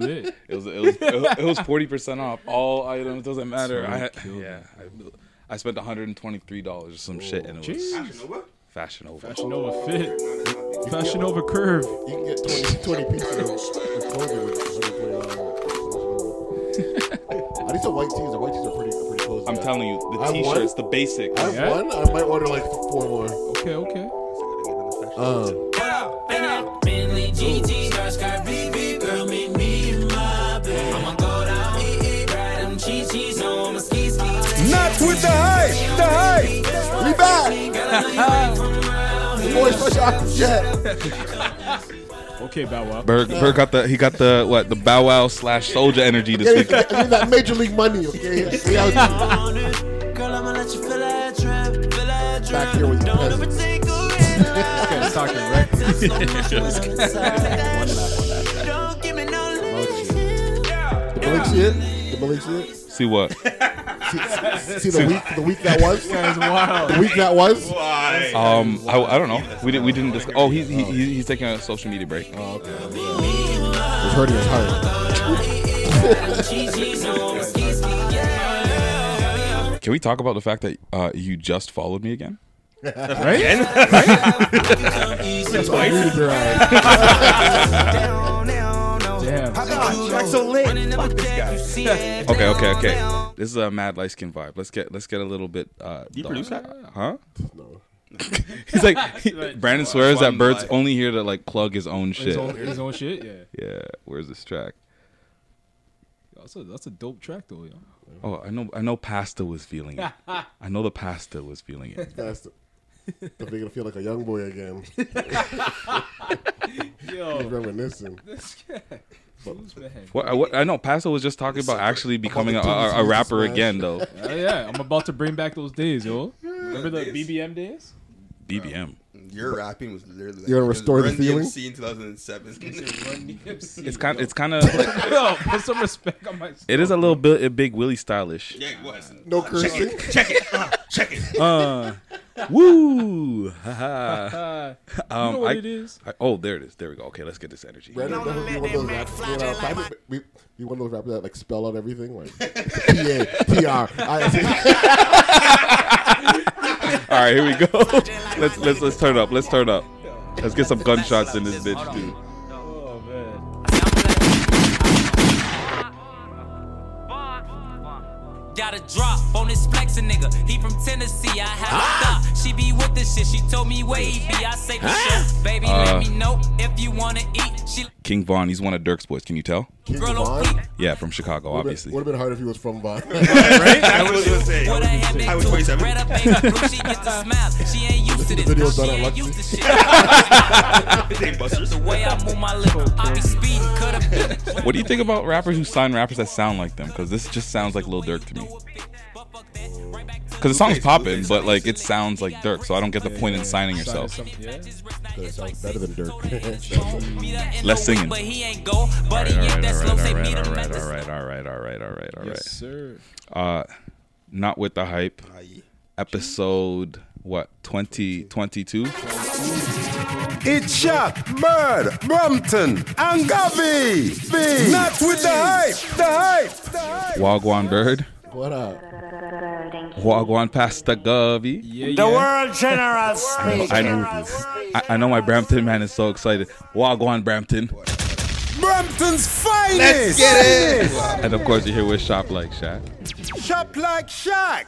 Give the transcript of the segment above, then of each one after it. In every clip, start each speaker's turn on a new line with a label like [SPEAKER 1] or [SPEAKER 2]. [SPEAKER 1] Yeah.
[SPEAKER 2] It was it was it was forty percent off all items. Doesn't matter. I had,
[SPEAKER 1] Killed
[SPEAKER 2] yeah, I, I spent one hundred and twenty three dollars or some shit, and it was
[SPEAKER 1] Jeez.
[SPEAKER 3] Fashion Nova?
[SPEAKER 2] Fashion Nova.
[SPEAKER 1] Fashion Nova fit.
[SPEAKER 3] No, that's not the-
[SPEAKER 1] Fashion Nova curve.
[SPEAKER 4] You can get 20, 20 pieces of of clothing with $0.29. I need some white tees. The white tees are pretty, are pretty close. to
[SPEAKER 2] I'm
[SPEAKER 4] that.
[SPEAKER 2] telling you, the
[SPEAKER 4] I have one.
[SPEAKER 2] T-shirts, the
[SPEAKER 4] I
[SPEAKER 2] basics.
[SPEAKER 4] have
[SPEAKER 1] Yeah.
[SPEAKER 4] one. I might order like four more.
[SPEAKER 1] Okay, okay.
[SPEAKER 4] Um,
[SPEAKER 5] Bentley GT, dark sky BB, girl, meet me in my bed. I'ma go down, ride them cheat sheets on my ski ski.
[SPEAKER 6] Not with the hype. The hype.
[SPEAKER 4] we back. The boys fresh out the jet.
[SPEAKER 1] Okay, Bow Wow.
[SPEAKER 2] Berg, Berg got the he got the what the Bow Wow slash Soldier energy this
[SPEAKER 4] Get
[SPEAKER 2] weekend.
[SPEAKER 4] that, get that major league money, okay? We out
[SPEAKER 5] On it. Girl, I'ma let you feel that drip, feel that drip.
[SPEAKER 4] back here with you
[SPEAKER 5] Don't ever
[SPEAKER 4] peasants.
[SPEAKER 5] take a real
[SPEAKER 1] Guys talking records.
[SPEAKER 5] Don't give me no
[SPEAKER 4] The Malik shit. The Malik shit.
[SPEAKER 2] See what?
[SPEAKER 4] See, see the week, the week that was.
[SPEAKER 1] Guys, wild.
[SPEAKER 4] The week that was.
[SPEAKER 3] Why?
[SPEAKER 2] Um, I, I don't know. We didn't we didn't discuss. Oh, he's he, he's he's taking a social media break.
[SPEAKER 4] It's hurting his heart.
[SPEAKER 5] cheese on my ski ski.
[SPEAKER 2] Can we talk about the fact that uh, you just followed me again?
[SPEAKER 4] So I needed your eyes.
[SPEAKER 1] Damn.
[SPEAKER 6] so late.
[SPEAKER 2] Okay, okay, okay. This is a mad light skin vibe. Let's get let's get a little bit. Uh,
[SPEAKER 6] you
[SPEAKER 2] dark.
[SPEAKER 6] produce that?
[SPEAKER 2] Huh?
[SPEAKER 4] No.
[SPEAKER 2] He's like he- Brandon swears that
[SPEAKER 6] One
[SPEAKER 2] Bird's
[SPEAKER 6] life.
[SPEAKER 2] only here to like plug his own shit.
[SPEAKER 1] His own, his own shit, yeah.
[SPEAKER 2] yeah, where's this track?
[SPEAKER 1] That's a, that's a dope track, though, yo.
[SPEAKER 2] Oh, I know I know Pasta was feeling it. I know the Pasta was feeling it.
[SPEAKER 4] That's the, they're gonna feel like a young boy again.
[SPEAKER 1] Yo,
[SPEAKER 4] Reminiscing.
[SPEAKER 1] this guy. Who's man?
[SPEAKER 2] What, I- what I know Pasta was just talking about actually becoming a,
[SPEAKER 4] the dudes
[SPEAKER 2] a, a
[SPEAKER 4] who
[SPEAKER 2] rapper
[SPEAKER 4] smash.
[SPEAKER 2] again though.
[SPEAKER 1] Uh, yeah, I'm about to bring back those days, yo. Remember the BBM days?
[SPEAKER 2] BBM.
[SPEAKER 3] Your rapping was literally.
[SPEAKER 4] You're gonna restore the feeling?
[SPEAKER 3] See in 2007.
[SPEAKER 2] It's kind it's kind of like,
[SPEAKER 1] Yo, put some respect on my.
[SPEAKER 2] it is a little bit a big Willie stylish.
[SPEAKER 3] yeah, it was.
[SPEAKER 4] No cursing.
[SPEAKER 5] Uh-huh.
[SPEAKER 2] Uh, woo! Haha.
[SPEAKER 1] Uh,
[SPEAKER 2] Um,
[SPEAKER 1] you know what
[SPEAKER 2] I-
[SPEAKER 1] it is.
[SPEAKER 2] I- oh, there it is. There we go. Okay, let's get this energy.
[SPEAKER 4] Brandon definitely be one of those rappers. You know, private- we, we one of those rappers that like spell out everything, like P A T R I S A.
[SPEAKER 2] All right, here we go. let's let's let's turn up. Let's turn up. Let's get some gunshots in this bitch, dude.
[SPEAKER 1] Oh man.
[SPEAKER 5] Got a drop on this flexin' nigga. He from Tennessee. I have
[SPEAKER 2] Ah.
[SPEAKER 5] a thought. She be with this shit. She told me where he be. I say for
[SPEAKER 2] Ah.
[SPEAKER 5] sure. Baby,
[SPEAKER 2] Uh.
[SPEAKER 5] let me know if you wanna eat. She
[SPEAKER 2] King Von, he's one of Dirk's boys. Can you tell?
[SPEAKER 5] girl on
[SPEAKER 4] Vaughn?
[SPEAKER 5] fleek.
[SPEAKER 2] Yeah, from Chicago, obviously.
[SPEAKER 4] Would have been hard if he was from Vaughn.
[SPEAKER 3] I was gonna say.
[SPEAKER 5] What I had been
[SPEAKER 3] Highway
[SPEAKER 5] doing.
[SPEAKER 3] 27.
[SPEAKER 5] Red up, baby, blue. She get the smile. She ain't used to
[SPEAKER 4] The
[SPEAKER 5] this.
[SPEAKER 4] video's
[SPEAKER 5] no,
[SPEAKER 4] done
[SPEAKER 5] she ain't
[SPEAKER 4] at Lexus.
[SPEAKER 5] used to shit.
[SPEAKER 3] Hey, Busters.
[SPEAKER 5] the way I move my lip, I be speeding. Coulda been. it.
[SPEAKER 2] What do you think about rappers who sign rappers that sound like them? Because this just sounds like Lil Durk to me. Because the song's popping, but like it sounds like Dirk, so I don't get the point in signing yourself.
[SPEAKER 1] Signing something, yeah.
[SPEAKER 4] That sounds better than Dirk.
[SPEAKER 2] Less
[SPEAKER 5] Less
[SPEAKER 2] singing.
[SPEAKER 5] singing. But he ain't go.
[SPEAKER 2] All
[SPEAKER 5] But
[SPEAKER 2] right,
[SPEAKER 5] he
[SPEAKER 2] all
[SPEAKER 5] get
[SPEAKER 2] right,
[SPEAKER 5] that
[SPEAKER 2] all
[SPEAKER 5] slow. Say
[SPEAKER 2] right,
[SPEAKER 5] meet
[SPEAKER 2] all
[SPEAKER 5] him
[SPEAKER 2] right,
[SPEAKER 5] at the
[SPEAKER 2] all right, all right, all right, all right, all right, all right, all
[SPEAKER 1] Yes, sir.
[SPEAKER 2] right. Uh, not with the hype. Episode what? Twenty twenty two.
[SPEAKER 6] It's Shot, Bird, Brompton, and Gavi. Not with the hype. The hype. The hype.
[SPEAKER 2] Wagwan Bird.
[SPEAKER 4] What up?
[SPEAKER 2] Wagwan Pasta Govy.
[SPEAKER 1] Yeah, yeah.
[SPEAKER 7] World General speaks.
[SPEAKER 2] I know, I, I know my Brampton man is so excited. Wagwan Brampton.
[SPEAKER 6] Brompton's finest. Let's get it.
[SPEAKER 2] And of course, you're here with Shop Like Shaq.
[SPEAKER 6] Shop like Shaq.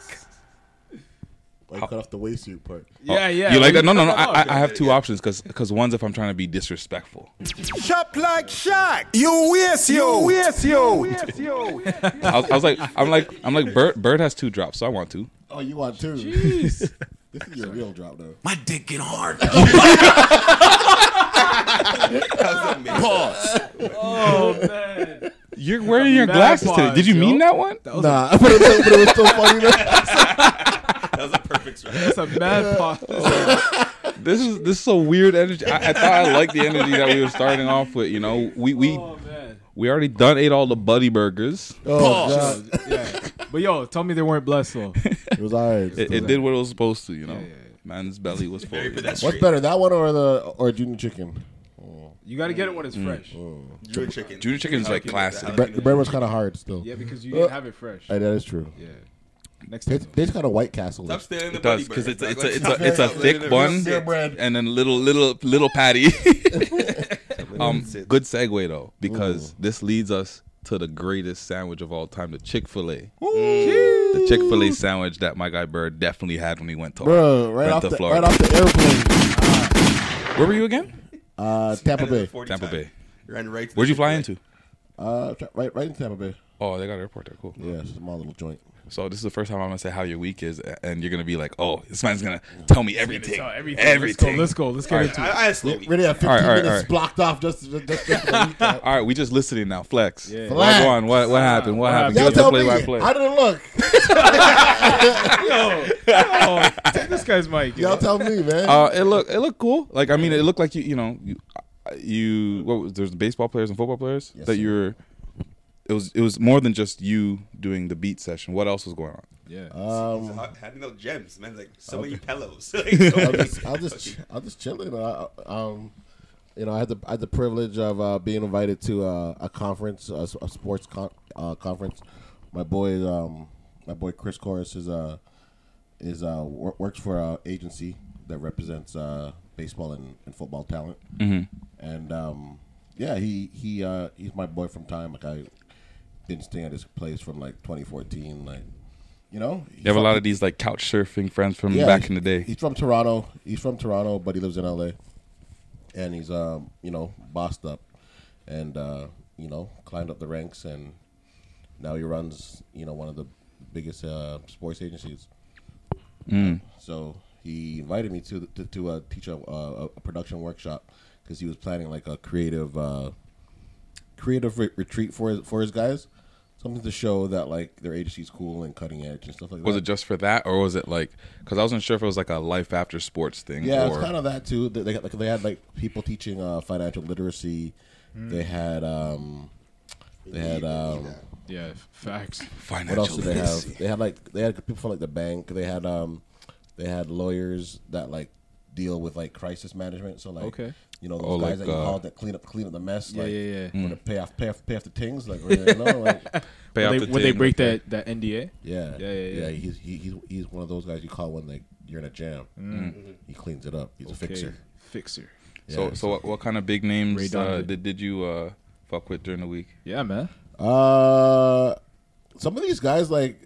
[SPEAKER 4] Why you cut off the waysuit part?
[SPEAKER 1] Yeah, yeah.
[SPEAKER 2] You like that? No, no, no.
[SPEAKER 1] Oh,
[SPEAKER 2] I,
[SPEAKER 1] okay.
[SPEAKER 2] I- I have two options because one's if I'm trying to be disrespectful.
[SPEAKER 6] Shop like Shaq. You waste you. Yes, you.
[SPEAKER 2] I was, I was like, I'm like, I'm like, Bird, Bird has two drops, so I want two.
[SPEAKER 4] Oh, you want two? This is your real drop though.
[SPEAKER 7] My dick get hard.
[SPEAKER 4] Pause.
[SPEAKER 1] Oh man.
[SPEAKER 2] You're wearing your
[SPEAKER 1] Mad
[SPEAKER 2] glasses today.
[SPEAKER 1] pause,
[SPEAKER 2] Did you mean
[SPEAKER 1] yo.
[SPEAKER 2] that one?
[SPEAKER 4] Nah, but it, was, but it was still funny though.
[SPEAKER 3] That was a perfect rap.
[SPEAKER 1] That's a mad
[SPEAKER 4] Oh,
[SPEAKER 1] pause.
[SPEAKER 2] This is this is a weird energy. I, I thought I liked the energy that we were starting off with. You know, we we
[SPEAKER 1] Oh man.
[SPEAKER 2] we already done ate all the buddy burgers.
[SPEAKER 4] Oh, God.
[SPEAKER 1] Yeah. But yo, tell me they weren't blessed though.
[SPEAKER 4] It was alright.
[SPEAKER 2] It, it did what it was supposed to. You know,
[SPEAKER 1] yeah, yeah.
[SPEAKER 2] man's belly was full.
[SPEAKER 3] Very
[SPEAKER 2] you know.
[SPEAKER 3] pedestrian.
[SPEAKER 4] What's better, that one or the or junior chicken? Oh,
[SPEAKER 5] You got to get it when it's fresh.
[SPEAKER 3] Junior chicken.
[SPEAKER 2] Mm. Junior chicken's like classic.
[SPEAKER 4] The, bre- the bread was kind of hard still.
[SPEAKER 5] Yeah, because you didn't have it fresh.
[SPEAKER 4] Hey, that is true.
[SPEAKER 5] Yeah. Next
[SPEAKER 4] They,
[SPEAKER 5] time.
[SPEAKER 4] they just got a White Castle.
[SPEAKER 3] Stop stealing the
[SPEAKER 2] It does
[SPEAKER 3] buddy
[SPEAKER 2] because
[SPEAKER 3] bird.
[SPEAKER 2] it's a, it's
[SPEAKER 3] Like,
[SPEAKER 2] a, it's
[SPEAKER 3] stop
[SPEAKER 2] a, it's a
[SPEAKER 3] stealing the
[SPEAKER 2] thick
[SPEAKER 3] buddy
[SPEAKER 2] bun
[SPEAKER 3] bird.
[SPEAKER 2] and then little little little patty. um,
[SPEAKER 3] Sit.
[SPEAKER 2] good segue though because this leads us to the greatest sandwich of all time, the Chick Fil A. The Chick Fil A sandwich that my guy Bird definitely had when he went to
[SPEAKER 4] Bro, right
[SPEAKER 2] went
[SPEAKER 4] off
[SPEAKER 2] to
[SPEAKER 4] the
[SPEAKER 2] Florida.
[SPEAKER 4] right off the airplane,
[SPEAKER 2] Where were you again?
[SPEAKER 4] uh, Tampa Bay.
[SPEAKER 3] 40
[SPEAKER 2] Tampa
[SPEAKER 3] times.
[SPEAKER 2] Bay.
[SPEAKER 3] Ran right to
[SPEAKER 2] Where'd
[SPEAKER 3] the
[SPEAKER 2] you fly
[SPEAKER 3] Chick-fil-A.
[SPEAKER 2] into?
[SPEAKER 4] Uh, tra- right, right in Tampa Bay.
[SPEAKER 2] Oh, they got an airport there. Cool.
[SPEAKER 4] Yeah, it's a small little joint.
[SPEAKER 2] So this is the first time I'm gonna say how your week is, a- and you're gonna be like, "Oh, this man's gonna tell me everything,
[SPEAKER 5] Oh,
[SPEAKER 2] everything,
[SPEAKER 5] Let's go. Let's go. Let's get into it.
[SPEAKER 3] I, I slowly.
[SPEAKER 4] Really, have 15
[SPEAKER 2] All right, all right, all
[SPEAKER 4] minutes
[SPEAKER 2] right.
[SPEAKER 4] blocked off just just, just for the recap.
[SPEAKER 2] All right, we just listening now. Flex.
[SPEAKER 5] Yeah.
[SPEAKER 2] Go on. What what happened?
[SPEAKER 5] What
[SPEAKER 2] What
[SPEAKER 5] happened?
[SPEAKER 2] happened? Give
[SPEAKER 4] Y'all
[SPEAKER 2] us the
[SPEAKER 4] tell
[SPEAKER 2] play
[SPEAKER 4] me.
[SPEAKER 2] by play.
[SPEAKER 4] How did it look?
[SPEAKER 5] Oh, take this guy's mic.
[SPEAKER 4] Y'all tell me, man.
[SPEAKER 2] Uh, it looked it looked cool. Like I mean, it looked like you you know you, you what was, there's baseball players and football players
[SPEAKER 4] Yes,
[SPEAKER 2] that
[SPEAKER 4] sir.
[SPEAKER 2] you were. It was it was more than just you doing the beat session. What else was going on?
[SPEAKER 5] yeah.
[SPEAKER 4] um,
[SPEAKER 3] Handing out gems, man. Like so many pillows. Like, so
[SPEAKER 4] I'll
[SPEAKER 3] many-
[SPEAKER 4] just, I'll just, I'll just chill. You know, I, um, you know, I had the, I had the privilege of uh, being invited to uh, a conference, a, s- a sports con- uh, conference. My boy, um, my boy Chris Chorus is uh, is uh, wor- works for an agency that represents uh, baseball and, and football talent. Mm-hmm. And um, yeah, he he uh, he's my boy from time. Like I been staying at his place from like 2014. Like you know,
[SPEAKER 2] You have a lot of these like couch surfing friends from back
[SPEAKER 4] he's-
[SPEAKER 2] in the day.
[SPEAKER 4] He's from Toronto. He's from Toronto, but he lives in LA. And he's um, you know, bossed up and uh, you know, climbed up the ranks and now he runs, you know, one of the biggest uh, sports agencies. Mm. So he invited me to to, to uh, teach a, a, a production workshop because he was planning like a creative uh, creative re- retreat for his, for his guys, something to show that like their agency's cool and cutting edge and stuff like that.
[SPEAKER 2] Was it just for that, or was it like? Because I wasn't sure if it was like a life after sports thing.
[SPEAKER 4] Yeah,
[SPEAKER 2] or,
[SPEAKER 4] it's kind of that too. They, they, got- like, they had like people teaching uh, financial literacy. They had um, they had um,
[SPEAKER 5] yeah. Facts.
[SPEAKER 4] what else
[SPEAKER 2] financial
[SPEAKER 4] did they
[SPEAKER 2] literacy.
[SPEAKER 4] have? They had like they had people from like the bank. They had um, they had lawyers that like deal with like crisis management. So like
[SPEAKER 5] Okay.
[SPEAKER 4] you know those
[SPEAKER 2] Oh,
[SPEAKER 4] guys
[SPEAKER 2] like,
[SPEAKER 4] that you
[SPEAKER 2] uh, Hmm.
[SPEAKER 4] call that clean up clean up the mess.
[SPEAKER 5] Yeah,
[SPEAKER 4] like,
[SPEAKER 5] yeah, yeah.
[SPEAKER 4] When to pay off pay off pay off the things like, you know, like
[SPEAKER 2] Pay off
[SPEAKER 5] Would they,
[SPEAKER 2] the
[SPEAKER 5] would they
[SPEAKER 2] thing.
[SPEAKER 5] break that, that NDA?
[SPEAKER 4] Yeah,
[SPEAKER 5] Yeah, yeah, yeah.
[SPEAKER 4] he's he, he's he's one of those guys you call when like you're in a jam. He cleans it up. He's a fixer.
[SPEAKER 5] Mm. Fixer.
[SPEAKER 2] So,
[SPEAKER 4] Yeah.
[SPEAKER 2] so what, what kind of big names
[SPEAKER 5] Donovan.
[SPEAKER 2] uh, did did you uh, fuck with during the week?
[SPEAKER 5] Yeah, man.
[SPEAKER 4] Uh, some of these guys like.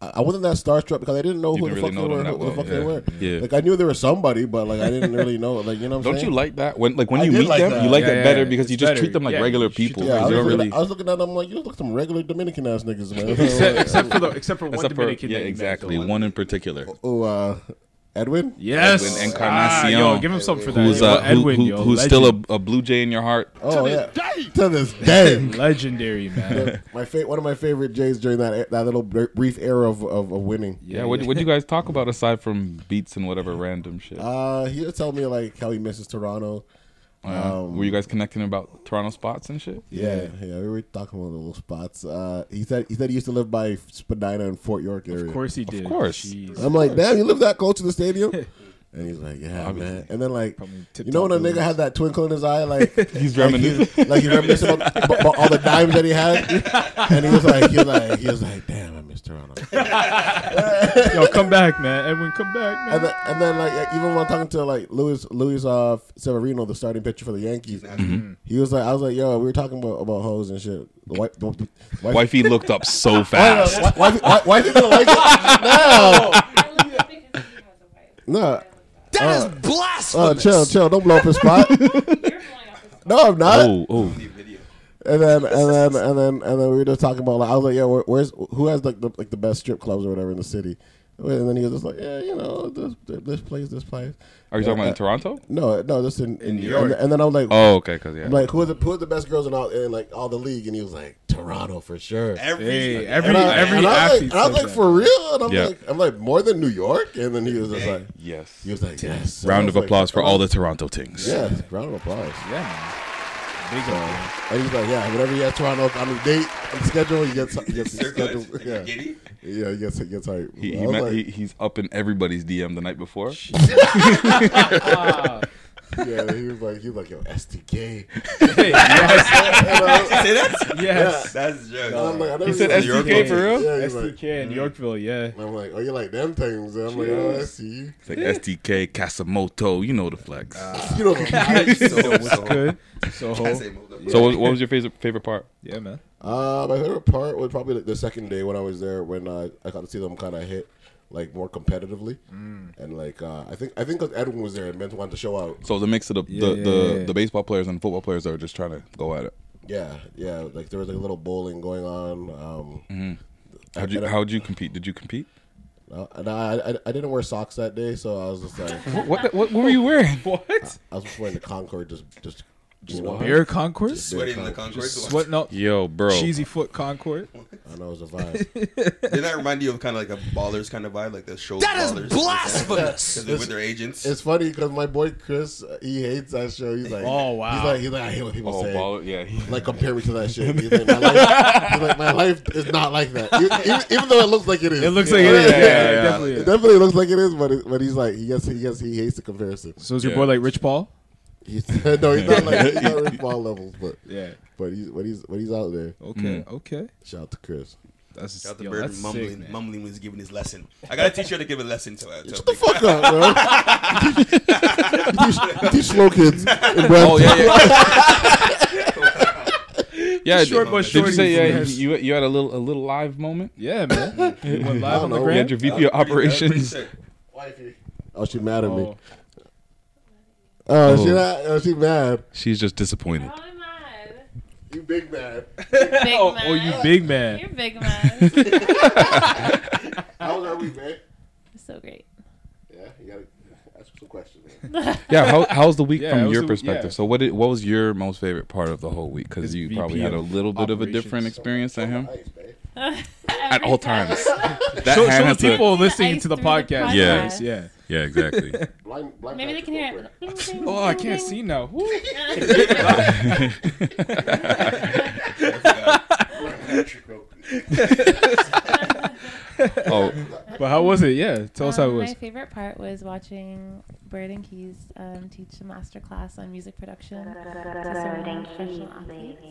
[SPEAKER 4] I I wasn't that starstruck because I didn't know who
[SPEAKER 2] didn't
[SPEAKER 4] the fuck
[SPEAKER 2] really know
[SPEAKER 4] they
[SPEAKER 2] them
[SPEAKER 4] were.
[SPEAKER 2] that
[SPEAKER 4] Who the
[SPEAKER 2] well,
[SPEAKER 4] fuck
[SPEAKER 2] yeah.
[SPEAKER 4] they were.
[SPEAKER 2] Yeah.
[SPEAKER 4] Like I knew there was somebody, but like I didn't really know. Like you know, what I'm
[SPEAKER 2] Don't
[SPEAKER 4] saying?
[SPEAKER 2] you like that when like when
[SPEAKER 4] I
[SPEAKER 2] you
[SPEAKER 4] did
[SPEAKER 2] meet
[SPEAKER 4] like
[SPEAKER 2] them,
[SPEAKER 4] that.
[SPEAKER 2] you like
[SPEAKER 5] Yeah,
[SPEAKER 2] it
[SPEAKER 5] yeah,
[SPEAKER 2] better
[SPEAKER 5] yeah.
[SPEAKER 2] because
[SPEAKER 5] It's
[SPEAKER 2] you just
[SPEAKER 5] better.
[SPEAKER 2] treat them like
[SPEAKER 5] Yeah,
[SPEAKER 2] regular
[SPEAKER 5] you treat
[SPEAKER 2] people.
[SPEAKER 5] them
[SPEAKER 4] Yeah, I
[SPEAKER 2] you
[SPEAKER 4] was,
[SPEAKER 2] don't
[SPEAKER 4] looking,
[SPEAKER 2] really
[SPEAKER 4] I was looking at them like you look some regular Dominican ass niggas, man.
[SPEAKER 5] Except, except for the except for one
[SPEAKER 2] except for
[SPEAKER 5] Dominican.
[SPEAKER 2] yeah,
[SPEAKER 5] that you met,
[SPEAKER 2] exactly
[SPEAKER 5] though.
[SPEAKER 2] one in particular.
[SPEAKER 4] oh, uh, Edwin.
[SPEAKER 5] Yes.
[SPEAKER 2] Edwin
[SPEAKER 5] Ah,
[SPEAKER 2] Encarnacion.
[SPEAKER 5] yo, give him something for that.
[SPEAKER 2] Who's
[SPEAKER 5] Yo,
[SPEAKER 2] uh, who-
[SPEAKER 5] Edwin,
[SPEAKER 2] who-
[SPEAKER 5] yo,
[SPEAKER 2] who's still a, a blue jay in your heart?
[SPEAKER 4] Oh yeah. To this day,
[SPEAKER 5] legend. legendary man.
[SPEAKER 4] my fa- one of my favorite Jays during that that little br- brief era of, of, of winning.
[SPEAKER 2] Yeah, what what do you guys talk about aside from beats and whatever random shit?
[SPEAKER 4] Uh, he would tell me like how he misses Toronto. Um,
[SPEAKER 2] Uh, Were you guys connecting about Toronto spots and shit?
[SPEAKER 4] Yeah, yeah, we were talking about the little spots. Uh, he said he said he used to live by Spadina and Fort York area.
[SPEAKER 5] Of course he did.
[SPEAKER 2] course.
[SPEAKER 5] Jeez.
[SPEAKER 4] I'm like, damn, you live that close to the stadium? And he's like, yeah, man. And then like,
[SPEAKER 5] Probably
[SPEAKER 4] you know when a
[SPEAKER 5] tip-top
[SPEAKER 4] nigga had that twinkle in his eye, like
[SPEAKER 2] He's
[SPEAKER 4] like
[SPEAKER 2] reminiscing.
[SPEAKER 4] he's- like he's reminiscing about, about- about all the dimes that he had, and he was like, he was like, he was like, damn, I miss Toronto.
[SPEAKER 5] Yo, come back, man. Edwin, come back, man.
[SPEAKER 4] And then, and then like even when talking to like Luis Luis uh, Severino, the starting pitcher for the Yankees, he was like, I was like, yo, we were talking about about hoes and shit. The wife, the, the wife-
[SPEAKER 2] Wifey looked up so
[SPEAKER 4] Why,
[SPEAKER 2] fast.
[SPEAKER 4] why, why, why is he gonna like it? No, no.
[SPEAKER 8] That is blasphemous.
[SPEAKER 4] Oh, Uh, chill, chill. Don't blow up his spot. No, I'm not.
[SPEAKER 2] Oh, oh,
[SPEAKER 3] video.
[SPEAKER 4] And then, and then, and then, and then we were just talking about. Like, I was like, "Yo, where, where's who has like the like the best strip clubs or whatever in the city?" And then he was just like, "Yeah, you know, this this place, this place."
[SPEAKER 2] are you talking about in
[SPEAKER 4] Uh,
[SPEAKER 2] Toronto?
[SPEAKER 4] No, no, this in, in
[SPEAKER 3] New
[SPEAKER 4] And,
[SPEAKER 3] York.
[SPEAKER 4] and then I was like,
[SPEAKER 2] Oh, okay, because yeah,
[SPEAKER 4] I'm like who are the who are the best girls in all in like all the league? And he was like, Toronto for sure.
[SPEAKER 3] Every
[SPEAKER 5] Hey, every
[SPEAKER 3] every
[SPEAKER 4] And I,
[SPEAKER 5] every
[SPEAKER 4] and I was like,
[SPEAKER 5] athlete.
[SPEAKER 4] and I was
[SPEAKER 5] says
[SPEAKER 4] like
[SPEAKER 5] that.
[SPEAKER 4] for real, and I'm
[SPEAKER 2] Yeah.
[SPEAKER 4] like, I'm like more than New York. And then he was just like,
[SPEAKER 2] yes.
[SPEAKER 4] he was like, yes.
[SPEAKER 2] Round of
[SPEAKER 4] And I was like,
[SPEAKER 2] applause for all the
[SPEAKER 4] "Oh,
[SPEAKER 2] Toronto things.
[SPEAKER 4] yeah, round of applause.
[SPEAKER 5] Yeah, man. Big up.
[SPEAKER 4] And he's like, yeah, whenever he has Toronto on the date, on the schedule, he gets, he gets
[SPEAKER 3] circle.
[SPEAKER 4] scheduled.
[SPEAKER 3] Yeah.
[SPEAKER 4] Yeah,
[SPEAKER 3] Giddy.
[SPEAKER 4] yeah, he gets, he gets hype.
[SPEAKER 2] He,
[SPEAKER 4] I
[SPEAKER 2] he,
[SPEAKER 4] was
[SPEAKER 2] met,
[SPEAKER 4] like,
[SPEAKER 2] he he's up in everybody's DM the night before.
[SPEAKER 4] Yeah, he was like, he was like, yo, SDK.
[SPEAKER 1] Hey, yes,
[SPEAKER 3] Say that?
[SPEAKER 1] yes.
[SPEAKER 3] That's jokes.
[SPEAKER 4] I'm like, I never
[SPEAKER 2] He said
[SPEAKER 4] used to-
[SPEAKER 2] SDK for real?
[SPEAKER 4] Yeah, he's like,
[SPEAKER 1] SDK in Yorkville, yeah.
[SPEAKER 4] and I'm like, oh, you like them things? And I'm like, oh, I see you.
[SPEAKER 2] It's like SDK, Kasamoto, you know the flex.
[SPEAKER 4] You know, the
[SPEAKER 1] What's good? So,
[SPEAKER 3] I say move up.
[SPEAKER 2] so what, what was your favorite favorite part?
[SPEAKER 1] yeah, man.
[SPEAKER 4] Uh, my favorite part was probably like, the second day when I was there when uh, I got to see them kind of hit like more competitively,
[SPEAKER 1] Mm.
[SPEAKER 4] and like uh, I think I think 'cause Edwin was there and meant wanted to show out.
[SPEAKER 2] So the mix of the
[SPEAKER 1] Yeah,
[SPEAKER 2] the,
[SPEAKER 1] yeah,
[SPEAKER 2] the,
[SPEAKER 1] yeah.
[SPEAKER 2] the baseball players and football players that were just trying to go at it.
[SPEAKER 4] Yeah, yeah. Like there was like a little bowling going on. Um,
[SPEAKER 2] Mm-hmm. How'd you
[SPEAKER 4] and I-
[SPEAKER 2] how'd you compete? Did you compete?
[SPEAKER 4] uh, and I, I I didn't wear socks that day, so I was just like
[SPEAKER 2] What what, what were you wearing?
[SPEAKER 1] What?
[SPEAKER 4] I was just wearing the Concord, just just just
[SPEAKER 1] Beer concourse?
[SPEAKER 3] Sweating in the concourse.
[SPEAKER 1] What? No.
[SPEAKER 2] Yo, Oh, bro.
[SPEAKER 1] Cheesy foot concourse.
[SPEAKER 4] I know it was a vibe.
[SPEAKER 3] Didn't that remind you of kind of like a ballers kind of vibe, like the show?
[SPEAKER 5] That is
[SPEAKER 3] ballers?
[SPEAKER 5] blasphemous.
[SPEAKER 3] Because they're with their agents.
[SPEAKER 4] it's funny because my boy Chris, uh, he hates that show. He's like,
[SPEAKER 1] Oh, wow.
[SPEAKER 4] He's like, he's like, I hate when people
[SPEAKER 2] oh,
[SPEAKER 4] say.
[SPEAKER 2] baller. Yeah. he-
[SPEAKER 4] like compare me to that shit. He's like, my life, he's like, my life is not like that. Even, even- even though it looks like it is,
[SPEAKER 1] It looks like it is. Yeah,
[SPEAKER 2] yeah, yeah.
[SPEAKER 1] it definitely
[SPEAKER 4] It
[SPEAKER 1] is.
[SPEAKER 4] definitely looks like it is, but it, but he's like, he gets he gets he hates the comparison.
[SPEAKER 1] So is your
[SPEAKER 2] Yeah.
[SPEAKER 1] boy like Rich Paul?
[SPEAKER 4] He said, no, he's not like he's not Rick Paul levels, but
[SPEAKER 1] Yeah.
[SPEAKER 4] but he's but he's but he's out there.
[SPEAKER 1] Okay.
[SPEAKER 2] Mm.
[SPEAKER 1] Okay.
[SPEAKER 4] Shout out to Chris.
[SPEAKER 1] That's
[SPEAKER 3] Out the
[SPEAKER 1] yo,
[SPEAKER 3] bird
[SPEAKER 1] that's
[SPEAKER 3] mumbling,
[SPEAKER 1] sick, man.
[SPEAKER 3] mumbling when he's giving his lesson. I got a teacher to give a lesson to. to
[SPEAKER 4] Shut the fuck up, bro. you, teach, you teach slow kids. In oh
[SPEAKER 2] Oh yeah, yeah. yeah. did-
[SPEAKER 1] Short but
[SPEAKER 2] did you
[SPEAKER 1] shorty
[SPEAKER 2] say yeah?
[SPEAKER 1] from-
[SPEAKER 2] You, you had a little a little live moment.
[SPEAKER 1] Yeah, man. You went
[SPEAKER 4] I
[SPEAKER 1] live
[SPEAKER 4] don't know.
[SPEAKER 1] on the
[SPEAKER 2] You had
[SPEAKER 1] gram.
[SPEAKER 2] your VP of operations.
[SPEAKER 4] Oh, she mad at me.
[SPEAKER 1] Oh,
[SPEAKER 4] Oh, she
[SPEAKER 2] Oh.
[SPEAKER 4] not, oh, she mad.
[SPEAKER 2] She's just disappointed.
[SPEAKER 9] How am I?
[SPEAKER 4] You big mad.
[SPEAKER 9] Big
[SPEAKER 1] oh,
[SPEAKER 9] man.
[SPEAKER 1] oh, you big man.
[SPEAKER 9] You're big man.
[SPEAKER 4] How old are we, man?
[SPEAKER 9] so great.
[SPEAKER 4] Yeah, you gotta ask some questions. Man.
[SPEAKER 2] Yeah. How, how's the week
[SPEAKER 1] Yeah, it
[SPEAKER 2] from
[SPEAKER 1] was
[SPEAKER 2] your
[SPEAKER 1] the-
[SPEAKER 2] perspective?
[SPEAKER 1] yeah.
[SPEAKER 2] So what did, what was your most favorite part of the whole week?
[SPEAKER 1] His
[SPEAKER 2] Because you
[SPEAKER 1] VP
[SPEAKER 2] probably had a
[SPEAKER 1] of
[SPEAKER 2] little bit of a
[SPEAKER 1] operations.
[SPEAKER 2] different experience than him
[SPEAKER 4] Nice, man.
[SPEAKER 2] at all times. That
[SPEAKER 1] So,
[SPEAKER 2] hand
[SPEAKER 1] so the
[SPEAKER 2] has to-
[SPEAKER 1] people listening
[SPEAKER 9] ice
[SPEAKER 1] to the
[SPEAKER 9] through the
[SPEAKER 1] podcast.
[SPEAKER 9] podcast.
[SPEAKER 2] Yeah.
[SPEAKER 1] yes, yeah.
[SPEAKER 2] Yeah. Exactly.
[SPEAKER 4] Blind, blind
[SPEAKER 9] Maybe they
[SPEAKER 4] Patrick
[SPEAKER 9] can
[SPEAKER 4] over
[SPEAKER 9] hear
[SPEAKER 4] here.
[SPEAKER 9] it.
[SPEAKER 1] Oh, I can't see now. Woo.
[SPEAKER 2] oh,
[SPEAKER 1] But how was it? Yeah, tell us how it
[SPEAKER 9] Um, My
[SPEAKER 1] was.
[SPEAKER 9] favorite part was watching Bird and Keys um, teach a master class on music production to some professional athletes.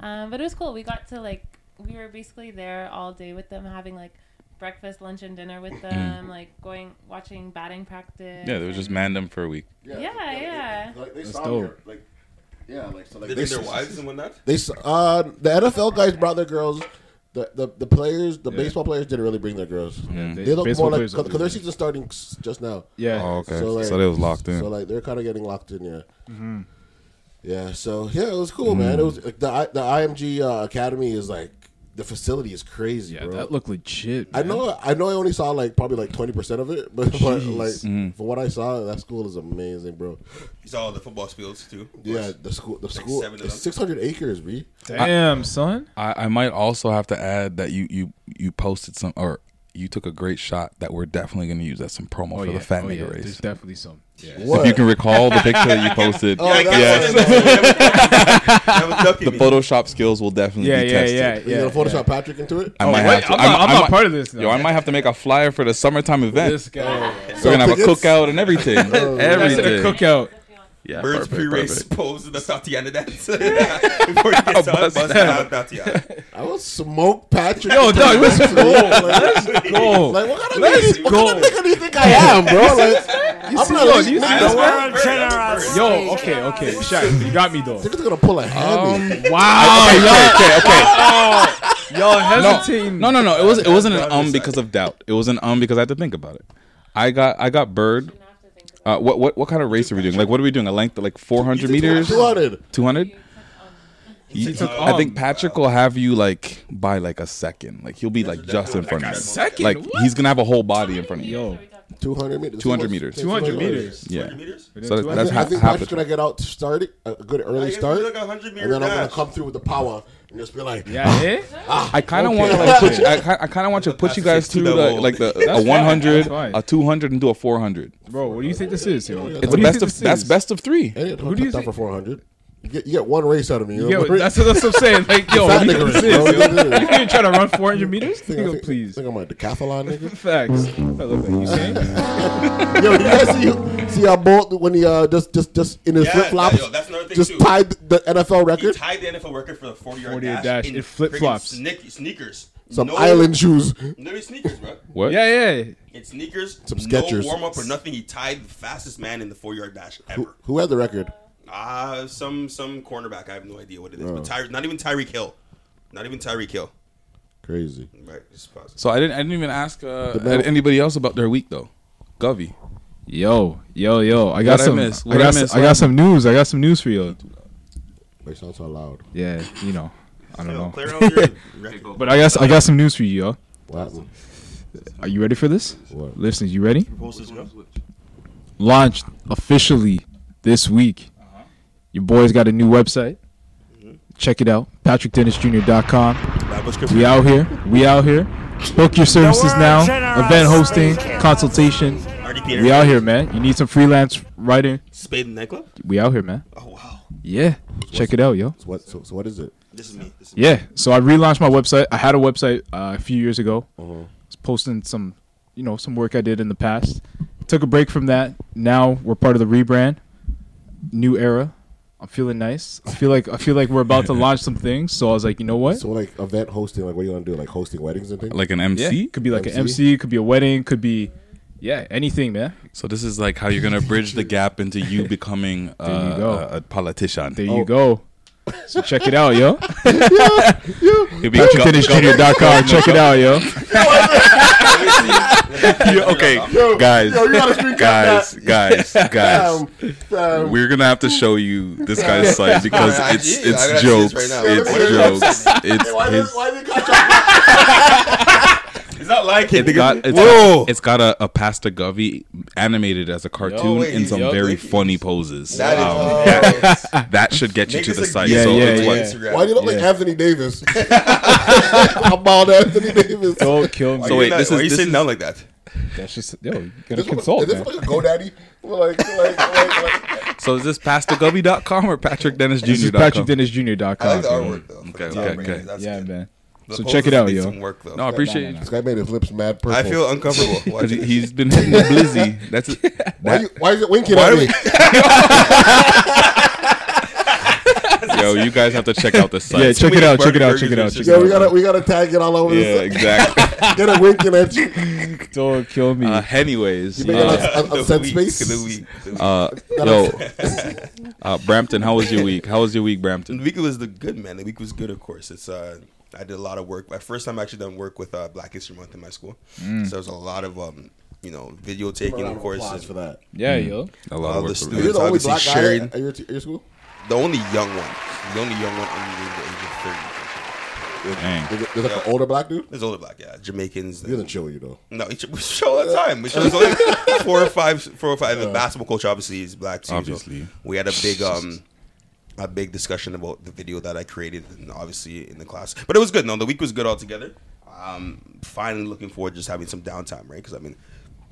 [SPEAKER 9] Um, but it was cool. We got to like we were basically there all day with them, having like breakfast, lunch, and dinner with
[SPEAKER 1] Mm-hmm.
[SPEAKER 9] them, like going watching batting practice.
[SPEAKER 2] yeah. They were just mandem for a week.
[SPEAKER 9] Yeah, yeah.
[SPEAKER 4] Like, they
[SPEAKER 1] That's
[SPEAKER 4] saw me,
[SPEAKER 1] dope.
[SPEAKER 4] Like, yeah, like so. Like
[SPEAKER 3] They
[SPEAKER 4] they
[SPEAKER 3] did their
[SPEAKER 4] s-
[SPEAKER 3] wives and whatnot.
[SPEAKER 4] They s- uh, the NFL guys brought their girls. The, the, the players, the baseball players didn't really bring their girls.
[SPEAKER 1] they-
[SPEAKER 4] They, look
[SPEAKER 1] baseball
[SPEAKER 4] more like
[SPEAKER 1] players don't
[SPEAKER 4] because their
[SPEAKER 1] do
[SPEAKER 4] season's starting s- just now.
[SPEAKER 1] Yeah.
[SPEAKER 2] Oh, okay.
[SPEAKER 4] So, like-
[SPEAKER 2] So, they was locked in.
[SPEAKER 4] So like they're kind of getting locked in, yeah.
[SPEAKER 1] Mm-hmm.
[SPEAKER 4] Yeah. So yeah, it was cool, man. It
[SPEAKER 2] Hmm.
[SPEAKER 4] was like the I- the IMG uh, Academy is like the facility is crazy,
[SPEAKER 1] yeah,
[SPEAKER 4] bro.
[SPEAKER 1] that looked legit.
[SPEAKER 4] I
[SPEAKER 1] Man.
[SPEAKER 4] know I know I only saw like probably like twenty percent of it, but, but
[SPEAKER 1] Jeez.
[SPEAKER 4] like for what I saw, that school is amazing, bro.
[SPEAKER 3] You saw all the football fields too. of
[SPEAKER 4] Yeah,
[SPEAKER 3] course.
[SPEAKER 4] the school the school
[SPEAKER 3] seven of
[SPEAKER 4] it's
[SPEAKER 3] them.
[SPEAKER 4] six hundred acres, b.
[SPEAKER 1] Damn, son.
[SPEAKER 2] I, I might also have to add that you you you posted some or you took a great shot that we're definitely going to use as some
[SPEAKER 1] Oh,
[SPEAKER 2] promo for the fat nigga
[SPEAKER 1] There's
[SPEAKER 2] race.
[SPEAKER 1] definitely some. Yeah.
[SPEAKER 2] If you can recall the picture that you posted,
[SPEAKER 4] Oh, that's
[SPEAKER 2] yes,
[SPEAKER 4] what it is.
[SPEAKER 3] That was ducking
[SPEAKER 2] the
[SPEAKER 3] me.
[SPEAKER 2] Photoshop skills will definitely
[SPEAKER 1] Yeah,
[SPEAKER 2] be
[SPEAKER 1] yeah,
[SPEAKER 2] tested.
[SPEAKER 1] yeah, yeah.
[SPEAKER 4] You gonna Photoshop Patrick into it?
[SPEAKER 2] I might
[SPEAKER 1] wait,
[SPEAKER 2] have to,
[SPEAKER 1] I'm not-
[SPEAKER 2] I might-
[SPEAKER 1] I'm
[SPEAKER 2] I
[SPEAKER 1] not
[SPEAKER 2] might-
[SPEAKER 1] part of this now.
[SPEAKER 2] Yo, I might have to make a flyer for the summertime event.
[SPEAKER 1] This guy.
[SPEAKER 2] We're gonna have a
[SPEAKER 4] tickets?
[SPEAKER 2] cookout and everything.
[SPEAKER 4] Oh,
[SPEAKER 1] That's at a
[SPEAKER 2] everything.
[SPEAKER 1] cookout.
[SPEAKER 2] Yeah,
[SPEAKER 3] Oh. Birds
[SPEAKER 2] perfect,
[SPEAKER 3] pre-race
[SPEAKER 2] perfect.
[SPEAKER 3] pose the Tatiana dance before he gets on.
[SPEAKER 2] Bust
[SPEAKER 3] Bust down
[SPEAKER 2] down.
[SPEAKER 3] Tatiana.
[SPEAKER 4] I will smoke Patrick.
[SPEAKER 1] Yo,
[SPEAKER 4] into
[SPEAKER 1] dog, let's
[SPEAKER 4] it.
[SPEAKER 1] go.
[SPEAKER 4] Like,
[SPEAKER 1] Go.
[SPEAKER 4] like, what kind of
[SPEAKER 1] Let's
[SPEAKER 4] nigga, what kind
[SPEAKER 1] go.
[SPEAKER 4] of nigga do you think I am, bro? Like,
[SPEAKER 1] You
[SPEAKER 4] I'm
[SPEAKER 1] see-
[SPEAKER 4] not
[SPEAKER 1] yo,
[SPEAKER 4] like,
[SPEAKER 1] you see
[SPEAKER 4] niggas,
[SPEAKER 1] this
[SPEAKER 4] gonna-
[SPEAKER 1] man? Yo, okay, okay. Shaq, you got me though.
[SPEAKER 4] niggas gonna
[SPEAKER 2] Um,
[SPEAKER 4] pull a hammy.
[SPEAKER 1] Wow,
[SPEAKER 2] Okay, okay, okay.
[SPEAKER 1] y'all
[SPEAKER 2] no,
[SPEAKER 1] hesitating.
[SPEAKER 2] no, no, no. It was it wasn't an um because of doubt. It was an um because I had to think about it. I got I got bird. Uh, what what what kind of race are we doing? Like, what are we doing? A length of like 400 meters,
[SPEAKER 4] Two hundred.
[SPEAKER 2] 200. You-
[SPEAKER 1] took
[SPEAKER 2] I think
[SPEAKER 1] um,
[SPEAKER 2] Patrick will have you like by like a second. Like he'll be like just in front of you.
[SPEAKER 1] second?
[SPEAKER 2] Like
[SPEAKER 1] What?
[SPEAKER 2] he's gonna have a whole body in front of you.
[SPEAKER 1] Yo,
[SPEAKER 4] Two hundred meters.
[SPEAKER 2] 200 meters.
[SPEAKER 1] 200 meters.
[SPEAKER 2] Yeah.
[SPEAKER 3] meters?
[SPEAKER 2] So that-
[SPEAKER 4] I
[SPEAKER 2] that's
[SPEAKER 4] think, I
[SPEAKER 2] how
[SPEAKER 4] think
[SPEAKER 2] half
[SPEAKER 4] Patrick's
[SPEAKER 2] it.
[SPEAKER 4] gonna get out to start it, a good
[SPEAKER 3] I
[SPEAKER 4] early
[SPEAKER 3] guess
[SPEAKER 4] start,
[SPEAKER 3] we look a 100 meter
[SPEAKER 4] and then I'm gonna
[SPEAKER 3] dash.
[SPEAKER 4] come through with the power and just be like, "Ah,
[SPEAKER 1] yeah, eh?
[SPEAKER 2] I kind of
[SPEAKER 1] Okay.
[SPEAKER 2] want to like put you, I, ki- I kind of want you to put you guys
[SPEAKER 3] That's
[SPEAKER 2] through
[SPEAKER 3] double.
[SPEAKER 2] the, like the a
[SPEAKER 1] fine.
[SPEAKER 2] 100,
[SPEAKER 1] That's fine.
[SPEAKER 2] a 200, and do a 400.
[SPEAKER 1] bro, what do you think this is, yo?
[SPEAKER 2] It's a best of that's best of three.
[SPEAKER 4] Hey, don't
[SPEAKER 1] Who do you
[SPEAKER 4] touch that
[SPEAKER 1] think-
[SPEAKER 4] for 400. You get, you get one race out of me. You
[SPEAKER 1] Yo,
[SPEAKER 4] know? Right?
[SPEAKER 1] that's, that's what I'm saying. Like, yo,
[SPEAKER 4] Fat
[SPEAKER 1] you
[SPEAKER 4] nigga race,
[SPEAKER 1] exist.
[SPEAKER 4] bro. You know what I
[SPEAKER 1] you
[SPEAKER 4] mean?
[SPEAKER 1] ain't trying to run 400 meters?
[SPEAKER 4] I think- I
[SPEAKER 1] Yo,
[SPEAKER 4] think-
[SPEAKER 1] please.
[SPEAKER 4] I think I'm a decathlon nigga.
[SPEAKER 1] Facts. I love that. You saying?
[SPEAKER 4] Yo, did you guys see see how Bolt when he uh, just just just in his
[SPEAKER 3] Yeah,
[SPEAKER 4] flip flops
[SPEAKER 3] yo, that's another thing
[SPEAKER 4] just
[SPEAKER 3] too.
[SPEAKER 4] tied the NFL
[SPEAKER 3] He
[SPEAKER 4] record,
[SPEAKER 3] tied the NFL record for the 40 yard dash,
[SPEAKER 1] 40-yard dash
[SPEAKER 3] in
[SPEAKER 1] in flip-flops.
[SPEAKER 3] friggin' snick- sneakers.
[SPEAKER 4] some island shoes.
[SPEAKER 3] Literally sneakers, bro.
[SPEAKER 2] What?
[SPEAKER 1] Yeah, yeah.
[SPEAKER 3] In sneakers.
[SPEAKER 4] Some
[SPEAKER 3] No
[SPEAKER 4] Skechers.
[SPEAKER 3] warm up or nothing. He tied the fastest man in the 4 yard dash ever.
[SPEAKER 4] Who had the record?
[SPEAKER 3] Ah, some some cornerback. I have no idea what it is.
[SPEAKER 4] Oh.
[SPEAKER 3] But Ty- not even Tyreek Hill. Not even Tyreek Hill.
[SPEAKER 4] Crazy.
[SPEAKER 3] Right. It's possible.
[SPEAKER 2] So I didn't. I didn't even ask uh,
[SPEAKER 4] man-
[SPEAKER 2] anybody else about their week though. Govey.
[SPEAKER 1] Yo, yo, yo! I got
[SPEAKER 2] What'd I
[SPEAKER 1] some. I,
[SPEAKER 2] miss? What'd I
[SPEAKER 1] got. some-
[SPEAKER 2] miss?
[SPEAKER 1] I got some news. I got some news for you.
[SPEAKER 4] They sound so loud.
[SPEAKER 1] Yeah, you know. I don't
[SPEAKER 3] Yo,
[SPEAKER 1] know.
[SPEAKER 3] clear out your record.
[SPEAKER 1] But I guess I got some news for you, yo.
[SPEAKER 4] What happened?
[SPEAKER 1] Are you ready for this?
[SPEAKER 4] What?
[SPEAKER 1] Listen, you ready?
[SPEAKER 3] Post this, bro.
[SPEAKER 1] Launched officially this week.
[SPEAKER 3] Uh-huh.
[SPEAKER 1] Your boy's got a new website. Check it out, patrickdennisjr.com.
[SPEAKER 3] Mm-hmm. That was
[SPEAKER 1] We
[SPEAKER 3] crazy.
[SPEAKER 1] out here. We out here. Book your services now. Event hosting, consultation.
[SPEAKER 3] RDP
[SPEAKER 1] We out here, man. You need some freelance writing.
[SPEAKER 3] Spade and nightclub.
[SPEAKER 1] We out here, man.
[SPEAKER 3] Oh wow.
[SPEAKER 1] Yeah. Check it out, yo.
[SPEAKER 4] So what? So, so what is it?
[SPEAKER 3] This is me. This is
[SPEAKER 1] Yeah, so I relaunched my website. I had a website uh, a few years ago.
[SPEAKER 2] Mm-hmm.
[SPEAKER 1] Was posting some, you know, some work I did in the past. Took a break from that. Now we're part of the rebrand, new era. I'm feeling nice. I feel like I feel like we're about to launch some things. So I was like, you know what?
[SPEAKER 4] So like event hosting, like what are you gonna do? Like hosting weddings and things?
[SPEAKER 2] Like an
[SPEAKER 1] Yeah,
[SPEAKER 2] MC.
[SPEAKER 1] could be like an
[SPEAKER 4] MC?
[SPEAKER 1] MC, could be a wedding, could be, yeah, anything, man.
[SPEAKER 2] So this is like how you're gonna bridge the gap into you becoming uh,
[SPEAKER 1] you go.
[SPEAKER 2] a, a politician. Oh.
[SPEAKER 1] There you go. So check it out, yo.
[SPEAKER 2] You'll be go-
[SPEAKER 1] PatrickDennisJr.com. Check it out, yo.
[SPEAKER 2] Yo, okay, guys, guys, guys, guys. We're gonna have to show you this guy's site because
[SPEAKER 3] Yeah,
[SPEAKER 2] it's
[SPEAKER 3] IG, I
[SPEAKER 2] it's
[SPEAKER 3] gotta see
[SPEAKER 2] jokes,
[SPEAKER 3] this right now.
[SPEAKER 2] it's jokes, it's his.
[SPEAKER 3] It's not like it.
[SPEAKER 2] It's got it's
[SPEAKER 3] Whoa.
[SPEAKER 2] got, it's got a, a pasta govey animated as a cartoon
[SPEAKER 3] wait,
[SPEAKER 2] in some
[SPEAKER 3] yo,
[SPEAKER 2] very
[SPEAKER 3] thank you.
[SPEAKER 2] funny poses.
[SPEAKER 3] That is
[SPEAKER 2] Um, that should get you
[SPEAKER 3] Make
[SPEAKER 2] to
[SPEAKER 3] this
[SPEAKER 2] the
[SPEAKER 3] a
[SPEAKER 2] site.
[SPEAKER 3] gift
[SPEAKER 1] Yeah,
[SPEAKER 2] so
[SPEAKER 1] yeah,
[SPEAKER 2] it's
[SPEAKER 1] yeah.
[SPEAKER 2] like-
[SPEAKER 3] Instagram.
[SPEAKER 4] Why do you look like Anthony Davis? I'm bald Anthony Davis.
[SPEAKER 1] Don't kill me.
[SPEAKER 2] So wait,
[SPEAKER 3] Why
[SPEAKER 2] this
[SPEAKER 3] you
[SPEAKER 2] is-
[SPEAKER 3] you
[SPEAKER 2] this
[SPEAKER 3] sitting
[SPEAKER 2] is-
[SPEAKER 3] down like that?
[SPEAKER 1] That's just yo. You gotta
[SPEAKER 4] This one-
[SPEAKER 1] consult,
[SPEAKER 4] Is this
[SPEAKER 1] man.
[SPEAKER 4] like a GoDaddy? Like, like, like, like,
[SPEAKER 2] So is this pastagovey.com or
[SPEAKER 1] This is
[SPEAKER 2] patrickdennisjr.com?
[SPEAKER 1] PatrickDennisJr.com.
[SPEAKER 3] I like the artwork though.
[SPEAKER 2] Okay,
[SPEAKER 3] That's
[SPEAKER 2] okay,
[SPEAKER 3] outrageous.
[SPEAKER 2] okay.
[SPEAKER 3] That's
[SPEAKER 1] Yeah,
[SPEAKER 3] good.
[SPEAKER 1] man.
[SPEAKER 3] The
[SPEAKER 1] So
[SPEAKER 3] poses
[SPEAKER 1] check it out,
[SPEAKER 3] need
[SPEAKER 1] yo.
[SPEAKER 3] some work, though.
[SPEAKER 2] No, I appreciate
[SPEAKER 1] no,
[SPEAKER 2] it.
[SPEAKER 4] this guy made his lips mad purple.
[SPEAKER 3] I feel uncomfortable. Why,
[SPEAKER 2] Because he's been hitting the blizzy. That's it.
[SPEAKER 4] Why, you, why is it winking at me?
[SPEAKER 2] Yo, you guys have to check out the site.
[SPEAKER 1] Yeah, check
[SPEAKER 3] we
[SPEAKER 1] it
[SPEAKER 3] need
[SPEAKER 1] out, check it out,
[SPEAKER 3] burgers
[SPEAKER 1] check it out,
[SPEAKER 3] and
[SPEAKER 1] check it
[SPEAKER 4] Yo, we
[SPEAKER 1] out.
[SPEAKER 4] gotta we gotta tag it all over.
[SPEAKER 2] Yeah,
[SPEAKER 4] this.
[SPEAKER 2] exactly.
[SPEAKER 4] Get it winking at you.
[SPEAKER 1] Don't kill me.
[SPEAKER 2] Uh, anyways,
[SPEAKER 4] Make
[SPEAKER 2] uh,
[SPEAKER 4] it a, a, a
[SPEAKER 3] the
[SPEAKER 4] set
[SPEAKER 3] week,
[SPEAKER 4] space.
[SPEAKER 3] The week. The week.
[SPEAKER 2] uh, yo, uh, Brampton, how was your week? How was your week, Brampton?
[SPEAKER 3] the week was the good man. The week was good, of course. It's uh, I did a lot of work. My first time I actually done work with uh, Black History Month in my school. So there was a lot of um, you know, video taking, of course.
[SPEAKER 4] Applause
[SPEAKER 3] and
[SPEAKER 4] for that.
[SPEAKER 1] yeah, yo.
[SPEAKER 2] A lot
[SPEAKER 3] Uh,
[SPEAKER 2] of work
[SPEAKER 3] the
[SPEAKER 2] for
[SPEAKER 3] students.
[SPEAKER 2] me.
[SPEAKER 4] Are you the only
[SPEAKER 3] obviously
[SPEAKER 4] black guy
[SPEAKER 3] sharing.
[SPEAKER 4] at your, t- your school?
[SPEAKER 3] The only young one, the only young one under the age of thirty.
[SPEAKER 2] Dang.
[SPEAKER 4] There's, there's like an older black dude.
[SPEAKER 3] There's older black, yeah, Jamaicans.
[SPEAKER 4] He doesn't chill with you though.
[SPEAKER 3] No, each, we show all the time. We show there's only four or five, four or five. The basketball coach obviously is black too. so
[SPEAKER 2] Obviously.
[SPEAKER 3] we had a big, um, a big discussion about the video that I created, and obviously in the class. But it was good. No, the week was good altogether. Um, finally looking forward to just having some downtime, right? Because I've been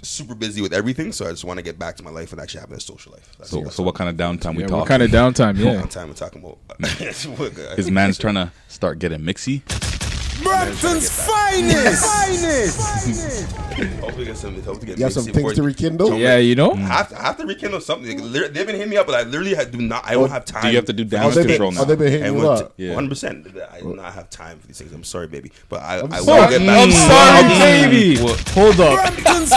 [SPEAKER 3] super busy with everything, so I just want to get back to my life and actually having a social life. That's
[SPEAKER 2] So, so what kind of downtime we
[SPEAKER 1] Yeah,
[SPEAKER 2] Mm. talking?
[SPEAKER 1] what kind of downtime? Yeah.
[SPEAKER 3] downtime we're talking about? It's what-
[SPEAKER 2] His man's trying to start getting mixy.
[SPEAKER 10] Brampton's finest.
[SPEAKER 3] hopefully get some. Hopefully get
[SPEAKER 4] You have some
[SPEAKER 3] Macy
[SPEAKER 4] things to
[SPEAKER 3] Ford-
[SPEAKER 4] rekindle.
[SPEAKER 1] Yeah, you know.
[SPEAKER 3] I have, to, I have to rekindle something. Like, lit- they've been hitting me up, but I literally ha- do not. I don't have time.
[SPEAKER 2] Do you have to do
[SPEAKER 3] for
[SPEAKER 2] damage
[SPEAKER 3] these
[SPEAKER 2] control
[SPEAKER 3] things.
[SPEAKER 2] now?
[SPEAKER 4] Oh, they've been hitting you up.
[SPEAKER 2] Yeah.
[SPEAKER 3] One hundred percent. I do not have time for these things. I'm sorry, baby, but I, I will
[SPEAKER 1] Fuck,
[SPEAKER 3] get back.
[SPEAKER 1] I'm sorry, baby. Hold up.
[SPEAKER 10] Brampton's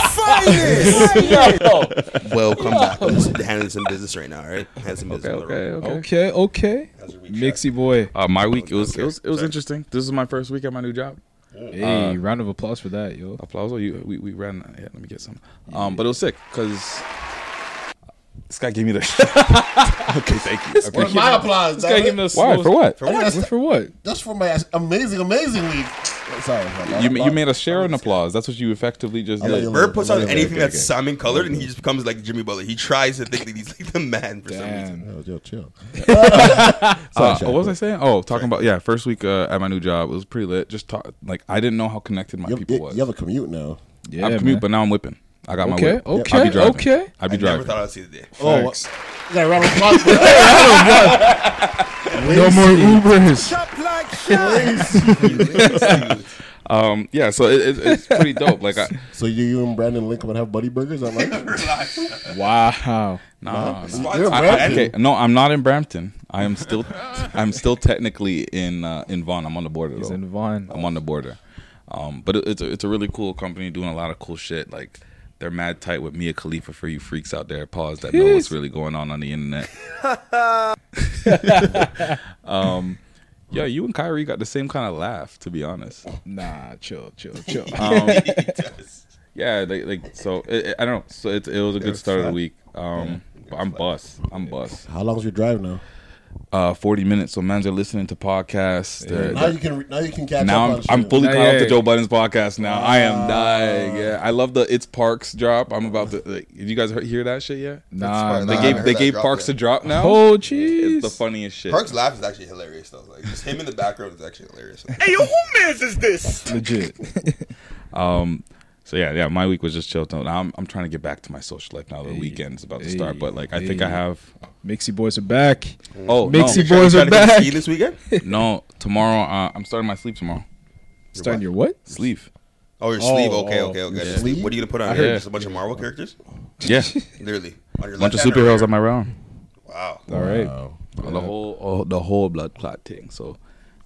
[SPEAKER 10] finest.
[SPEAKER 3] Well, come back. I'm just handling some business right now. All right, handling some business. on the road.
[SPEAKER 1] Okay, okay.
[SPEAKER 3] As we reach out.
[SPEAKER 1] Mixy boy.
[SPEAKER 2] Uh, my week, it was
[SPEAKER 3] Okay.
[SPEAKER 2] it was it was
[SPEAKER 3] Sorry.
[SPEAKER 2] interesting. This is my first week at my new job.
[SPEAKER 1] Hey, round of applause for that, yo.
[SPEAKER 2] Uh, Applause! Oh, you we, we ran. Yeah, let me get some. Um, but it was sick because this guy gave me the. okay, thank you. I appreciate
[SPEAKER 4] My applause.
[SPEAKER 1] This guy gave me a
[SPEAKER 2] it. Why?
[SPEAKER 1] slow-
[SPEAKER 2] For what?
[SPEAKER 1] For what? For what?
[SPEAKER 4] That's for my amazing, amazing league. Sorry. my-
[SPEAKER 2] You,
[SPEAKER 4] my-
[SPEAKER 2] ma- you made a share an applause. That's what you effectively just
[SPEAKER 4] I'll let
[SPEAKER 2] did.
[SPEAKER 4] you
[SPEAKER 3] Bird puts
[SPEAKER 4] Okay,
[SPEAKER 3] on
[SPEAKER 4] okay,
[SPEAKER 3] anything
[SPEAKER 2] okay,
[SPEAKER 3] that's
[SPEAKER 2] okay.
[SPEAKER 3] salmon colored, and he just becomes like Jimmy Butler. He tries to think that he's like the man for some reason.
[SPEAKER 1] Damn.
[SPEAKER 4] Yo, yo, chill.
[SPEAKER 2] Uh,
[SPEAKER 4] Sorry,
[SPEAKER 2] what was I saying? Oh, talking about yeah. First week uh, at my new job, it was pretty lit. Just talk like I didn't know how connected my
[SPEAKER 4] You,
[SPEAKER 2] people
[SPEAKER 4] you,
[SPEAKER 2] was.
[SPEAKER 4] you have a commute now.
[SPEAKER 1] Yeah,
[SPEAKER 2] I have commute,
[SPEAKER 1] man.
[SPEAKER 2] but now I'm whipping. I got
[SPEAKER 1] Okay,
[SPEAKER 2] my whip.
[SPEAKER 1] okay,
[SPEAKER 2] I'll be driving.
[SPEAKER 1] okay.
[SPEAKER 2] I'll be
[SPEAKER 3] I never
[SPEAKER 2] driving.
[SPEAKER 3] thought I'd see the day.
[SPEAKER 11] Oh,
[SPEAKER 1] Facts.
[SPEAKER 11] you got a round of applause for
[SPEAKER 1] No more Ubers.
[SPEAKER 10] Chop like shit.
[SPEAKER 2] Um, yeah, so it, it, it's pretty dope. Like, I,
[SPEAKER 11] So you, you and Brandon link up and have buddy burgers at lunch?
[SPEAKER 1] Wow.
[SPEAKER 2] nah, nah.
[SPEAKER 11] You're in
[SPEAKER 2] I- I-
[SPEAKER 11] Brampton.
[SPEAKER 2] okay, no, I'm not in Brampton. I am still, I'm still technically in uh, in Vaughan. I'm on the border.
[SPEAKER 1] He's
[SPEAKER 2] though.
[SPEAKER 1] in Vaughn.
[SPEAKER 2] I'm on the border. Um, but it, it's a, it's a really cool company doing a lot of cool shit. Like they're mad tight with Mia Khalifa for you freaks out there. Pause that know what's really going on on the internet. um, yeah, Um, you and Kyrie got the same kind of laugh, to be honest.
[SPEAKER 1] Nah, chill, chill, chill.
[SPEAKER 2] Um, yeah, like, like so. It, it- I don't know. So it, it was a good start of the week. Um, but I'm bus. I'm bus.
[SPEAKER 11] How long's your drive now?
[SPEAKER 2] Uh, 40 minutes. So mans are listening to podcasts. They're-
[SPEAKER 11] Now you can re- now you can catch up
[SPEAKER 2] now I'm,
[SPEAKER 11] on
[SPEAKER 2] I'm
[SPEAKER 11] shit. Ah.
[SPEAKER 2] fully
[SPEAKER 1] Hey,
[SPEAKER 2] caught up to
[SPEAKER 1] hey.
[SPEAKER 2] Joe Budden's podcast now. I am dying. Yeah, I love the It's Parks drop. I'm about to. Like, did you guys he- hear that shit yet?
[SPEAKER 1] Nah,
[SPEAKER 2] They
[SPEAKER 1] nah.
[SPEAKER 2] gave they
[SPEAKER 3] that
[SPEAKER 2] gave
[SPEAKER 3] drop
[SPEAKER 2] Parks
[SPEAKER 3] yet.
[SPEAKER 2] a drop now.
[SPEAKER 1] oh, jeez.
[SPEAKER 2] it's the funniest shit.
[SPEAKER 3] Park's laugh is actually hilarious though. Like just him in the background is actually hilarious.
[SPEAKER 1] Legit.
[SPEAKER 2] Um, So yeah, yeah. My week was just chill. Now I'm I'm trying to get back to my social life now. The weekend's about to start,
[SPEAKER 1] hey,
[SPEAKER 2] but like I think I
[SPEAKER 1] hey.
[SPEAKER 2] have.
[SPEAKER 1] Mixie boys are back.
[SPEAKER 2] Oh no,
[SPEAKER 1] Mixie boys are back.
[SPEAKER 3] Ski this weekend?
[SPEAKER 2] no! Tomorrow uh, I'm starting my sleep tomorrow.
[SPEAKER 1] Starting your what?
[SPEAKER 2] Sleeve.
[SPEAKER 3] Oh, your
[SPEAKER 1] Oh,
[SPEAKER 3] sleeve. Okay,
[SPEAKER 1] oh.
[SPEAKER 3] okay, okay. Your sleeve. What are you gonna put on?
[SPEAKER 2] heard-
[SPEAKER 3] Here? Just a bunch of Marvel characters.
[SPEAKER 2] Yeah,
[SPEAKER 3] Literally. On your left hand
[SPEAKER 2] bunch of
[SPEAKER 3] or
[SPEAKER 2] superheroes
[SPEAKER 3] right?
[SPEAKER 2] on my round.
[SPEAKER 3] Wow.
[SPEAKER 1] All right.
[SPEAKER 2] The whole oh, the whole blood clot thing. So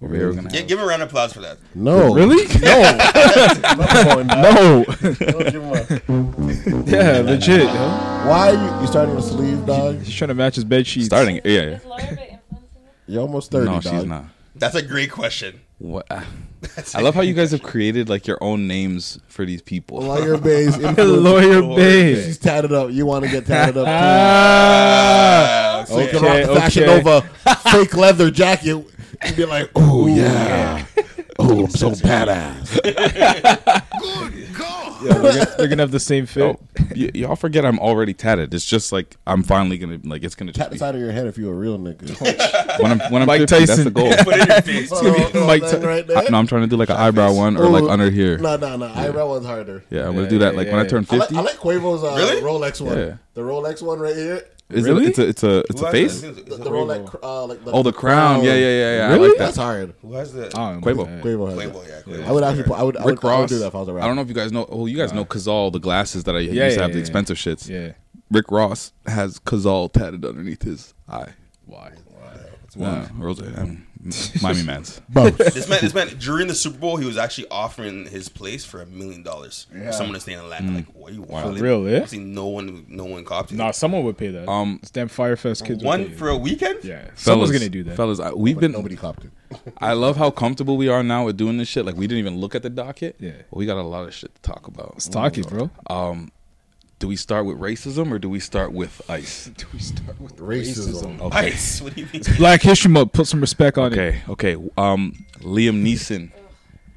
[SPEAKER 2] over here we're gonna.
[SPEAKER 3] Yeah,
[SPEAKER 2] Have,
[SPEAKER 3] give him a round of applause for that.
[SPEAKER 11] No,
[SPEAKER 1] Really? No. no.
[SPEAKER 11] Don't give him a-
[SPEAKER 1] yeah, legit. Yo.
[SPEAKER 11] Why you, you starting to sleeve, dog?
[SPEAKER 1] He's trying to match his bed sheets.
[SPEAKER 2] starting. Yeah, yeah.
[SPEAKER 9] Is Laura a bit influencing it?
[SPEAKER 11] You're almost thirty,
[SPEAKER 2] No,
[SPEAKER 11] dog.
[SPEAKER 2] she's not.
[SPEAKER 3] That's a great question.
[SPEAKER 2] What? Ah, I love how you guys have created like your own names for these people.
[SPEAKER 11] Lawyer base,
[SPEAKER 1] Lawyer Bay.
[SPEAKER 11] She's tatted up. You want to get tatted up too?
[SPEAKER 1] Ah.
[SPEAKER 3] Uh, so
[SPEAKER 11] Okay,
[SPEAKER 3] yeah.
[SPEAKER 1] Okay,
[SPEAKER 11] the Fashion
[SPEAKER 1] okay.
[SPEAKER 11] Nova fake leather jacket. You'd be like, oh yeah, oh I'm so badass.
[SPEAKER 1] Yeah, they're, gonna, they're gonna have the same fit.
[SPEAKER 2] Oh, y- y'all forget I'm already tatted. It's just like I'm finally gonna like it's gonna
[SPEAKER 11] Tat
[SPEAKER 2] just
[SPEAKER 11] the
[SPEAKER 2] be,
[SPEAKER 11] side of your head if you're a real nigga.
[SPEAKER 2] when I'm when I'm
[SPEAKER 1] Mike
[SPEAKER 2] 50, That's
[SPEAKER 1] Tyson.
[SPEAKER 2] the goal.
[SPEAKER 3] Put it in your face.
[SPEAKER 1] Mike
[SPEAKER 11] Thing right there.
[SPEAKER 2] I, no, I'm trying to do like an eyebrow one or like under here.
[SPEAKER 11] No, no, no. Eyebrow one's harder.
[SPEAKER 2] Yeah, I'm gonna
[SPEAKER 1] Yeah,
[SPEAKER 2] do that.
[SPEAKER 1] yeah,
[SPEAKER 2] Like when I
[SPEAKER 1] yeah.
[SPEAKER 2] turn
[SPEAKER 11] I like,
[SPEAKER 2] 50,
[SPEAKER 11] I like Quavo's uh,
[SPEAKER 3] Really?
[SPEAKER 11] Rolex one.
[SPEAKER 2] Yeah.
[SPEAKER 11] The Rolex one right here.
[SPEAKER 2] is
[SPEAKER 1] Really?
[SPEAKER 2] it, it's a it's a it's
[SPEAKER 3] Who
[SPEAKER 2] a
[SPEAKER 3] has
[SPEAKER 2] face.
[SPEAKER 3] that?
[SPEAKER 11] The, the Rolex, uh, like the,
[SPEAKER 2] Oh, the crown. Yeah, yeah, yeah, yeah.
[SPEAKER 1] Really?
[SPEAKER 2] I like
[SPEAKER 11] That's
[SPEAKER 2] that.
[SPEAKER 11] hard.
[SPEAKER 3] Who has the
[SPEAKER 1] I don't know.
[SPEAKER 2] Quavo.
[SPEAKER 11] Quavo has
[SPEAKER 3] Playboy?
[SPEAKER 11] it.
[SPEAKER 3] Yeah, Quavo.
[SPEAKER 11] I would actually. put- I would. I would,
[SPEAKER 2] Rick
[SPEAKER 11] I would
[SPEAKER 2] Ross.
[SPEAKER 11] do that if I was around.
[SPEAKER 2] don't know if you guys know. Oh, you guys know Kazal, the glasses that I used
[SPEAKER 1] Yeah,
[SPEAKER 2] to
[SPEAKER 1] yeah,
[SPEAKER 2] have the
[SPEAKER 1] yeah,
[SPEAKER 2] expensive shits.
[SPEAKER 1] Yeah.
[SPEAKER 2] Rick Ross has Kazal tatted underneath his eye.
[SPEAKER 1] Why?
[SPEAKER 2] Nah, Rose, um, Miami Man's.
[SPEAKER 3] This man, this man, during the Super Bowl, he was actually offering his place for a million dollars for someone to stay in the
[SPEAKER 2] Mm.
[SPEAKER 3] line. Like, what are you wow.
[SPEAKER 1] For real, yeah?
[SPEAKER 3] Obviously, no one, no one copped it.
[SPEAKER 1] Nah, someone would pay that.
[SPEAKER 2] Um,
[SPEAKER 1] Um, it's damn Firefest kids. would pay
[SPEAKER 3] one
[SPEAKER 1] that.
[SPEAKER 3] for a weekend.
[SPEAKER 1] yeah. Someone's
[SPEAKER 2] Fellas,
[SPEAKER 1] gonna do that.
[SPEAKER 2] Fellas, I, we've been.
[SPEAKER 11] Nobody copped it.
[SPEAKER 2] I love how comfortable we are now with doing this shit. Like we didn't even look at the docket.
[SPEAKER 1] Yeah.
[SPEAKER 2] But we got a lot of shit to talk about. Um,
[SPEAKER 1] Let's talk it, bro.
[SPEAKER 2] Do we start with racism or do we start with ice?
[SPEAKER 1] Do we start with
[SPEAKER 11] Racism.
[SPEAKER 2] Okay.
[SPEAKER 3] Ice. What do you mean?
[SPEAKER 1] Black History Month? Put some respect on it.
[SPEAKER 2] Okay. Okay. Um, Liam Neeson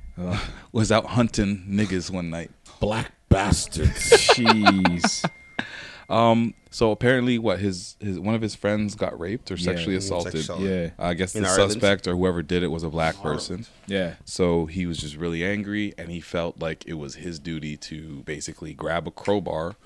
[SPEAKER 2] was out hunting niggas one night.
[SPEAKER 11] Black bastards.
[SPEAKER 1] Jeez.
[SPEAKER 2] Um, So apparently, what his his one of his friends got raped or sexually assaulted.
[SPEAKER 3] Sexual-
[SPEAKER 1] yeah.
[SPEAKER 2] I guess
[SPEAKER 3] In
[SPEAKER 2] the
[SPEAKER 3] Ireland?
[SPEAKER 2] suspect or whoever did it was a black person.
[SPEAKER 1] Yeah.
[SPEAKER 2] So he was just really angry, and he felt like it was his duty to basically grab a crowbar.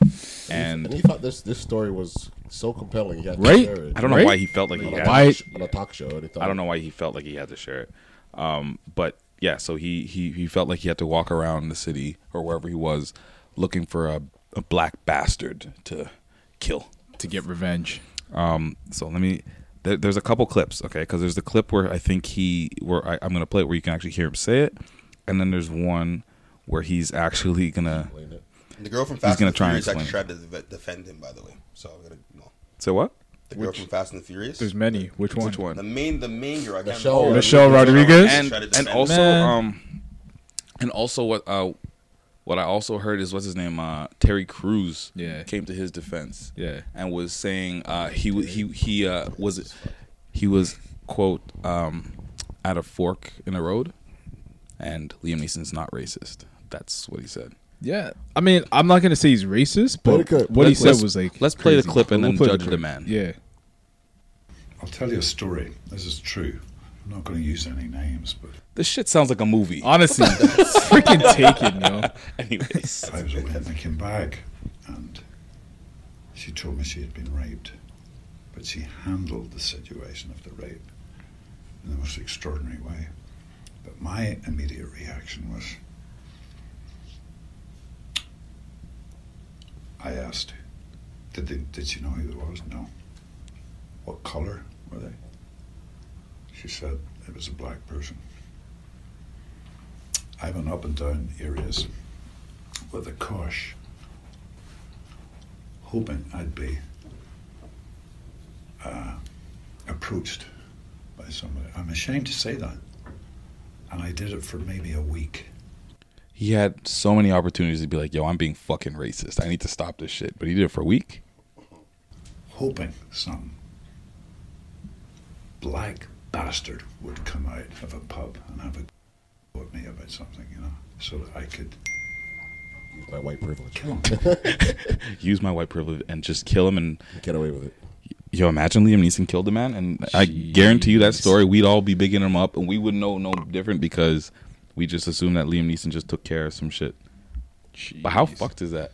[SPEAKER 11] And
[SPEAKER 2] And
[SPEAKER 11] he thought this this story was so compelling. He had to
[SPEAKER 1] Right?
[SPEAKER 11] share it.
[SPEAKER 2] I don't know
[SPEAKER 1] Right?
[SPEAKER 2] why he felt like he had.
[SPEAKER 1] Why-
[SPEAKER 11] on a talk show. And he thought,
[SPEAKER 2] I don't know why he felt like he had to share it. Um, but yeah, so he he he felt like he had to walk around the city or wherever he was, looking for a, a black bastard to kill.
[SPEAKER 1] To get revenge.
[SPEAKER 2] So let me. There, there's a couple clips, okay? Because there's the clip where I think he, where I, I'm gonna play it, where you can actually hear him say it, and then there's one where he's actually gonna
[SPEAKER 3] The girl from Fast
[SPEAKER 2] gonna
[SPEAKER 3] and the
[SPEAKER 2] try and
[SPEAKER 3] Furious actually
[SPEAKER 2] explain
[SPEAKER 3] tried to def- defend him, by the way. So I'm gonna. No.
[SPEAKER 2] say what?
[SPEAKER 3] The girl from Fast and the Furious.
[SPEAKER 1] There's many. Which one?
[SPEAKER 2] Which
[SPEAKER 3] the
[SPEAKER 2] one?
[SPEAKER 3] main, the main girl. I can't
[SPEAKER 11] Michelle-
[SPEAKER 3] remember.
[SPEAKER 1] Oh, Michelle Rodriguez?
[SPEAKER 3] Rodriguez
[SPEAKER 2] And
[SPEAKER 3] tried to
[SPEAKER 2] and
[SPEAKER 3] defend
[SPEAKER 2] also
[SPEAKER 1] Man.
[SPEAKER 2] um, and also what uh, what I also heard is what's his name? Uh, Terry Crews.
[SPEAKER 1] Yeah.
[SPEAKER 2] Came to his defense.
[SPEAKER 1] Yeah.
[SPEAKER 2] And was saying uh, he w- he he uh, was he was quote um, at a fork in a road, and Liam Neeson's not racist. That's what he said.
[SPEAKER 1] Yeah. I mean, I'm not gonna say he's racist, but
[SPEAKER 11] Political-
[SPEAKER 1] what he
[SPEAKER 2] Let's-
[SPEAKER 1] said was like.
[SPEAKER 2] let's play the
[SPEAKER 1] crazy.
[SPEAKER 2] clip and
[SPEAKER 1] We'll
[SPEAKER 2] then
[SPEAKER 1] play the
[SPEAKER 2] judge the
[SPEAKER 1] clip.
[SPEAKER 2] man.
[SPEAKER 1] Yeah.
[SPEAKER 12] I'll tell you a story. This is true. I'm not going to use any names, but
[SPEAKER 2] This shit sounds like a movie.
[SPEAKER 1] Honestly, freaking taken, yo.
[SPEAKER 2] Anyways,
[SPEAKER 12] I was away in the Kimbag She told me she had been raped, but she handled the situation of the rape in the most extraordinary way. But my immediate reaction was I asked, did, they, did she know who it was? No. What color were they? She said it was a black person. I went up and down areas with a kosh, hoping I'd be uh, approached by somebody. I'm ashamed to say that. And I did it for maybe a week.
[SPEAKER 2] He had so many opportunities to be like, yo, I'm being fucking racist. I need to stop this shit. But he did it for a week.
[SPEAKER 12] hoping some black bastard would come out of a pub and have a go at me about something, you know, so that I could use
[SPEAKER 11] my white privilege.
[SPEAKER 12] Kill him.
[SPEAKER 2] Use my white privilege and just kill him and
[SPEAKER 11] get away with it.
[SPEAKER 2] Yo, imagine Liam Neeson killed a man, and I guarantee you that story, we'd all be bigging him up, and we would know no different because we just assume that Liam Neeson just took care of some shit. But how fucked is that?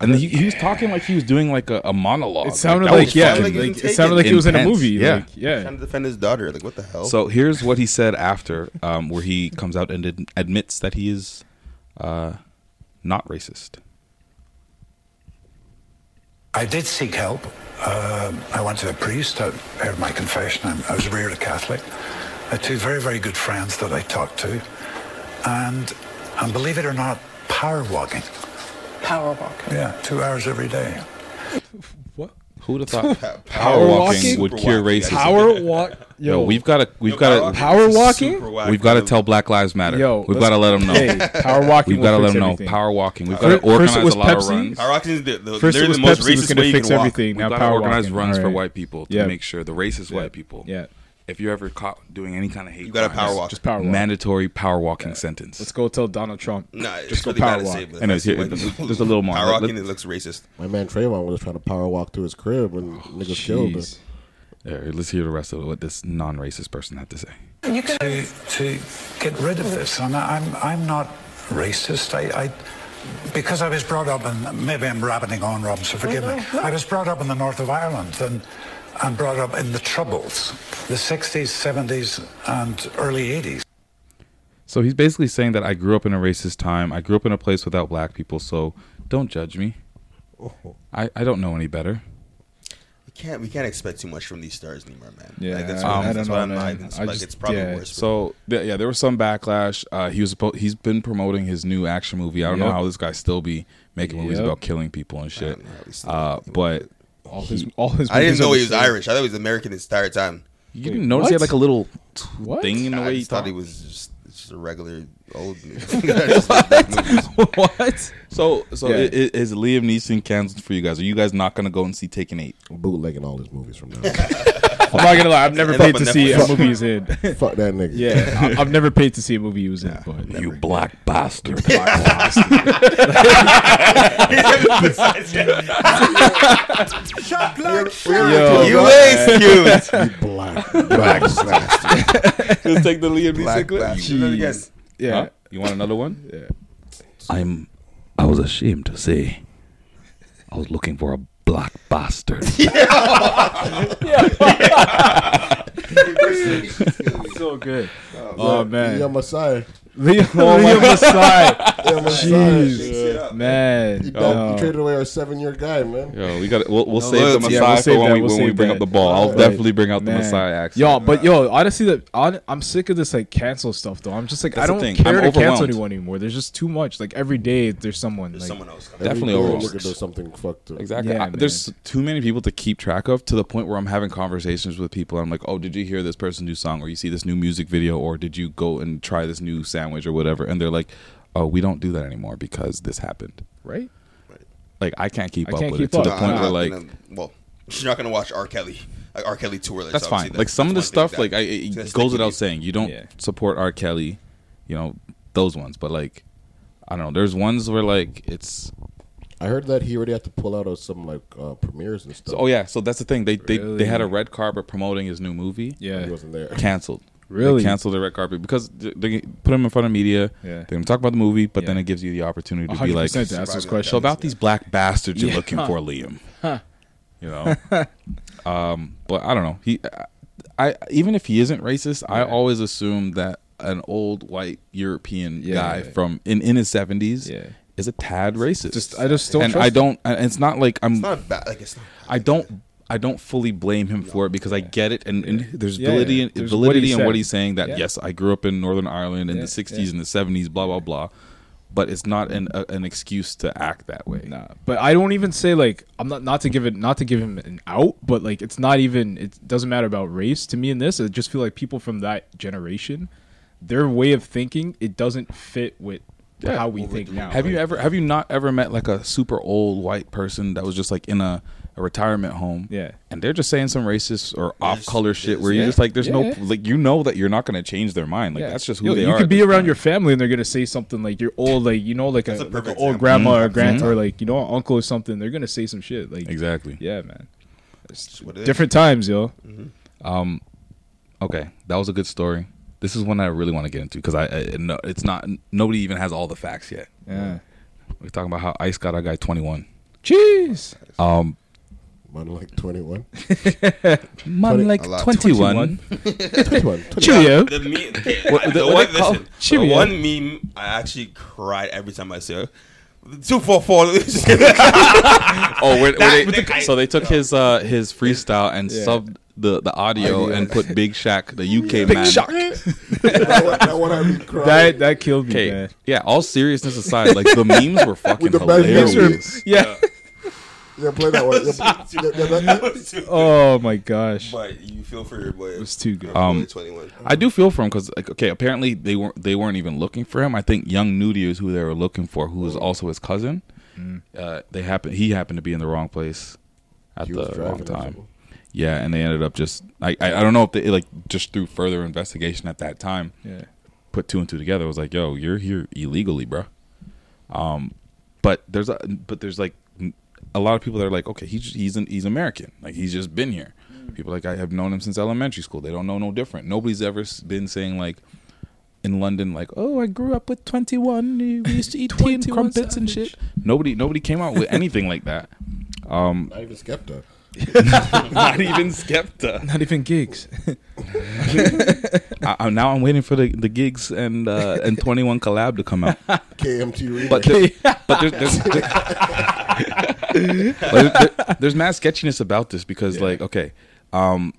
[SPEAKER 2] And he, he was talking like he was doing Oh, like a, a monologue.
[SPEAKER 1] It sounded
[SPEAKER 2] that
[SPEAKER 1] like-
[SPEAKER 2] was
[SPEAKER 1] yeah,
[SPEAKER 2] fucking
[SPEAKER 1] like, it sounded like he was in a movie, like, yeah.
[SPEAKER 3] Trying to defend his daughter. Like, what the hell?
[SPEAKER 2] So here's what he said after, um, where he comes out and ad- admits that he is uh, not racist.
[SPEAKER 12] I did seek help. Um, I went to a priest. I heard my confession. I'm, I was reared a Catholic. I had two very, very good friends that I talked to. And, and believe it or not, power walking. Power walking? Yeah, two hours every day.
[SPEAKER 2] Who'd have thought
[SPEAKER 12] Power
[SPEAKER 2] power
[SPEAKER 12] walking?
[SPEAKER 2] walking would cure
[SPEAKER 12] Super
[SPEAKER 2] racism?
[SPEAKER 12] wacky. Power
[SPEAKER 1] walk-
[SPEAKER 2] Yo,
[SPEAKER 1] yo.
[SPEAKER 2] we've got to, we've
[SPEAKER 1] Yo,
[SPEAKER 2] got to
[SPEAKER 1] power walking is Power walking?
[SPEAKER 2] We've got to tell Black Lives Matter.
[SPEAKER 1] Yo,
[SPEAKER 2] we've
[SPEAKER 1] let's-
[SPEAKER 2] got to let them know.
[SPEAKER 1] Hey, power walking
[SPEAKER 2] We've got to
[SPEAKER 1] will
[SPEAKER 2] let
[SPEAKER 1] fix
[SPEAKER 2] them know.
[SPEAKER 1] everything.
[SPEAKER 2] Power walking. We've
[SPEAKER 1] Fir-
[SPEAKER 2] got to
[SPEAKER 1] first it
[SPEAKER 2] organize a
[SPEAKER 1] was
[SPEAKER 2] lot of
[SPEAKER 1] Pepsi.
[SPEAKER 2] runs.
[SPEAKER 3] Power walking is the- the-
[SPEAKER 1] First
[SPEAKER 3] literally
[SPEAKER 1] it was
[SPEAKER 3] the most
[SPEAKER 1] Pepsi was
[SPEAKER 3] racist
[SPEAKER 1] gonna
[SPEAKER 3] way you
[SPEAKER 1] fix
[SPEAKER 3] can walk.
[SPEAKER 1] everything.
[SPEAKER 2] We've
[SPEAKER 1] Now
[SPEAKER 2] got to
[SPEAKER 1] power
[SPEAKER 2] organize
[SPEAKER 1] walking.
[SPEAKER 2] runs
[SPEAKER 1] All
[SPEAKER 2] for
[SPEAKER 1] right.
[SPEAKER 2] white people to
[SPEAKER 1] Yeah.
[SPEAKER 2] make sure the racist
[SPEAKER 1] Yeah.
[SPEAKER 2] white people.
[SPEAKER 1] Yeah.
[SPEAKER 2] If you're ever caught doing any kind of hate, you
[SPEAKER 1] gotta power walk. Just power walk.
[SPEAKER 2] Mandatory power walking sentence.
[SPEAKER 1] Let's go tell Donald Trump.
[SPEAKER 3] Nah, it's
[SPEAKER 1] just go
[SPEAKER 3] really
[SPEAKER 1] power
[SPEAKER 3] bad to
[SPEAKER 1] walk.
[SPEAKER 3] say, but
[SPEAKER 2] I know, it's here-
[SPEAKER 3] Like,
[SPEAKER 2] there's a little more.
[SPEAKER 3] Power
[SPEAKER 2] Let-
[SPEAKER 3] walking, it looks racist.
[SPEAKER 11] My man Trayvon was trying to power walk to his crib and niggas killed him.
[SPEAKER 2] Oh, Jeez. All right, let's hear the rest of what this non-racist person had to say.
[SPEAKER 12] You to, to get rid of this, and I- I'm, I'm not racist. I, I, because I was brought up, in maybe I'm rabbiting on, Rob, so forgive
[SPEAKER 6] no,
[SPEAKER 12] me.
[SPEAKER 6] no.
[SPEAKER 12] I was brought up in the north of Ireland and, and brought up in the Troubles, the 60s, 70s, and early 80s.
[SPEAKER 2] So he's basically saying that I grew up in a racist time. I grew up in a place without black people, so don't judge me.
[SPEAKER 1] Oh.
[SPEAKER 2] I, I don't know any better.
[SPEAKER 3] We can't we can't expect too much from these stars anymore, man.
[SPEAKER 1] Yeah,
[SPEAKER 3] like, that's
[SPEAKER 1] I-
[SPEAKER 3] why-
[SPEAKER 1] I don't
[SPEAKER 3] that's
[SPEAKER 1] know,
[SPEAKER 3] why I'm
[SPEAKER 1] man.
[SPEAKER 3] not even-
[SPEAKER 1] I
[SPEAKER 3] like,
[SPEAKER 1] just-
[SPEAKER 3] it's probably
[SPEAKER 1] yeah.
[SPEAKER 3] worse.
[SPEAKER 2] So th- yeah, there was some backlash. Uh, he was supposed he's been promoting his new action movie. I don't know
[SPEAKER 1] Yep.
[SPEAKER 2] how this guy still be making movies
[SPEAKER 1] Yep.
[SPEAKER 2] about killing people and shit. Uh, but
[SPEAKER 1] all his all his.
[SPEAKER 3] I didn't
[SPEAKER 1] movies
[SPEAKER 3] know
[SPEAKER 1] are
[SPEAKER 3] he
[SPEAKER 1] the
[SPEAKER 3] was
[SPEAKER 1] same.
[SPEAKER 3] Irish. I thought he was American this entire time.
[SPEAKER 2] You didn't Wait, notice he had, what? like, a little t-
[SPEAKER 1] What?
[SPEAKER 2] thing in the
[SPEAKER 3] I
[SPEAKER 2] way he
[SPEAKER 3] just thought he
[SPEAKER 2] talked?
[SPEAKER 3] was just, just a regular old. what?
[SPEAKER 2] what? So so
[SPEAKER 3] Yeah.
[SPEAKER 2] i- i- is Liam Neeson canceled for you guys? Are you guys not gonna go and see Taken Eight?
[SPEAKER 11] Bootlegging all his movies from now.
[SPEAKER 1] I'm not gonna lie. I've never paid to see a movie he's in.
[SPEAKER 11] Fuck that nigga.
[SPEAKER 1] Yeah, I- I've never paid to see a movie he was in. But
[SPEAKER 2] you black bastard.
[SPEAKER 10] Shot like
[SPEAKER 1] Yo,
[SPEAKER 10] You
[SPEAKER 1] black-
[SPEAKER 10] excuse.
[SPEAKER 1] You black- black bastard.
[SPEAKER 2] Just take the Liam
[SPEAKER 1] Black
[SPEAKER 2] Neeson clip.
[SPEAKER 1] bastard. Do that again. Yeah.
[SPEAKER 2] Huh? You want another one?
[SPEAKER 1] Yeah.
[SPEAKER 2] I'm. I was ashamed to say. I was looking for a black bastard.
[SPEAKER 1] so good. Oh,
[SPEAKER 11] Yeah,
[SPEAKER 1] man,
[SPEAKER 11] Leah Masai.
[SPEAKER 1] Leah, oh, Leah Masai. Jeez, man.
[SPEAKER 11] He, died-
[SPEAKER 1] Oh.
[SPEAKER 11] he traded away our seven-year guy, man.
[SPEAKER 2] Yo, we got we'll, we'll
[SPEAKER 1] No,
[SPEAKER 2] save the
[SPEAKER 1] let's-
[SPEAKER 2] Messiah
[SPEAKER 1] yeah, we'll
[SPEAKER 2] for
[SPEAKER 1] save
[SPEAKER 2] when
[SPEAKER 1] that,
[SPEAKER 2] we,
[SPEAKER 1] we'll
[SPEAKER 2] when we
[SPEAKER 1] save
[SPEAKER 2] bring
[SPEAKER 1] that.
[SPEAKER 2] up the ball. I'll
[SPEAKER 1] Right.
[SPEAKER 2] definitely bring out
[SPEAKER 1] Man.
[SPEAKER 2] the Messiah accent.
[SPEAKER 1] Yo, but yo, honestly, the hon- I'm sick of this like cancel stuff though. I'm just like
[SPEAKER 2] That's
[SPEAKER 1] I
[SPEAKER 2] the
[SPEAKER 1] don't
[SPEAKER 2] thing.
[SPEAKER 1] care
[SPEAKER 2] I'm
[SPEAKER 1] to cancel
[SPEAKER 2] overwhelmed.
[SPEAKER 1] anyone anymore. There's just too much. Like every day, there's someone. There's
[SPEAKER 3] someone else.
[SPEAKER 2] Definitely
[SPEAKER 11] Look
[SPEAKER 2] overworked.
[SPEAKER 11] at there's something fucked up.
[SPEAKER 2] Exactly.
[SPEAKER 1] Yeah,
[SPEAKER 2] I- there's too many people to keep track of to the point where I'm having conversations with people. I'm like, oh, did you hear this person's new song, or you see this new music video, or did you go and try this new sandwich or whatever? And they're like, oh, we don't do that anymore because this happened.
[SPEAKER 1] Right?
[SPEAKER 2] Like I can't keep
[SPEAKER 1] I
[SPEAKER 2] up
[SPEAKER 1] can't
[SPEAKER 2] with
[SPEAKER 1] keep
[SPEAKER 2] it
[SPEAKER 1] up.
[SPEAKER 2] to the
[SPEAKER 1] Nah,
[SPEAKER 2] point
[SPEAKER 1] I'm
[SPEAKER 2] where
[SPEAKER 1] not
[SPEAKER 2] like
[SPEAKER 3] gonna- well, she's not gonna watch R. Kelly, like R. Kelly tour. Like,
[SPEAKER 2] that's
[SPEAKER 3] so
[SPEAKER 2] fine.
[SPEAKER 3] obviously
[SPEAKER 2] Like some of the
[SPEAKER 3] that's one
[SPEAKER 2] stuff,
[SPEAKER 3] thing
[SPEAKER 2] like
[SPEAKER 3] that-
[SPEAKER 2] I,
[SPEAKER 3] that's
[SPEAKER 2] it goes
[SPEAKER 3] sticking
[SPEAKER 2] without
[SPEAKER 3] to
[SPEAKER 2] saying. You don't
[SPEAKER 1] Yeah.
[SPEAKER 2] support R. Kelly, you know those ones. But like, I don't know. There's ones where like it's
[SPEAKER 11] I heard that he already had to pull out of some like uh, premieres
[SPEAKER 2] oh,
[SPEAKER 11] and stuff.
[SPEAKER 2] So- oh yeah, so that's the thing. They they, they had a
[SPEAKER 11] Really?
[SPEAKER 2] red carpet promoting his new movie.
[SPEAKER 1] Yeah,
[SPEAKER 11] He wasn't there.
[SPEAKER 2] Canceled.
[SPEAKER 1] Really?
[SPEAKER 2] They cancel the red carpet because they they put them in front of media.
[SPEAKER 1] Yeah.
[SPEAKER 2] They're going to talk about the movie, but then it gives you the opportunity to be like,
[SPEAKER 1] 100% to ask those
[SPEAKER 2] So
[SPEAKER 1] questions,
[SPEAKER 2] about these black bastards you're
[SPEAKER 1] Yeah.
[SPEAKER 2] looking for, Liam.
[SPEAKER 1] Huh.
[SPEAKER 2] You know? um, but I don't know. He, I, I even if he isn't racist, I always assume that an old white European
[SPEAKER 1] Yeah,
[SPEAKER 2] guy
[SPEAKER 1] yeah, yeah.
[SPEAKER 2] from in, in his 70s is a tad racist. Just,
[SPEAKER 1] I just don't
[SPEAKER 2] And
[SPEAKER 1] trust
[SPEAKER 2] I
[SPEAKER 1] him.
[SPEAKER 2] don't, and it's not like I'm,
[SPEAKER 3] not bad. Like it's not.
[SPEAKER 2] I don't. I don't fully blame him for it because I get it, and, and there's
[SPEAKER 1] Yeah,
[SPEAKER 2] validity,
[SPEAKER 1] yeah.
[SPEAKER 2] In,
[SPEAKER 1] There's what
[SPEAKER 2] validity
[SPEAKER 1] he
[SPEAKER 2] in what
[SPEAKER 1] said.
[SPEAKER 2] he's saying. That
[SPEAKER 1] Yeah.
[SPEAKER 2] yes, I grew up in Northern Ireland in
[SPEAKER 1] Yeah,
[SPEAKER 2] the '60s
[SPEAKER 1] yeah.
[SPEAKER 2] and the '70s, blah blah blah, but it's not an a, an excuse to act that way. Nah,
[SPEAKER 1] But I don't even say like I'm not not to give it not to give him an out, but like it's not even it doesn't matter about race to me in this. I just feel like people from that generation, their way of thinking, it doesn't fit with how we think now.
[SPEAKER 2] Have you
[SPEAKER 1] Like,
[SPEAKER 2] ever have you not ever met like a super old white person that was just like in a, a retirement home?
[SPEAKER 1] Yeah.
[SPEAKER 2] And they're just saying some racist or off color shit where you're
[SPEAKER 1] Yeah.
[SPEAKER 2] just like there's no
[SPEAKER 1] Yeah.
[SPEAKER 2] like you know that you're not gonna change their mind. Like
[SPEAKER 1] Yeah.
[SPEAKER 2] that's just who
[SPEAKER 1] Yo,
[SPEAKER 2] they
[SPEAKER 1] you
[SPEAKER 2] are.
[SPEAKER 1] could be around your family and they're gonna say something like you're old, like you know, like a,
[SPEAKER 2] That's a
[SPEAKER 1] like an
[SPEAKER 2] perfect
[SPEAKER 1] old
[SPEAKER 2] example.
[SPEAKER 1] grandma or
[SPEAKER 2] Mhm.
[SPEAKER 1] grand or
[SPEAKER 2] Mhm.
[SPEAKER 1] like you know, uncle or something. They're gonna say some shit like
[SPEAKER 2] Exactly.
[SPEAKER 1] Yeah, man. It's
[SPEAKER 3] what it is.
[SPEAKER 1] different times, yo.
[SPEAKER 2] Um, okay, that was a good story. This is one I really want to get into because I, I no, it's not nobody even has all the facts yet.
[SPEAKER 1] Yeah.
[SPEAKER 2] We're talking about how Ice got our guy twenty one.
[SPEAKER 1] Jeez.
[SPEAKER 2] Um,
[SPEAKER 4] Man, like 21.
[SPEAKER 2] Man like 21.
[SPEAKER 4] 21.
[SPEAKER 2] Cheerio.
[SPEAKER 3] The, me-
[SPEAKER 2] What-
[SPEAKER 3] the
[SPEAKER 2] what
[SPEAKER 3] one,
[SPEAKER 2] they call-
[SPEAKER 3] listen, the
[SPEAKER 2] Cheerio.
[SPEAKER 3] one meme I actually cried every time I saw. Two four four.
[SPEAKER 2] oh, where, where
[SPEAKER 3] That-
[SPEAKER 2] they,
[SPEAKER 3] I-
[SPEAKER 2] so they took his uh, his freestyle and
[SPEAKER 3] Yeah.
[SPEAKER 2] subbed the, the audio and put Big Shaq, the UK man.
[SPEAKER 1] That that killed me,
[SPEAKER 2] Okay,
[SPEAKER 1] man.
[SPEAKER 2] yeah. All seriousness aside, like the memes were fucking
[SPEAKER 1] the best
[SPEAKER 2] hilarious.
[SPEAKER 1] memes. Yeah.
[SPEAKER 4] Yeah, play that one. Yeah, play-
[SPEAKER 1] Oh my gosh.
[SPEAKER 3] But you feel for your boy. It
[SPEAKER 1] was too good.
[SPEAKER 2] Um,
[SPEAKER 3] twenty one.
[SPEAKER 2] I do feel for him because, like, okay, apparently they weren't they weren't even looking for him. I think Young Nudie is who they were looking for, who
[SPEAKER 1] Oh.
[SPEAKER 2] was also his cousin. Uh, they happen he happened to be in the wrong place at the wrong time. Yeah, and they ended up just I, I I don't know if they like just through further investigation at that time.
[SPEAKER 1] Yeah.
[SPEAKER 2] put two and two together. It was like, yo, you're here illegally, bro. Um, but there's a but there's like a lot of people that are like, okay, he's he's an, he's American, like he's just been here. People are like I have known him since elementary school. They don't know no different. Nobody's ever s- been saying like in London, like, oh, I grew up with twenty one. We used to eat tea and crumpets and shit. Nobody nobody came out with anything like that. Um,
[SPEAKER 4] Not even Skepta.
[SPEAKER 2] not even Skepta.
[SPEAKER 1] Not even gigs.
[SPEAKER 2] I, I, now I'm waiting for the, the gigs and uh, and Twenty One collab to come out.
[SPEAKER 4] KMT remix.
[SPEAKER 2] But there, but there's there's, there's, but there- there's mad sketchiness about this because like okay, um,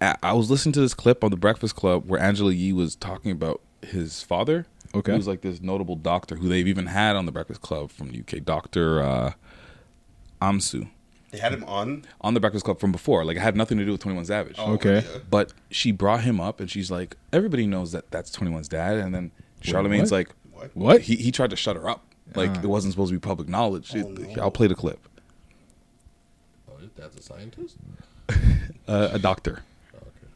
[SPEAKER 2] I, I was listening to this clip on the Breakfast Club where Angela Yee was talking about his father.
[SPEAKER 1] Okay.
[SPEAKER 2] who's like this notable doctor who they've even had on the Breakfast Club from the UK, Doctor uh, Amsu
[SPEAKER 3] They had him on.
[SPEAKER 2] on the Breakfast Club from before. Like it had nothing to do with Twenty One Savage.
[SPEAKER 3] Oh,
[SPEAKER 1] Okay.
[SPEAKER 3] yeah.
[SPEAKER 2] But she brought him up, and she's like, everybody knows that that's 21's dad. And then Charlemagne's
[SPEAKER 1] what?
[SPEAKER 3] What?
[SPEAKER 2] like, He he tried to shut her up. Like
[SPEAKER 1] Ah.
[SPEAKER 2] it wasn't supposed to be public knowledge.
[SPEAKER 3] Oh,
[SPEAKER 2] It- I'll play the clip.
[SPEAKER 4] Oh, your dad's a scientist?
[SPEAKER 2] Uh, a doctor.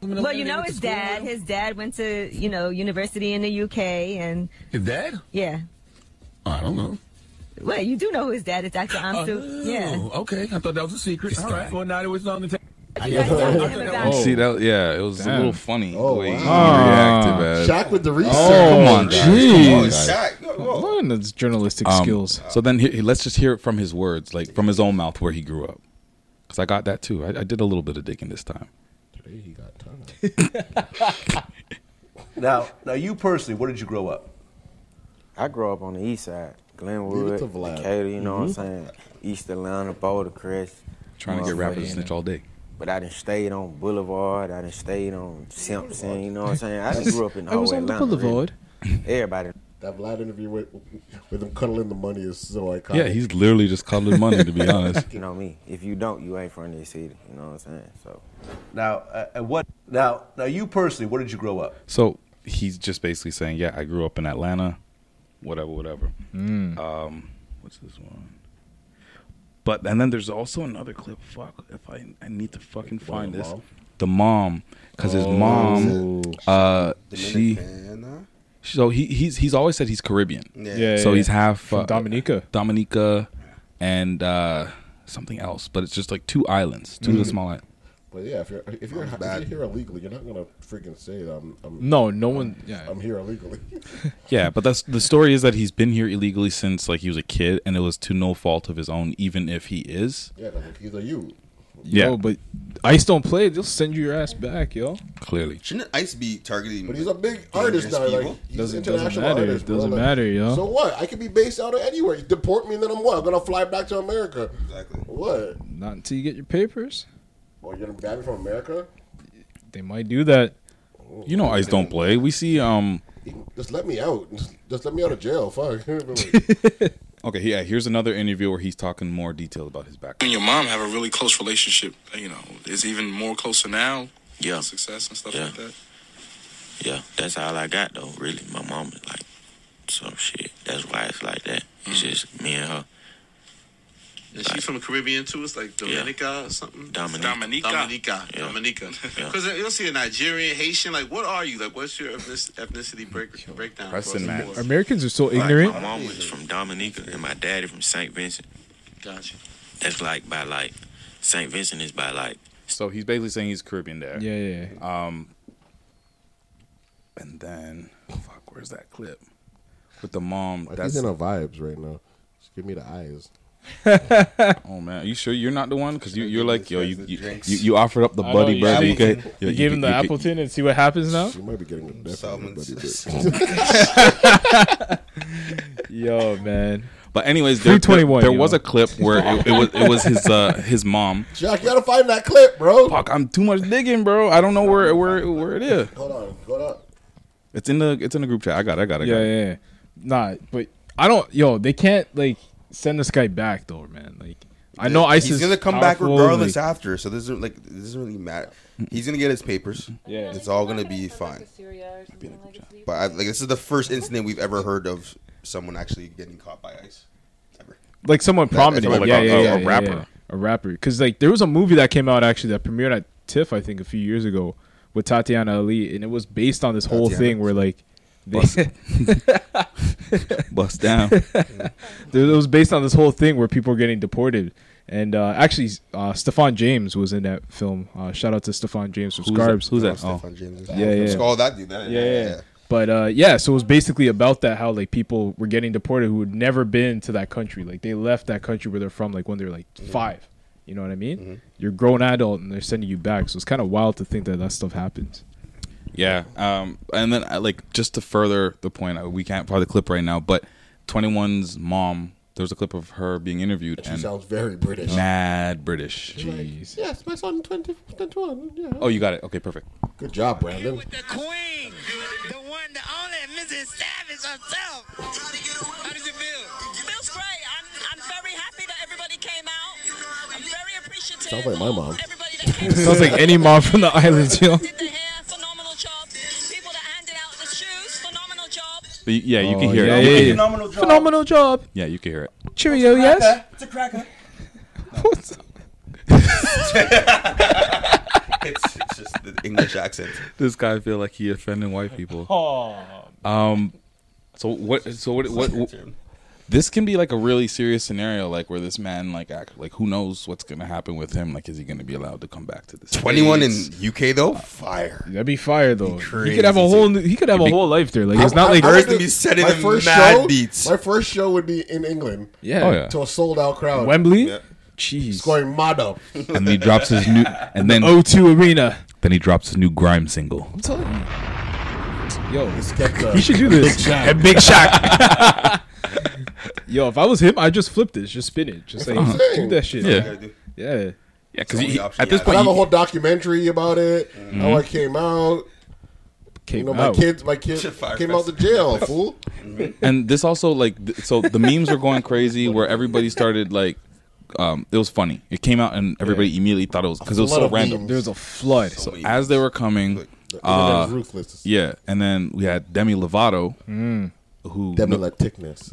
[SPEAKER 6] Well, you know his dad. His dad went to you know university in the UK, and
[SPEAKER 12] Your dad?
[SPEAKER 6] yeah.
[SPEAKER 12] I don't know.
[SPEAKER 6] Well, you do know who his dad is, Dr. Amstu. yeah.
[SPEAKER 12] Oh, okay. I thought that was a secret. All right. Well, now it was on the table.
[SPEAKER 2] You see that? Yeah, it was a
[SPEAKER 1] Damn.
[SPEAKER 2] little funny
[SPEAKER 3] Oh,
[SPEAKER 2] the way he
[SPEAKER 1] Ah.
[SPEAKER 2] reacted. Man.
[SPEAKER 4] Shaq with the research.
[SPEAKER 2] Come on, guys.
[SPEAKER 1] Oh, jeez.
[SPEAKER 3] Shaq. No, no.
[SPEAKER 1] Learn those journalistic
[SPEAKER 2] Um,
[SPEAKER 1] skills.
[SPEAKER 2] So then he, he- let's just hear it from his words, like from his own mouth where he grew up. Because I got that too. I, I did a little bit of digging this time.
[SPEAKER 4] Today he got time.
[SPEAKER 13] Now, now you personally, where did you grow up?
[SPEAKER 14] I grew up on the east side,
[SPEAKER 4] Leave it
[SPEAKER 14] Glenwood,
[SPEAKER 4] to Vlad.
[SPEAKER 14] Decatur, you know what I'm saying? East Atlanta, Boulder Crest.
[SPEAKER 2] Mm-hmm. Trying to get rapper to snitch all day.
[SPEAKER 14] But I done stayed on Boulevard, I done stayed on Simpson, you know what I'm saying? I done grew up in the
[SPEAKER 1] I was
[SPEAKER 14] whole
[SPEAKER 1] on the
[SPEAKER 14] Atlanta, really.
[SPEAKER 1] boulevard.
[SPEAKER 14] Everybody.
[SPEAKER 4] That Vlad interview with, with him cuddling the money is so iconic.
[SPEAKER 2] Yeah, he's literally just cuddling money, to be honest.
[SPEAKER 14] You know me. If you don't, you ain't from this city, you know what I'm saying? So
[SPEAKER 13] Now, uh, and what? Now, now you personally, where did you grow up?
[SPEAKER 2] So he's just basically saying, yeah, I grew up in Atlanta, whatever, whatever.
[SPEAKER 1] Mm.
[SPEAKER 2] Um, what's this one? But and then there's also another clip. Fuck, if I I need to fucking find this. The mom, because
[SPEAKER 1] Oh.
[SPEAKER 2] his mom, uh, she.
[SPEAKER 3] Dominicana?
[SPEAKER 2] So he he's he's always said he's Caribbean.
[SPEAKER 3] Yeah. Yeah,
[SPEAKER 2] So
[SPEAKER 1] yeah,
[SPEAKER 2] he's
[SPEAKER 1] yeah.
[SPEAKER 2] half
[SPEAKER 1] From
[SPEAKER 2] uh,
[SPEAKER 1] Dominica. Mm.
[SPEAKER 2] Dominica, and uh, something else. But it's just like two islands, 2 little small islands.
[SPEAKER 4] But yeah, if you're if you're,
[SPEAKER 3] Sounds
[SPEAKER 4] if
[SPEAKER 3] bad.
[SPEAKER 4] you're here illegally, you're not gonna freaking say that I'm. I'm
[SPEAKER 1] No, no one- yeah.
[SPEAKER 4] I'm here illegally.
[SPEAKER 2] Yeah, but that's the story is that he's been here illegally since like he was a kid, and it was to no fault of his own, even if he is.
[SPEAKER 4] yeah, like, either you.
[SPEAKER 2] Yeah,
[SPEAKER 1] Yo, but ICE don't play. They'll send you your ass back, yo.
[SPEAKER 2] Clearly,
[SPEAKER 3] Shouldn't Ice be targeting?
[SPEAKER 4] But he's a big artist now.
[SPEAKER 3] dangerous
[SPEAKER 4] Like,
[SPEAKER 3] people?
[SPEAKER 4] he's
[SPEAKER 1] Doesn't-
[SPEAKER 4] an
[SPEAKER 1] doesn't
[SPEAKER 4] international
[SPEAKER 1] matter,
[SPEAKER 4] artist. bro,
[SPEAKER 1] doesn't
[SPEAKER 4] like,
[SPEAKER 1] matter, yo.
[SPEAKER 4] So what? I could be based out of anywhere. You deport me, and then I'm what? I'm gonna fly back to America.
[SPEAKER 3] Exactly.
[SPEAKER 4] What?
[SPEAKER 1] Not until you get your papers.
[SPEAKER 4] Well, you're gonna ban me from America?
[SPEAKER 1] They might do that.
[SPEAKER 2] You know, Ice don't play. We see. um
[SPEAKER 4] Just let me out. Just, just let me out of jail. Fuck.
[SPEAKER 2] Okay, yeah. Here's another interview where he's talking more detail about his background.
[SPEAKER 15] You and your mom have a really close relationship. You know, it's even more closer now.
[SPEAKER 16] Yeah.
[SPEAKER 15] Success and stuff
[SPEAKER 16] Yeah.
[SPEAKER 15] like that.
[SPEAKER 16] Yeah, that's all I got though. Really, my mom is like some shit. That's why it's like that. It's
[SPEAKER 15] Mm.
[SPEAKER 16] just me and her.
[SPEAKER 17] And she from the Caribbean too. It's like Dominica or something.
[SPEAKER 16] Dominica.
[SPEAKER 17] Dominica. Dominica.
[SPEAKER 16] Yeah.
[SPEAKER 17] Dominica.
[SPEAKER 16] Yeah.
[SPEAKER 17] Because you'll see a Nigerian, Haitian. Like, what are you? Like, what's your ethnic- ethnicity break, breakdown? across the board?
[SPEAKER 1] Americans are so ignorant.
[SPEAKER 16] Like, my mom was from Dominica and my daddy from Saint Vincent.
[SPEAKER 17] Gotcha.
[SPEAKER 16] That's like by like Saint Vincent is by like
[SPEAKER 2] So he's basically saying he's Caribbean there.
[SPEAKER 1] Yeah, yeah,
[SPEAKER 2] Um, and then fuck, where's that clip with the mom?
[SPEAKER 4] Like,
[SPEAKER 2] that's
[SPEAKER 4] he's in a vibes right now. Just give me the eyes.
[SPEAKER 2] oh man, are you sure you're not the one? Because you, you're like yo, you you,
[SPEAKER 4] drinks.
[SPEAKER 2] you you offered up the
[SPEAKER 1] I know,
[SPEAKER 2] buddy,
[SPEAKER 1] you
[SPEAKER 2] bro.
[SPEAKER 1] see-
[SPEAKER 2] You, could-
[SPEAKER 1] you
[SPEAKER 2] yeah,
[SPEAKER 1] gave him
[SPEAKER 2] could-
[SPEAKER 1] the
[SPEAKER 2] you could-
[SPEAKER 1] Appleton and see what happens now.
[SPEAKER 4] You might be getting the death
[SPEAKER 1] Yo, man.
[SPEAKER 2] But anyways,
[SPEAKER 1] Free
[SPEAKER 2] there, there-
[SPEAKER 1] 21,
[SPEAKER 2] there
[SPEAKER 1] yo.
[SPEAKER 2] was a clip where it, it was it was his uh, his mom.
[SPEAKER 4] Jack, you gotta find that clip, bro.
[SPEAKER 2] Fuck, I'm too much digging, bro. I don't know where where where it is.
[SPEAKER 4] Hold on. Hold on.
[SPEAKER 2] It's in the it's in the group chat. I got it. I got it. I got
[SPEAKER 1] Yeah,
[SPEAKER 2] it.
[SPEAKER 1] yeah, yeah. Nah, but I don't. Yo, they can't like send this guy back though, man. Like I know ICE
[SPEAKER 3] He's
[SPEAKER 1] is
[SPEAKER 3] gonna come back
[SPEAKER 1] powerful,
[SPEAKER 3] regardless
[SPEAKER 1] like-
[SPEAKER 3] after, so this is like this doesn't really matter. He's gonna get his papers.
[SPEAKER 1] Yeah.
[SPEAKER 3] it's all gonna be fine. But I, like this is the first incident we've ever heard of someone actually getting caught by ICE.
[SPEAKER 1] like someone
[SPEAKER 3] That- that's
[SPEAKER 1] prominent,
[SPEAKER 3] what I
[SPEAKER 1] yeah,
[SPEAKER 3] meant.
[SPEAKER 2] Oh,
[SPEAKER 1] yeah,
[SPEAKER 3] A-
[SPEAKER 1] yeah,
[SPEAKER 3] a
[SPEAKER 1] yeah,
[SPEAKER 3] rapper.
[SPEAKER 1] yeah. a rapper. Because like there was a movie that came out actually that premiered at TIFF, I think, a few years ago with Tatiana Ali, and it was based on this whole
[SPEAKER 2] Tatiana.
[SPEAKER 1] thing where like
[SPEAKER 2] Bust Bust down.
[SPEAKER 1] it was based on this whole thing where people were getting deported. And uh, actually, uh, Stefan James was in that film. Uh, shout out to Stefan James from
[SPEAKER 2] Who's that-
[SPEAKER 1] Scarbs.
[SPEAKER 2] who's that?
[SPEAKER 1] Yeah,
[SPEAKER 2] Oh. Stefan James is-
[SPEAKER 1] yeah, yeah.
[SPEAKER 3] Oh, that dude, that-
[SPEAKER 1] yeah,
[SPEAKER 3] yeah,
[SPEAKER 1] yeah.
[SPEAKER 3] yeah.
[SPEAKER 1] But uh, yeah, so it was basically about that how like people were getting deported who had never been to that country. Like they left that country where they're from, like when they were like five. You know what I mean? You're a grown adult and they're sending you back. So it's kind of wild to think that that stuff happens.
[SPEAKER 2] Yeah. Um, and then I, like just to further the point, I, we can't find the clip right now, but 21's mom. There was a clip of her being interviewed.
[SPEAKER 4] She
[SPEAKER 2] and
[SPEAKER 4] sounds very British.
[SPEAKER 2] Mad British. Jeez.
[SPEAKER 4] Yes, my son, 20, 21. Yeah.
[SPEAKER 2] Oh, you got it. Okay, perfect.
[SPEAKER 4] Good job, Brandon.
[SPEAKER 5] Feels great. I'm, I'm very happy that everybody came out. I'm very appreciative.
[SPEAKER 1] Sounds like my mom. Sounds like any mom from the islands, you know?
[SPEAKER 2] But you- yeah, you can
[SPEAKER 1] Oh,
[SPEAKER 2] hear
[SPEAKER 1] yeah,
[SPEAKER 2] it.
[SPEAKER 1] yeah,
[SPEAKER 2] You
[SPEAKER 1] yeah.
[SPEAKER 2] can hear it.
[SPEAKER 1] Phenomenal job. Phenomenal job.
[SPEAKER 2] Yeah, you can hear it.
[SPEAKER 1] Cheerio, yes?
[SPEAKER 5] It's a cracker.
[SPEAKER 3] it's, it's just the English accent.
[SPEAKER 2] This guy feel like he offending white people.
[SPEAKER 3] Aw.
[SPEAKER 2] Um. So what? So what? What? what- this can be like a really serious scenario, like where this man, like, act, like who knows what's gonna happen with him? Like, is he gonna be allowed to come back to this?
[SPEAKER 3] 21 in UK though, fire.
[SPEAKER 1] That'd be fire though. He
[SPEAKER 3] crazy,
[SPEAKER 1] could have a whole new, he could have a whole life there. Like it's not like
[SPEAKER 3] Hers to be set in
[SPEAKER 4] my first
[SPEAKER 3] mad
[SPEAKER 4] show,
[SPEAKER 3] beats.
[SPEAKER 4] My first show would be in England.
[SPEAKER 1] Yeah. Oh, yeah.
[SPEAKER 4] To a sold out crowd.
[SPEAKER 1] Wembley. Jeez.
[SPEAKER 4] Scoring Mado.
[SPEAKER 2] and he drops his new and then
[SPEAKER 1] O2 Arena.
[SPEAKER 2] Then he drops his new grime single.
[SPEAKER 1] I'm telling you. Yo,
[SPEAKER 4] he
[SPEAKER 5] uh,
[SPEAKER 1] he should do this.
[SPEAKER 2] Big Shaq.
[SPEAKER 1] A big shock. Yo, if I was him, I would just flip this, just spin it, just
[SPEAKER 4] That's
[SPEAKER 1] like
[SPEAKER 4] what I'm saying.
[SPEAKER 1] do that shit.
[SPEAKER 2] Yeah. That's what
[SPEAKER 1] yeah, yeah.
[SPEAKER 2] because
[SPEAKER 1] he-
[SPEAKER 2] at this
[SPEAKER 4] I
[SPEAKER 2] point,
[SPEAKER 4] have a
[SPEAKER 2] you-
[SPEAKER 4] whole documentary about it. How
[SPEAKER 2] Mhm.
[SPEAKER 4] I came out. you
[SPEAKER 2] Came
[SPEAKER 4] know,
[SPEAKER 2] out.
[SPEAKER 4] my kids, my kids came out the jail, fool.
[SPEAKER 2] and this also like th- so the memes were going crazy where everybody started like um it was funny it came out and everybody immediately thought it was because it was
[SPEAKER 1] flood
[SPEAKER 2] so
[SPEAKER 1] of
[SPEAKER 2] random
[SPEAKER 1] memes. There was a flood.
[SPEAKER 2] so as they were coming
[SPEAKER 1] internet
[SPEAKER 2] uh,
[SPEAKER 1] is ruthless.
[SPEAKER 2] yeah and then we had demi lovato
[SPEAKER 1] Mm.
[SPEAKER 2] who
[SPEAKER 4] Demi
[SPEAKER 2] no-
[SPEAKER 4] Latikness.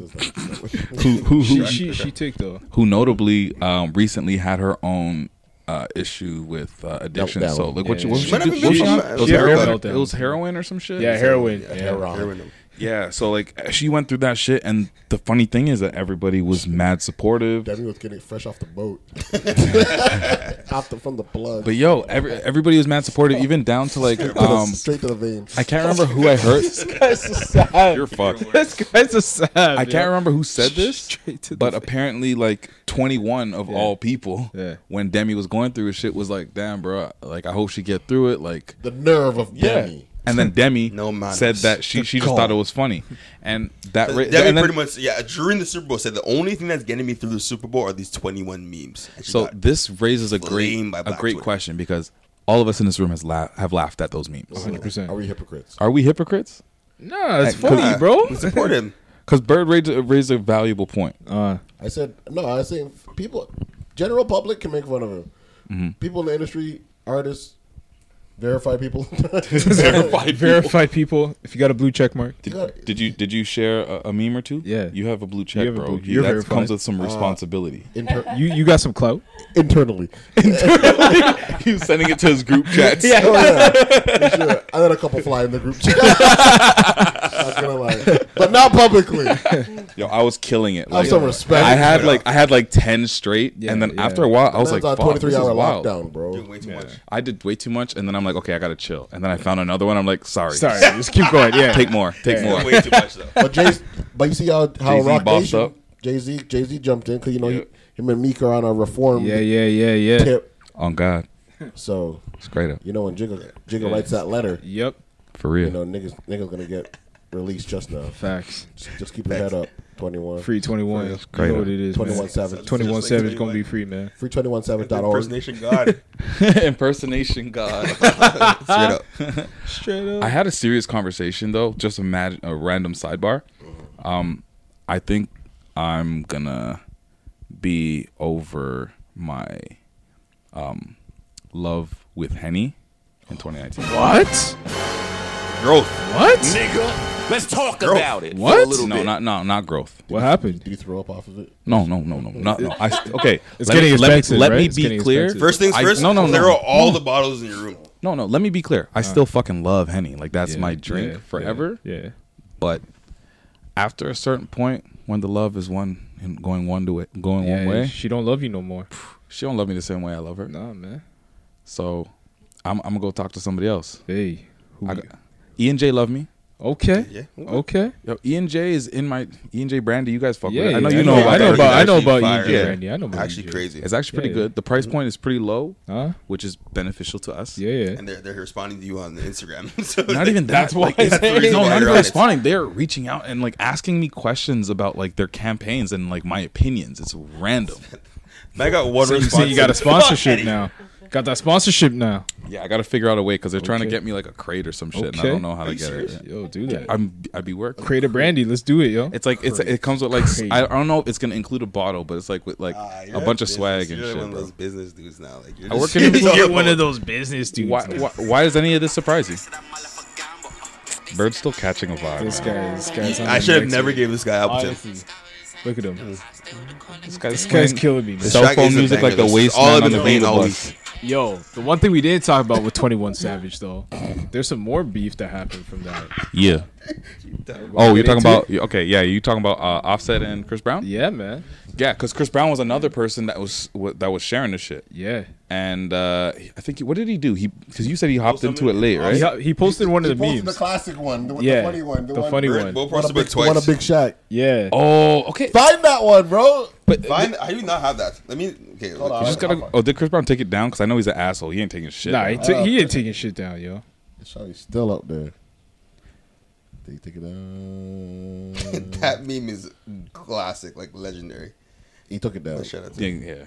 [SPEAKER 2] who, who, who
[SPEAKER 1] She- she- she ticked, though.
[SPEAKER 2] who notably um recently had her own uh, issue with uh, addiction.
[SPEAKER 1] that
[SPEAKER 2] so
[SPEAKER 1] one.
[SPEAKER 2] look what
[SPEAKER 1] Yeah,
[SPEAKER 2] you
[SPEAKER 1] yeah.
[SPEAKER 2] what
[SPEAKER 1] She
[SPEAKER 2] she
[SPEAKER 1] might
[SPEAKER 2] did-
[SPEAKER 1] have been
[SPEAKER 2] what she-
[SPEAKER 1] been on-
[SPEAKER 2] it was
[SPEAKER 1] she had a
[SPEAKER 2] heroin.
[SPEAKER 1] meltdown.
[SPEAKER 2] It was heroin or some shit.
[SPEAKER 1] Yeah,
[SPEAKER 2] Is it-
[SPEAKER 1] heroin. Yeah, heroin.
[SPEAKER 2] Yeah, so like she went through that shit, and the funny thing is that everybody was mad supportive.
[SPEAKER 4] Demi was getting fresh off the boat, off the, from the blood.
[SPEAKER 2] But yo, every, everybody was mad supportive, even down to like
[SPEAKER 4] Straight to the-
[SPEAKER 2] um,
[SPEAKER 4] straight to the veins.
[SPEAKER 2] I can't remember who I heard.
[SPEAKER 4] This guy's so sad.
[SPEAKER 2] You're fucked.
[SPEAKER 4] This
[SPEAKER 1] guy's a sad.
[SPEAKER 2] I can't
[SPEAKER 1] yo.
[SPEAKER 2] remember who said this, but apparently, like 21 of
[SPEAKER 1] Yeah.
[SPEAKER 2] all people,
[SPEAKER 1] Yeah.
[SPEAKER 2] when Demi was going through his shit, was like, "Damn, bro, like I hope she get through it." Like
[SPEAKER 4] the nerve of Demi.
[SPEAKER 2] And then Demi
[SPEAKER 3] manners.
[SPEAKER 2] said that she
[SPEAKER 3] Good
[SPEAKER 2] she just
[SPEAKER 3] call.
[SPEAKER 2] thought it was funny, and that
[SPEAKER 3] Demi
[SPEAKER 2] ra-
[SPEAKER 3] pretty
[SPEAKER 2] and then-
[SPEAKER 3] much, yeah, during the Super Bowl said the only thing that's getting me through the Super Bowl are these 21 memes. And she
[SPEAKER 2] So
[SPEAKER 3] got
[SPEAKER 2] this raises a
[SPEAKER 3] flamed
[SPEAKER 2] great
[SPEAKER 3] by
[SPEAKER 2] a
[SPEAKER 3] Black
[SPEAKER 2] great
[SPEAKER 3] Twitter.
[SPEAKER 2] question because all of us in this room has la- have laughed at those memes.
[SPEAKER 4] 100%. Are we hypocrites?
[SPEAKER 2] Are we hypocrites?
[SPEAKER 1] Nah, it's funny, bro. We support
[SPEAKER 3] him.
[SPEAKER 2] Because Bird raised, a- raised a valuable point.
[SPEAKER 1] Uh,
[SPEAKER 4] I said no. I was saying people, general public can make fun of him.
[SPEAKER 2] Mhm.
[SPEAKER 4] People in the industry, artists, verified people,
[SPEAKER 1] verified people. If you got a blue check mark,
[SPEAKER 2] Did, did you did you share a, a meme or two? Yeah, you have a blue check,
[SPEAKER 1] You have a
[SPEAKER 2] bro.
[SPEAKER 1] blue- you're
[SPEAKER 2] that
[SPEAKER 1] verified.
[SPEAKER 2] comes with some
[SPEAKER 1] Uh,
[SPEAKER 2] responsibility.
[SPEAKER 1] inter- You- you got some clout
[SPEAKER 4] internally.
[SPEAKER 2] he was sending it to his group chats.
[SPEAKER 4] Yeah, oh, yeah. For sure. I let a couple fly in the group chat. Not gonna lie, but not publicly.
[SPEAKER 2] Yo, I was killing it.
[SPEAKER 4] Have some respect.
[SPEAKER 2] I had like I had like ten straight, and then after a while, I was like,
[SPEAKER 4] Man's on
[SPEAKER 2] "Fuck, this is
[SPEAKER 4] 23-hour
[SPEAKER 2] wild."
[SPEAKER 4] lockdown, bro. Doing
[SPEAKER 3] way too much.
[SPEAKER 2] I did way too much, and then I'm like, okay, I gotta chill. And then I found another one. I'm like, sorry,
[SPEAKER 1] Sorry, just keep going, yeah.
[SPEAKER 2] take more, take
[SPEAKER 1] Yeah.
[SPEAKER 2] more.
[SPEAKER 1] Way too much, though.
[SPEAKER 4] But Jay, but you see how how
[SPEAKER 2] Jay-Z
[SPEAKER 4] Rock
[SPEAKER 2] bossed
[SPEAKER 4] Nation,
[SPEAKER 2] up.
[SPEAKER 4] Jay Z, Jay Z jumped in because you know he, him and Meek are on a reform. Yeah, yeah,
[SPEAKER 1] yeah, yeah.
[SPEAKER 4] Tip.
[SPEAKER 2] On God,
[SPEAKER 4] So
[SPEAKER 2] straight up.
[SPEAKER 4] You know when Jigga Jigga
[SPEAKER 2] Yeah.
[SPEAKER 4] writes that letter.
[SPEAKER 1] Yep.
[SPEAKER 2] For real.
[SPEAKER 4] You know niggas niggas gonna get released just now.
[SPEAKER 1] Facts.
[SPEAKER 4] Just, just keep your head up. Twenty one.
[SPEAKER 1] Free 21.
[SPEAKER 4] Free.
[SPEAKER 1] You know what it is, man.
[SPEAKER 4] 21-7.
[SPEAKER 1] 21-7 is gonna be free, man.
[SPEAKER 4] Free 21-7.org.
[SPEAKER 3] Impersonation God.
[SPEAKER 2] impersonation god.
[SPEAKER 3] Straight up.
[SPEAKER 1] Straight up.
[SPEAKER 2] I had a serious conversation though. Just imagine a random sidebar. Um, I think I'm gonna be over my um love with Henny in 2019.
[SPEAKER 1] What?
[SPEAKER 2] Growth.
[SPEAKER 1] What?
[SPEAKER 18] Nigga, let's talk about it. for A little
[SPEAKER 2] No,
[SPEAKER 18] bit.
[SPEAKER 2] not no, not growth.
[SPEAKER 1] What happened?
[SPEAKER 4] Did you throw up off of it?
[SPEAKER 2] No, no, no, no, no, no. I, okay,
[SPEAKER 1] It's getting
[SPEAKER 2] me, let me-
[SPEAKER 1] expensive,
[SPEAKER 2] Let me,
[SPEAKER 1] right? It's
[SPEAKER 2] be
[SPEAKER 1] getting
[SPEAKER 2] clear.
[SPEAKER 1] expensive. First things
[SPEAKER 2] I-
[SPEAKER 1] first,
[SPEAKER 2] no, no, no.
[SPEAKER 3] clear out all
[SPEAKER 2] No.
[SPEAKER 3] the bottles in your room.
[SPEAKER 2] No, no. Let me be clear. I still fucking love Henny. Like that's
[SPEAKER 1] Yeah,
[SPEAKER 2] my drink
[SPEAKER 1] yeah,
[SPEAKER 2] forever.
[SPEAKER 1] yeah, yeah.
[SPEAKER 2] But after a certain point, when the love is one and going one to it, going
[SPEAKER 1] Yeah,
[SPEAKER 2] one way,
[SPEAKER 1] she don't love you no more.
[SPEAKER 2] She don't love me the same way I love her.
[SPEAKER 1] Nah, man.
[SPEAKER 2] So I'm, I'm gonna go talk to somebody else.
[SPEAKER 1] Hey, who
[SPEAKER 2] I, E and J love me.
[SPEAKER 1] Okay.
[SPEAKER 2] Yeah.
[SPEAKER 1] Okay.
[SPEAKER 2] Yo, E and J is in my E and J brandy. You guys fuck
[SPEAKER 1] Yeah,
[SPEAKER 2] with. it.
[SPEAKER 1] yeah,
[SPEAKER 2] I know
[SPEAKER 1] I
[SPEAKER 2] you
[SPEAKER 1] know-
[SPEAKER 2] know.
[SPEAKER 1] I know
[SPEAKER 2] that.
[SPEAKER 1] about- I know
[SPEAKER 2] Actually
[SPEAKER 1] about E and
[SPEAKER 2] fire.
[SPEAKER 1] J brandy. I know about
[SPEAKER 3] Actually E and J. crazy.
[SPEAKER 2] It's actually pretty
[SPEAKER 3] Yeah, yeah.
[SPEAKER 2] good. The price point is pretty low,
[SPEAKER 1] uh
[SPEAKER 2] which is beneficial to us.
[SPEAKER 1] Yeah, yeah.
[SPEAKER 3] And they're, they're responding to you on Instagram. so
[SPEAKER 2] not even that.
[SPEAKER 3] That's why.
[SPEAKER 2] Like, it's-
[SPEAKER 3] the reason
[SPEAKER 2] no,
[SPEAKER 3] why you're
[SPEAKER 2] not even
[SPEAKER 3] on it.
[SPEAKER 2] responding. They're reaching out and like asking me questions about like their campaigns and like my opinions. It's random.
[SPEAKER 3] I got one
[SPEAKER 1] So you
[SPEAKER 2] response.
[SPEAKER 1] see, you got a sponsorship now. Got that sponsorship now.
[SPEAKER 2] Yeah, I got to figure out a way because they're trying to
[SPEAKER 1] Okay.
[SPEAKER 2] get me like a crate or some shit, and I
[SPEAKER 1] Okay.
[SPEAKER 2] don't know how
[SPEAKER 1] Are
[SPEAKER 2] to
[SPEAKER 1] you
[SPEAKER 2] get
[SPEAKER 1] serious?
[SPEAKER 2] it.
[SPEAKER 1] Yo, do that.
[SPEAKER 2] I'm I'd be working.
[SPEAKER 1] Create a brandy. Let's do it, yo.
[SPEAKER 2] It's like it's it comes with like s- I, I don't know if it's gonna include a bottle, but it's like with like a
[SPEAKER 3] Ah, You're
[SPEAKER 2] bunch of
[SPEAKER 3] business-
[SPEAKER 2] swag and
[SPEAKER 3] you're
[SPEAKER 2] shit.
[SPEAKER 3] One of
[SPEAKER 2] bro.
[SPEAKER 3] those business dudes now. Like you're
[SPEAKER 2] I work
[SPEAKER 3] just-
[SPEAKER 2] in
[SPEAKER 1] You're one of those business dudes,
[SPEAKER 2] Why,
[SPEAKER 1] man.
[SPEAKER 2] why, why is any of this surprising? Bird's still catching a vibe.
[SPEAKER 1] This guy, this guy's. on
[SPEAKER 3] I
[SPEAKER 1] the
[SPEAKER 3] should have
[SPEAKER 1] next
[SPEAKER 3] never
[SPEAKER 1] one.
[SPEAKER 3] gave this guy opportunity.
[SPEAKER 1] Honestly. Look at him.
[SPEAKER 2] This guy's,
[SPEAKER 1] this
[SPEAKER 2] playing
[SPEAKER 1] guy's killing me. Man.
[SPEAKER 2] cell This track phone is a music like banger. the This is wasteman all I've on been the playing Vanilla all Bus.
[SPEAKER 1] Yo, the one thing we didn't talk about with Twenty One Savage though, there's some more beef that happened from that.
[SPEAKER 2] Yeah. Oh, you're talking about okay, yeah, you talking about uh, Offset and Chris Brown?
[SPEAKER 1] Yeah, man.
[SPEAKER 2] Yeah, because Chris Brown was another person that was wa- that was sharing this shit.
[SPEAKER 1] Yeah.
[SPEAKER 2] And uh, I think he, what did he do? He because you said he hopped into it late, right?
[SPEAKER 1] He, ho- he posted one
[SPEAKER 4] He
[SPEAKER 1] of the
[SPEAKER 4] posted
[SPEAKER 1] memes.
[SPEAKER 4] the classic one, the,
[SPEAKER 1] Yeah,
[SPEAKER 4] the funny one, the,
[SPEAKER 1] the
[SPEAKER 4] one,
[SPEAKER 1] funny We'll one.
[SPEAKER 4] One a
[SPEAKER 1] post it
[SPEAKER 4] big,
[SPEAKER 1] twice.
[SPEAKER 4] one a big shot.
[SPEAKER 1] Yeah.
[SPEAKER 2] Oh, okay.
[SPEAKER 4] Find that one, bro.
[SPEAKER 2] But
[SPEAKER 3] Find, how do you not have that? Let me. Okay,
[SPEAKER 4] Hold
[SPEAKER 2] You
[SPEAKER 4] on.
[SPEAKER 2] just gotta. Oh, did Chris Brown take it down? Because I know he's an asshole. He ain't taking shit.
[SPEAKER 1] Nah, he,
[SPEAKER 2] down.
[SPEAKER 4] Uh,
[SPEAKER 1] took- he ain't taking shit down, yo.
[SPEAKER 4] Shawty's still up there. Take, take it down.
[SPEAKER 3] that meme is classic, like legendary.
[SPEAKER 4] He took it down.
[SPEAKER 3] shout out to
[SPEAKER 2] yeah, yeah.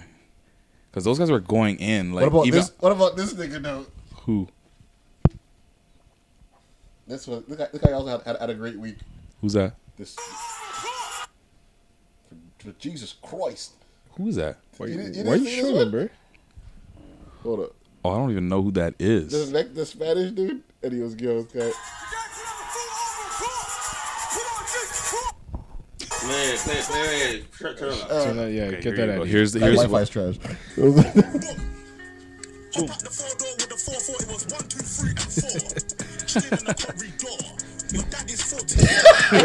[SPEAKER 2] Because those guys were going in like
[SPEAKER 4] what about
[SPEAKER 2] even
[SPEAKER 4] this? What about this nigga though?
[SPEAKER 2] who
[SPEAKER 4] This one, this guy, this guy also had, had, had a great week.
[SPEAKER 2] who's that?
[SPEAKER 4] This. For Jesus Christ!
[SPEAKER 2] Who is that?
[SPEAKER 4] Why you- It is- why it you is shooting, what?
[SPEAKER 1] bro?
[SPEAKER 4] Hold up.
[SPEAKER 2] Oh, I don't even know who that
[SPEAKER 4] This
[SPEAKER 2] is.
[SPEAKER 4] next, the Spanish dude, and he was giving this guy.
[SPEAKER 3] Play it, play it, play it. Turn, turn it up.
[SPEAKER 1] Turn that- Uh, yeah,
[SPEAKER 2] Okay,
[SPEAKER 1] get
[SPEAKER 2] here
[SPEAKER 1] that
[SPEAKER 2] you go.
[SPEAKER 1] out.
[SPEAKER 2] Here's the- That here's the-
[SPEAKER 4] Wi-Fi's trash.
[SPEAKER 5] Open the four door with the four four. It was one, two, three, and four. Stood in the corridor.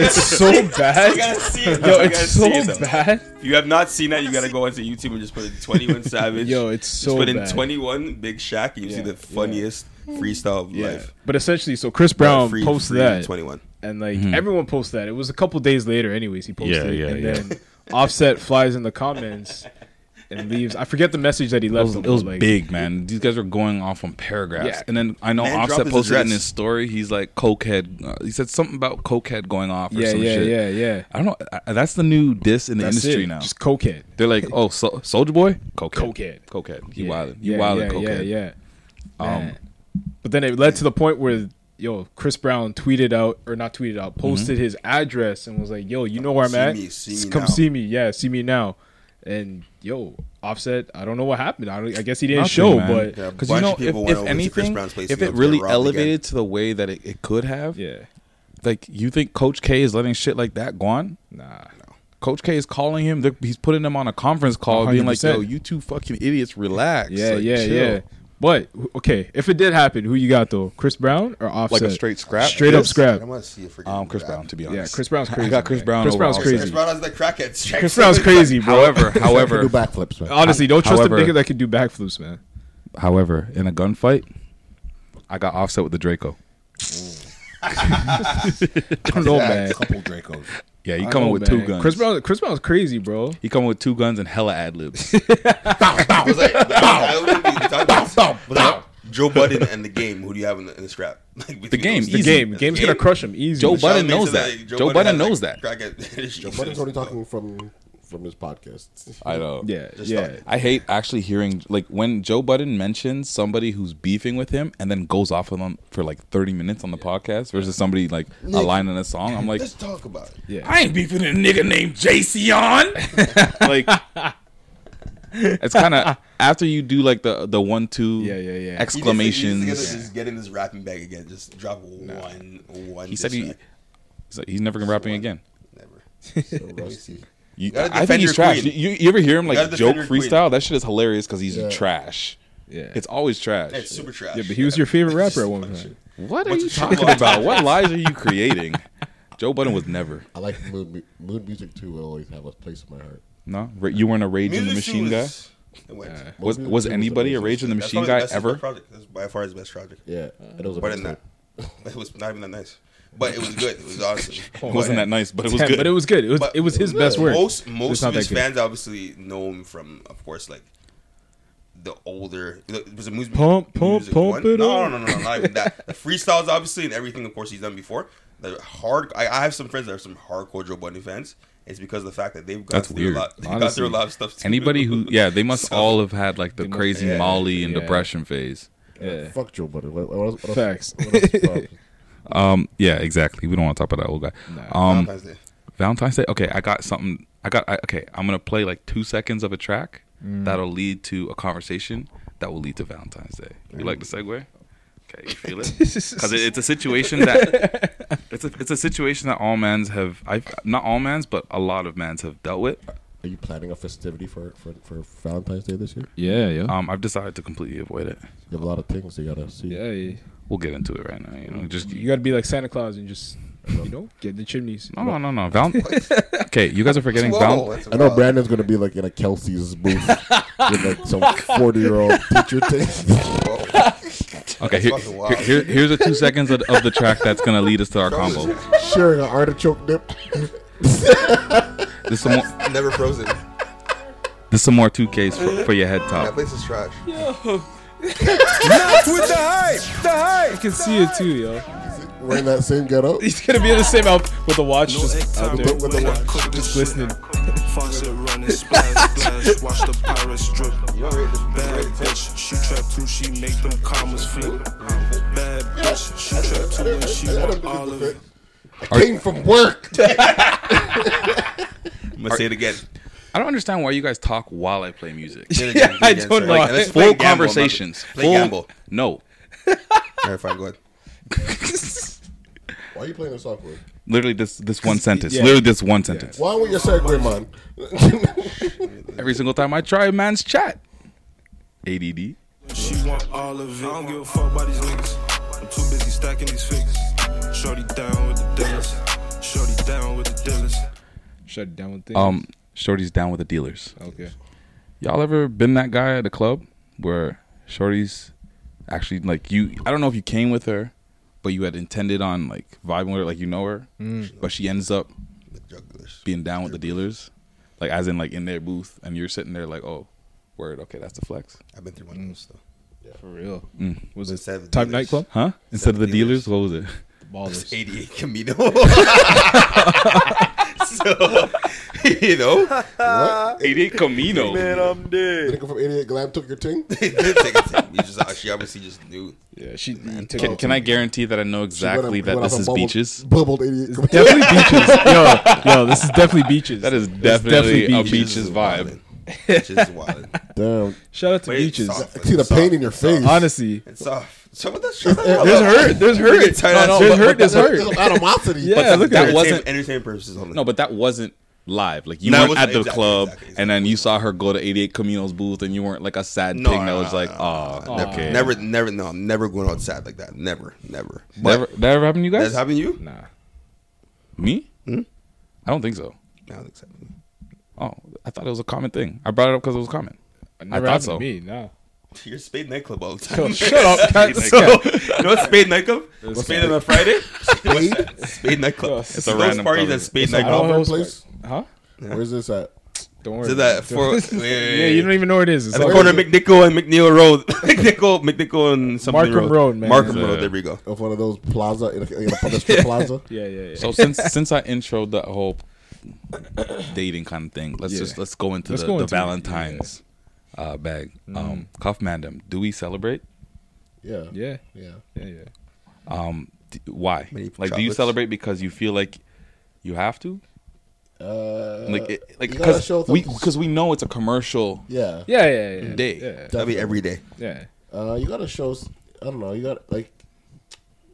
[SPEAKER 1] It's so bad.
[SPEAKER 3] You gotta see it.
[SPEAKER 1] Yo,
[SPEAKER 3] You
[SPEAKER 1] it's
[SPEAKER 3] gotta
[SPEAKER 1] so
[SPEAKER 3] see it, though.
[SPEAKER 1] bad.
[SPEAKER 3] If you have not seen that, you gotta go into YouTube and just put in 21 Savage.
[SPEAKER 1] Yo, it's so
[SPEAKER 3] Just put in
[SPEAKER 1] bad.
[SPEAKER 3] 21 Big Shaq, and you see the funniest freestyle of life.
[SPEAKER 1] But essentially, so Chris Brown
[SPEAKER 3] free-
[SPEAKER 1] posted
[SPEAKER 3] free
[SPEAKER 1] that,
[SPEAKER 3] 21.
[SPEAKER 1] and like
[SPEAKER 2] Mhm.
[SPEAKER 1] everyone posted that. It was a couple days later, anyways. He posted,
[SPEAKER 2] Yeah,
[SPEAKER 1] it,
[SPEAKER 2] yeah,
[SPEAKER 1] and
[SPEAKER 2] yeah.
[SPEAKER 1] then Offset flies in the comments and leaves. I forget the message that he
[SPEAKER 2] It
[SPEAKER 1] left.
[SPEAKER 2] was,
[SPEAKER 1] them,
[SPEAKER 2] it was
[SPEAKER 1] but, like,
[SPEAKER 2] big, man. These guys were going off on paragraphs,
[SPEAKER 1] Yeah.
[SPEAKER 2] and then I know
[SPEAKER 1] Man, drop
[SPEAKER 2] Offset
[SPEAKER 1] his
[SPEAKER 2] posted in
[SPEAKER 1] address.
[SPEAKER 2] his story. He's like cokehead. Uh, he said something about cokehead going off or
[SPEAKER 1] Yeah,
[SPEAKER 2] some
[SPEAKER 1] yeah,
[SPEAKER 2] shit.
[SPEAKER 1] yeah, yeah.
[SPEAKER 2] I don't know. I, that's the new diss in the
[SPEAKER 1] That's
[SPEAKER 2] industry
[SPEAKER 1] it.
[SPEAKER 2] now.
[SPEAKER 1] Just cokehead.
[SPEAKER 2] They're like, oh, so, Soldier Boy, cokehead,
[SPEAKER 1] Cokehead.
[SPEAKER 2] cokehead. He
[SPEAKER 1] Yeah,
[SPEAKER 2] wildin', he
[SPEAKER 1] yeah,
[SPEAKER 2] wildin',
[SPEAKER 1] yeah,
[SPEAKER 2] cokehead.
[SPEAKER 1] Yeah, yeah.
[SPEAKER 2] Um,
[SPEAKER 1] Man. but then it led to the point where yo Chris Brown tweeted out or not tweeted out,
[SPEAKER 2] Mm-hmm.
[SPEAKER 1] posted his address and was like, "Yo, you know where I'm
[SPEAKER 3] See
[SPEAKER 1] at?
[SPEAKER 3] me, see me
[SPEAKER 1] Come
[SPEAKER 3] now."
[SPEAKER 1] see me. Yeah, see me now." And yo, Offset, I don't know what happened. I don't. I guess he didn't
[SPEAKER 2] Nothing,
[SPEAKER 1] show,
[SPEAKER 2] man.
[SPEAKER 1] but
[SPEAKER 2] Yeah, a Because, you bunch know, of people if- went if over to Chris anything, Brown's place if and it looked at really Rob again. elevated to the way that it, it could have,
[SPEAKER 1] yeah.
[SPEAKER 2] Like you think Coach K is letting shit like that go on?
[SPEAKER 1] Nah.
[SPEAKER 2] Coach K is calling him. they're- He's putting him on a conference call, being like, "Yo,
[SPEAKER 1] 100%.
[SPEAKER 2] you two fucking idiots, relax."
[SPEAKER 1] yeah,
[SPEAKER 2] Like,
[SPEAKER 1] yeah,
[SPEAKER 2] chill.
[SPEAKER 1] yeah. But okay, if it did happen, who you got though? Chris Brown or Offset?
[SPEAKER 2] Like a straight scrap,
[SPEAKER 1] straight up scrap.
[SPEAKER 3] I want to see it
[SPEAKER 2] Um, Chris Brown, to be
[SPEAKER 1] Yeah,
[SPEAKER 2] honest.
[SPEAKER 1] Chris Brown's
[SPEAKER 2] I
[SPEAKER 1] crazy,
[SPEAKER 2] got Chris
[SPEAKER 1] man.
[SPEAKER 2] Brown.
[SPEAKER 1] Chris
[SPEAKER 2] over
[SPEAKER 1] Brown's
[SPEAKER 2] Offset.
[SPEAKER 1] crazy.
[SPEAKER 3] Chris Brown has the crackhead strength.
[SPEAKER 1] Chris Brown's crazy, bro.
[SPEAKER 2] However, however,
[SPEAKER 1] Honestly, don't trust
[SPEAKER 2] However-
[SPEAKER 1] a nigga that can do backflips, man.
[SPEAKER 2] Uh, However, in a gunfight, I got Offset with the Draco.
[SPEAKER 1] I don't know, man.
[SPEAKER 11] Dracos.
[SPEAKER 2] Yeah, he
[SPEAKER 1] I
[SPEAKER 2] coming
[SPEAKER 1] know,
[SPEAKER 2] with two
[SPEAKER 1] man.
[SPEAKER 2] guns.
[SPEAKER 1] Chris Brown, Chris Brown's crazy, bro.
[SPEAKER 2] He coming with two guns and hella ad libs.
[SPEAKER 3] Joe Budden and the game. Who do you have in the, in the scrap? Like,
[SPEAKER 2] The game,
[SPEAKER 3] easy.
[SPEAKER 2] the game, game's gonna
[SPEAKER 1] crush him easy.
[SPEAKER 2] Joe
[SPEAKER 3] Sean
[SPEAKER 2] Budden
[SPEAKER 3] Mason,
[SPEAKER 2] knows that.
[SPEAKER 3] like,
[SPEAKER 2] Joe
[SPEAKER 3] has,
[SPEAKER 2] Budden knows
[SPEAKER 3] like,
[SPEAKER 2] that.
[SPEAKER 3] crackhead-
[SPEAKER 4] Joe Budden's only talking from from his podcast.
[SPEAKER 2] I know.
[SPEAKER 4] Just talking.
[SPEAKER 2] I hate actually hearing like when Joe Budden mentions somebody who's beefing with him and then goes off on them for like thirty minutes on the podcast versus somebody like a
[SPEAKER 3] Nick,
[SPEAKER 2] line in a song. I'm like,
[SPEAKER 3] let's talk about it.
[SPEAKER 2] Yeah. I ain't beefing a nigga named JC on. like, it's kind of after you do like the the one two yeah, yeah, yeah.
[SPEAKER 3] He just- he's
[SPEAKER 2] exclamations.
[SPEAKER 3] gonna Just get in this rapping bag again. Just drop one, one.
[SPEAKER 2] He said
[SPEAKER 3] diss
[SPEAKER 2] he,
[SPEAKER 3] track.
[SPEAKER 2] he's, like, he's never gonna rap again.
[SPEAKER 3] Let me see.
[SPEAKER 2] You,
[SPEAKER 3] Gotta
[SPEAKER 2] I
[SPEAKER 3] defend
[SPEAKER 2] think he's
[SPEAKER 3] your
[SPEAKER 2] trash.
[SPEAKER 3] queen.
[SPEAKER 2] You, you ever hear him
[SPEAKER 3] You gotta
[SPEAKER 2] like
[SPEAKER 3] defend
[SPEAKER 2] joke
[SPEAKER 3] your queen.
[SPEAKER 2] freestyle? That shit is hilarious because he's
[SPEAKER 3] Yeah.
[SPEAKER 2] trash.
[SPEAKER 1] Yeah,
[SPEAKER 2] it's always trash.
[SPEAKER 3] It's super trash.
[SPEAKER 1] Yeah, but he was your favorite rapper at one time.
[SPEAKER 2] What are
[SPEAKER 3] Bunch
[SPEAKER 2] you
[SPEAKER 3] of
[SPEAKER 2] talking
[SPEAKER 3] shit.
[SPEAKER 2] about? What lies are you creating? Joe Budden was never.
[SPEAKER 4] I like mood, mu- mood music too. Will always have a place in my heart.
[SPEAKER 2] No, Ra- you weren't a Rage in the
[SPEAKER 3] Music
[SPEAKER 2] Machine guy.
[SPEAKER 3] was- it went.
[SPEAKER 2] Was was anybody a Rage in the
[SPEAKER 3] That's probably
[SPEAKER 2] Machine
[SPEAKER 3] the
[SPEAKER 2] guy
[SPEAKER 3] best-
[SPEAKER 2] ever?
[SPEAKER 3] project. That's by far his best project.
[SPEAKER 4] Yeah, and it was a
[SPEAKER 3] but
[SPEAKER 4] mixtape.
[SPEAKER 3] in that, but it was not even that nice. But it was good. It was awesome.
[SPEAKER 2] It wasn't that nice, but it was
[SPEAKER 1] Damn,
[SPEAKER 2] good.
[SPEAKER 1] but it was good. It was- it was his best work.
[SPEAKER 3] Most
[SPEAKER 1] It's
[SPEAKER 3] most
[SPEAKER 1] not
[SPEAKER 3] of
[SPEAKER 1] that
[SPEAKER 3] his
[SPEAKER 1] good.
[SPEAKER 3] fans obviously know him from, of course, like the older. It was a music.
[SPEAKER 1] Pump, pump,
[SPEAKER 3] music
[SPEAKER 1] pump
[SPEAKER 3] one.
[SPEAKER 1] it
[SPEAKER 3] no,
[SPEAKER 1] up.
[SPEAKER 3] no, no, no, not even that. The freestyles, obviously, and everything, of course, he's done before. The hard. I, I have some friends that are some hardcore Joe Budden fans. It's because of the fact that they've gone
[SPEAKER 2] That's
[SPEAKER 3] through
[SPEAKER 2] weird.
[SPEAKER 3] a lot. They've gone
[SPEAKER 2] honestly.
[SPEAKER 3] through a lot of stuff. too.
[SPEAKER 2] Anybody who, yeah, they must
[SPEAKER 3] So-
[SPEAKER 2] all have had like the
[SPEAKER 3] They must-
[SPEAKER 2] crazy
[SPEAKER 3] yeah,
[SPEAKER 2] Molly and
[SPEAKER 3] yeah.
[SPEAKER 2] depression phase.
[SPEAKER 1] Yeah.
[SPEAKER 4] Fuck Joe Budden. What, what, else- what
[SPEAKER 1] Facts.
[SPEAKER 4] Else, uh, what else- what else-
[SPEAKER 2] Um, yeah, exactly. We don't want to talk about that old guy. Um,
[SPEAKER 3] Valentine's Day.
[SPEAKER 2] Valentine's Day. Okay, I got something. I got. I, okay, I'm gonna play like two seconds of a track
[SPEAKER 1] Mm.
[SPEAKER 2] that'll lead to a conversation that will lead to Valentine's Day. You like the segue? Okay, you feel it? Because it's a situation that it's a it's a situation that all mans have. I not all mans, but a lot of mans have dealt with.
[SPEAKER 4] Are you planning a festivity for, for, for Valentine's Day this year?
[SPEAKER 1] Yeah, yeah.
[SPEAKER 2] Um, I've decided to completely avoid it.
[SPEAKER 4] You have a lot of things you gotta see.
[SPEAKER 1] Yeah, yeah.
[SPEAKER 2] We'll get into it right now. You know, just
[SPEAKER 1] you got to be like Santa Claus and just you know get in the chimneys.
[SPEAKER 2] no, no, no. Val- okay, you guys are forgetting.
[SPEAKER 1] Whoa,
[SPEAKER 2] Val-
[SPEAKER 1] that's
[SPEAKER 4] I know Brandon's gonna be like in a Kelsey's booth with like some forty-year-old teacher thing.
[SPEAKER 2] Okay, here, here, here- here's a two seconds of, of the track that's gonna lead us to our combo.
[SPEAKER 4] Sharing an artichoke dip.
[SPEAKER 2] There's some more,
[SPEAKER 3] Never frozen.
[SPEAKER 2] there's some more 2Ks for, for your head top.
[SPEAKER 3] That place is trash.
[SPEAKER 10] Not with the hype. The hype. I
[SPEAKER 1] can see it too, yo.
[SPEAKER 4] Wearing that same ghetto.
[SPEAKER 1] He's gonna be in the same outfit with the watch just out there,
[SPEAKER 4] With the watch.
[SPEAKER 1] just listening.
[SPEAKER 19] Faucet running, splash, splash. Watch the pirates drip. Bad bitch, she trap too, she make them commas flip. Bad bitch, she trap too, and she want all of it.
[SPEAKER 2] Are-
[SPEAKER 4] Came from work.
[SPEAKER 3] I'm gonna say it again.
[SPEAKER 2] I don't understand why you guys talk while I play music.
[SPEAKER 3] Say it again, say it
[SPEAKER 2] I
[SPEAKER 3] again,
[SPEAKER 2] don't
[SPEAKER 3] sir.
[SPEAKER 2] know.
[SPEAKER 3] Like, let's play
[SPEAKER 2] Full
[SPEAKER 3] Gamble,
[SPEAKER 2] conversations.
[SPEAKER 3] not- play
[SPEAKER 2] Full-
[SPEAKER 3] Gamble.
[SPEAKER 2] No,
[SPEAKER 3] All right, fine, go ahead.
[SPEAKER 4] Why are you playing this song for?
[SPEAKER 2] literally this this one sentence.
[SPEAKER 4] yeah.
[SPEAKER 2] Literally this one sentence.
[SPEAKER 4] Why won't you segue, man?
[SPEAKER 2] Every single time I try, man's chat. ADD.
[SPEAKER 19] She want all of it. I don't give a fuck about these niggas. I'm too busy stacking these figs. Shorty down with the dealers. Shorty down with the dealers.
[SPEAKER 1] Shut it down with things.
[SPEAKER 2] Um, Shorty's down with the dealers.
[SPEAKER 1] Okay.
[SPEAKER 2] Y'all ever been that guy at a club where Shorty's actually like you? I don't know if you came with her, but you had intended on like vibing with her, like you know her,
[SPEAKER 3] Mm.
[SPEAKER 2] but she ends up being down with the dealers, like as in like in their booth, and you're sitting there like, oh, word, okay, that's the flex.
[SPEAKER 3] I've been through one of those stuff.
[SPEAKER 1] For real.
[SPEAKER 2] Mm.
[SPEAKER 1] Was
[SPEAKER 3] it type
[SPEAKER 1] Type nightclub?
[SPEAKER 2] Huh? Instead of the dealers, what was it?
[SPEAKER 1] Ballers.
[SPEAKER 3] 88 Camino. so, you know.
[SPEAKER 2] What? 88 Camino.
[SPEAKER 3] Man, I'm
[SPEAKER 4] dead. Nigga from 88 Glam took your ting?
[SPEAKER 3] You just, uh, she obviously just knew.
[SPEAKER 1] Yeah, she.
[SPEAKER 2] Can, can I guarantee that I know exactly
[SPEAKER 4] went
[SPEAKER 2] that
[SPEAKER 4] up
[SPEAKER 2] this
[SPEAKER 4] and
[SPEAKER 2] is
[SPEAKER 4] bubbled-
[SPEAKER 2] beaches?
[SPEAKER 4] Bubbled 88 Camino.
[SPEAKER 1] Definitely beaches. Yo, yo, this is definitely beaches.
[SPEAKER 2] That is
[SPEAKER 1] It's
[SPEAKER 2] definitely,
[SPEAKER 1] definitely
[SPEAKER 2] a
[SPEAKER 1] beaches.
[SPEAKER 2] beaches vibe.
[SPEAKER 4] Damn.
[SPEAKER 1] Shout out to beaches.
[SPEAKER 4] See the pain in your face.
[SPEAKER 1] Honestly,
[SPEAKER 3] It's off. Some of that
[SPEAKER 1] Uh, There's hurt. There's hurt. No, no, there's hurt. There's hurt. Yeah,
[SPEAKER 2] But
[SPEAKER 1] look
[SPEAKER 2] that
[SPEAKER 1] at
[SPEAKER 2] wasn't
[SPEAKER 3] entertainment purposes only.
[SPEAKER 2] No, but that wasn't live. Like you
[SPEAKER 3] No, it
[SPEAKER 2] weren't
[SPEAKER 3] wasn't-
[SPEAKER 2] at the
[SPEAKER 3] exactly,
[SPEAKER 2] club, and then you saw her go to 88 Camino's booth, and you weren't like a sad
[SPEAKER 3] No,
[SPEAKER 2] thing that
[SPEAKER 3] no,
[SPEAKER 2] was
[SPEAKER 3] no,
[SPEAKER 2] like,
[SPEAKER 3] no,
[SPEAKER 2] oh,
[SPEAKER 3] Never,
[SPEAKER 2] okay,
[SPEAKER 3] never, never, no, I'm never going outside like that. Never, never.
[SPEAKER 2] never, never happened to you guys.
[SPEAKER 3] That's happened to you? Hmm?
[SPEAKER 2] Nah, me? I don't think so.
[SPEAKER 3] I don't think so.
[SPEAKER 2] Oh, I thought it was a common thing. I brought it up because it was common. I
[SPEAKER 1] never
[SPEAKER 2] thought
[SPEAKER 1] happened
[SPEAKER 2] so.
[SPEAKER 1] to me. No.
[SPEAKER 3] You're Spade nightclub all the time.
[SPEAKER 1] shut up, Cat.
[SPEAKER 3] so, you know what's Spade nightclub?
[SPEAKER 1] What's
[SPEAKER 3] Spade
[SPEAKER 1] that?
[SPEAKER 3] on a Friday.
[SPEAKER 4] Spade?
[SPEAKER 3] Spade nightclub.
[SPEAKER 1] It's
[SPEAKER 3] It's
[SPEAKER 2] a
[SPEAKER 3] a
[SPEAKER 2] random
[SPEAKER 3] parties
[SPEAKER 2] club.
[SPEAKER 3] at Spade
[SPEAKER 4] It's an
[SPEAKER 3] nightclub.
[SPEAKER 4] outdoor place.
[SPEAKER 1] Huh?
[SPEAKER 4] Where's this at?
[SPEAKER 1] Don't worry.
[SPEAKER 3] So
[SPEAKER 1] about
[SPEAKER 3] that
[SPEAKER 1] it.
[SPEAKER 3] for
[SPEAKER 1] yeah, you don't even know where it is. It's
[SPEAKER 3] At the
[SPEAKER 1] all-
[SPEAKER 3] corner of McNichol and McNeil Road. McNichol, McNichol and something
[SPEAKER 1] Markham Road, man.
[SPEAKER 3] Markham
[SPEAKER 2] Yeah.
[SPEAKER 3] Road. There we go.
[SPEAKER 4] Of one of those plaza, in a, in a public strip plaza.
[SPEAKER 2] So since since I introed that whole dating kind of thing, let's
[SPEAKER 1] Yeah.
[SPEAKER 2] just let's go into
[SPEAKER 1] Let's
[SPEAKER 2] the,
[SPEAKER 1] go
[SPEAKER 2] the
[SPEAKER 1] into it, Mm-hmm. yeah.
[SPEAKER 2] Valentine's uh, bag. Um, Cuff Mandem, do we celebrate?
[SPEAKER 4] Yeah.
[SPEAKER 1] Yeah.
[SPEAKER 4] Yeah.
[SPEAKER 1] Yeah. Yeah.
[SPEAKER 2] Um, d- why?
[SPEAKER 3] Many
[SPEAKER 2] Like, do you
[SPEAKER 3] chocolates.
[SPEAKER 2] celebrate because you feel like you have to?
[SPEAKER 4] Uh,
[SPEAKER 2] Like, it, like
[SPEAKER 4] you gotta
[SPEAKER 2] because
[SPEAKER 4] show
[SPEAKER 2] we
[SPEAKER 4] some-
[SPEAKER 2] because we know it's a commercial.
[SPEAKER 4] Yeah.
[SPEAKER 1] Yeah, yeah, yeah, yeah.
[SPEAKER 2] Day.
[SPEAKER 1] Yeah.
[SPEAKER 3] That'd be every day.
[SPEAKER 1] Yeah.
[SPEAKER 4] Uh, you gotta show. s- I don't know. You gotta like.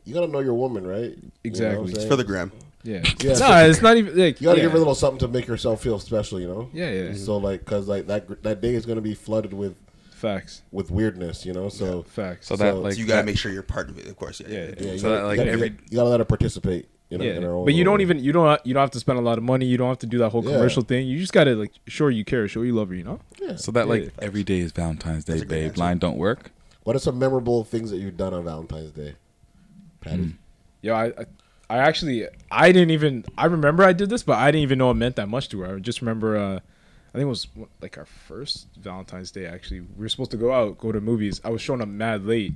[SPEAKER 4] You gotta know your woman, right?
[SPEAKER 1] Exactly. It's
[SPEAKER 3] for the gram.
[SPEAKER 1] Yeah.
[SPEAKER 4] yeah
[SPEAKER 1] Nah,
[SPEAKER 4] for-
[SPEAKER 1] it's not even, like,
[SPEAKER 4] you gotta
[SPEAKER 1] yeah.
[SPEAKER 4] give her a little something to make yourself feel special. You know.
[SPEAKER 1] Yeah, yeah.
[SPEAKER 4] So like, cause like that gr- that day is gonna be flooded with
[SPEAKER 1] Facts.
[SPEAKER 4] with weirdness. You know. So
[SPEAKER 1] Facts.
[SPEAKER 2] So that, like,
[SPEAKER 3] So you gotta
[SPEAKER 2] that-
[SPEAKER 3] make sure you're part of it, of course. Yeah. yeah,
[SPEAKER 4] yeah, you
[SPEAKER 2] so
[SPEAKER 4] gotta,
[SPEAKER 2] that, like,
[SPEAKER 4] you gotta,
[SPEAKER 2] every-
[SPEAKER 4] you gotta let her participate. You know,
[SPEAKER 1] yeah,
[SPEAKER 4] in her own
[SPEAKER 1] but you
[SPEAKER 4] little
[SPEAKER 1] don't even you don't you don't have to spend a lot of money. You don't have to do that whole
[SPEAKER 4] Yeah.
[SPEAKER 1] commercial thing. You just gotta like sure you care, sure you love her. You know.
[SPEAKER 2] So that like
[SPEAKER 1] Yeah.
[SPEAKER 2] every day is Valentine's Day, babe. Line don't work.
[SPEAKER 4] What are some memorable things that you've done on Valentine's Day? Patty.
[SPEAKER 1] Hmm. Yo, I, I, I actually, I didn't even. I remember I did this, but I didn't even know it meant that much to her. I just remember, uh, I think it was like our first Valentine's Day. Actually, we were supposed to go out, go to movies. I was showing up mad late,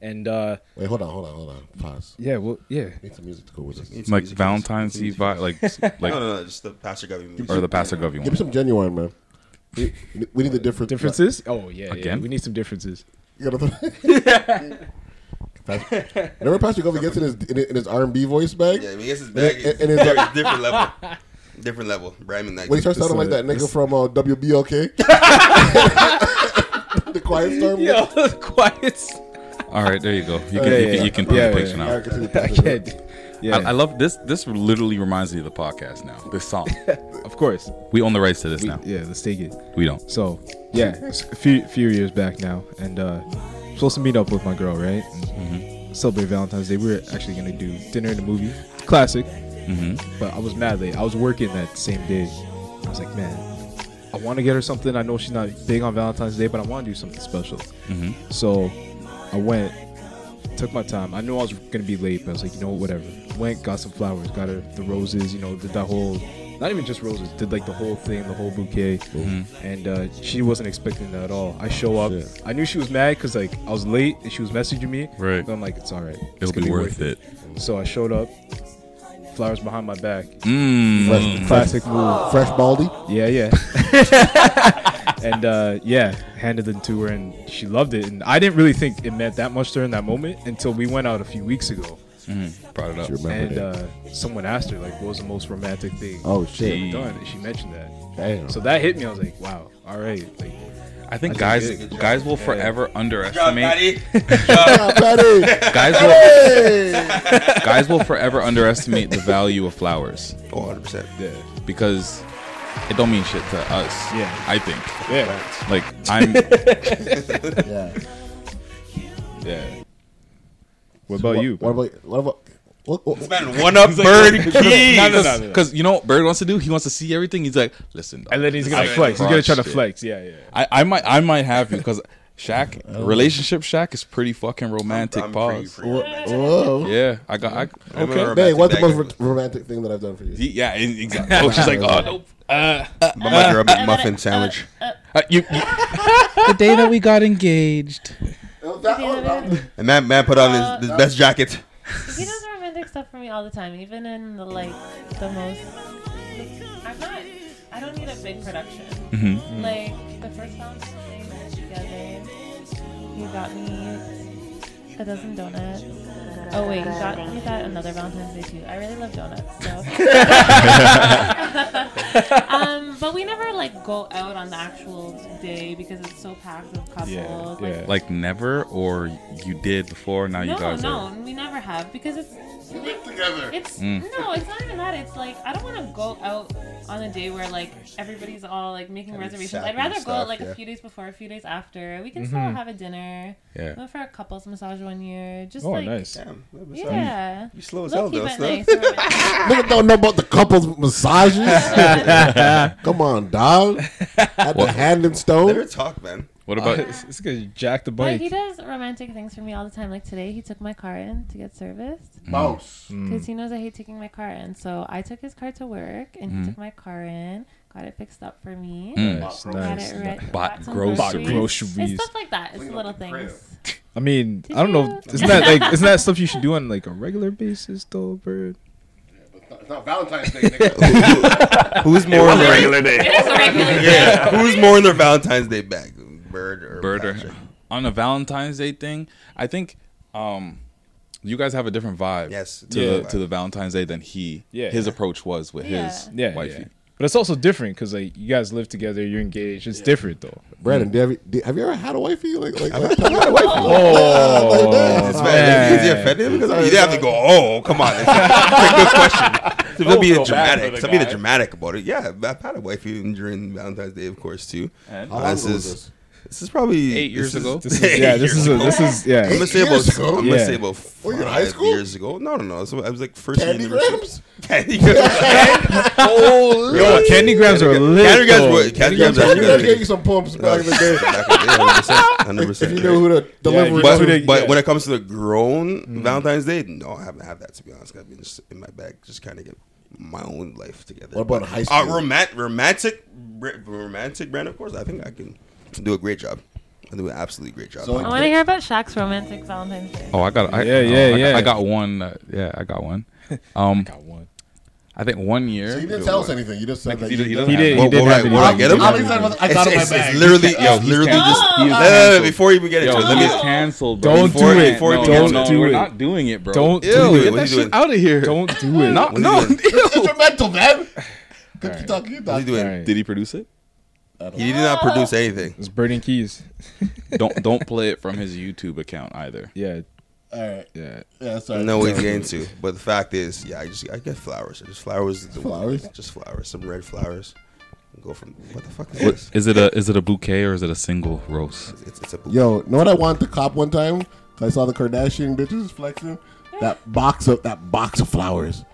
[SPEAKER 1] and uh,
[SPEAKER 4] Wait, hold on, hold on, hold on. Pause.
[SPEAKER 1] yeah, well, yeah,
[SPEAKER 4] Need some music to go with this.
[SPEAKER 3] Need some
[SPEAKER 2] Like
[SPEAKER 3] music.
[SPEAKER 2] Valentine's Eve, vibe, like like
[SPEAKER 3] no, no, no, just the Pastor Gubby music.
[SPEAKER 2] or the Pastor Govey
[SPEAKER 4] Give me
[SPEAKER 2] one.
[SPEAKER 4] some genuine, man. We we need the difference.
[SPEAKER 1] differences. Oh yeah, yeah,
[SPEAKER 2] Again?
[SPEAKER 1] we need some differences.
[SPEAKER 4] You gotta- Pas- Remember, Pastor Govey gets in his in, his R and B voice bag.
[SPEAKER 3] Yeah, I mean, this is
[SPEAKER 4] And-
[SPEAKER 3] back.
[SPEAKER 4] and- and his,
[SPEAKER 3] different,
[SPEAKER 4] uh,
[SPEAKER 3] different level. Different level. Brahmin that.
[SPEAKER 4] when he starts sounding like that nigga from uh, WBLK, the Quiet Storm.
[SPEAKER 1] Yo, quiet.
[SPEAKER 2] All right, there you go. You
[SPEAKER 1] Uh,
[SPEAKER 2] can
[SPEAKER 1] yeah,
[SPEAKER 2] you, can,
[SPEAKER 1] yeah.
[SPEAKER 2] you can put
[SPEAKER 1] Yeah,
[SPEAKER 2] the
[SPEAKER 1] yeah,
[SPEAKER 2] picture
[SPEAKER 1] yeah.
[SPEAKER 2] now.
[SPEAKER 4] I can see the
[SPEAKER 1] I
[SPEAKER 4] picture.
[SPEAKER 1] can't. Yeah,
[SPEAKER 2] I, I love this. This literally reminds me of the podcast now. This song.
[SPEAKER 1] of course.
[SPEAKER 2] we own the rights to this
[SPEAKER 1] We-
[SPEAKER 2] now.
[SPEAKER 1] Yeah, let's take it.
[SPEAKER 2] We don't.
[SPEAKER 1] So yeah, it's a few few years back now, and uh, I'm supposed to meet up with my girl, right? And Celebrate Valentine's Day. We were actually gonna do dinner and a movie, classic. But I was mad late. I was working that same day. I was like, man, I want to get her something. I know she's not big on Valentine's Day, but I want to do something special.
[SPEAKER 2] Mhm.
[SPEAKER 1] So I went, took my time. I knew I was gonna be late, but I was like, you know, what, whatever. Went, got some flowers, got her the roses. You know, did that whole, not even just roses, did like the whole thing, the whole bouquet.
[SPEAKER 2] Mm-hmm.
[SPEAKER 1] And uh, she wasn't expecting that at all. I show up. I knew she was mad because like I was late and she was messaging me.
[SPEAKER 2] Right.
[SPEAKER 1] But I'm like, it's all right. It's
[SPEAKER 2] It'll
[SPEAKER 1] gonna
[SPEAKER 2] be worth it.
[SPEAKER 1] So I showed up. Flowers behind my back.
[SPEAKER 2] Mm.
[SPEAKER 4] Fresh-
[SPEAKER 1] Classic move.
[SPEAKER 4] Fresh Baldy.
[SPEAKER 1] Yeah, yeah. and uh, yeah, handed them to her, and she loved it. And I didn't really think it meant that much to her in that moment until we went out a few weeks ago,
[SPEAKER 2] Mhm. Brought it up.
[SPEAKER 4] She remembered
[SPEAKER 1] and
[SPEAKER 4] it.
[SPEAKER 1] uh, someone asked her like, "What was the most romantic thing?"
[SPEAKER 4] Oh,
[SPEAKER 1] She
[SPEAKER 4] shit.
[SPEAKER 1] ever done, and she mentioned that.
[SPEAKER 4] Damn.
[SPEAKER 1] So that hit me. I was like, "Wow, all right." Like,
[SPEAKER 2] I think
[SPEAKER 1] I
[SPEAKER 2] guys
[SPEAKER 1] did good.
[SPEAKER 2] guys will
[SPEAKER 1] Yeah.
[SPEAKER 2] forever
[SPEAKER 3] Drop,
[SPEAKER 2] underestimate
[SPEAKER 3] Patty. Drop.
[SPEAKER 4] Patty.
[SPEAKER 2] guys will guys will forever underestimate the value of flowers
[SPEAKER 3] Oh, 100%.
[SPEAKER 1] Yeah.
[SPEAKER 2] because it don't mean shit to us.
[SPEAKER 1] Yeah.
[SPEAKER 2] I think.
[SPEAKER 1] Yeah.
[SPEAKER 2] Like I'm
[SPEAKER 4] Yeah.
[SPEAKER 2] yeah.
[SPEAKER 1] What about
[SPEAKER 4] What-
[SPEAKER 1] you?
[SPEAKER 4] What about what about
[SPEAKER 3] This man one up Bird Keys.
[SPEAKER 2] No, no, no. Because you know what Bird wants to do? He wants to see everything. He's like, listen.
[SPEAKER 1] And then he's gonna
[SPEAKER 2] I
[SPEAKER 1] flex. He's gonna try to
[SPEAKER 2] crushed it.
[SPEAKER 1] flex. Yeah, yeah.
[SPEAKER 2] I, I might I might have you because Shaq
[SPEAKER 1] Oh.
[SPEAKER 2] relationship Shaq is pretty fucking romantic.
[SPEAKER 4] I'm pretty
[SPEAKER 2] pause.
[SPEAKER 4] free romantic. Whoa.
[SPEAKER 2] Yeah, I got. I,
[SPEAKER 4] Okay. Dang, what's the most ro- romantic thing that I've done for you?
[SPEAKER 2] Yeah, and- exactly. Oh, she's like, oh, nope. Uh, uh,
[SPEAKER 3] My mother a
[SPEAKER 2] uh,
[SPEAKER 3] McMuffin sandwich.
[SPEAKER 2] Uh, you, the day that we got engaged.
[SPEAKER 3] And man, man put
[SPEAKER 2] uh,
[SPEAKER 3] on his, his best jacket.
[SPEAKER 9] Uh, He does romantic stuff for me all the time, even in the like the most. I'm not. I don't need a big production.
[SPEAKER 2] Mhm.
[SPEAKER 3] Mm-hmm.
[SPEAKER 2] Mm.
[SPEAKER 9] Like the first time we were together, he got me a dozen donuts. Oh wait, he got he got another Valentine's Day too. I really love donuts, so. um, but we never like go out on the actual day because it's so packed with couples.
[SPEAKER 2] Yeah,
[SPEAKER 9] like,
[SPEAKER 2] yeah. Like never, or you did before. Now you
[SPEAKER 9] no,
[SPEAKER 2] guys
[SPEAKER 9] no,
[SPEAKER 2] are.
[SPEAKER 9] we never have because it's like, together. It's
[SPEAKER 2] Mm.
[SPEAKER 9] no, it's not even that. It's like I don't want to go out on a day where like everybody's all like making
[SPEAKER 20] Having
[SPEAKER 9] reservations.
[SPEAKER 20] sappy
[SPEAKER 9] I'd rather go
[SPEAKER 20] stuff,
[SPEAKER 9] out like
[SPEAKER 20] yeah.
[SPEAKER 9] a few days before, a few days after. We can
[SPEAKER 20] Mhm.
[SPEAKER 2] Mm-hmm.
[SPEAKER 9] still have a dinner.
[SPEAKER 20] Yeah.
[SPEAKER 9] Went for a couples massage one year. Just
[SPEAKER 1] Oh,
[SPEAKER 9] like
[SPEAKER 1] nice.
[SPEAKER 3] Damn, that was-
[SPEAKER 9] yeah.
[SPEAKER 3] you slow as
[SPEAKER 9] Low
[SPEAKER 3] hell,
[SPEAKER 9] key
[SPEAKER 3] though,
[SPEAKER 9] but
[SPEAKER 3] still.
[SPEAKER 9] nice, romantic.
[SPEAKER 4] Nigga don't know about the couples massages. Come on, dog. At the hand and stone.
[SPEAKER 3] Never talk, man.
[SPEAKER 2] What
[SPEAKER 1] about- It's because you jacked the
[SPEAKER 9] Like
[SPEAKER 1] bike.
[SPEAKER 9] he does romantic things for me all the time. Like today, he took my car in to get serviced.
[SPEAKER 4] Mouse.
[SPEAKER 9] Because he knows I hate taking my car in, so I took his car to work, and
[SPEAKER 2] Mm.
[SPEAKER 9] he took my car in, got it fixed up for me,
[SPEAKER 2] Mm.
[SPEAKER 1] Nice,
[SPEAKER 9] got
[SPEAKER 1] nice.
[SPEAKER 9] it re-
[SPEAKER 2] Bought
[SPEAKER 9] some
[SPEAKER 2] groceries. Bought
[SPEAKER 1] groceries.
[SPEAKER 9] It's stuff like that. It's little things.
[SPEAKER 1] I mean, I don't know. Isn't that like isn't that stuff you should do on like a regular basis though, Bird?
[SPEAKER 4] It's not Valentine's Day.
[SPEAKER 1] nigga.
[SPEAKER 3] Who's more
[SPEAKER 1] It
[SPEAKER 3] in
[SPEAKER 1] was a
[SPEAKER 3] their-
[SPEAKER 1] regular day. It is a regular day.
[SPEAKER 3] Yeah. Who's more in their Valentine's Day bag? Bird or
[SPEAKER 2] Bird or-
[SPEAKER 3] Patrick?
[SPEAKER 2] on a Valentine's Day thing. I think um, you guys have a different vibe.
[SPEAKER 3] Yes,
[SPEAKER 2] to
[SPEAKER 1] Yeah.
[SPEAKER 2] the, to the Valentine's Day than he.
[SPEAKER 1] Yeah.
[SPEAKER 2] his approach was with his
[SPEAKER 1] yeah,
[SPEAKER 2] wifey.
[SPEAKER 1] yeah. But it's also different because like you guys live together, you're engaged. It's different though.
[SPEAKER 4] Brandon, do you ever, do, have you ever had a wifey? Like, like, like
[SPEAKER 1] Oh,
[SPEAKER 3] It's bad. Is he offended? Because you have to go. Oh, come on. It's a good question. So
[SPEAKER 1] Oh,
[SPEAKER 2] Don't
[SPEAKER 3] we'll be
[SPEAKER 2] feel bad for
[SPEAKER 3] dramatic.
[SPEAKER 2] the
[SPEAKER 3] So being
[SPEAKER 2] guy.
[SPEAKER 3] dramatic about it. Yeah, I've had a wife even during Valentine's Day, of course, too.
[SPEAKER 2] And?
[SPEAKER 3] Uh,
[SPEAKER 2] How long
[SPEAKER 3] this is
[SPEAKER 2] ago was
[SPEAKER 3] this? is probably
[SPEAKER 2] Eight years
[SPEAKER 3] this is-
[SPEAKER 2] ago?
[SPEAKER 1] This is- yeah,
[SPEAKER 3] Eight
[SPEAKER 1] this is
[SPEAKER 3] years
[SPEAKER 1] a-
[SPEAKER 3] ago.
[SPEAKER 1] this is- yeah.
[SPEAKER 3] I'm gonna say
[SPEAKER 1] Eight
[SPEAKER 3] about.
[SPEAKER 1] years ago?
[SPEAKER 3] I'm gonna
[SPEAKER 1] Yeah.
[SPEAKER 3] say about
[SPEAKER 4] Were you in
[SPEAKER 3] five
[SPEAKER 4] high school?
[SPEAKER 3] years ago. No, no, no. So I was like first year
[SPEAKER 4] Candy
[SPEAKER 3] university.
[SPEAKER 4] grams?
[SPEAKER 3] Candy grams.
[SPEAKER 4] Holy.
[SPEAKER 1] Yo, candy grams are lit.
[SPEAKER 3] Candy grams
[SPEAKER 1] though.
[SPEAKER 3] were- candy grams
[SPEAKER 4] You
[SPEAKER 3] actually got
[SPEAKER 4] gotta
[SPEAKER 3] a
[SPEAKER 4] get
[SPEAKER 3] big-
[SPEAKER 4] you some pumps
[SPEAKER 3] No,
[SPEAKER 4] back in the day.
[SPEAKER 3] exactly. Yeah, 100%, 100%.
[SPEAKER 4] If you know who the Mm-hmm. delivery
[SPEAKER 3] but,
[SPEAKER 4] was.
[SPEAKER 3] but
[SPEAKER 4] Yeah.
[SPEAKER 3] when it comes to the grown
[SPEAKER 1] Mm-hmm.
[SPEAKER 3] Valentine's Day, no, I haven't had that to be honest. I've been just in my bag, just kind of get my own life together.
[SPEAKER 4] What about
[SPEAKER 3] But,
[SPEAKER 4] high school?
[SPEAKER 3] Uh, romantic, romantic, romantic brand, of course. I think I can do a great job. I do an absolutely great job.
[SPEAKER 4] So-
[SPEAKER 9] I want to hear about Shaq's romantic Valentine's Day.
[SPEAKER 2] Oh, I got. I,
[SPEAKER 1] Yeah,
[SPEAKER 2] oh,
[SPEAKER 1] yeah,
[SPEAKER 2] I got-
[SPEAKER 1] yeah.
[SPEAKER 2] I got one. Uh, yeah, I got one. Um, I got one. I think one year.
[SPEAKER 4] So you didn't tell us anything. You just said that
[SPEAKER 2] he,
[SPEAKER 4] you
[SPEAKER 2] did- he
[SPEAKER 4] did-
[SPEAKER 2] doesn't
[SPEAKER 4] He
[SPEAKER 2] have
[SPEAKER 4] did-
[SPEAKER 2] it.
[SPEAKER 4] he did
[SPEAKER 2] What- what
[SPEAKER 4] have
[SPEAKER 2] would
[SPEAKER 4] it.
[SPEAKER 2] I- what
[SPEAKER 4] I
[SPEAKER 2] would I get
[SPEAKER 4] did-
[SPEAKER 2] him?
[SPEAKER 4] I was like, I got it in my
[SPEAKER 2] It's-
[SPEAKER 4] bag.
[SPEAKER 2] it's literally,
[SPEAKER 4] Yo,
[SPEAKER 2] yo,
[SPEAKER 4] he's
[SPEAKER 2] literally
[SPEAKER 4] canceled.
[SPEAKER 2] just.
[SPEAKER 4] Oh,
[SPEAKER 2] he's
[SPEAKER 4] oh,
[SPEAKER 2] canceled.
[SPEAKER 4] oh.
[SPEAKER 3] before you even get
[SPEAKER 2] yo,
[SPEAKER 3] into
[SPEAKER 2] let me
[SPEAKER 3] it.
[SPEAKER 2] it's canceled. Bro.
[SPEAKER 1] Don't
[SPEAKER 2] before,
[SPEAKER 1] do it.
[SPEAKER 2] Before we
[SPEAKER 1] Don't
[SPEAKER 2] no,
[SPEAKER 1] do
[SPEAKER 2] we're
[SPEAKER 1] it.
[SPEAKER 2] not doing it, bro.
[SPEAKER 1] Don't do it.
[SPEAKER 2] Ew, Get
[SPEAKER 1] What
[SPEAKER 2] that
[SPEAKER 1] are you
[SPEAKER 2] shit
[SPEAKER 1] doing?
[SPEAKER 2] out of here.
[SPEAKER 1] Don't do it.
[SPEAKER 2] No, no.
[SPEAKER 4] It's instrumental, man. Good to talk to you,
[SPEAKER 3] What
[SPEAKER 4] dog.
[SPEAKER 3] you doing?
[SPEAKER 2] Did he produce it?
[SPEAKER 3] He did not produce anything.
[SPEAKER 1] It's Bird and Keys.
[SPEAKER 2] don't don't play it from his YouTube account either.
[SPEAKER 1] Yeah.
[SPEAKER 4] All right.
[SPEAKER 1] Yeah.
[SPEAKER 4] Yeah, sorry.
[SPEAKER 3] No way to get into. But the fact is, yeah, I just I get flowers. Just flowers. Flowers. Just flowers. Some red flowers. Go from what the fuck is this?
[SPEAKER 2] Is it a is it a bouquet or is it a single rose?
[SPEAKER 3] It's, it's a
[SPEAKER 4] Yo, know what I want the cop one time? 'Cause I saw the Kardashian bitches flexing that box of that box of flowers.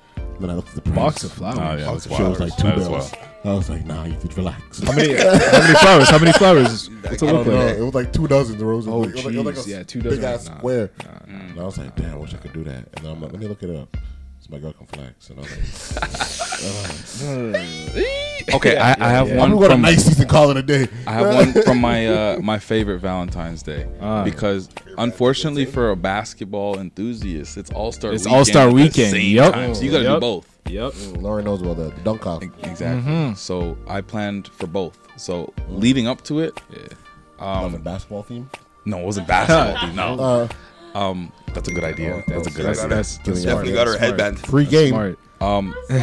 [SPEAKER 4] Then I looked at the price.
[SPEAKER 1] Box of flowers?
[SPEAKER 2] Oh, yeah,
[SPEAKER 4] box
[SPEAKER 2] that's
[SPEAKER 4] of flowers. was
[SPEAKER 2] wild.
[SPEAKER 4] like two
[SPEAKER 2] That is
[SPEAKER 4] bills. I was like, nah, you could relax.
[SPEAKER 1] How many- how many flowers? How many flowers? What's
[SPEAKER 4] I
[SPEAKER 1] it
[SPEAKER 4] don't
[SPEAKER 1] look
[SPEAKER 4] know.
[SPEAKER 1] like?
[SPEAKER 4] It was like two dozen roses.
[SPEAKER 1] Oh,
[SPEAKER 4] It was like- it was like
[SPEAKER 1] jeez.
[SPEAKER 4] a
[SPEAKER 1] Yeah, two dozen.
[SPEAKER 4] Big ass
[SPEAKER 1] Nah,
[SPEAKER 4] square. And I was like, damn, I wish I could do that. And then I'm like, let me look it up. So my girl can flex. And I was like,
[SPEAKER 2] Okay, I, I have one.
[SPEAKER 4] I'm going to
[SPEAKER 2] from-
[SPEAKER 4] Macy's and call it a day.
[SPEAKER 2] I have one from my uh, my favorite Valentine's Day
[SPEAKER 1] Ah.
[SPEAKER 2] because unfortunately for a basketball enthusiast, it's All Star.
[SPEAKER 1] It's All-Star Weekend,
[SPEAKER 2] Same
[SPEAKER 1] yup.
[SPEAKER 2] time, so you got to do
[SPEAKER 1] Yup.
[SPEAKER 2] both.
[SPEAKER 1] Yep.
[SPEAKER 4] Lauren knows about that. Dunk off.
[SPEAKER 2] Exactly.
[SPEAKER 1] Mhm.
[SPEAKER 2] So I planned for both. So leading up to it,
[SPEAKER 4] Um,
[SPEAKER 2] um,
[SPEAKER 4] basketball theme?
[SPEAKER 2] no, it wasn't basketball. dude, no.
[SPEAKER 4] Uh, Oh,
[SPEAKER 2] Um, that's a good idea. That's a good
[SPEAKER 3] That's-
[SPEAKER 2] idea.
[SPEAKER 3] that's- that's Definitely got her
[SPEAKER 2] Smart.
[SPEAKER 3] headband.
[SPEAKER 4] Free That's game. smart.
[SPEAKER 2] Um,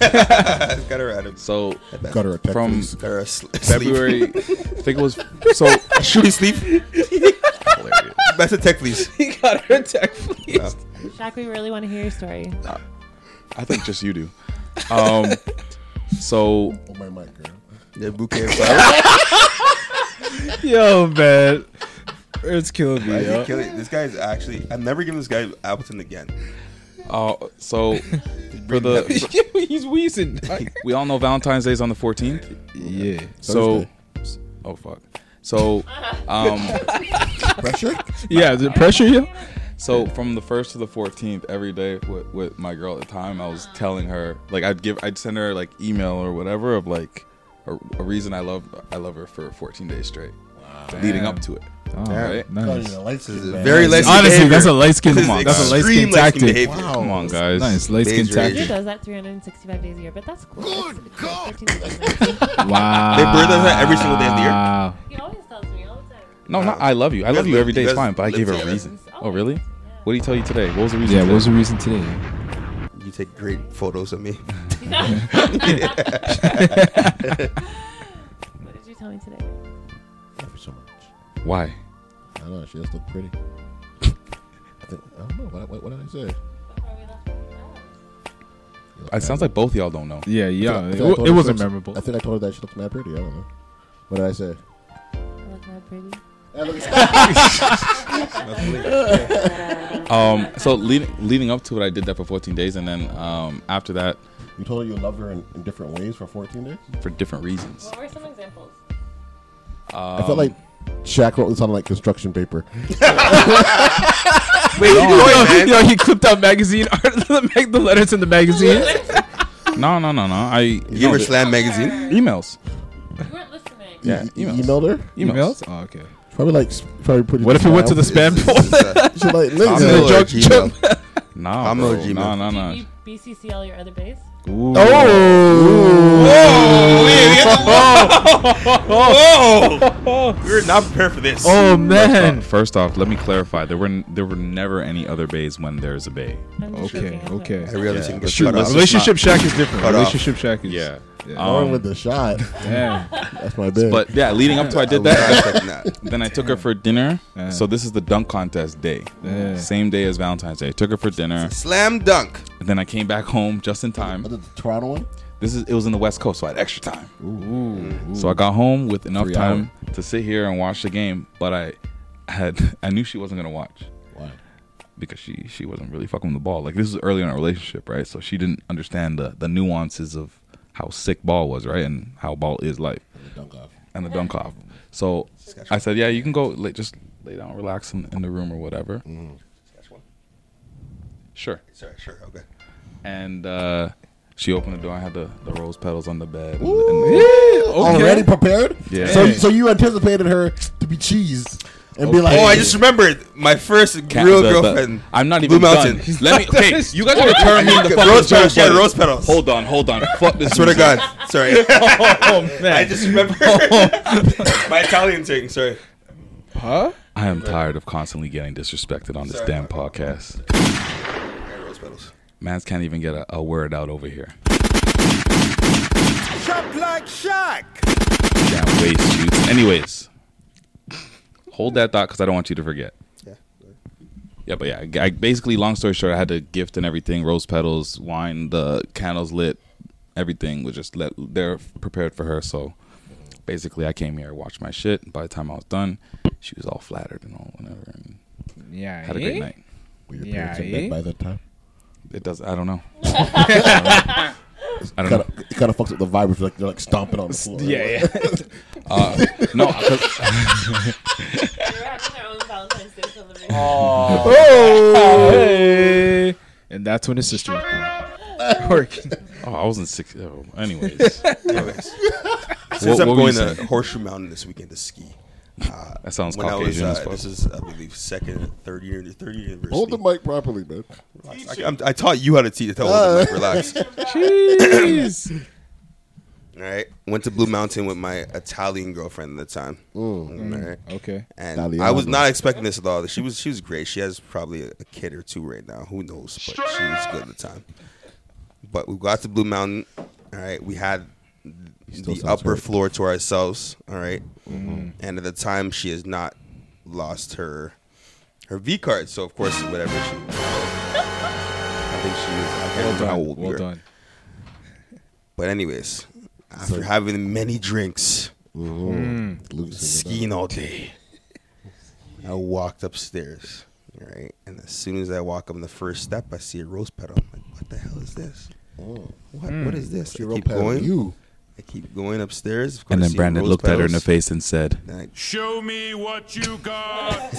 [SPEAKER 3] got her at him.
[SPEAKER 2] so
[SPEAKER 4] Got her a text
[SPEAKER 2] from
[SPEAKER 4] message.
[SPEAKER 3] Got her a sl-
[SPEAKER 2] February, I
[SPEAKER 3] sleep.
[SPEAKER 2] think it was so.
[SPEAKER 3] Should he sleep? That's a tech, please.
[SPEAKER 2] He got her tech, please.
[SPEAKER 9] Shaq, we really want to hear your story.
[SPEAKER 2] I think just you do. Um, so
[SPEAKER 4] Oh, my mic, girl.
[SPEAKER 3] Yeah, bouquet of flowers.
[SPEAKER 1] Yo, man. It's killing me.
[SPEAKER 3] Why is he
[SPEAKER 1] Yo.
[SPEAKER 3] killing- This guy is actually. I'm never giving this guy Appleton again.
[SPEAKER 2] Uh, so for the
[SPEAKER 20] he's wheezing.
[SPEAKER 2] we all know Valentine's Day is on the 14th. Yeah. So, oh fuck. So, um,
[SPEAKER 1] Pressure? Yeah, is it pressure, yeah?
[SPEAKER 2] So from the first to the 14th, every day with, with my girl at the time, I was telling her like I'd give, I'd send her like email or whatever of like a, a reason I love, I love her for 14 days straight, leading up to it.
[SPEAKER 1] Oh,
[SPEAKER 2] right?
[SPEAKER 1] nice.
[SPEAKER 3] Very light
[SPEAKER 1] Honestly, that's a light skin.
[SPEAKER 2] skin.
[SPEAKER 1] Come on, that's a light skin tactic.
[SPEAKER 2] Come on, guys.
[SPEAKER 1] Nice light skin
[SPEAKER 9] He
[SPEAKER 1] tactic.
[SPEAKER 9] does that 365 days a year, but that's cool. Good God.
[SPEAKER 2] Wow.
[SPEAKER 3] They birth us every single day of the year.
[SPEAKER 9] He always tells me all the time.
[SPEAKER 2] No, not I love you. I
[SPEAKER 3] You
[SPEAKER 2] love
[SPEAKER 3] guys
[SPEAKER 2] you every
[SPEAKER 3] live-
[SPEAKER 2] day.
[SPEAKER 3] you
[SPEAKER 2] It's
[SPEAKER 3] guys
[SPEAKER 2] fine, but I
[SPEAKER 3] live
[SPEAKER 2] gave her a
[SPEAKER 3] together.
[SPEAKER 2] reason. Oh, really? What did he tell you today? What was the reason?
[SPEAKER 20] Yeah, what
[SPEAKER 2] today?
[SPEAKER 20] was the reason today?
[SPEAKER 3] You take great photos of me.
[SPEAKER 9] What did you tell me today?
[SPEAKER 11] Thank you so much.
[SPEAKER 2] Why?
[SPEAKER 11] I don't know. She just looked pretty. I think I don't know. What, what, what did I say?
[SPEAKER 2] It sounds like both y'all don't know.
[SPEAKER 1] Yeah,
[SPEAKER 11] I
[SPEAKER 1] yeah.
[SPEAKER 11] think- Oh. I think I
[SPEAKER 1] It,
[SPEAKER 11] told
[SPEAKER 1] it
[SPEAKER 11] her
[SPEAKER 1] wasn't
[SPEAKER 11] first-
[SPEAKER 1] memorable.
[SPEAKER 11] I think I told her that she looked mad pretty. I don't know. What did I say?
[SPEAKER 9] I look not pretty.
[SPEAKER 2] Um, so leading leading up to it, I did that for 14 days, and then um, after that,
[SPEAKER 11] You told her you loved her in, in different ways for 14 days.
[SPEAKER 2] for different reasons. Um,
[SPEAKER 9] What were some examples?
[SPEAKER 11] I
[SPEAKER 1] Um,
[SPEAKER 11] felt like Shaq wrote this on like construction paper.
[SPEAKER 1] Wait,
[SPEAKER 2] No.
[SPEAKER 1] yo, yo, he clipped out magazine art, the, mag- the letters in the magazine.
[SPEAKER 2] No, no, no, no. I
[SPEAKER 3] You gave her Slam magazine
[SPEAKER 2] emails. You weren't listening. Yeah,
[SPEAKER 11] You
[SPEAKER 2] emails.
[SPEAKER 11] E- emailed her.
[SPEAKER 1] Emails? Oh, okay.
[SPEAKER 11] Probably like s- probably pretty.
[SPEAKER 1] What if it went to the spam folder?
[SPEAKER 11] She's like,
[SPEAKER 1] I'm
[SPEAKER 11] nigga,
[SPEAKER 1] a
[SPEAKER 3] or
[SPEAKER 1] joke-
[SPEAKER 3] Gmail?
[SPEAKER 1] joke-
[SPEAKER 2] No,
[SPEAKER 3] I'm
[SPEAKER 2] bro,
[SPEAKER 3] a Gmail.
[SPEAKER 2] no, no,
[SPEAKER 9] Did
[SPEAKER 2] no.
[SPEAKER 9] you BCCL your other base? Oh,
[SPEAKER 1] Ooh.
[SPEAKER 2] Oh.
[SPEAKER 3] Whoa! We were not prepared for this.
[SPEAKER 1] Oh
[SPEAKER 2] First
[SPEAKER 1] man.
[SPEAKER 2] off, first off, let me clarify. There were n- there were never any other bays when there's a bay.
[SPEAKER 1] Okay, okay.
[SPEAKER 3] I realized
[SPEAKER 2] Yeah.
[SPEAKER 3] you can
[SPEAKER 2] Let's
[SPEAKER 3] get
[SPEAKER 2] shoot-
[SPEAKER 3] cut off.
[SPEAKER 2] let's
[SPEAKER 1] Relationship
[SPEAKER 2] just not-
[SPEAKER 1] shack is different.
[SPEAKER 3] Cut off.
[SPEAKER 1] Relationship shack is
[SPEAKER 2] Yeah.
[SPEAKER 11] going
[SPEAKER 2] Um,
[SPEAKER 11] with the shot.
[SPEAKER 1] Damn.
[SPEAKER 11] That's my bad.
[SPEAKER 2] but yeah, leading up to I did
[SPEAKER 3] I was
[SPEAKER 2] that.
[SPEAKER 3] not expecting that.
[SPEAKER 2] then I took her for dinner. So this is the dunk contest day.
[SPEAKER 1] Yeah.
[SPEAKER 2] Same day as Valentine's Day. I took her for dinner.
[SPEAKER 3] Slam dunk.
[SPEAKER 2] And then I came back home just in time.
[SPEAKER 11] the Toronto one.
[SPEAKER 2] This is it was in the West Coast, so I had extra time. So I got home with enough
[SPEAKER 11] Three
[SPEAKER 2] time to sit here and watch the game, but I had I knew she wasn't gonna watch
[SPEAKER 11] Why?
[SPEAKER 2] because she she wasn't really fucking with the ball. Like this was early in our relationship, right? So she didn't understand the the nuances of how sick ball was, right, and how ball is life
[SPEAKER 11] Dunk off.
[SPEAKER 2] and the dunk off. So I said, yeah, you can go like, just lay down, relax in, in the room or whatever.
[SPEAKER 11] Mm.
[SPEAKER 2] Sure.
[SPEAKER 3] Sorry, sure, okay.
[SPEAKER 2] And uh, she opened the door. I had the, the rose petals on the bed. And,
[SPEAKER 11] Ooh.
[SPEAKER 2] and-
[SPEAKER 11] Already prepared?
[SPEAKER 2] Yeah.
[SPEAKER 11] So,
[SPEAKER 2] Hey.
[SPEAKER 11] so you anticipated her to be cheesed and be like,
[SPEAKER 3] oh, I just remembered my first
[SPEAKER 2] Cat-
[SPEAKER 3] real
[SPEAKER 2] the- the-
[SPEAKER 3] girlfriend.
[SPEAKER 2] I'm not
[SPEAKER 3] Blue
[SPEAKER 2] even
[SPEAKER 3] Mountain.
[SPEAKER 2] done. Let me. Okay, you guys are turn me the fucking
[SPEAKER 3] Rose petals, yeah,
[SPEAKER 2] buddy.
[SPEAKER 3] rose petals.
[SPEAKER 2] Hold on, hold on. Fuck this.
[SPEAKER 3] Swear to God. Sorry.
[SPEAKER 2] Oh man. Oh.
[SPEAKER 3] I just remembered my Italian thing. Sorry.
[SPEAKER 2] I am tired of constantly getting disrespected on this damn podcast.
[SPEAKER 3] Yeah, rose petals.
[SPEAKER 2] Mans can't even get a, a word out over here.
[SPEAKER 10] Shop like Shaq.
[SPEAKER 2] Damn waste shoots. Anyways, hold that thought because I don't want you to forget.
[SPEAKER 3] Yeah.
[SPEAKER 2] Yeah, but yeah, I, I- basically, long story short, I had the gift and everything, rose petals, wine, the candles lit, everything was just let they're prepared for her. So basically, I came here, I watched my shit. By the time I was done, she was all flattered and all whatever, and
[SPEAKER 20] Yeah. eh?
[SPEAKER 2] had a great night.
[SPEAKER 11] Were your
[SPEAKER 20] Yeah,
[SPEAKER 11] parents in bed
[SPEAKER 20] eh?
[SPEAKER 11] by that time?
[SPEAKER 2] It does. I don't know. I don't
[SPEAKER 11] Kind
[SPEAKER 2] know.
[SPEAKER 11] of, it kind of fucks up the vibe. If you're like they're like stomping on the floor.
[SPEAKER 20] Yeah, yeah.
[SPEAKER 2] Uh, no, 'cause-
[SPEAKER 9] They were having their own Valentine's Day celebration.
[SPEAKER 1] Oh. Hey. And that's when his sister was born. Working.
[SPEAKER 2] oh, I wasn't six. Oh, anyways,
[SPEAKER 3] Since
[SPEAKER 2] what
[SPEAKER 3] I'm
[SPEAKER 2] were
[SPEAKER 3] going
[SPEAKER 2] you
[SPEAKER 3] to
[SPEAKER 2] saying?
[SPEAKER 3] Horseshoe Mountain this weekend to ski. Uh,
[SPEAKER 2] That sounds
[SPEAKER 3] when
[SPEAKER 2] Caucasian
[SPEAKER 3] I
[SPEAKER 2] as
[SPEAKER 3] was, uh,
[SPEAKER 2] fuck.
[SPEAKER 3] This is, I believe, second, or third year, third year university.
[SPEAKER 11] Hold the mic properly, man.
[SPEAKER 3] Relax. I, I'm, I taught you how to teach. Hold the mic. Relax.
[SPEAKER 1] Jeez.
[SPEAKER 3] All right. Went to Blue Mountain with my Italian girlfriend at the time. All right.
[SPEAKER 1] Mm. Okay.
[SPEAKER 3] And
[SPEAKER 11] Italiano.
[SPEAKER 3] I was not expecting this at all. She was she was great. She has probably a, a kid or two right now. Who knows? But she was good at the time. But we got to Blue Mountain. All right. We had
[SPEAKER 11] still
[SPEAKER 3] the
[SPEAKER 11] sounds
[SPEAKER 3] upper
[SPEAKER 11] hurt.
[SPEAKER 3] floor to ourselves. All right?
[SPEAKER 1] Mm-hmm.
[SPEAKER 3] And at the time, she has not lost her her V card. So of course, whatever she. I think she was. I can't remember how old we
[SPEAKER 1] Well
[SPEAKER 3] were.
[SPEAKER 1] done.
[SPEAKER 3] But anyways, after having many drinks,
[SPEAKER 1] Mm-hmm.
[SPEAKER 2] Mm.
[SPEAKER 11] Losing it up.
[SPEAKER 3] skiing all day, I walked upstairs, right, and As soon as I walk up the first step, I see a rose petal. I'm like, what the hell is this? What
[SPEAKER 4] Hmm.
[SPEAKER 3] what is this?
[SPEAKER 4] She
[SPEAKER 3] I
[SPEAKER 4] rose
[SPEAKER 3] keep
[SPEAKER 4] petal
[SPEAKER 3] going.
[SPEAKER 4] you.
[SPEAKER 3] I keep going upstairs. Of course,
[SPEAKER 2] Mm. And
[SPEAKER 3] I
[SPEAKER 2] then
[SPEAKER 3] see
[SPEAKER 2] Brandon
[SPEAKER 3] rose
[SPEAKER 2] looked at her in the
[SPEAKER 3] petals.
[SPEAKER 2] face and said,
[SPEAKER 3] And I-
[SPEAKER 19] Show me what you got.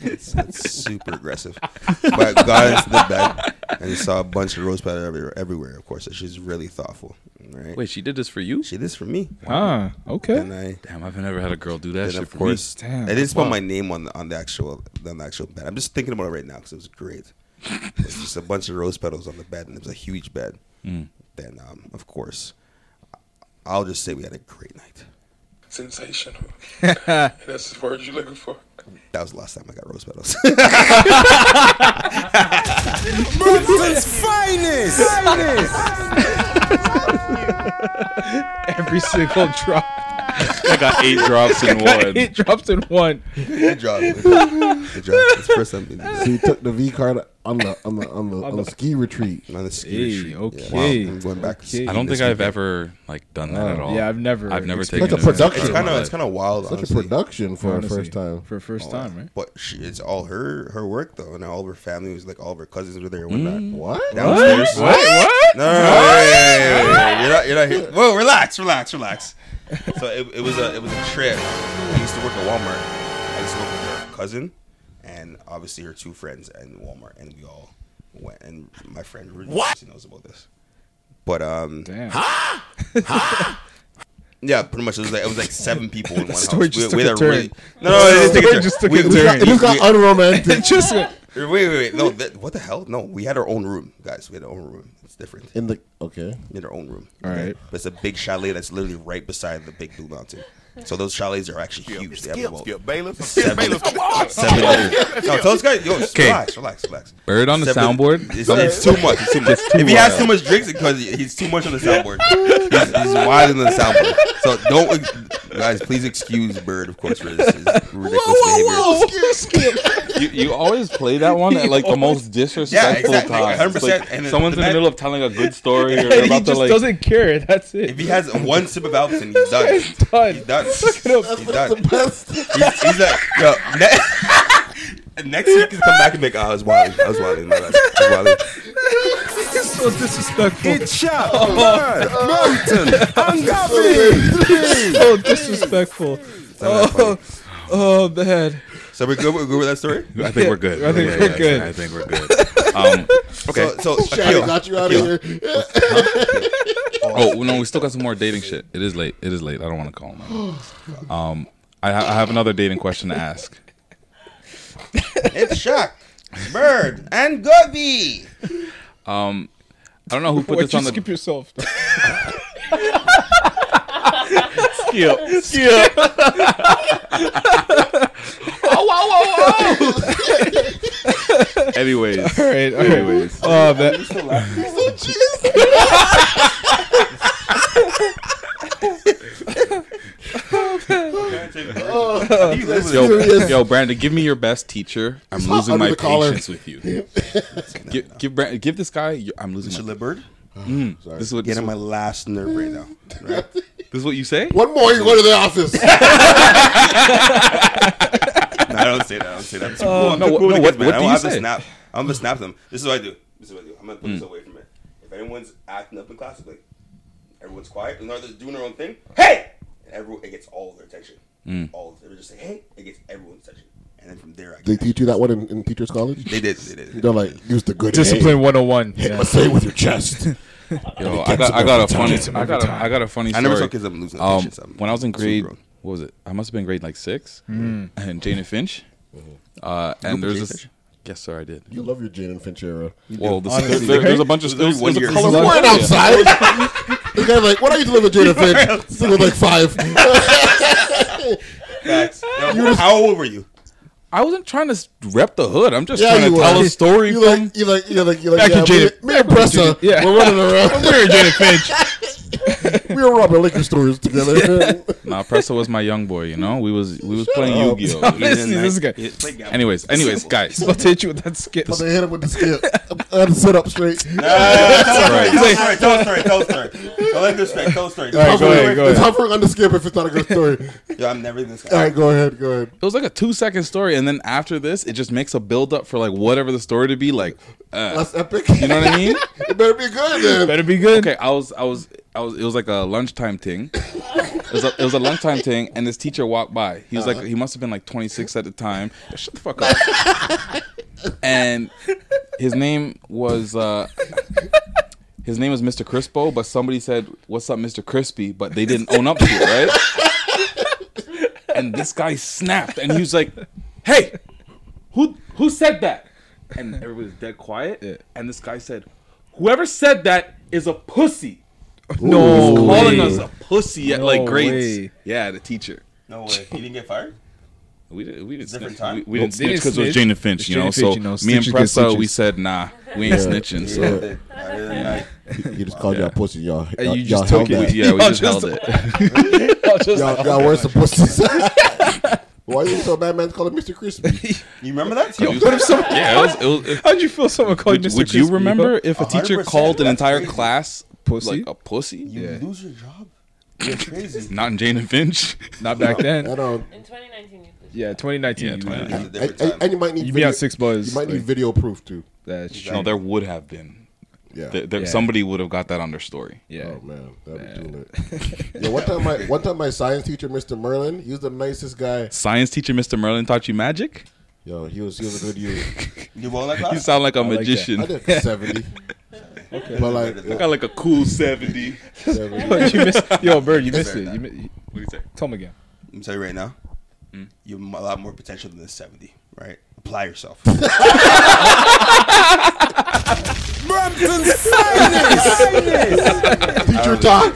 [SPEAKER 3] it's, it's super aggressive. But got into the bed and saw a bunch of rose petals everywhere. everywhere of course, she's really thoughtful. Right?
[SPEAKER 2] Wait, she did this for you?
[SPEAKER 3] She did this for me.
[SPEAKER 1] Ah, okay.
[SPEAKER 3] And I,
[SPEAKER 2] Damn, I've never had a girl do that
[SPEAKER 3] Then
[SPEAKER 2] shit
[SPEAKER 3] of
[SPEAKER 2] for me.
[SPEAKER 3] course,
[SPEAKER 2] Damn,
[SPEAKER 3] I didn't
[SPEAKER 2] that's
[SPEAKER 3] spell
[SPEAKER 2] wild.
[SPEAKER 3] my name on the on the actual on the actual bed. I'm just thinking about it right now because it was great. it was just a bunch of rose petals on the bed, and it was a huge bed.
[SPEAKER 2] Mm.
[SPEAKER 3] Then, um, of course, I'll just say we had a great night.
[SPEAKER 19] Sensational. That's the word you're looking for.
[SPEAKER 3] That was the last time I got rose petals.
[SPEAKER 10] Merton's finest.
[SPEAKER 1] Every single drop.
[SPEAKER 2] I got eight drops in
[SPEAKER 1] I got
[SPEAKER 2] one.
[SPEAKER 1] Eight drops in one.
[SPEAKER 3] Good job. Good job. It's the first time. being-
[SPEAKER 4] So you took the V card on the on the on the, on the ski retreat.
[SPEAKER 3] On the ski
[SPEAKER 1] retreat. okay.
[SPEAKER 3] Wow, I'm going back.
[SPEAKER 1] Okay.
[SPEAKER 2] I don't think
[SPEAKER 3] this
[SPEAKER 2] I've
[SPEAKER 3] weekend.
[SPEAKER 2] ever like done that
[SPEAKER 1] Oh.
[SPEAKER 2] at all.
[SPEAKER 1] Yeah, I've never
[SPEAKER 2] I've never taken
[SPEAKER 4] experienced- It's a
[SPEAKER 2] an Xanax
[SPEAKER 4] production.
[SPEAKER 2] in my
[SPEAKER 3] Kinda-
[SPEAKER 2] life.
[SPEAKER 3] it's kind of wild.
[SPEAKER 4] Such a
[SPEAKER 3] honestly.
[SPEAKER 4] production for a
[SPEAKER 1] Honestly,
[SPEAKER 4] first time.
[SPEAKER 1] For a first
[SPEAKER 3] Oh,
[SPEAKER 1] time, right?
[SPEAKER 3] But she, it's all her her work though, and all of her family was like all of her cousins were there and whatnot.
[SPEAKER 4] What?
[SPEAKER 3] Downstairs.
[SPEAKER 1] Mm. What? What?
[SPEAKER 3] No, no, no, hey, you're not you're not here. Whoa, relax, relax, relax. so it, it was a it was a trip. I used to work at Walmart. I used to work with her cousin and obviously her two friends and Walmart, and we all went. And my friend Rudy obviously knows about this. But um, yeah, pretty much. It was like it was like seven people in one
[SPEAKER 1] story
[SPEAKER 3] house.
[SPEAKER 1] just
[SPEAKER 3] we, we
[SPEAKER 1] took
[SPEAKER 3] had
[SPEAKER 1] a
[SPEAKER 3] really-
[SPEAKER 1] turn.
[SPEAKER 3] no, no, it didn't take a
[SPEAKER 1] Story
[SPEAKER 3] turn.
[SPEAKER 1] just took
[SPEAKER 3] We-
[SPEAKER 1] a
[SPEAKER 3] we-
[SPEAKER 1] turn.
[SPEAKER 4] It just got
[SPEAKER 3] we-
[SPEAKER 4] unromantic
[SPEAKER 1] Just
[SPEAKER 3] Wait, wait, wait. No, that, what the hell? No, we had our own room, guys. We had our own room. It's different.
[SPEAKER 4] in the okay.
[SPEAKER 3] We had our own room.
[SPEAKER 1] All right.
[SPEAKER 3] But it's a big chalet that's literally right beside the Big Blue Mountain. So those chalets are actually huge. They have about
[SPEAKER 19] Skip Bayless.
[SPEAKER 3] seven,
[SPEAKER 19] Skip Bayless. Come on.
[SPEAKER 3] seven little- No, tell this guy, yo,
[SPEAKER 2] Okay.
[SPEAKER 3] relax, relax, relax.
[SPEAKER 2] Bird on the
[SPEAKER 3] Seven-
[SPEAKER 2] soundboard?
[SPEAKER 3] It's, it's too much. It's too much.
[SPEAKER 2] too
[SPEAKER 3] if he has
[SPEAKER 2] wild.
[SPEAKER 3] too much drinks, because he's too much on the soundboard. He's, he's wild on the soundboard. So don't, guys. Please excuse Bird, of course, for this his ridiculous behavior.
[SPEAKER 2] You, you always play that one at like the most disrespectful
[SPEAKER 3] Yeah, exactly,
[SPEAKER 2] time.
[SPEAKER 3] 100%,
[SPEAKER 2] It's like
[SPEAKER 3] and then
[SPEAKER 2] someone's
[SPEAKER 3] the
[SPEAKER 2] in the
[SPEAKER 3] man-
[SPEAKER 2] middle of telling a good story or
[SPEAKER 1] And
[SPEAKER 2] they're
[SPEAKER 1] he
[SPEAKER 2] about
[SPEAKER 1] just
[SPEAKER 2] to like.
[SPEAKER 1] doesn't care. That's it.
[SPEAKER 3] If he has one sip of Alton, he's done. He's
[SPEAKER 1] done.
[SPEAKER 3] done. He's
[SPEAKER 1] it up.
[SPEAKER 3] done. He's, he's like, yo, ne- next week he's come back and be like, oh, I was wild. I was wild. My bad. I was wild.
[SPEAKER 1] so disrespectful.
[SPEAKER 10] It's up, Bird, Merton, and Gavi.
[SPEAKER 1] so disrespectful. Oh, oh man.
[SPEAKER 3] So we're good, we're good with that story?
[SPEAKER 2] I think we're good.
[SPEAKER 1] I think
[SPEAKER 2] Yeah,
[SPEAKER 1] we're
[SPEAKER 2] yeah,
[SPEAKER 1] good.
[SPEAKER 2] I think we're good. Um, okay.
[SPEAKER 3] So, so
[SPEAKER 4] Shaggy
[SPEAKER 3] Akil,
[SPEAKER 4] got you out of here.
[SPEAKER 2] oh no, we still got some more dating shit. It is late. It is late. I don't want to call him. out. Um, I, ha- I have another dating question to ask.
[SPEAKER 3] it's Shock, Bird, and Gubby.
[SPEAKER 2] Um, I don't know who put
[SPEAKER 1] Why'd
[SPEAKER 2] this
[SPEAKER 1] you
[SPEAKER 2] on the.
[SPEAKER 1] skip yourself?
[SPEAKER 2] skip, skip. oh,
[SPEAKER 1] Oh,
[SPEAKER 2] whoa, whoa, whoa! Anyways,
[SPEAKER 1] all right, all right.
[SPEAKER 2] anyways,
[SPEAKER 1] Oh man.
[SPEAKER 2] yo, yo, Brandon, give me your best teacher. I'm losing
[SPEAKER 4] under
[SPEAKER 2] my
[SPEAKER 4] the collar.
[SPEAKER 2] patience with you. give, give Brandon, give this guy. your- I'm losing.
[SPEAKER 3] Mr.
[SPEAKER 2] My,
[SPEAKER 3] Liberd,
[SPEAKER 2] Mm, this is what this,
[SPEAKER 3] get on
[SPEAKER 2] is
[SPEAKER 3] my
[SPEAKER 2] what-
[SPEAKER 3] last nerve right now. Right?
[SPEAKER 2] this is what you say.
[SPEAKER 4] One more, you go to the office.
[SPEAKER 3] No, I don't say that. I don't say that. I'm too
[SPEAKER 2] Uh,
[SPEAKER 3] cool. I'm
[SPEAKER 2] no,
[SPEAKER 3] too
[SPEAKER 2] what-
[SPEAKER 3] cool
[SPEAKER 2] no,
[SPEAKER 3] with the kids,
[SPEAKER 2] what-
[SPEAKER 3] man.
[SPEAKER 2] what
[SPEAKER 3] I don't
[SPEAKER 2] do you
[SPEAKER 3] have to
[SPEAKER 2] say? Mm.
[SPEAKER 3] snap. I'm gonna snap them. This is what I do. This is what I do. I'm gonna put this away from it. If anyone's acting up in class, it's like everyone's quiet and they're doing their own thing. Hey, and everyone it gets all of their attention.
[SPEAKER 2] Mm.
[SPEAKER 3] All of them just say hey, it gets everyone's attention, and then from there I
[SPEAKER 4] they
[SPEAKER 3] get.
[SPEAKER 4] teach you that one in, in teachers' college.
[SPEAKER 3] They did. They did. They did.
[SPEAKER 4] They're like use the good
[SPEAKER 1] Discipline 101.
[SPEAKER 4] Hit
[SPEAKER 1] Yeah.
[SPEAKER 4] my say with your chest.
[SPEAKER 2] Yo,
[SPEAKER 4] It
[SPEAKER 2] I
[SPEAKER 4] gets
[SPEAKER 2] got,
[SPEAKER 4] him
[SPEAKER 2] I got
[SPEAKER 4] every
[SPEAKER 2] a
[SPEAKER 4] time.
[SPEAKER 2] funny,
[SPEAKER 4] Gets him
[SPEAKER 2] I
[SPEAKER 4] every
[SPEAKER 2] got, a,
[SPEAKER 4] time.
[SPEAKER 2] I got a funny.
[SPEAKER 3] I
[SPEAKER 2] Story.
[SPEAKER 3] never saw kids that losing their
[SPEAKER 2] Um,
[SPEAKER 3] patience. I'm-
[SPEAKER 2] when I was in
[SPEAKER 3] I'm so
[SPEAKER 2] grade,
[SPEAKER 3] grown.
[SPEAKER 2] what was it? I must have been grade like six. And Jane and Finch. Uh,
[SPEAKER 3] Mm-hmm. You
[SPEAKER 2] and
[SPEAKER 3] grew up
[SPEAKER 2] there's
[SPEAKER 3] with Jane
[SPEAKER 2] this. Yes, sir, I did.
[SPEAKER 4] You love your Jane and Finch era.
[SPEAKER 2] Well, this,
[SPEAKER 1] Honestly,
[SPEAKER 2] there,
[SPEAKER 1] right?
[SPEAKER 2] there's a bunch of
[SPEAKER 3] There's
[SPEAKER 2] there's,
[SPEAKER 3] one
[SPEAKER 2] there's a
[SPEAKER 3] year.
[SPEAKER 2] colorful
[SPEAKER 4] You weren't
[SPEAKER 2] area.
[SPEAKER 4] outside. the guy's like, "What are you doing with Jane and Finch?" Single like five.
[SPEAKER 3] Facts. Yo, how old were you?
[SPEAKER 2] I wasn't trying to s- rep the hood. I'm just
[SPEAKER 4] Yeah,
[SPEAKER 2] trying
[SPEAKER 4] you
[SPEAKER 2] to
[SPEAKER 4] were.
[SPEAKER 2] tell a story
[SPEAKER 4] You
[SPEAKER 2] from.
[SPEAKER 4] like, you like, you like, you like.
[SPEAKER 1] Back
[SPEAKER 4] Yeah,
[SPEAKER 1] to Jane-
[SPEAKER 4] me, me and Pressa,
[SPEAKER 1] Yeah.
[SPEAKER 4] we're running around.
[SPEAKER 1] We're Jada Finch.
[SPEAKER 4] we we were robbing liquor stores together.
[SPEAKER 2] nah, Presto was my young boy. You know, we was we was playing
[SPEAKER 4] up.
[SPEAKER 2] Yu Gi Oh.
[SPEAKER 4] This is- this guy.
[SPEAKER 2] Anyways, anyways, guys.
[SPEAKER 1] About to hit you with that skit.
[SPEAKER 4] But they hit him with the skip. I had to sit up straight.
[SPEAKER 3] Right. Tell a story. Tell a story. Tell a story. Tell a story. Tell a story.
[SPEAKER 4] All right, go ahead, go ahead. It's hovering on the skip if it's not a good story.
[SPEAKER 3] Yo, I'm never this guy.
[SPEAKER 4] All right, go ahead, go ahead.
[SPEAKER 2] It was like a two second story, and then after this, it just makes a build up for like whatever the story to be. Like uh,
[SPEAKER 4] That's epic.
[SPEAKER 2] You know what I mean?
[SPEAKER 4] it better be good, man.
[SPEAKER 2] Better be good. Okay, I was, I was, I was. It was like a lunchtime thing. It was a, it was a lunchtime thing, and this teacher walked by. He was
[SPEAKER 4] Uh-huh.
[SPEAKER 2] like, he must have been like 26 at the time. Shut the fuck up. and his name was. uh his name was Mr. Crispo, but somebody said, "What's up, Mr. Crispy?" But they didn't own up to it, right? and this guy snapped, and he was like, "Hey, who who said that?" And everybody was dead quiet. And this guy said, "Whoever said that is a pussy."
[SPEAKER 1] No
[SPEAKER 2] He's calling
[SPEAKER 1] way.
[SPEAKER 2] us a pussy at
[SPEAKER 1] No
[SPEAKER 2] like grades.
[SPEAKER 1] way.
[SPEAKER 2] Yeah, the teacher.
[SPEAKER 3] No way. He didn't get fired.
[SPEAKER 2] We did. We did
[SPEAKER 3] different time.
[SPEAKER 2] We didn't
[SPEAKER 1] They
[SPEAKER 2] snitch
[SPEAKER 1] didn't
[SPEAKER 2] because it was
[SPEAKER 1] snitch.
[SPEAKER 2] Jane and Finch,
[SPEAKER 1] It's
[SPEAKER 2] you
[SPEAKER 1] Jane
[SPEAKER 2] know.
[SPEAKER 1] and
[SPEAKER 2] So
[SPEAKER 1] Finch, you know,
[SPEAKER 2] me and
[SPEAKER 1] snitches get
[SPEAKER 2] Pressa, we
[SPEAKER 1] snitches.
[SPEAKER 2] said, "Nah, we ain't snitching." So
[SPEAKER 4] You just called y'all pussy. Y'all,
[SPEAKER 2] And
[SPEAKER 4] y'all,
[SPEAKER 2] you just
[SPEAKER 4] y'all
[SPEAKER 2] took
[SPEAKER 4] held
[SPEAKER 2] it.
[SPEAKER 4] that.
[SPEAKER 2] We- yeah, we Y'all just just- held it. Y'all just
[SPEAKER 4] y'all,
[SPEAKER 2] held
[SPEAKER 4] y'all
[SPEAKER 2] it.
[SPEAKER 4] were some pussies. Why you so mad, man? Call him Mr. Crispy.
[SPEAKER 3] You remember that?
[SPEAKER 2] Yo, what if some- Yeah, it was- it was- it-
[SPEAKER 1] How'd you feel someone called
[SPEAKER 2] would,
[SPEAKER 1] Mr.
[SPEAKER 2] would you
[SPEAKER 1] Crispy?
[SPEAKER 2] remember if a teacher
[SPEAKER 3] 100%,
[SPEAKER 2] called an
[SPEAKER 3] that's
[SPEAKER 2] entire
[SPEAKER 3] crazy.
[SPEAKER 2] class
[SPEAKER 1] Pussy?
[SPEAKER 2] like a pussy?
[SPEAKER 3] You lose your job. You're crazy.
[SPEAKER 2] Not in Jane and Finch.
[SPEAKER 1] Not back then.
[SPEAKER 4] I don't.
[SPEAKER 9] In 2019, you
[SPEAKER 1] Yeah, 2019.
[SPEAKER 2] Yeah,
[SPEAKER 1] you-
[SPEAKER 2] 2019.
[SPEAKER 4] And, and- and you might need
[SPEAKER 1] You'd be
[SPEAKER 4] video,
[SPEAKER 1] on six buzz,
[SPEAKER 4] You might need
[SPEAKER 1] like-
[SPEAKER 4] video proof too.
[SPEAKER 1] That's true.
[SPEAKER 2] No, there would have been.
[SPEAKER 4] Yeah.
[SPEAKER 2] There, there-
[SPEAKER 1] Yeah.
[SPEAKER 2] Somebody would have got that on their story.
[SPEAKER 1] Yeah.
[SPEAKER 4] Oh man, that'd be too lit. yeah, one time my one time my science teacher, Mr. Merlin, he was the nicest guy.
[SPEAKER 2] Science teacher Mr. Merlin taught you magic?
[SPEAKER 4] Yo, he was he was a good dude.
[SPEAKER 3] You won that class.
[SPEAKER 2] You sound like a
[SPEAKER 1] I like that.
[SPEAKER 2] magician.
[SPEAKER 4] I did seventy. But like,
[SPEAKER 2] I got like a cool 70.
[SPEAKER 1] you missed, yo, Bird, you missed it. You, mi-
[SPEAKER 2] What do you say? Mm.
[SPEAKER 1] tell him again.
[SPEAKER 3] Let me tell you right now, you have a lot more potential than this 70, right? Apply yourself.
[SPEAKER 10] Brampton finest.
[SPEAKER 2] Um,
[SPEAKER 4] teacher talk.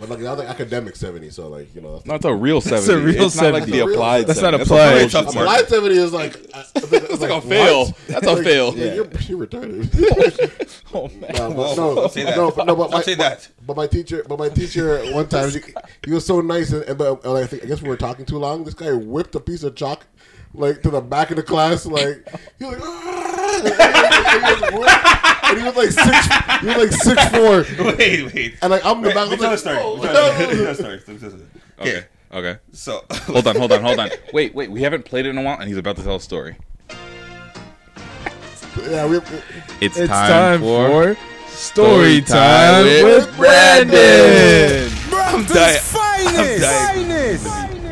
[SPEAKER 4] but like that was like academic seventy, so like you know. That's
[SPEAKER 2] No, it's a real 70.
[SPEAKER 1] a real
[SPEAKER 2] it's not like
[SPEAKER 1] 70.
[SPEAKER 2] the applied
[SPEAKER 1] That's not
[SPEAKER 2] 70.
[SPEAKER 1] applied.
[SPEAKER 2] bullshit
[SPEAKER 3] That's
[SPEAKER 2] mark.
[SPEAKER 4] Applied seventy is like uh, it's
[SPEAKER 2] like a fail. That's a fail.
[SPEAKER 4] Yeah, you're, you're retarded.
[SPEAKER 1] Oh man.
[SPEAKER 4] No,
[SPEAKER 3] Whoa,
[SPEAKER 4] but no,
[SPEAKER 3] don't say that.
[SPEAKER 4] no, but, no, but
[SPEAKER 3] Don't
[SPEAKER 4] my,
[SPEAKER 3] say that.
[SPEAKER 4] But my teacher, but my teacher, one time, he, he was so nice, and, and, but and I think I guess we were talking too long. This guy whipped a piece of chalk like to the back of the class, like he was like. "Ah!" And he was like six. He was like six four,
[SPEAKER 3] wait, wait.
[SPEAKER 4] and like I'm in the
[SPEAKER 3] Wait,
[SPEAKER 4] back.
[SPEAKER 3] we
[SPEAKER 4] I'm
[SPEAKER 3] tell a
[SPEAKER 4] like,
[SPEAKER 3] story.
[SPEAKER 4] "Oh,
[SPEAKER 3] We tell a
[SPEAKER 4] no."
[SPEAKER 3] story. We tell a story. We tell a story.
[SPEAKER 2] Okay.
[SPEAKER 3] Okay.
[SPEAKER 2] Okay.
[SPEAKER 3] So
[SPEAKER 2] Hold on, hold on, hold on. Wait, wait. We haven't played it in a while, and he's about to tell a story.
[SPEAKER 4] Yeah, we,
[SPEAKER 1] It's
[SPEAKER 2] It's, time,
[SPEAKER 1] time
[SPEAKER 2] for
[SPEAKER 1] for story time with Brandon.
[SPEAKER 10] Brampton's
[SPEAKER 2] dying.
[SPEAKER 10] finest.
[SPEAKER 2] I'm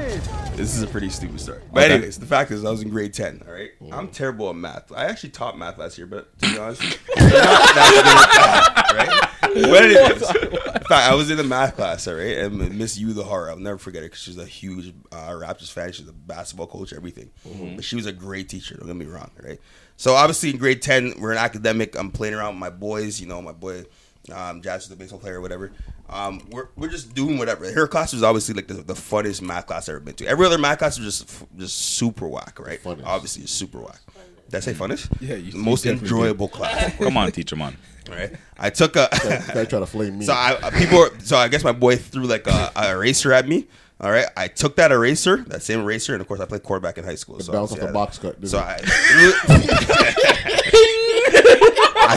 [SPEAKER 3] This is a pretty stupid story. But
[SPEAKER 2] Okay.
[SPEAKER 3] anyways, the fact is, I was in grade ten. All right? I'm terrible at math. I actually taught math last year, but to be honest, I'm not that good at math, right? But anyways, in fact, I was in a math class. All right, and Miss Yu the horror. I'll never forget her because she's a huge uh, Raptors fan. She's a basketball coach, everything. But she was a great teacher. Don't get me wrong. all Right. So obviously, in grade ten, we're an academic. I'm playing around with my boys. You know, my boy um, Jazz is the baseball player or whatever. Um, we're, we're just doing whatever. Her class was obviously like the, the funnest math class I've ever been to. Every other math class was just f- just super whack, right?
[SPEAKER 4] Funnest. Mm.
[SPEAKER 3] Obviously, it's super whack. Did I say funnest?
[SPEAKER 1] Yeah, you- you
[SPEAKER 3] most
[SPEAKER 1] definitely did.
[SPEAKER 3] enjoyable class.
[SPEAKER 2] Come on, teacher, man.
[SPEAKER 3] Right? I took a
[SPEAKER 4] that guy tried to flame me.
[SPEAKER 3] so I uh, people. Were, so I guess my boy threw like a, a eraser at me. All right, I took that eraser, that same eraser, and of course I played quarterback in high school. so
[SPEAKER 4] bounced off
[SPEAKER 3] obviously
[SPEAKER 4] the
[SPEAKER 3] I-
[SPEAKER 4] box cut, didn't
[SPEAKER 3] So
[SPEAKER 4] it?
[SPEAKER 3] I, I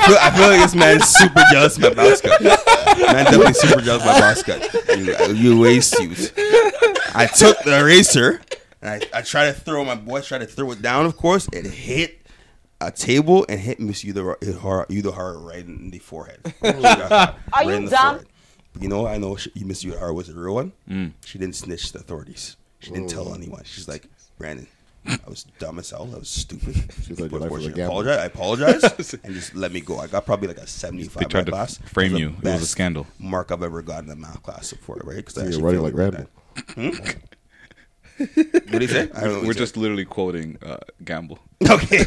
[SPEAKER 3] feel I feel like this man's super jealous of my box cut. Man, definitely super jealous of my box cut. You, you waste you. I took the eraser and I, I tried to throw my boy tried to throw it down. Of course, it hit a table and hit Miss you the you the heart right in the forehead. Are
[SPEAKER 5] you dumb?
[SPEAKER 3] You know, I know she, Miss you was a real one.
[SPEAKER 4] Mm.
[SPEAKER 3] She didn't snitch to the authorities. She didn't tell anyone. She's like Brandon. I was dumb as hell. I was stupid.
[SPEAKER 4] She's like, "Your
[SPEAKER 3] But
[SPEAKER 4] life
[SPEAKER 3] of course
[SPEAKER 4] was a
[SPEAKER 3] she
[SPEAKER 4] gamble."
[SPEAKER 3] apologized. I apologized and just let me go. I got probably like a seventy-five.
[SPEAKER 2] They
[SPEAKER 3] in
[SPEAKER 2] tried
[SPEAKER 3] my
[SPEAKER 2] to
[SPEAKER 3] class.
[SPEAKER 2] frame
[SPEAKER 3] It was the
[SPEAKER 2] you. It was a
[SPEAKER 3] best
[SPEAKER 2] scandal.
[SPEAKER 3] Mark I've ever gotten in math class before, right? Because
[SPEAKER 4] you're running like Randall.
[SPEAKER 3] What do you say? I don't know what Hmm?
[SPEAKER 2] We're
[SPEAKER 3] he said.
[SPEAKER 2] just literally quoting uh, Gamble.
[SPEAKER 3] Okay.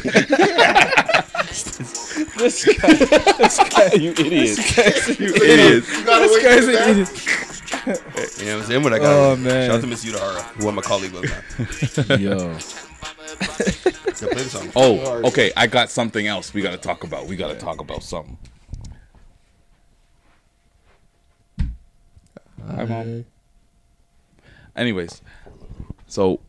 [SPEAKER 2] you idiot. you idiot.
[SPEAKER 3] Idiots.
[SPEAKER 1] This guy's an idiot.
[SPEAKER 3] You know what I'm saying? What I got.
[SPEAKER 1] Oh, man.
[SPEAKER 3] Shout out to Miss Yudahara, who I'm a colleague with now.
[SPEAKER 1] Yo.
[SPEAKER 3] Yo, play the song.
[SPEAKER 2] Oh, okay. I got something else we got to talk about. We got to talk about something. drive home. Anyways, so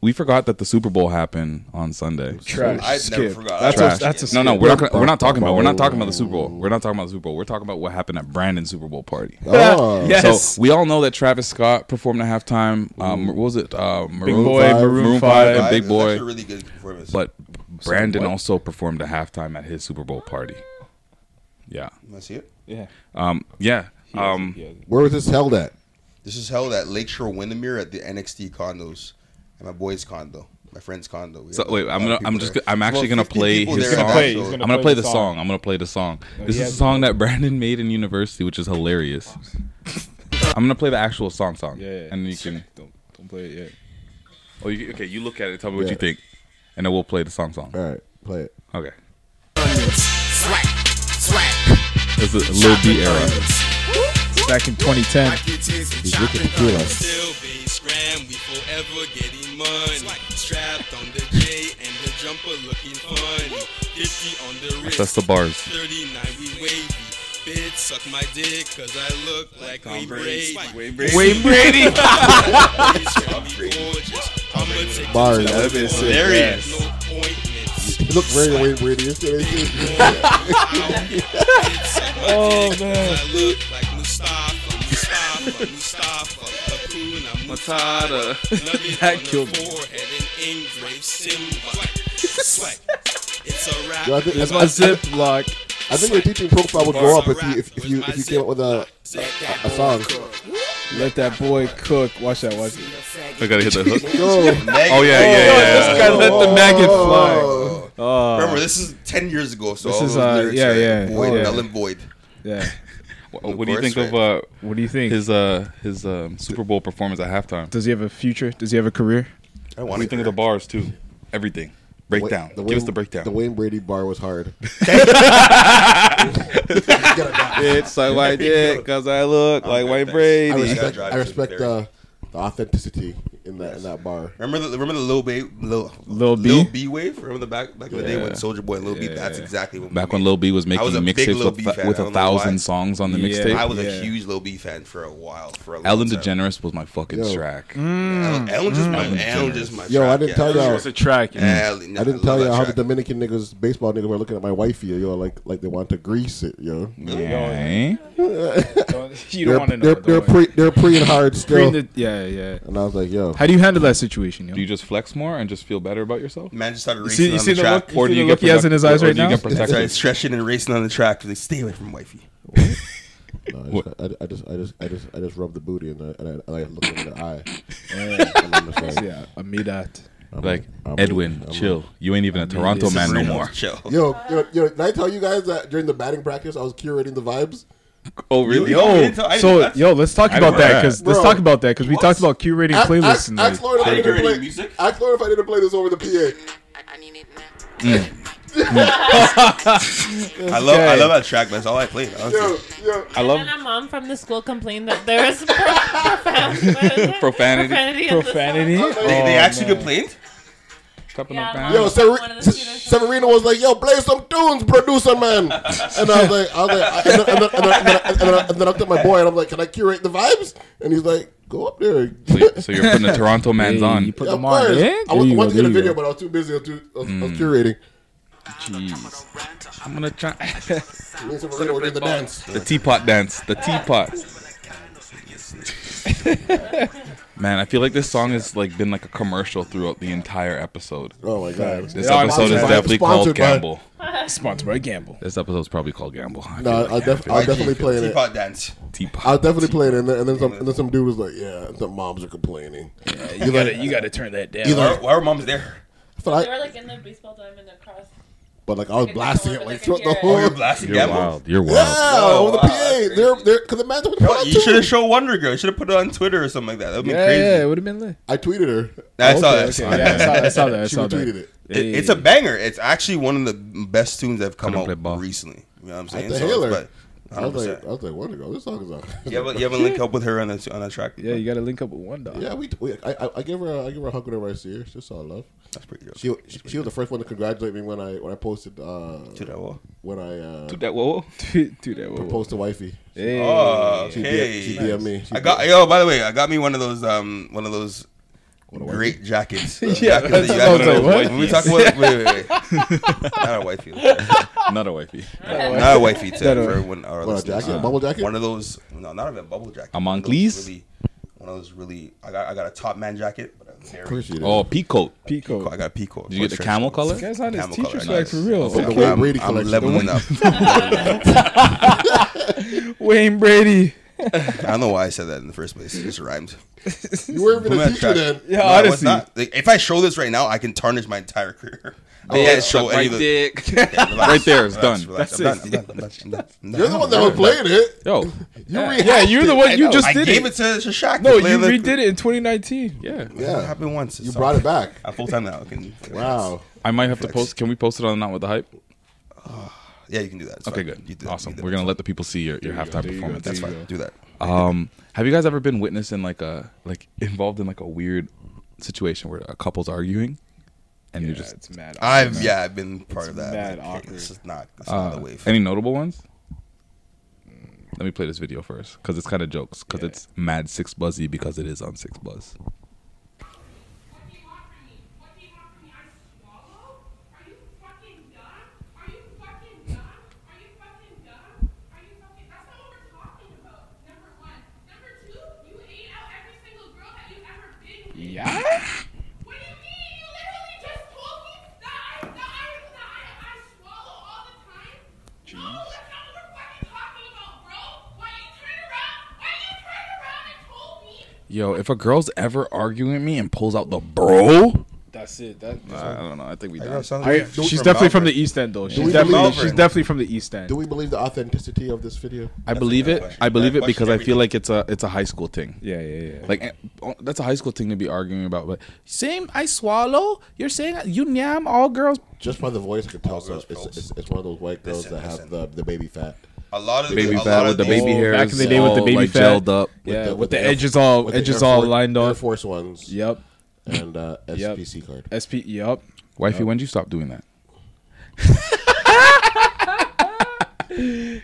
[SPEAKER 2] we forgot that the Super Bowl happened on Sunday.
[SPEAKER 1] Trash. I never Skip. forgot.
[SPEAKER 2] That's
[SPEAKER 1] That's
[SPEAKER 2] trash.
[SPEAKER 1] a- that's a
[SPEAKER 2] no, no.
[SPEAKER 1] skip.
[SPEAKER 2] We're not. Gonna, we're not talking about. We're not talking about the Super Bowl. We're not talking about the Super Bowl. We're talking about what happened at Brandon's Super Bowl party.
[SPEAKER 1] Oh. Yes.
[SPEAKER 2] So we all know that Travis Scott performed at halftime. Um, what was it? Uh,
[SPEAKER 1] Big Boy, Maroon Five.
[SPEAKER 2] and Big
[SPEAKER 1] It was
[SPEAKER 2] Boy.
[SPEAKER 1] actually a really good performance.
[SPEAKER 2] But
[SPEAKER 1] So
[SPEAKER 2] Brandon
[SPEAKER 1] what?
[SPEAKER 2] also performed at halftime at his Super Bowl party. Yeah.
[SPEAKER 3] Can I see it?
[SPEAKER 1] Yeah.
[SPEAKER 2] Um. Yeah.
[SPEAKER 3] has it,
[SPEAKER 2] Um.
[SPEAKER 4] Where was this held at?
[SPEAKER 3] This is held at Lakeshore Windermere at the NXT condos, at my boy's condo, my friend's condo. We
[SPEAKER 2] So
[SPEAKER 3] had a
[SPEAKER 2] wait,
[SPEAKER 3] lot
[SPEAKER 2] I'm
[SPEAKER 3] of
[SPEAKER 2] gonna,
[SPEAKER 3] people
[SPEAKER 2] I'm just,
[SPEAKER 3] there.
[SPEAKER 2] gonna, I'm actually
[SPEAKER 3] About
[SPEAKER 2] gonna
[SPEAKER 3] 50
[SPEAKER 2] play
[SPEAKER 3] people
[SPEAKER 2] his
[SPEAKER 3] there at
[SPEAKER 2] song.
[SPEAKER 3] that show.
[SPEAKER 2] I'm gonna play the song. I'm gonna play the song.
[SPEAKER 3] No,
[SPEAKER 2] This
[SPEAKER 3] he
[SPEAKER 2] is a
[SPEAKER 3] has-
[SPEAKER 2] song that Brandon made in university, which is hilarious. I'm gonna play the actual song, song. Yeah, and you can.
[SPEAKER 1] Don't don't play it yet.
[SPEAKER 2] Oh, you, okay. You look at it. Tell me what
[SPEAKER 1] Yeah.
[SPEAKER 2] you think, and then we'll play the song, song. All
[SPEAKER 4] right, play it.
[SPEAKER 2] Okay.
[SPEAKER 21] Swag, swag.
[SPEAKER 2] This is Lil B era.
[SPEAKER 1] Back in 2010.
[SPEAKER 21] He's
[SPEAKER 1] looking
[SPEAKER 2] That's the bars.
[SPEAKER 5] Bitch, suck my dick, cause I look like Wayne Brady. Wayne
[SPEAKER 21] Brady. Wayne Brady.
[SPEAKER 22] Bars.
[SPEAKER 5] That would've been sick, Hilarious.
[SPEAKER 22] Yeah. You look very Wayne Brady yesterday.
[SPEAKER 21] oh man.
[SPEAKER 2] Matata.
[SPEAKER 5] that killed me. Swag. It's a wrap.
[SPEAKER 22] Yo, I think,
[SPEAKER 5] It's
[SPEAKER 22] I,
[SPEAKER 5] my
[SPEAKER 22] I-
[SPEAKER 1] Ziploc.
[SPEAKER 22] I think your teaching profile would go up if you if, if you if you came up with a a, a song.
[SPEAKER 1] Let that boy cook. Watch that. Watch it.
[SPEAKER 2] I gotta hit the hook.
[SPEAKER 22] Yo.
[SPEAKER 2] Oh yeah, yeah, yeah.
[SPEAKER 1] This guy let the maggot fly.
[SPEAKER 3] Oh. Remember, this is 10 years ago, so
[SPEAKER 1] this
[SPEAKER 3] all
[SPEAKER 1] is
[SPEAKER 3] those
[SPEAKER 1] uh,
[SPEAKER 3] lyrics
[SPEAKER 1] yeah,
[SPEAKER 3] are
[SPEAKER 1] yeah,
[SPEAKER 3] void,
[SPEAKER 1] yeah.
[SPEAKER 3] null and void.
[SPEAKER 1] Yeah.
[SPEAKER 2] What, what do you
[SPEAKER 3] course,
[SPEAKER 2] think of uh? What do you think his uh his um, Super Bowl performance at halftime?
[SPEAKER 1] Does he have a future? Does he have a career?
[SPEAKER 3] I
[SPEAKER 2] What do you think of the bars too? Everything. Breakdown.
[SPEAKER 1] the
[SPEAKER 2] Give us
[SPEAKER 1] Wayne-
[SPEAKER 2] the breakdown.
[SPEAKER 4] The Wayne Brady bar was hard.
[SPEAKER 2] Bitch, suck my dick, cause I look like Wayne Brady.
[SPEAKER 4] I respect, I respect the, the authenticity in that in that bar.
[SPEAKER 3] Remember the remember the Lil Babe Lil,
[SPEAKER 2] Lil B?
[SPEAKER 3] Lil B wave? Remember the back back in the day when
[SPEAKER 2] Yeah.
[SPEAKER 3] Soldier Boy and Lil B?
[SPEAKER 2] Yeah.
[SPEAKER 3] That's exactly what. we
[SPEAKER 2] Back when
[SPEAKER 3] made.
[SPEAKER 2] Lil B was
[SPEAKER 3] I
[SPEAKER 2] making
[SPEAKER 3] a big
[SPEAKER 2] mixtapes
[SPEAKER 3] Lil
[SPEAKER 2] with
[SPEAKER 3] B
[SPEAKER 2] fa-
[SPEAKER 3] fan.
[SPEAKER 2] with
[SPEAKER 3] I
[SPEAKER 2] a
[SPEAKER 3] don't know
[SPEAKER 2] thousand
[SPEAKER 3] why.
[SPEAKER 2] songs on the Yeah. mixtape.
[SPEAKER 3] I was
[SPEAKER 2] Yeah.
[SPEAKER 3] a huge Lil B fan for a while. For a long
[SPEAKER 2] Ellen
[SPEAKER 3] time.
[SPEAKER 2] DeGeneres was my fucking
[SPEAKER 3] Yo.
[SPEAKER 2] track.
[SPEAKER 3] Ellen, Ellen
[SPEAKER 1] Mm.
[SPEAKER 3] just my
[SPEAKER 1] Oh,
[SPEAKER 2] Ellen
[SPEAKER 3] Ellen
[SPEAKER 2] DeGeneres.
[SPEAKER 3] just my
[SPEAKER 4] Yo,
[SPEAKER 3] track.
[SPEAKER 4] I didn't
[SPEAKER 3] yeah.
[SPEAKER 4] tell
[SPEAKER 3] Ellen
[SPEAKER 4] y'all.
[SPEAKER 3] was a track. Ellen,
[SPEAKER 4] I didn't
[SPEAKER 3] love
[SPEAKER 4] tell
[SPEAKER 3] that
[SPEAKER 4] y'all how the
[SPEAKER 3] track.
[SPEAKER 4] Dominican niggas, baseball niggas, were looking at my wifey. Yo, like like they want to grease it. Yo,
[SPEAKER 1] You
[SPEAKER 2] Yeah.
[SPEAKER 1] don't
[SPEAKER 4] They're-
[SPEAKER 1] want to know.
[SPEAKER 4] They're,
[SPEAKER 1] don't
[SPEAKER 4] they're,
[SPEAKER 1] worry.
[SPEAKER 4] pre, they're preing hard still.
[SPEAKER 1] Preying the- yeah, yeah.
[SPEAKER 4] And I was like, yo,
[SPEAKER 1] How do you handle that situation? Yo?
[SPEAKER 2] Do you just flex more and just feel better about yourself?
[SPEAKER 3] Man just started
[SPEAKER 1] You
[SPEAKER 3] racing
[SPEAKER 1] see- you
[SPEAKER 3] on
[SPEAKER 1] see
[SPEAKER 3] the
[SPEAKER 1] the
[SPEAKER 3] track.
[SPEAKER 1] look- you Or see do the you get look he has in his
[SPEAKER 2] eyes
[SPEAKER 3] or
[SPEAKER 2] right
[SPEAKER 3] do you
[SPEAKER 2] now?
[SPEAKER 3] get protected?
[SPEAKER 2] Protected.
[SPEAKER 3] Started stretching and racing on the track. Like, stay away from wifey.
[SPEAKER 4] No, I, just, I, I just, I just, I just, I just rubbed the booty and I, and I, and I looked in the eye. And I'm just like,
[SPEAKER 1] Yeah, Amidat.
[SPEAKER 2] Like Edwin, chill. you ain't even a Toronto man no more.
[SPEAKER 4] Yo, yo, yo, did I tell you guys that during the batting practice I was curating the vibes?
[SPEAKER 2] Oh
[SPEAKER 4] really? I
[SPEAKER 1] Yo,
[SPEAKER 4] didn't tell- I didn't-
[SPEAKER 1] so
[SPEAKER 4] that's-
[SPEAKER 1] yo, let's talk
[SPEAKER 4] I didn't know
[SPEAKER 1] about that
[SPEAKER 4] that.
[SPEAKER 1] because let's
[SPEAKER 4] Bro.
[SPEAKER 1] talk about that because we talked about curating
[SPEAKER 4] Ask-
[SPEAKER 1] playlists
[SPEAKER 4] ask-
[SPEAKER 1] and
[SPEAKER 4] ask Lauren if I
[SPEAKER 1] like,
[SPEAKER 4] can play- Ask Lauren if I didn't play this over the PA.
[SPEAKER 3] I love I love that track. That's all I played. Honestly.
[SPEAKER 2] I love
[SPEAKER 9] And a mom from the school complained that there was pro- profound-
[SPEAKER 2] Profanity.
[SPEAKER 9] profanity. in the
[SPEAKER 1] Profanity? Oh,
[SPEAKER 9] song.
[SPEAKER 3] They, they actually complained.
[SPEAKER 4] Yo, Seri- Severino was like, "Yo, play some tunes, producer man," and I was like, "I was like," and then, and then, and then, and then, and then, I- and then I looked at my boy and I'm like, "Can I curate the vibes?" And he's like, "Go up there."
[SPEAKER 2] So, you- so you're putting the Toronto man's
[SPEAKER 1] Hey,
[SPEAKER 2] on.
[SPEAKER 1] you put
[SPEAKER 4] Yeah,
[SPEAKER 1] them on.
[SPEAKER 4] first,
[SPEAKER 1] Yeah,
[SPEAKER 4] I
[SPEAKER 1] there
[SPEAKER 4] was,
[SPEAKER 1] you
[SPEAKER 4] wanted
[SPEAKER 1] go,
[SPEAKER 4] to get a
[SPEAKER 1] there you
[SPEAKER 4] video,
[SPEAKER 1] go. Hmm.
[SPEAKER 4] but I was too busy. I was, too, I was, I was
[SPEAKER 2] Mm.
[SPEAKER 4] curating.
[SPEAKER 2] Jeez. I'm gonna try.
[SPEAKER 4] Me and Severino were doing the dance.
[SPEAKER 2] The teapot dance. The teapot. Man, I feel like this song has like been like a commercial throughout the entire episode.
[SPEAKER 4] Oh my God.
[SPEAKER 2] This
[SPEAKER 1] Yeah,
[SPEAKER 2] episode
[SPEAKER 1] sponsored
[SPEAKER 2] is
[SPEAKER 1] by-
[SPEAKER 2] definitely called
[SPEAKER 1] sponsored by-
[SPEAKER 2] Gamble.
[SPEAKER 1] Sponsored by Gamble.
[SPEAKER 2] This episode's probably called Gamble. I
[SPEAKER 4] No,
[SPEAKER 2] feel
[SPEAKER 4] I'll,
[SPEAKER 2] like-
[SPEAKER 4] def-
[SPEAKER 2] feel
[SPEAKER 4] I'll
[SPEAKER 2] like-
[SPEAKER 4] definitely play it.
[SPEAKER 3] Teapot dance.
[SPEAKER 2] Teapot.
[SPEAKER 4] I'll definitely play it, and then, and then some, and then some dude was like, "Yeah, some moms are complaining."
[SPEAKER 1] you gotta- you gotta turn that down.
[SPEAKER 4] Either-
[SPEAKER 3] Why, why were moms there?
[SPEAKER 4] but I-
[SPEAKER 9] they were like in the baseball diamond across.
[SPEAKER 4] But like I was blasting it like throughout the
[SPEAKER 9] hear it.
[SPEAKER 4] whole.
[SPEAKER 3] Oh, you're blasting
[SPEAKER 2] You're
[SPEAKER 3] Gamble?
[SPEAKER 2] wild. You're
[SPEAKER 4] Yeah,
[SPEAKER 2] wild.
[SPEAKER 3] Wow,
[SPEAKER 4] over the
[SPEAKER 3] wow,
[SPEAKER 4] PA. They're they're because imagine what
[SPEAKER 3] Yo,
[SPEAKER 4] the
[SPEAKER 3] you should have shown Wonder Girl. You should have put it on Twitter or something like that. That would be
[SPEAKER 1] Yeah,
[SPEAKER 3] crazy.
[SPEAKER 1] yeah, it would have been lit.
[SPEAKER 4] I tweeted her.
[SPEAKER 3] I saw
[SPEAKER 1] Okay,
[SPEAKER 3] that.
[SPEAKER 1] okay, yeah, I saw that, I saw that, I She saw that. retweeted it.
[SPEAKER 3] It- It's a banger. It's actually one of the best tunes that have come out recently. You know what I'm saying?
[SPEAKER 4] the
[SPEAKER 3] it's-
[SPEAKER 4] Hailer.
[SPEAKER 3] but
[SPEAKER 4] I was like,
[SPEAKER 3] 100%.
[SPEAKER 4] I was like, what ago? This song is on.
[SPEAKER 3] You ever, you ever link up with her on that on that track?
[SPEAKER 1] Yeah, you got to link up with one dog.
[SPEAKER 4] Yeah, we, we I, I- I give her a, I give her a hug whenever I see her. She just saw love.
[SPEAKER 3] That's pretty good.
[SPEAKER 4] She she, she was the first one to congratulate me when I when I posted uh to
[SPEAKER 3] that
[SPEAKER 4] when I uh
[SPEAKER 2] to that whoa
[SPEAKER 1] to that
[SPEAKER 4] proposed to wifey.
[SPEAKER 3] Oh,
[SPEAKER 4] she
[SPEAKER 3] okay.
[SPEAKER 4] DM, she DM me. She
[SPEAKER 3] I got yo. By the way, I got me one of those um one of those great jackets. uh,
[SPEAKER 2] Yeah,
[SPEAKER 3] jackets
[SPEAKER 2] that's
[SPEAKER 3] that you
[SPEAKER 2] what I
[SPEAKER 3] have in
[SPEAKER 2] was like,
[SPEAKER 3] those-
[SPEAKER 2] what?
[SPEAKER 3] We talk about wait, wait, wait. not a wifey,
[SPEAKER 2] Not a wifey.
[SPEAKER 3] not a wifey. Ted,
[SPEAKER 2] Not a-
[SPEAKER 3] for one, our
[SPEAKER 2] What, a
[SPEAKER 3] listeners. uh,
[SPEAKER 2] jacket, a bubble jacket?
[SPEAKER 3] One of those. No, not even a bubble jacket.
[SPEAKER 2] A
[SPEAKER 3] One of those
[SPEAKER 2] Monclis?
[SPEAKER 3] Really, one of those really. I got I got a top man jacket. But a very, of
[SPEAKER 4] course you
[SPEAKER 2] Oh, peacoat.
[SPEAKER 1] Peacoat.
[SPEAKER 3] I got a peacoat.
[SPEAKER 2] Did you get the camel color?
[SPEAKER 1] This guy's on his
[SPEAKER 3] Camel
[SPEAKER 1] teacher
[SPEAKER 3] color,
[SPEAKER 1] swag
[SPEAKER 3] nice.
[SPEAKER 1] for real.
[SPEAKER 3] Okay, Okay. I'm- Brady I'm collection. leveling up.
[SPEAKER 1] Wayne Brady.
[SPEAKER 3] I don't know why I said that in the first place. It just rhymed.
[SPEAKER 4] You weren't even
[SPEAKER 3] Put me
[SPEAKER 4] a
[SPEAKER 3] on
[SPEAKER 4] teacher
[SPEAKER 3] track.
[SPEAKER 4] then.
[SPEAKER 3] No, I was not. Like, if I show this right now, I can tarnish my entire career.
[SPEAKER 2] Oh,
[SPEAKER 3] Yeah,
[SPEAKER 2] yeah,
[SPEAKER 3] show
[SPEAKER 2] suck
[SPEAKER 3] any
[SPEAKER 2] my
[SPEAKER 3] of the-
[SPEAKER 2] dick.
[SPEAKER 3] Yeah, relax,
[SPEAKER 2] Right there, it's
[SPEAKER 3] relax,
[SPEAKER 2] done.
[SPEAKER 3] relax.
[SPEAKER 2] That's
[SPEAKER 3] I'm
[SPEAKER 2] it.
[SPEAKER 3] done, I'm done, I'm done, I'm done, I'm done.
[SPEAKER 4] You're the one that was playing it.
[SPEAKER 2] Yo,
[SPEAKER 4] You
[SPEAKER 1] yeah,
[SPEAKER 4] rehacked
[SPEAKER 1] yeah, you're the
[SPEAKER 4] it.
[SPEAKER 1] one
[SPEAKER 4] I
[SPEAKER 1] you
[SPEAKER 4] know.
[SPEAKER 1] just
[SPEAKER 4] I
[SPEAKER 1] did
[SPEAKER 4] gave
[SPEAKER 1] it
[SPEAKER 4] it to Shaq
[SPEAKER 1] No,
[SPEAKER 4] to
[SPEAKER 1] you
[SPEAKER 4] play the-
[SPEAKER 1] redid it in 2019. Yeah,
[SPEAKER 3] Yeah, it happened once.
[SPEAKER 4] You brought it back.
[SPEAKER 3] I'm full time now. I can,
[SPEAKER 4] Wow.
[SPEAKER 2] I might have to post. Can we post it on Not With The Hype?
[SPEAKER 3] Uh, Yeah, you can do that. It's
[SPEAKER 2] okay,
[SPEAKER 3] fine.
[SPEAKER 2] good.
[SPEAKER 3] You do that.
[SPEAKER 2] awesome. We're gonna let the people see your,
[SPEAKER 3] There
[SPEAKER 2] your
[SPEAKER 3] you go,
[SPEAKER 2] halftime
[SPEAKER 3] there you go,
[SPEAKER 2] performance.
[SPEAKER 3] there That's you fine. go. Do that.
[SPEAKER 2] Um, have you guys ever been witness in like a like involved in like a weird situation where a couple's arguing and you're just
[SPEAKER 1] it's mad
[SPEAKER 3] I've yeah, I've been part of that.
[SPEAKER 1] mad
[SPEAKER 3] Like, okay, This is not. This is
[SPEAKER 2] Uh,
[SPEAKER 3] not the wave.
[SPEAKER 2] any notable ones? Let me play this video first because it's kind of jokes because it's mad six buzzy because it is on six buzz.
[SPEAKER 1] Yeah.
[SPEAKER 2] Yo, if a girl's ever arguing with me and pulls out the bro,
[SPEAKER 1] That's it. That, that's
[SPEAKER 2] I don't know. I think we
[SPEAKER 1] I
[SPEAKER 2] done.
[SPEAKER 1] got something I- from she's definitely from the East End, though. She's
[SPEAKER 4] we
[SPEAKER 1] definitely-
[SPEAKER 4] believe-
[SPEAKER 1] she's definitely from the East End.
[SPEAKER 4] Do we believe the authenticity of this video?
[SPEAKER 2] I believe it. I believe it because I feel like it's a it's a high school thing. Yeah, yeah, yeah. Like eh, oh, that's a high school thing to be arguing about. But
[SPEAKER 23] Same, I swallow. You're saying you yam all girls.
[SPEAKER 4] Just by the voice, I could tell. So it's, it's, it's one of those white girls that have the, the baby fat.
[SPEAKER 3] A lot of
[SPEAKER 2] Baby the- a fat lot with of the these- baby
[SPEAKER 1] Oh, back in the day with the baby fat. Yeah, with, the, edges
[SPEAKER 4] Air-
[SPEAKER 1] all
[SPEAKER 4] with
[SPEAKER 1] edges
[SPEAKER 4] Air
[SPEAKER 1] all
[SPEAKER 4] Force-
[SPEAKER 1] lined
[SPEAKER 4] Air
[SPEAKER 1] up.
[SPEAKER 4] Force ones.
[SPEAKER 1] Yep.
[SPEAKER 4] And uh, SPC card.
[SPEAKER 1] SP. Yep.
[SPEAKER 2] wifey,
[SPEAKER 1] Yep.
[SPEAKER 2] when'd you stop doing that?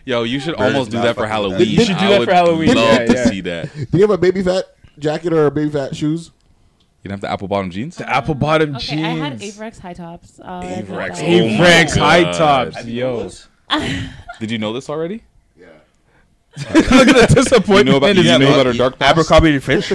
[SPEAKER 2] Yo, you should
[SPEAKER 1] Bird's
[SPEAKER 2] almost do
[SPEAKER 1] not
[SPEAKER 2] that for
[SPEAKER 1] fucking with
[SPEAKER 2] Halloween.
[SPEAKER 1] that. You should do
[SPEAKER 2] I
[SPEAKER 1] that
[SPEAKER 2] would
[SPEAKER 1] for Halloween.
[SPEAKER 2] Love
[SPEAKER 1] Yeah,
[SPEAKER 2] to
[SPEAKER 1] yeah.
[SPEAKER 2] see that.
[SPEAKER 4] Do you have a baby fat jacket or baby fat shoes?
[SPEAKER 2] You'd have the apple bottom jeans. The
[SPEAKER 1] apple bottom
[SPEAKER 9] Okay, I had Avrex high tops. Oh, I
[SPEAKER 2] Averex.
[SPEAKER 9] love that.
[SPEAKER 2] Oh my
[SPEAKER 1] Avrex high
[SPEAKER 2] God.
[SPEAKER 1] tops,
[SPEAKER 2] Have you
[SPEAKER 1] yo.
[SPEAKER 2] known this? Did you know this already? Yeah.
[SPEAKER 1] Look at the disappointment
[SPEAKER 2] You know about,
[SPEAKER 1] in his
[SPEAKER 2] you know
[SPEAKER 1] face.
[SPEAKER 2] about her dark past?
[SPEAKER 3] Abercrombie and Fitch?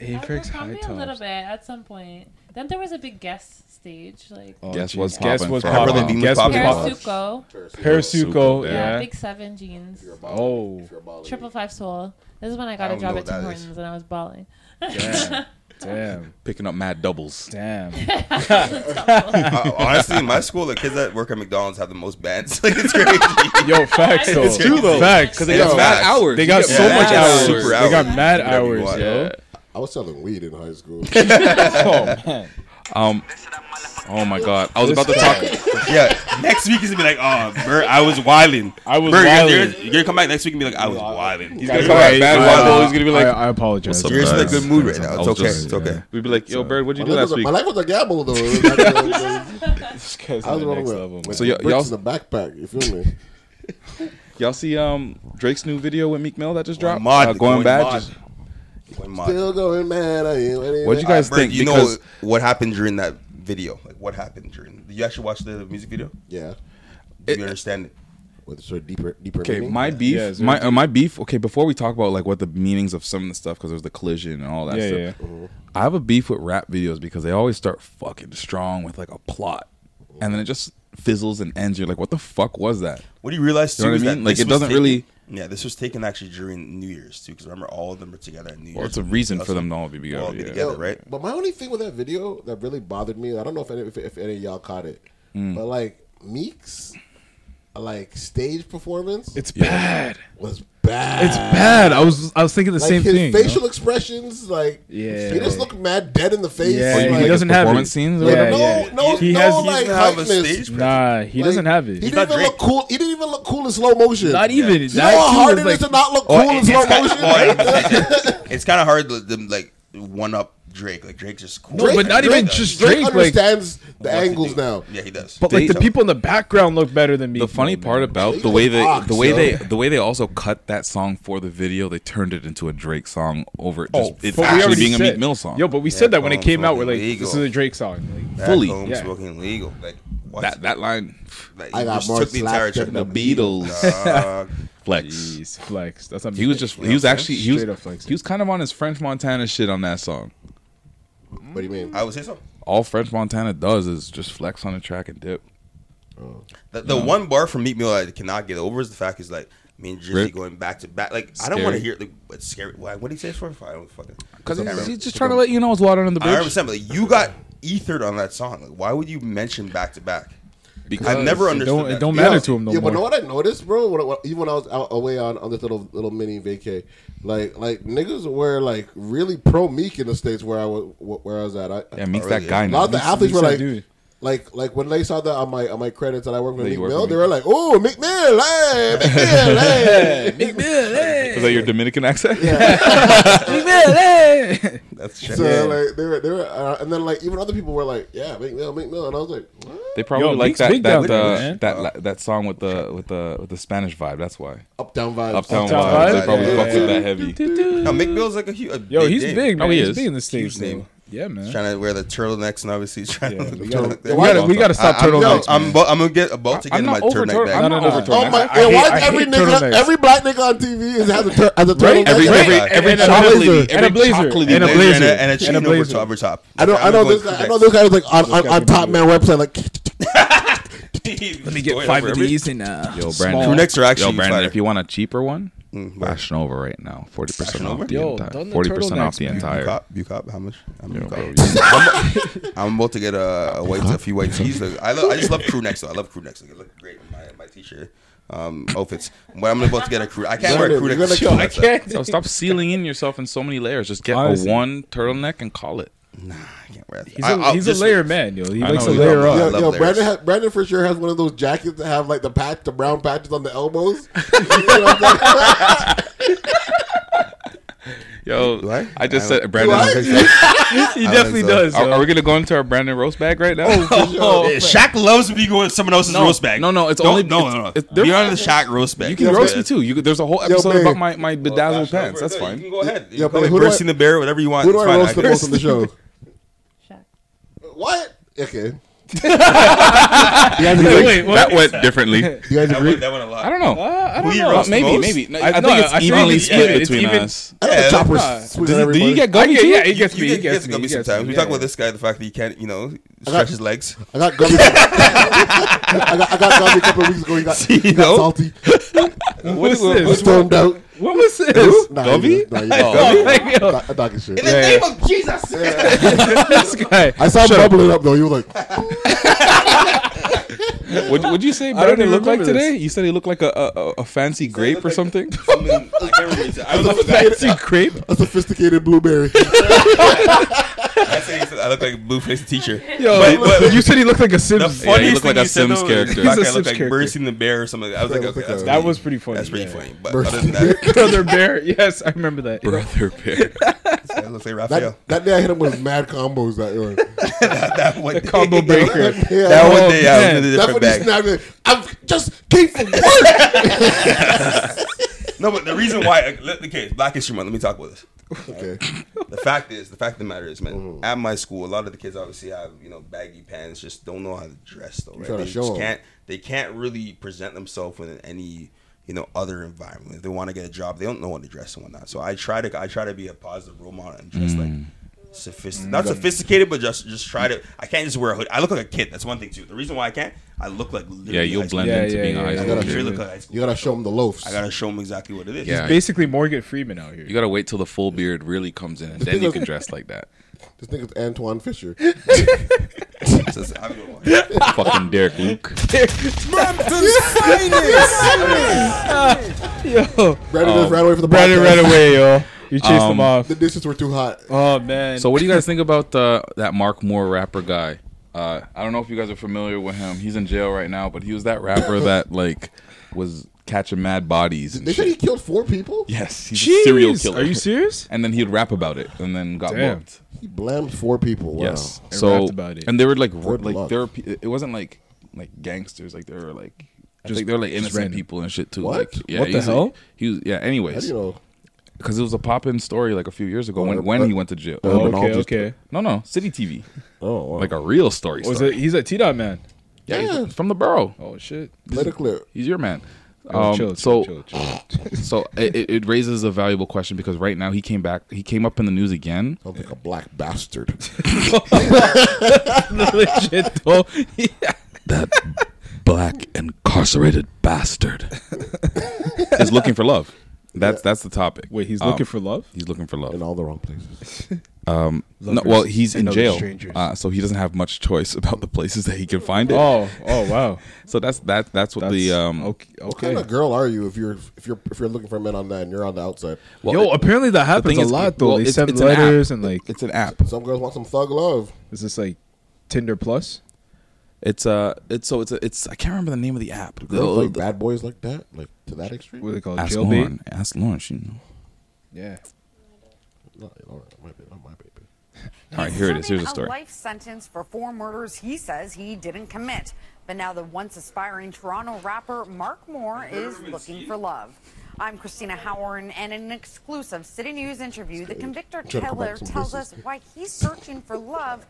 [SPEAKER 1] Avrex high
[SPEAKER 9] Probably a little
[SPEAKER 1] tops.
[SPEAKER 9] bit at some point. Then there was a big guest stage, like
[SPEAKER 1] Oh,
[SPEAKER 2] Guess
[SPEAKER 1] geez.
[SPEAKER 2] what's
[SPEAKER 1] guess
[SPEAKER 2] poppin',
[SPEAKER 1] what's
[SPEAKER 2] Farrah. Brother
[SPEAKER 1] popping?
[SPEAKER 2] Dean
[SPEAKER 1] Guess
[SPEAKER 2] was
[SPEAKER 1] what's
[SPEAKER 2] poppin'.
[SPEAKER 1] popping?
[SPEAKER 9] Parasuco.
[SPEAKER 1] Parasuco,
[SPEAKER 2] Parasuco,
[SPEAKER 9] yeah,
[SPEAKER 1] yeah.
[SPEAKER 9] big seven jeans,
[SPEAKER 1] Oh,
[SPEAKER 9] triple five soul. This is when I got
[SPEAKER 2] I
[SPEAKER 9] a
[SPEAKER 2] don't
[SPEAKER 9] job
[SPEAKER 2] know what
[SPEAKER 9] at Tim
[SPEAKER 2] that is.
[SPEAKER 9] Hortons and I was bawling.
[SPEAKER 2] Damn. Picking up mad doubles.
[SPEAKER 1] Damn.
[SPEAKER 3] Uh, honestly, in my school, the kids that work at McDonald's have the most bands. Like it's crazy.
[SPEAKER 1] Yo, facts though.
[SPEAKER 3] It's true though.
[SPEAKER 1] Facts.
[SPEAKER 3] They got mad hours.
[SPEAKER 1] They
[SPEAKER 3] You
[SPEAKER 1] got
[SPEAKER 3] get
[SPEAKER 1] so
[SPEAKER 3] mad
[SPEAKER 1] much
[SPEAKER 3] hours.
[SPEAKER 1] hours.
[SPEAKER 3] Super
[SPEAKER 1] They got
[SPEAKER 3] hours.
[SPEAKER 1] mad
[SPEAKER 3] You gotta be
[SPEAKER 1] hours,
[SPEAKER 3] wild.
[SPEAKER 1] yo.
[SPEAKER 4] I was selling weed in high school.
[SPEAKER 1] Oh, man.
[SPEAKER 2] Um. Oh my god! I was about to talk. Uh,
[SPEAKER 3] yeah, next week he's gonna be like, oh, Bert, I was wilding. I
[SPEAKER 1] was
[SPEAKER 3] You're,
[SPEAKER 1] wildin'."
[SPEAKER 3] you're gonna come back next week and be like, I was wilding. He's gonna
[SPEAKER 1] Yeah,
[SPEAKER 3] come
[SPEAKER 1] you're
[SPEAKER 3] back
[SPEAKER 1] right.
[SPEAKER 3] bad
[SPEAKER 1] I-
[SPEAKER 3] wild.
[SPEAKER 1] I-
[SPEAKER 3] He's gonna be like,
[SPEAKER 1] I- I apologize.
[SPEAKER 3] You're just in a
[SPEAKER 1] guys?
[SPEAKER 3] good mood
[SPEAKER 1] I
[SPEAKER 3] right
[SPEAKER 1] was
[SPEAKER 3] now.
[SPEAKER 1] just-
[SPEAKER 3] It's okay.
[SPEAKER 1] yeah.
[SPEAKER 3] It's okay.
[SPEAKER 2] We'd be like, "Yo, Bird, what'd you
[SPEAKER 4] My
[SPEAKER 2] do
[SPEAKER 4] life was
[SPEAKER 2] last
[SPEAKER 4] a-
[SPEAKER 2] week?"
[SPEAKER 4] My life was a gamble, though. this
[SPEAKER 1] guy's
[SPEAKER 4] I was
[SPEAKER 1] on the
[SPEAKER 4] rolling
[SPEAKER 1] next
[SPEAKER 4] with,
[SPEAKER 1] level,
[SPEAKER 4] with
[SPEAKER 2] So y-
[SPEAKER 4] bricks
[SPEAKER 2] y'all-
[SPEAKER 4] in the backpack. You feel me?
[SPEAKER 2] Y'all see um Drake's new video with Meek Mill that just dropped?
[SPEAKER 3] mod,
[SPEAKER 2] Uh, going,
[SPEAKER 3] going
[SPEAKER 2] bad.
[SPEAKER 3] mod.
[SPEAKER 2] Just-
[SPEAKER 4] Still going mad. I ain't ready
[SPEAKER 2] What'd you guys
[SPEAKER 3] Bert,
[SPEAKER 2] think?
[SPEAKER 3] You know
[SPEAKER 2] Because-
[SPEAKER 3] what happened during that video? Like what happened during? Did you actually watch the music video?
[SPEAKER 4] Yeah.
[SPEAKER 3] Do you understand it?
[SPEAKER 4] With sort of deeper, deeper.
[SPEAKER 2] Okay,
[SPEAKER 4] meaning?
[SPEAKER 2] my beef,
[SPEAKER 4] Yeah, is there
[SPEAKER 2] my
[SPEAKER 4] a
[SPEAKER 2] uh, my beef. Okay, before we talk about like what the meanings of some of the stuff, because there's the collision and all that
[SPEAKER 1] Yeah,
[SPEAKER 2] stuff.
[SPEAKER 1] yeah,
[SPEAKER 3] Mm-hmm.
[SPEAKER 1] yeah.
[SPEAKER 2] I have a beef with rap videos because they always start fucking strong with like a plot, and then it just fizzles and ends. You're like, what the fuck was that?
[SPEAKER 3] What do you realize too
[SPEAKER 2] You know what
[SPEAKER 3] is
[SPEAKER 2] I
[SPEAKER 3] that
[SPEAKER 2] mean? Like
[SPEAKER 3] this
[SPEAKER 2] it
[SPEAKER 3] was
[SPEAKER 2] doesn't
[SPEAKER 3] taken-
[SPEAKER 2] really.
[SPEAKER 3] Yeah, this was taken actually during New Year's too, because remember all of them were together at New Year's.
[SPEAKER 2] Well, it's a reason
[SPEAKER 3] That's
[SPEAKER 2] for them to
[SPEAKER 3] what-
[SPEAKER 2] all be together,
[SPEAKER 3] all be
[SPEAKER 2] yeah.
[SPEAKER 3] together, right?
[SPEAKER 4] But my only thing with that video that really bothered me, I don't know if any, if, if any of y'all caught it,
[SPEAKER 2] Mm.
[SPEAKER 4] but like Meek's like stage performance,
[SPEAKER 1] it's
[SPEAKER 2] bad.
[SPEAKER 4] Was bad.
[SPEAKER 1] It's bad. I was I was thinking the
[SPEAKER 4] Like,
[SPEAKER 1] same
[SPEAKER 4] his
[SPEAKER 1] thing. you know?
[SPEAKER 4] Facial expressions, like
[SPEAKER 1] Yeah.
[SPEAKER 4] he just looked mad dead in the face.
[SPEAKER 2] Oh,
[SPEAKER 1] Yeah,
[SPEAKER 4] like,
[SPEAKER 1] he doesn't have
[SPEAKER 2] performance
[SPEAKER 1] it.
[SPEAKER 2] scenes or
[SPEAKER 1] Yeah,
[SPEAKER 2] whatever?
[SPEAKER 1] yeah.
[SPEAKER 4] No, no,
[SPEAKER 1] he
[SPEAKER 4] no,
[SPEAKER 1] has,
[SPEAKER 4] like,
[SPEAKER 1] doesn't have a
[SPEAKER 4] hypeness.
[SPEAKER 1] stage Nah, he
[SPEAKER 4] Like,
[SPEAKER 1] doesn't have it.
[SPEAKER 4] He didn't even look cool. He didn't even look cool in slow motion.
[SPEAKER 1] Not even.
[SPEAKER 4] You know
[SPEAKER 1] That
[SPEAKER 4] how
[SPEAKER 1] too
[SPEAKER 4] hard
[SPEAKER 1] is
[SPEAKER 4] Oh, it is
[SPEAKER 1] like-
[SPEAKER 4] to not look cool
[SPEAKER 1] Or
[SPEAKER 4] in
[SPEAKER 1] it-
[SPEAKER 4] slow
[SPEAKER 1] it's kinda-
[SPEAKER 4] motion?
[SPEAKER 1] or it-
[SPEAKER 3] it's kind of hard to them, like one up Drake. Like Drake just cool.
[SPEAKER 1] No, but not even just Drake, like-
[SPEAKER 4] understands the
[SPEAKER 3] What to
[SPEAKER 4] angles
[SPEAKER 3] do.
[SPEAKER 4] now.
[SPEAKER 3] Yeah, he does.
[SPEAKER 1] But like the people in the background look better than me.
[SPEAKER 2] The funny part about the way they
[SPEAKER 1] Ox,
[SPEAKER 2] the way
[SPEAKER 1] yo.
[SPEAKER 2] they the way they also cut that song for the video, they turned it into a Drake song over it. Just,
[SPEAKER 1] Oh,
[SPEAKER 2] it's
[SPEAKER 1] but we
[SPEAKER 2] actually
[SPEAKER 1] already
[SPEAKER 2] being a
[SPEAKER 1] said-
[SPEAKER 2] Meek Mill song.
[SPEAKER 1] Yo, but we said that when it
[SPEAKER 3] home's
[SPEAKER 1] came out, we're
[SPEAKER 3] fucking
[SPEAKER 1] like,
[SPEAKER 3] legal.
[SPEAKER 1] this is a Drake song. Like,
[SPEAKER 3] Back
[SPEAKER 1] fully.
[SPEAKER 3] home's
[SPEAKER 1] Yeah.
[SPEAKER 3] fucking legal. Like what?
[SPEAKER 2] that that line.
[SPEAKER 3] Like,
[SPEAKER 4] I
[SPEAKER 3] you
[SPEAKER 4] got
[SPEAKER 3] just
[SPEAKER 4] more
[SPEAKER 3] took the entire
[SPEAKER 4] slaps than
[SPEAKER 3] track.
[SPEAKER 2] the Beatles.
[SPEAKER 3] Dog.
[SPEAKER 2] flex.
[SPEAKER 1] Jeez, flex. That's a
[SPEAKER 2] He was just he was
[SPEAKER 1] Yeah,
[SPEAKER 2] actually he was
[SPEAKER 1] straight up flex.
[SPEAKER 2] he was kind of on his French Montana shit on that song.
[SPEAKER 4] What do you mean?
[SPEAKER 3] I would say so.
[SPEAKER 2] All French Montana does is just flex on the track and dip.
[SPEAKER 4] Oh.
[SPEAKER 3] The, the
[SPEAKER 2] No.
[SPEAKER 3] one bar from Meat Meal I cannot get over is the fact is like me and Drizzy
[SPEAKER 2] Rick.
[SPEAKER 3] going back to back. Like I don't want to
[SPEAKER 2] Scary.
[SPEAKER 3] hear like what's scary. Why? What did he say it's for? I don't fucking.
[SPEAKER 2] Because
[SPEAKER 3] I
[SPEAKER 2] he's,
[SPEAKER 3] remember.
[SPEAKER 2] he's just trying to let you know it's water under the
[SPEAKER 3] I
[SPEAKER 2] bridge.
[SPEAKER 3] understand, but like, you got ethered on that song. Like, why would you mention back to back?
[SPEAKER 2] Because
[SPEAKER 3] I've never
[SPEAKER 2] it
[SPEAKER 3] understood.
[SPEAKER 2] don't- it
[SPEAKER 3] that.
[SPEAKER 2] don't
[SPEAKER 4] yeah.
[SPEAKER 2] matter to him no
[SPEAKER 4] yeah,
[SPEAKER 2] more.
[SPEAKER 4] but know what I noticed, bro? When, when, even when I was out, away on, on this little little mini vacay, like like niggas were like really pro Meek in the states where I was where I was at. I,
[SPEAKER 2] Oh, Yeah, Meek's that guy
[SPEAKER 4] A
[SPEAKER 2] now.
[SPEAKER 4] lot of the
[SPEAKER 2] Meek's-
[SPEAKER 4] athletes
[SPEAKER 2] Meek's
[SPEAKER 4] were
[SPEAKER 2] that
[SPEAKER 4] like.
[SPEAKER 2] dude.
[SPEAKER 4] Like, like when they saw that on my on my credits that I worked with
[SPEAKER 2] That
[SPEAKER 4] Meek
[SPEAKER 2] you work
[SPEAKER 4] Mill,
[SPEAKER 2] with
[SPEAKER 4] they were like, "Oh, Meek Mill, hey, Meek Mill, hey, Meek Mill, hey."
[SPEAKER 2] Is that your Dominican accent?
[SPEAKER 3] That's
[SPEAKER 4] So like they were, they were, uh, and then like even other people were like, "Yeah, Meek Mill, Meek Mill," and I was like, what?
[SPEAKER 2] They probably
[SPEAKER 1] Yo,
[SPEAKER 2] like
[SPEAKER 1] Meek's
[SPEAKER 2] that
[SPEAKER 1] big
[SPEAKER 2] that
[SPEAKER 1] down there,
[SPEAKER 2] uh,
[SPEAKER 1] man.
[SPEAKER 2] that la- that song with the with the with the Spanish vibe. That's why.
[SPEAKER 4] Uptown vibes.
[SPEAKER 2] Uptown,
[SPEAKER 1] Uptown
[SPEAKER 2] vibes. They
[SPEAKER 1] vibes?
[SPEAKER 2] probably
[SPEAKER 1] Yeah,
[SPEAKER 2] fucked
[SPEAKER 1] yeah.
[SPEAKER 2] with that heavy.
[SPEAKER 3] No, Mick Bill's like a huge.
[SPEAKER 1] Yo, he's big, man.
[SPEAKER 2] Oh, he
[SPEAKER 1] he's
[SPEAKER 2] is.
[SPEAKER 1] big in the States.
[SPEAKER 3] name.
[SPEAKER 1] though. Yeah, man.
[SPEAKER 3] He's trying to wear the turtlenecks and obviously he's trying to.
[SPEAKER 1] we gotta- we gotta- we gotta stop
[SPEAKER 3] I- I'm-
[SPEAKER 1] turtlenecks,
[SPEAKER 3] I'm,
[SPEAKER 1] man.
[SPEAKER 3] bo- I'm gonna get about to get
[SPEAKER 2] I'm
[SPEAKER 3] in my
[SPEAKER 2] not over
[SPEAKER 3] turtleneck
[SPEAKER 2] turtle-
[SPEAKER 3] back.
[SPEAKER 2] I'm not over
[SPEAKER 4] Oh my!
[SPEAKER 2] turtlenecks.
[SPEAKER 4] yeah, why
[SPEAKER 1] I
[SPEAKER 4] every
[SPEAKER 1] hate
[SPEAKER 4] nigga,
[SPEAKER 1] turtlenecks.
[SPEAKER 4] every black nigga on TV is has a tur- has a turtleneck?
[SPEAKER 2] Every
[SPEAKER 4] on?
[SPEAKER 2] every
[SPEAKER 3] Yeah.
[SPEAKER 2] every
[SPEAKER 1] And a
[SPEAKER 2] chocolatey
[SPEAKER 1] blazer. And a
[SPEAKER 2] every
[SPEAKER 1] blazer.
[SPEAKER 2] chocolatey
[SPEAKER 1] And a
[SPEAKER 2] blazer.
[SPEAKER 1] blazer.
[SPEAKER 3] and a, and a
[SPEAKER 1] And a
[SPEAKER 3] chain over
[SPEAKER 1] blazer.
[SPEAKER 3] top over top.
[SPEAKER 4] I know,
[SPEAKER 3] I'm
[SPEAKER 4] I know
[SPEAKER 3] going
[SPEAKER 4] this. Guy, I
[SPEAKER 3] Kleenex.
[SPEAKER 4] know this guy was like on, on, on Top Man website. Like,
[SPEAKER 3] Let
[SPEAKER 23] me get five of these and uh,
[SPEAKER 2] Yo,
[SPEAKER 23] small.
[SPEAKER 2] Brandon.
[SPEAKER 3] Crewnecks are actually
[SPEAKER 2] Yo, Brandon,
[SPEAKER 3] fire.
[SPEAKER 2] if you want a cheaper one,
[SPEAKER 3] Mm, right.
[SPEAKER 2] Fashion Nova right now. 40%
[SPEAKER 3] Nova?
[SPEAKER 2] off the
[SPEAKER 23] Yo,
[SPEAKER 2] entire.
[SPEAKER 23] done the
[SPEAKER 2] 40% off
[SPEAKER 23] turtlenecks,
[SPEAKER 2] the
[SPEAKER 23] man.
[SPEAKER 2] entire.
[SPEAKER 3] Cop, you cop, how much? I'm,
[SPEAKER 2] Yo, bro,
[SPEAKER 3] cop.
[SPEAKER 2] you-
[SPEAKER 3] I'm about to get a, a white, a few white tees. Look, I, lo- I just love crew necks though. I love crew necks. Like, it look great in my, my t-shirt um, outfits. But I'm about to get a crew. I can't wear a crew neck.
[SPEAKER 4] You're gonna
[SPEAKER 3] t-shirt.
[SPEAKER 4] kill-
[SPEAKER 3] I
[SPEAKER 1] I can't.
[SPEAKER 2] So stop sealing in yourself in so many layers. Just get
[SPEAKER 1] Honestly.
[SPEAKER 2] a one turtleneck and call it.
[SPEAKER 3] can't wear that.
[SPEAKER 1] He's
[SPEAKER 3] I-
[SPEAKER 1] a
[SPEAKER 3] I'll
[SPEAKER 1] he's
[SPEAKER 3] just-
[SPEAKER 1] a layer man, yo. He
[SPEAKER 2] I
[SPEAKER 1] likes to
[SPEAKER 2] know he
[SPEAKER 1] layer
[SPEAKER 3] loves-
[SPEAKER 1] up.
[SPEAKER 4] yo,
[SPEAKER 3] love
[SPEAKER 4] yo
[SPEAKER 3] layers.
[SPEAKER 4] Brandon, ha- Brandon for sure has one of those jackets that have like the patch, the brown patches on the elbows. You know what I'm saying?
[SPEAKER 2] Yo,
[SPEAKER 3] Do I?
[SPEAKER 2] I just
[SPEAKER 3] I
[SPEAKER 2] said Brandon.
[SPEAKER 3] I don't think so.
[SPEAKER 1] He
[SPEAKER 3] I think
[SPEAKER 1] definitely
[SPEAKER 3] so.
[SPEAKER 1] does.
[SPEAKER 2] Are,
[SPEAKER 1] yo.
[SPEAKER 2] are we gonna go into our Brandon roast bag right now?
[SPEAKER 3] Yeah, Shaq loves me going to someone else's
[SPEAKER 2] No,
[SPEAKER 3] roast bag.
[SPEAKER 2] no, no, it's
[SPEAKER 3] Don't-
[SPEAKER 2] only-
[SPEAKER 3] no,
[SPEAKER 2] it's-
[SPEAKER 3] no, no.
[SPEAKER 2] it's- they're-
[SPEAKER 3] You're on the Shaq roast bag.
[SPEAKER 2] You can
[SPEAKER 3] That's
[SPEAKER 2] roast
[SPEAKER 3] good.
[SPEAKER 2] me too. You, there's a whole episode
[SPEAKER 4] babe.
[SPEAKER 2] about my, my bedazzled
[SPEAKER 3] Well,
[SPEAKER 2] pants. That's
[SPEAKER 3] no, You
[SPEAKER 2] fine.
[SPEAKER 3] can go ahead.
[SPEAKER 4] Yeah,
[SPEAKER 3] You can call
[SPEAKER 4] but
[SPEAKER 3] it
[SPEAKER 4] who do
[SPEAKER 3] bursting
[SPEAKER 4] I-
[SPEAKER 3] the bear, whatever you want.
[SPEAKER 4] Who do
[SPEAKER 3] It's
[SPEAKER 4] I
[SPEAKER 3] fine.
[SPEAKER 4] roast the
[SPEAKER 3] can-
[SPEAKER 4] most on the show?
[SPEAKER 9] Shaq.
[SPEAKER 4] What? Okay.
[SPEAKER 2] Like, that went differently.
[SPEAKER 4] You guys
[SPEAKER 3] That
[SPEAKER 4] agree?
[SPEAKER 3] went, that went a lot.
[SPEAKER 2] I don't know.
[SPEAKER 1] I
[SPEAKER 3] Who
[SPEAKER 1] don't
[SPEAKER 3] you
[SPEAKER 1] know.
[SPEAKER 3] roast the
[SPEAKER 2] maybe,
[SPEAKER 3] most?
[SPEAKER 2] maybe. No,
[SPEAKER 1] I-
[SPEAKER 2] I, think
[SPEAKER 1] no,
[SPEAKER 2] it's
[SPEAKER 1] I think
[SPEAKER 2] evenly
[SPEAKER 1] it's
[SPEAKER 2] split
[SPEAKER 1] even. It's
[SPEAKER 2] between
[SPEAKER 1] even.
[SPEAKER 2] us.
[SPEAKER 4] I know
[SPEAKER 3] Yeah,
[SPEAKER 4] the chopper.
[SPEAKER 3] nah.
[SPEAKER 4] swings at
[SPEAKER 2] Does he- do you
[SPEAKER 4] everybody.
[SPEAKER 2] get
[SPEAKER 1] I
[SPEAKER 2] gummy
[SPEAKER 1] get-
[SPEAKER 2] too?
[SPEAKER 1] yeah, he gets
[SPEAKER 3] You
[SPEAKER 1] me. He
[SPEAKER 3] get-
[SPEAKER 1] gets me.
[SPEAKER 3] gummy
[SPEAKER 1] he gets
[SPEAKER 3] sometimes.
[SPEAKER 1] me,
[SPEAKER 3] We
[SPEAKER 1] yeah,
[SPEAKER 3] talk
[SPEAKER 1] yeah.
[SPEAKER 3] about this guy, the fact that he can't, you know,
[SPEAKER 4] got-
[SPEAKER 3] stretch his legs.
[SPEAKER 4] I got gummy. I got I got gummy a couple of weeks ago. He got, he
[SPEAKER 3] You
[SPEAKER 4] got
[SPEAKER 3] know?
[SPEAKER 4] salty.
[SPEAKER 1] What's this?
[SPEAKER 4] Stoned out.
[SPEAKER 1] What was this? Oh,
[SPEAKER 4] Nah,
[SPEAKER 2] Gummy?
[SPEAKER 4] you- Nah, you I'm
[SPEAKER 1] Like, yo,
[SPEAKER 4] not- I'm talking shit.
[SPEAKER 3] In the name of Jesus.
[SPEAKER 1] this guy.
[SPEAKER 4] I saw him bubbling up though. You were like,
[SPEAKER 2] What would you say
[SPEAKER 1] don't
[SPEAKER 2] Brandon
[SPEAKER 1] even
[SPEAKER 2] looked like
[SPEAKER 1] remember
[SPEAKER 2] today? You said he looked like a a, a- a fancy grape or something.
[SPEAKER 3] Something- I can't remember his- I look like-
[SPEAKER 1] Fancy crepe.
[SPEAKER 4] a sophisticated blueberry.
[SPEAKER 3] I said he said I look like a blue-faced teacher.
[SPEAKER 1] Yo,
[SPEAKER 3] But- but-
[SPEAKER 1] you said he looked like a
[SPEAKER 3] The
[SPEAKER 1] Sims.
[SPEAKER 2] Yeah,
[SPEAKER 3] funniest
[SPEAKER 2] you look
[SPEAKER 3] thing
[SPEAKER 2] like a
[SPEAKER 3] you said
[SPEAKER 2] Sims
[SPEAKER 3] though was
[SPEAKER 2] character.
[SPEAKER 3] the fact I look
[SPEAKER 1] He's a Sims
[SPEAKER 3] like
[SPEAKER 1] character.
[SPEAKER 3] bursting the bear or something. I
[SPEAKER 4] Yeah,
[SPEAKER 3] was like,
[SPEAKER 4] I
[SPEAKER 3] okay,
[SPEAKER 4] think
[SPEAKER 3] that's
[SPEAKER 4] that
[SPEAKER 1] That
[SPEAKER 3] pretty-
[SPEAKER 1] was pretty funny.
[SPEAKER 3] That's pretty
[SPEAKER 1] yeah.
[SPEAKER 3] funny. But
[SPEAKER 4] Bursting
[SPEAKER 3] other than that,
[SPEAKER 1] Brother Bear. Yes, I remember that.
[SPEAKER 2] Brother Bear.
[SPEAKER 3] I look like Raphael.
[SPEAKER 4] that, that day I hit him with mad combos. That, year.
[SPEAKER 3] That one day-
[SPEAKER 1] Combo breaker.
[SPEAKER 4] Yeah,
[SPEAKER 3] That one
[SPEAKER 1] Oh,
[SPEAKER 3] day I
[SPEAKER 1] man.
[SPEAKER 3] was in a
[SPEAKER 4] that's
[SPEAKER 3] different
[SPEAKER 4] when he
[SPEAKER 3] bag.
[SPEAKER 4] snapped. it. I'm just came from work.
[SPEAKER 3] No, but the reason why, like, let- okay, Black History Month. Let me talk about this.
[SPEAKER 4] okay. Mm-hmm.
[SPEAKER 3] The fact is, the fact of the matter is, man. At my school, a lot of the kids obviously have you know baggy pants, just don't know how to dress though. Right?
[SPEAKER 4] trying to
[SPEAKER 3] They
[SPEAKER 4] show
[SPEAKER 3] just
[SPEAKER 4] 'em.
[SPEAKER 3] can't. They can't really present themselves in any you know other environment. If they want to get a job, they don't know how to dress and whatnot. So I try to, I try to be a positive role model and dress
[SPEAKER 2] Mm.
[SPEAKER 3] like sophisticated, not sophisticated, but just just try to. I can't just wear a hood. I look like a kid. That's one thing too. The reason why I can't, I look like literally
[SPEAKER 2] Yeah, you'll
[SPEAKER 3] high school.
[SPEAKER 2] blend
[SPEAKER 1] Yeah,
[SPEAKER 2] into
[SPEAKER 1] yeah,
[SPEAKER 2] being
[SPEAKER 1] yeah,
[SPEAKER 2] a high
[SPEAKER 1] yeah.
[SPEAKER 3] I
[SPEAKER 2] school
[SPEAKER 3] gotta
[SPEAKER 2] kid.
[SPEAKER 3] really look like high school.
[SPEAKER 4] You gotta show him the loafs.
[SPEAKER 3] I gotta show them exactly what it is.
[SPEAKER 2] Yeah.
[SPEAKER 1] Basically, Morgan Freeman out
[SPEAKER 2] You
[SPEAKER 1] here.
[SPEAKER 2] gotta wait till the full beard really comes in, and then you can dress like that.
[SPEAKER 4] This nigga's Antoine Fisher.
[SPEAKER 3] says, I don't know.
[SPEAKER 2] Fucking Derek Luke.
[SPEAKER 10] Brampton's finest.
[SPEAKER 1] yo.
[SPEAKER 4] Brandon
[SPEAKER 3] Um,
[SPEAKER 5] Um,
[SPEAKER 4] just ran away from the
[SPEAKER 1] Brandon
[SPEAKER 4] podcast.
[SPEAKER 1] ran away, yo. You chased
[SPEAKER 2] Um,
[SPEAKER 1] him off.
[SPEAKER 4] The dishes were too hot.
[SPEAKER 1] Oh man.
[SPEAKER 2] So what do you guys think about uh, that Mark Moore rapper guy? Uh, I don't know if you guys are familiar with him. He's in jail right now, but he was that rapper that like was catching mad bodies. And
[SPEAKER 4] They said
[SPEAKER 2] shit.
[SPEAKER 4] he killed four people.
[SPEAKER 2] Yes, he's a serial
[SPEAKER 4] Jeez,
[SPEAKER 2] killer.
[SPEAKER 4] are you
[SPEAKER 1] serious?
[SPEAKER 2] And then he'd rap about it, and then got
[SPEAKER 4] Damn.
[SPEAKER 2] booked.
[SPEAKER 4] He blamed four people. Wow.
[SPEAKER 2] Yes. So and they were like r-
[SPEAKER 4] Good
[SPEAKER 2] like
[SPEAKER 4] luck.
[SPEAKER 2] therapy. It wasn't like like gangsters. Like they were like I
[SPEAKER 1] Just-
[SPEAKER 2] think they were like
[SPEAKER 1] just
[SPEAKER 2] innocent
[SPEAKER 1] random.
[SPEAKER 2] people and shit too.
[SPEAKER 1] What?
[SPEAKER 2] Like, yeah,
[SPEAKER 1] What the
[SPEAKER 2] he's, like-
[SPEAKER 1] hell?
[SPEAKER 2] he was yeah. Anyways,
[SPEAKER 1] How do you know?
[SPEAKER 2] Because it was a pop-in story like a few years ago
[SPEAKER 1] Oh,
[SPEAKER 2] when
[SPEAKER 1] but-
[SPEAKER 2] when he went to jail.
[SPEAKER 1] Oh, okay, okay.
[SPEAKER 2] No, no, City TV.
[SPEAKER 4] Oh,
[SPEAKER 2] like a real story.
[SPEAKER 1] Was
[SPEAKER 2] story.
[SPEAKER 1] it? He's a T dot man.
[SPEAKER 2] Yeah, he's from the borough.
[SPEAKER 1] Oh shit.
[SPEAKER 2] This is- He's your man.
[SPEAKER 1] Oh,
[SPEAKER 2] Um,
[SPEAKER 1] chill,
[SPEAKER 2] so,
[SPEAKER 1] chill,
[SPEAKER 2] so it, it- it raises a valuable question because right now he came back. He came up in the news again.
[SPEAKER 4] Sounds like a black bastard.
[SPEAKER 2] Legit though. That black incarcerated bastard is looking for love. That's that's the topic. Um,
[SPEAKER 1] Wait, he's looking for love.
[SPEAKER 2] He's looking for love
[SPEAKER 4] in all the wrong places.
[SPEAKER 2] Um, no,
[SPEAKER 1] Lovers
[SPEAKER 2] well, he's
[SPEAKER 1] and
[SPEAKER 2] in
[SPEAKER 1] other
[SPEAKER 2] jail,
[SPEAKER 1] strangers.
[SPEAKER 2] uh, so he doesn't have much choice about the places that he can find it.
[SPEAKER 1] Oh, oh, wow.
[SPEAKER 2] so that's that. That's what the um. Okay.
[SPEAKER 4] What kind of girl are you if you're if you're if you're looking for men on that and you're on the outside?
[SPEAKER 2] Well, Yo, it-
[SPEAKER 1] apparently that
[SPEAKER 2] the happens thing a is- lot, though. well, They it's- send it's an app. letters and, like- It's an app.
[SPEAKER 4] Some girls want some thug love.
[SPEAKER 1] Is this like Tinder Plus?
[SPEAKER 2] It's uh, it's so it's a, it's I can't remember the name of the app.
[SPEAKER 4] Do girls like bad boys like that, like to that extreme.
[SPEAKER 1] What do they call it?
[SPEAKER 2] ask
[SPEAKER 1] Jailbait?
[SPEAKER 2] Lauren. Ask Lauren. She know.
[SPEAKER 1] Yeah.
[SPEAKER 4] No, all right, my baby, my baby.
[SPEAKER 2] All right, here it is. Here's the
[SPEAKER 24] A
[SPEAKER 2] story.
[SPEAKER 24] life sentence for four murders he says he didn't commit. But now the once aspiring Toronto rapper Mark Moore is looking for love. I'm Christina Howard, and in an exclusive City News interview, the convictor
[SPEAKER 25] Trying to come back
[SPEAKER 24] Taylor
[SPEAKER 25] to some
[SPEAKER 24] tells us
[SPEAKER 25] business.
[SPEAKER 24] why he's searching for love,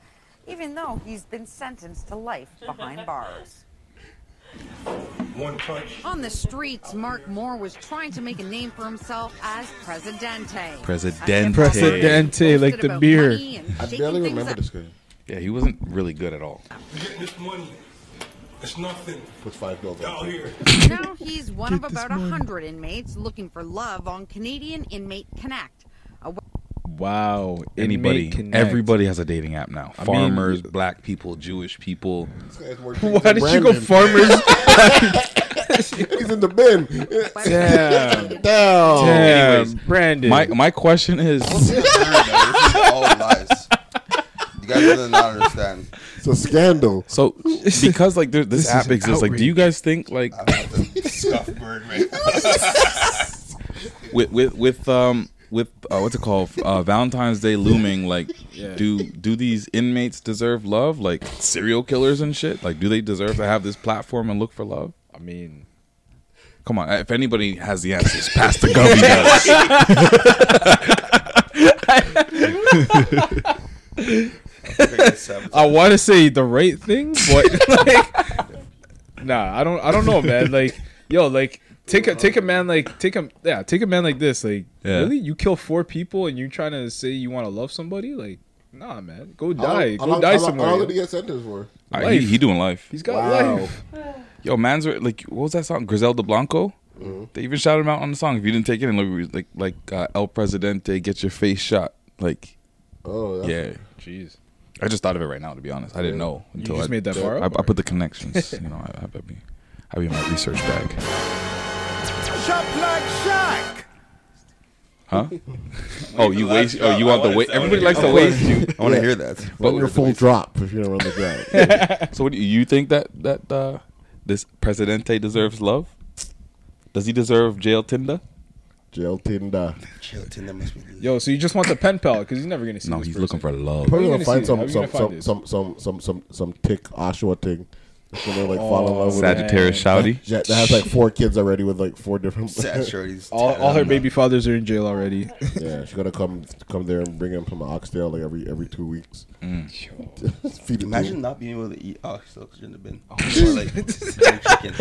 [SPEAKER 24] even though he's been sentenced to life behind bars.
[SPEAKER 25] One punch.
[SPEAKER 24] On the streets, Mark Moore was trying to make a name for himself as Presidente.
[SPEAKER 2] Presidente.
[SPEAKER 1] Presidente, like the beer.
[SPEAKER 24] I barely remember
[SPEAKER 4] this guy.
[SPEAKER 2] Yeah, he wasn't really good at all.
[SPEAKER 25] Get this money. It's nothing.
[SPEAKER 4] Put five bills
[SPEAKER 25] out here.
[SPEAKER 24] Now he's one of about a hundred inmates looking for love on Canadian Inmate Connect. A we-
[SPEAKER 1] Wow.
[SPEAKER 2] Anybody,
[SPEAKER 1] Inmate Connect.
[SPEAKER 2] everybody has a dating app now.
[SPEAKER 1] I mean-
[SPEAKER 2] Farmers, black people, Jewish people.
[SPEAKER 1] Why did you go farmers?
[SPEAKER 4] He's in the bin.
[SPEAKER 1] Damn.
[SPEAKER 4] Damn.
[SPEAKER 1] Damn, Brandon.
[SPEAKER 2] My my question is,
[SPEAKER 3] This is all lies. You guys really not understand.
[SPEAKER 4] It's a scandal.
[SPEAKER 2] So because like there, this,
[SPEAKER 4] This is
[SPEAKER 2] app
[SPEAKER 4] an
[SPEAKER 2] exists, like do you guys think like
[SPEAKER 3] Scuff bird, man.
[SPEAKER 2] with with with um with uh, what's it called uh, Valentine's Day looming? Like,
[SPEAKER 1] Yeah.
[SPEAKER 2] do do these inmates deserve love? Like serial killers and shit. Like, do they deserve to have this platform and look for love?
[SPEAKER 1] I mean,
[SPEAKER 2] come on. If anybody has the answers, pass the gummy does.
[SPEAKER 1] I want to say the right thing, but like, nah, I don't. I don't know, man. Like, yo, like, take a take a man like take a yeah take a man like this. Like,
[SPEAKER 2] Yeah.
[SPEAKER 1] really, you kill four people and you trying to say you want to love somebody? Like, nah, man, go
[SPEAKER 4] How long-
[SPEAKER 1] die,
[SPEAKER 4] how
[SPEAKER 1] go
[SPEAKER 4] long-
[SPEAKER 1] die
[SPEAKER 4] how long-
[SPEAKER 1] somewhere.
[SPEAKER 4] How long
[SPEAKER 1] yo.
[SPEAKER 4] did he get sentenced for?
[SPEAKER 2] All right, he, he doing life.
[SPEAKER 1] He's got
[SPEAKER 4] Wow.
[SPEAKER 1] life.
[SPEAKER 2] Yo, man's are- like, what was that song? Griselda Blanco.
[SPEAKER 4] Mm-hmm.
[SPEAKER 2] They even shouted him out on the song. If you didn't take it, and look, like like uh, El Presidente, get your face shot. Like,
[SPEAKER 4] Oh, that's-
[SPEAKER 2] yeah,
[SPEAKER 1] jeez.
[SPEAKER 2] I just thought of it right now, to be honest. I didn't know
[SPEAKER 1] You
[SPEAKER 2] until
[SPEAKER 1] just
[SPEAKER 2] I
[SPEAKER 1] made that bar
[SPEAKER 2] I, I
[SPEAKER 1] up,
[SPEAKER 2] put the connections. you know, I, I, I be, I be in my research bag.
[SPEAKER 10] Shop like Shaq.
[SPEAKER 2] Huh? oh, you waste. Oh, you
[SPEAKER 3] I
[SPEAKER 2] want the
[SPEAKER 3] wanna-
[SPEAKER 2] wait?
[SPEAKER 3] I wanna
[SPEAKER 2] Everybody
[SPEAKER 3] hear
[SPEAKER 2] likes
[SPEAKER 3] that.
[SPEAKER 2] to waste you.
[SPEAKER 3] I wanna hear that.
[SPEAKER 4] Run your full drop if you don't run the drop.
[SPEAKER 2] so, what do you, you think that that uh, this Presidente deserves love? Does he deserve jail Tinder?
[SPEAKER 4] Jail Tinder.
[SPEAKER 3] Jail Tinder must be.
[SPEAKER 1] Yo, so you just want the pen pal because he's never gonna see.
[SPEAKER 2] No,
[SPEAKER 1] this
[SPEAKER 2] he's
[SPEAKER 1] person.
[SPEAKER 2] looking for love.
[SPEAKER 1] How
[SPEAKER 4] Probably
[SPEAKER 1] you
[SPEAKER 4] gonna
[SPEAKER 1] see
[SPEAKER 4] find
[SPEAKER 1] it?
[SPEAKER 4] some
[SPEAKER 1] How you
[SPEAKER 4] some
[SPEAKER 1] gonna find
[SPEAKER 4] some,
[SPEAKER 1] it?
[SPEAKER 4] some some some some some tick Oshawa thing. That's gonna like fall in
[SPEAKER 1] Oh,
[SPEAKER 4] love with
[SPEAKER 2] Sagittarius
[SPEAKER 4] that-
[SPEAKER 2] shouty?
[SPEAKER 4] Yeah, that has like four kids already with like four different.
[SPEAKER 3] Sagittarius.
[SPEAKER 1] All, all her baby fathers are in jail already.
[SPEAKER 4] yeah, she's gonna come come there and bring him some oxtail like every every two weeks.
[SPEAKER 2] Mm.
[SPEAKER 4] Feed it to
[SPEAKER 3] Imagine
[SPEAKER 4] him.
[SPEAKER 3] not being able to eat oh, oxtail because you're in the bin. Or, like, spring chicken.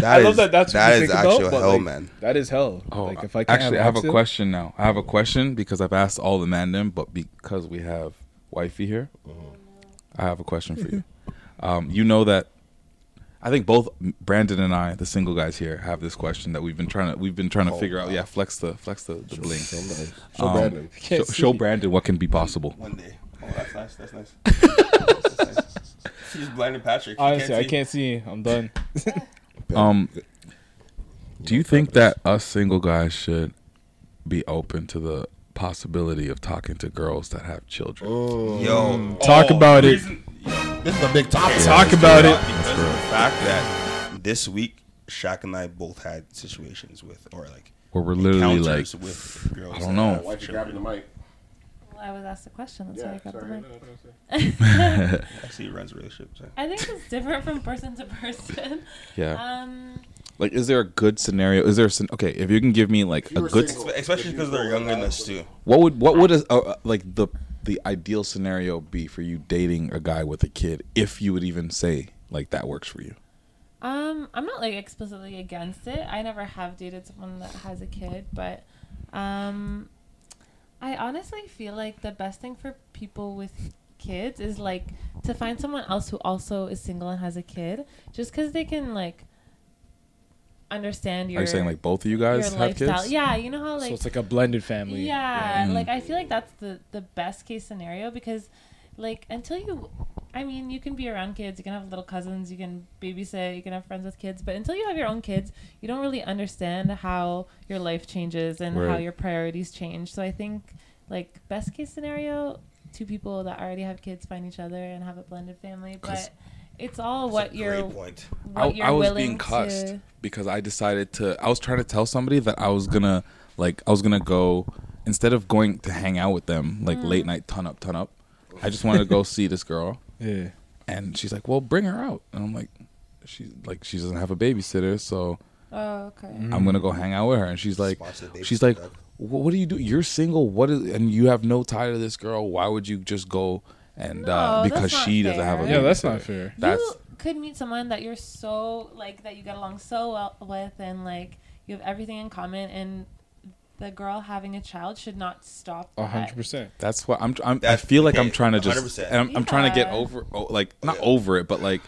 [SPEAKER 3] That
[SPEAKER 1] I love
[SPEAKER 3] is-
[SPEAKER 1] that. That's what
[SPEAKER 3] that
[SPEAKER 1] you
[SPEAKER 3] is
[SPEAKER 1] think
[SPEAKER 3] actual
[SPEAKER 1] about, but,
[SPEAKER 3] hell,
[SPEAKER 1] like,
[SPEAKER 3] man.
[SPEAKER 1] That is hell.
[SPEAKER 2] Oh,
[SPEAKER 1] like if I can't
[SPEAKER 2] actually, I have
[SPEAKER 1] have
[SPEAKER 2] a
[SPEAKER 1] oxtail-
[SPEAKER 2] question now. I have a question because I've asked all the mandem, but because we have wifey here, I have a question for you. um, you know that I think both Brandon and I, the single guys here, have this question that we've been trying to we've been trying to
[SPEAKER 4] Oh,
[SPEAKER 2] figure out. Um, Yeah, flex the flex the, the bling.
[SPEAKER 3] Um,
[SPEAKER 4] show Brandon. Show Brandon.
[SPEAKER 2] Show, show Brandon what can be possible.
[SPEAKER 3] One day. Oh, that's nice. That's nice. That's nice. She's blinded Patrick. She
[SPEAKER 1] Honestly, I can't see. I'm done.
[SPEAKER 2] Um, do you think that us single guys should be open to the possibility of talking to girls that have children? Mm,
[SPEAKER 3] Yo,
[SPEAKER 1] Talk
[SPEAKER 3] oh,
[SPEAKER 1] about it.
[SPEAKER 3] reason-
[SPEAKER 11] This is a big topic.
[SPEAKER 3] Yeah,
[SPEAKER 1] Talk
[SPEAKER 3] this
[SPEAKER 1] about
[SPEAKER 3] is
[SPEAKER 1] it.
[SPEAKER 3] not Because of the fact that this week Shaq and I both had situations with, or like,
[SPEAKER 2] Where we're literally like,
[SPEAKER 3] encounters with girls
[SPEAKER 2] I don't
[SPEAKER 3] that
[SPEAKER 2] know.
[SPEAKER 3] have
[SPEAKER 4] Why is she grabbing the mic?
[SPEAKER 9] Well, I was asked a question. That's why I
[SPEAKER 4] Yeah,
[SPEAKER 9] grabbed
[SPEAKER 4] sorry.
[SPEAKER 9] the mic.
[SPEAKER 3] Actually, he runs a relationship. Sorry.
[SPEAKER 9] I think it's different from person to person.
[SPEAKER 2] Yeah.
[SPEAKER 9] Um,
[SPEAKER 2] Like, is there a good scenario? Is there a, scen- okay? If you can give me like a good,
[SPEAKER 3] Espe- especially because they're younger than us too.
[SPEAKER 2] what would what would a, uh, like the the ideal scenario be for you dating a guy with a kid? If you would even say like that works for you.
[SPEAKER 9] um, I'm not like explicitly against it. I never have dated someone that has a kid, but um, I honestly feel like the best thing for people with kids is like to find someone else who also is single and has a kid, just because they can like understand your.
[SPEAKER 2] Are you saying like both of you guys
[SPEAKER 9] your
[SPEAKER 2] have
[SPEAKER 9] lifestyle.
[SPEAKER 2] kids?
[SPEAKER 9] Yeah, you know how like
[SPEAKER 1] so it's like a blended family.
[SPEAKER 9] Yeah,
[SPEAKER 2] Yeah.
[SPEAKER 9] like I feel like that's the the best case scenario because, like, until you, I mean, you can be around kids, you can have little cousins, you can babysit, you can have friends with kids, but until you have your own kids, you don't really understand how your life changes and how
[SPEAKER 2] Right.
[SPEAKER 9] your priorities change. So I think, like, best case scenario, two people that already have kids find each other and have a blended family, but. It's all what you're.
[SPEAKER 3] point.
[SPEAKER 9] What
[SPEAKER 2] I,
[SPEAKER 9] you're
[SPEAKER 2] I was
[SPEAKER 9] willing
[SPEAKER 2] being cussed
[SPEAKER 9] to-
[SPEAKER 2] because I decided to. I was trying to tell somebody that I was gonna like I was gonna go instead of going to hang out with them like
[SPEAKER 9] Mm.
[SPEAKER 2] late night ton up ton up. I just wanted to go see this girl.
[SPEAKER 1] Mm. Yeah.
[SPEAKER 2] And she's like, "Well, bring her out," and I'm like, "She's like she doesn't have a babysitter, so
[SPEAKER 9] Oh, okay.
[SPEAKER 2] I'm gonna go hang out with her." And she's like,
[SPEAKER 3] Sponsor the
[SPEAKER 2] "She's
[SPEAKER 3] babysitter,
[SPEAKER 2] like,
[SPEAKER 3] dog.
[SPEAKER 2] "Wh- what do you do? You're single. What is and you have no tie to this girl. Why would you just go?" And uh,
[SPEAKER 9] No, that's
[SPEAKER 2] because
[SPEAKER 9] not
[SPEAKER 2] she doesn't have a
[SPEAKER 9] fair. Yeah,
[SPEAKER 1] that's
[SPEAKER 2] babysitter.
[SPEAKER 1] not fair.
[SPEAKER 2] That's
[SPEAKER 9] you could meet someone that you're so like that you get along so well with and like you have everything in common and the girl having a child should not stop
[SPEAKER 2] A
[SPEAKER 9] that.
[SPEAKER 2] hundred That's what I'm. I'm I
[SPEAKER 3] That's-
[SPEAKER 2] feel like I'm
[SPEAKER 3] okay,
[SPEAKER 2] trying to just.
[SPEAKER 3] 100%.
[SPEAKER 2] And I'm, I'm trying to get
[SPEAKER 9] Yeah.
[SPEAKER 2] over, oh, like not over it, but like,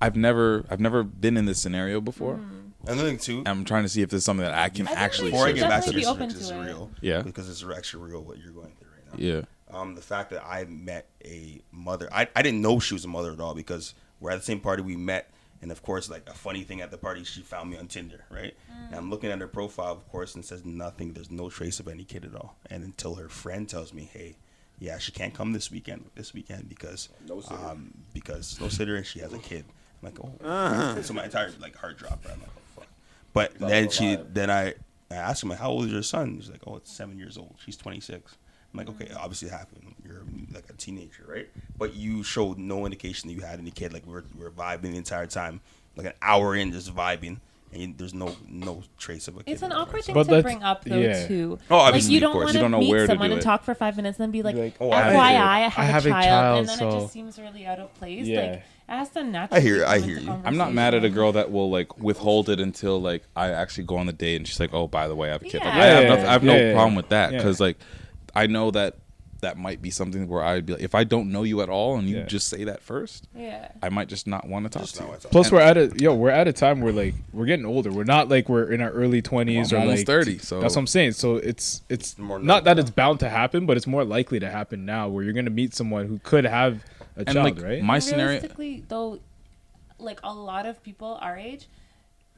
[SPEAKER 2] I've never, I've never been in this scenario before.
[SPEAKER 3] Mm-hmm. Another thing too.
[SPEAKER 2] I'm trying to see if there's something that I can
[SPEAKER 9] I think
[SPEAKER 2] actually.
[SPEAKER 9] we
[SPEAKER 3] Before I
[SPEAKER 9] should
[SPEAKER 3] get back to
[SPEAKER 9] definitely
[SPEAKER 3] this,
[SPEAKER 9] be open
[SPEAKER 3] which is
[SPEAKER 9] to it.
[SPEAKER 3] real,
[SPEAKER 2] Yeah.
[SPEAKER 3] because it's actually real what you're going through right now.
[SPEAKER 2] Yeah.
[SPEAKER 3] Um, the fact that I met a mother, I, I didn't know she was a mother at all because we're at the same party we met, and of course, like a funny thing at the party, she found me on Tinder, right? And I'm looking at her profile, of course, and it says nothing. There's no trace of any kid at all. And until her friend tells me, hey, yeah, she can't come this weekend, this weekend because no sitter. um because no sitter and she has a kid. I'm like, oh, so my entire like heart dropped. Right? I'm like, oh, fuck. But then she, then I, I asked him, like, how old is your son? He's like, oh, it's seven years old. She's 26. I'm like, okay, obviously it happened. You're like a teenager, right? But you showed no indication that you had any kid. Like, we were, we were vibing the entire time, like an hour in, just vibing. And you, there's no no trace of a kid.
[SPEAKER 9] It's an awkward thing
[SPEAKER 1] But
[SPEAKER 9] to
[SPEAKER 1] that's-
[SPEAKER 9] bring up though
[SPEAKER 1] yeah.
[SPEAKER 9] too.
[SPEAKER 3] Oh,
[SPEAKER 9] like
[SPEAKER 3] obviously,
[SPEAKER 9] you
[SPEAKER 3] of
[SPEAKER 9] don't
[SPEAKER 3] course.
[SPEAKER 9] want
[SPEAKER 2] You
[SPEAKER 9] to
[SPEAKER 2] don't know
[SPEAKER 9] meet
[SPEAKER 2] where to
[SPEAKER 9] someone
[SPEAKER 2] do
[SPEAKER 9] and
[SPEAKER 2] it.
[SPEAKER 9] talk for five minutes and then be like,
[SPEAKER 3] oh, I have a
[SPEAKER 9] FYI, I
[SPEAKER 3] kid.
[SPEAKER 9] have,
[SPEAKER 1] I have
[SPEAKER 9] a,
[SPEAKER 1] a
[SPEAKER 9] child,
[SPEAKER 1] child,
[SPEAKER 9] and then it
[SPEAKER 1] so-
[SPEAKER 9] just seems really out of place.
[SPEAKER 1] Yeah.
[SPEAKER 9] Like it has to naturally.
[SPEAKER 3] hear-
[SPEAKER 9] come
[SPEAKER 3] I
[SPEAKER 9] into
[SPEAKER 3] hear you.
[SPEAKER 2] I'm not mad at a
[SPEAKER 9] conversation.
[SPEAKER 2] girl that will like withhold it until like I actually go on the date and she's like, "Oh, by the way, I have a kid." Like,
[SPEAKER 9] Yeah.
[SPEAKER 2] I have,
[SPEAKER 1] Yeah,
[SPEAKER 2] nothing, I have
[SPEAKER 1] yeah,
[SPEAKER 2] no problem with that
[SPEAKER 1] yeah.
[SPEAKER 2] because like, I know that that might be something where I'd be like, if I don't know you at all and you just say that first,
[SPEAKER 9] Yeah.
[SPEAKER 2] I might just not want to talk to you.
[SPEAKER 1] Plus, we're at a yo, we're at a time where like we're getting older. We're not like we're in our early twenties
[SPEAKER 2] Well, I'm
[SPEAKER 1] or
[SPEAKER 2] almost
[SPEAKER 1] like
[SPEAKER 2] 30, so-
[SPEAKER 1] that's what I'm saying. So it's it's
[SPEAKER 3] more
[SPEAKER 1] not that it's bound to happen, but it's more likely to happen now, where you're gonna meet someone who could have a
[SPEAKER 2] And,
[SPEAKER 1] child,
[SPEAKER 2] like,
[SPEAKER 1] right?
[SPEAKER 2] my scenario,
[SPEAKER 9] realistically though like a lot of people our age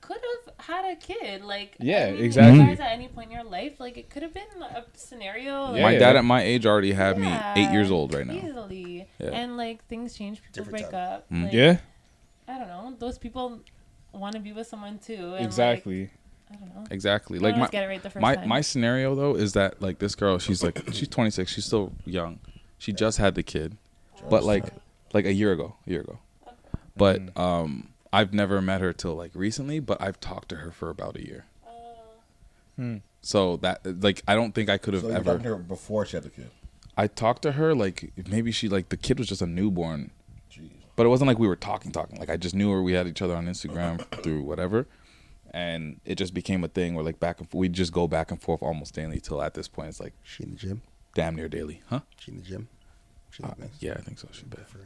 [SPEAKER 9] could have had a kid like
[SPEAKER 1] Yeah,
[SPEAKER 9] I mean,
[SPEAKER 1] exactly.
[SPEAKER 9] you guys at any point in your life like it could have been a scenario like,
[SPEAKER 2] my dad at my age already had
[SPEAKER 9] yeah,
[SPEAKER 2] me eight years old right now.
[SPEAKER 9] easily
[SPEAKER 2] Yeah.
[SPEAKER 9] and like things change people break up
[SPEAKER 2] Mm.
[SPEAKER 9] like,
[SPEAKER 1] yeah,
[SPEAKER 9] i don't know those people want to be with someone too and, like,
[SPEAKER 1] exactly.
[SPEAKER 9] i don't know
[SPEAKER 2] Exactly.
[SPEAKER 9] You
[SPEAKER 2] Like
[SPEAKER 9] don't
[SPEAKER 2] my
[SPEAKER 9] always get it right the first
[SPEAKER 2] my,
[SPEAKER 9] time.
[SPEAKER 2] my scenario though is that like this girl, she's like she's 26, she's still young. She just had the kid, but like like a year ago, a year ago. But
[SPEAKER 11] Mm.
[SPEAKER 2] um, I've never met her till like recently, but I've talked to her for about a year.
[SPEAKER 1] Hmm.
[SPEAKER 2] So that like I don't think I could have
[SPEAKER 11] So you
[SPEAKER 2] ever.
[SPEAKER 11] talked to her before she had the kid.
[SPEAKER 2] I talked to her like maybe she like the kid was just a newborn, but it wasn't like we were talking talking. Like I just knew her. We had each other on Instagram through whatever, and it just became a thing where like back and forth, we just go back and forth almost daily till at this point it's like
[SPEAKER 3] She in the gym?
[SPEAKER 2] damn near daily, huh?
[SPEAKER 3] She in the gym? She
[SPEAKER 2] Uh,
[SPEAKER 3] look nice.
[SPEAKER 2] yeah, I think so. She's bad. Yeah,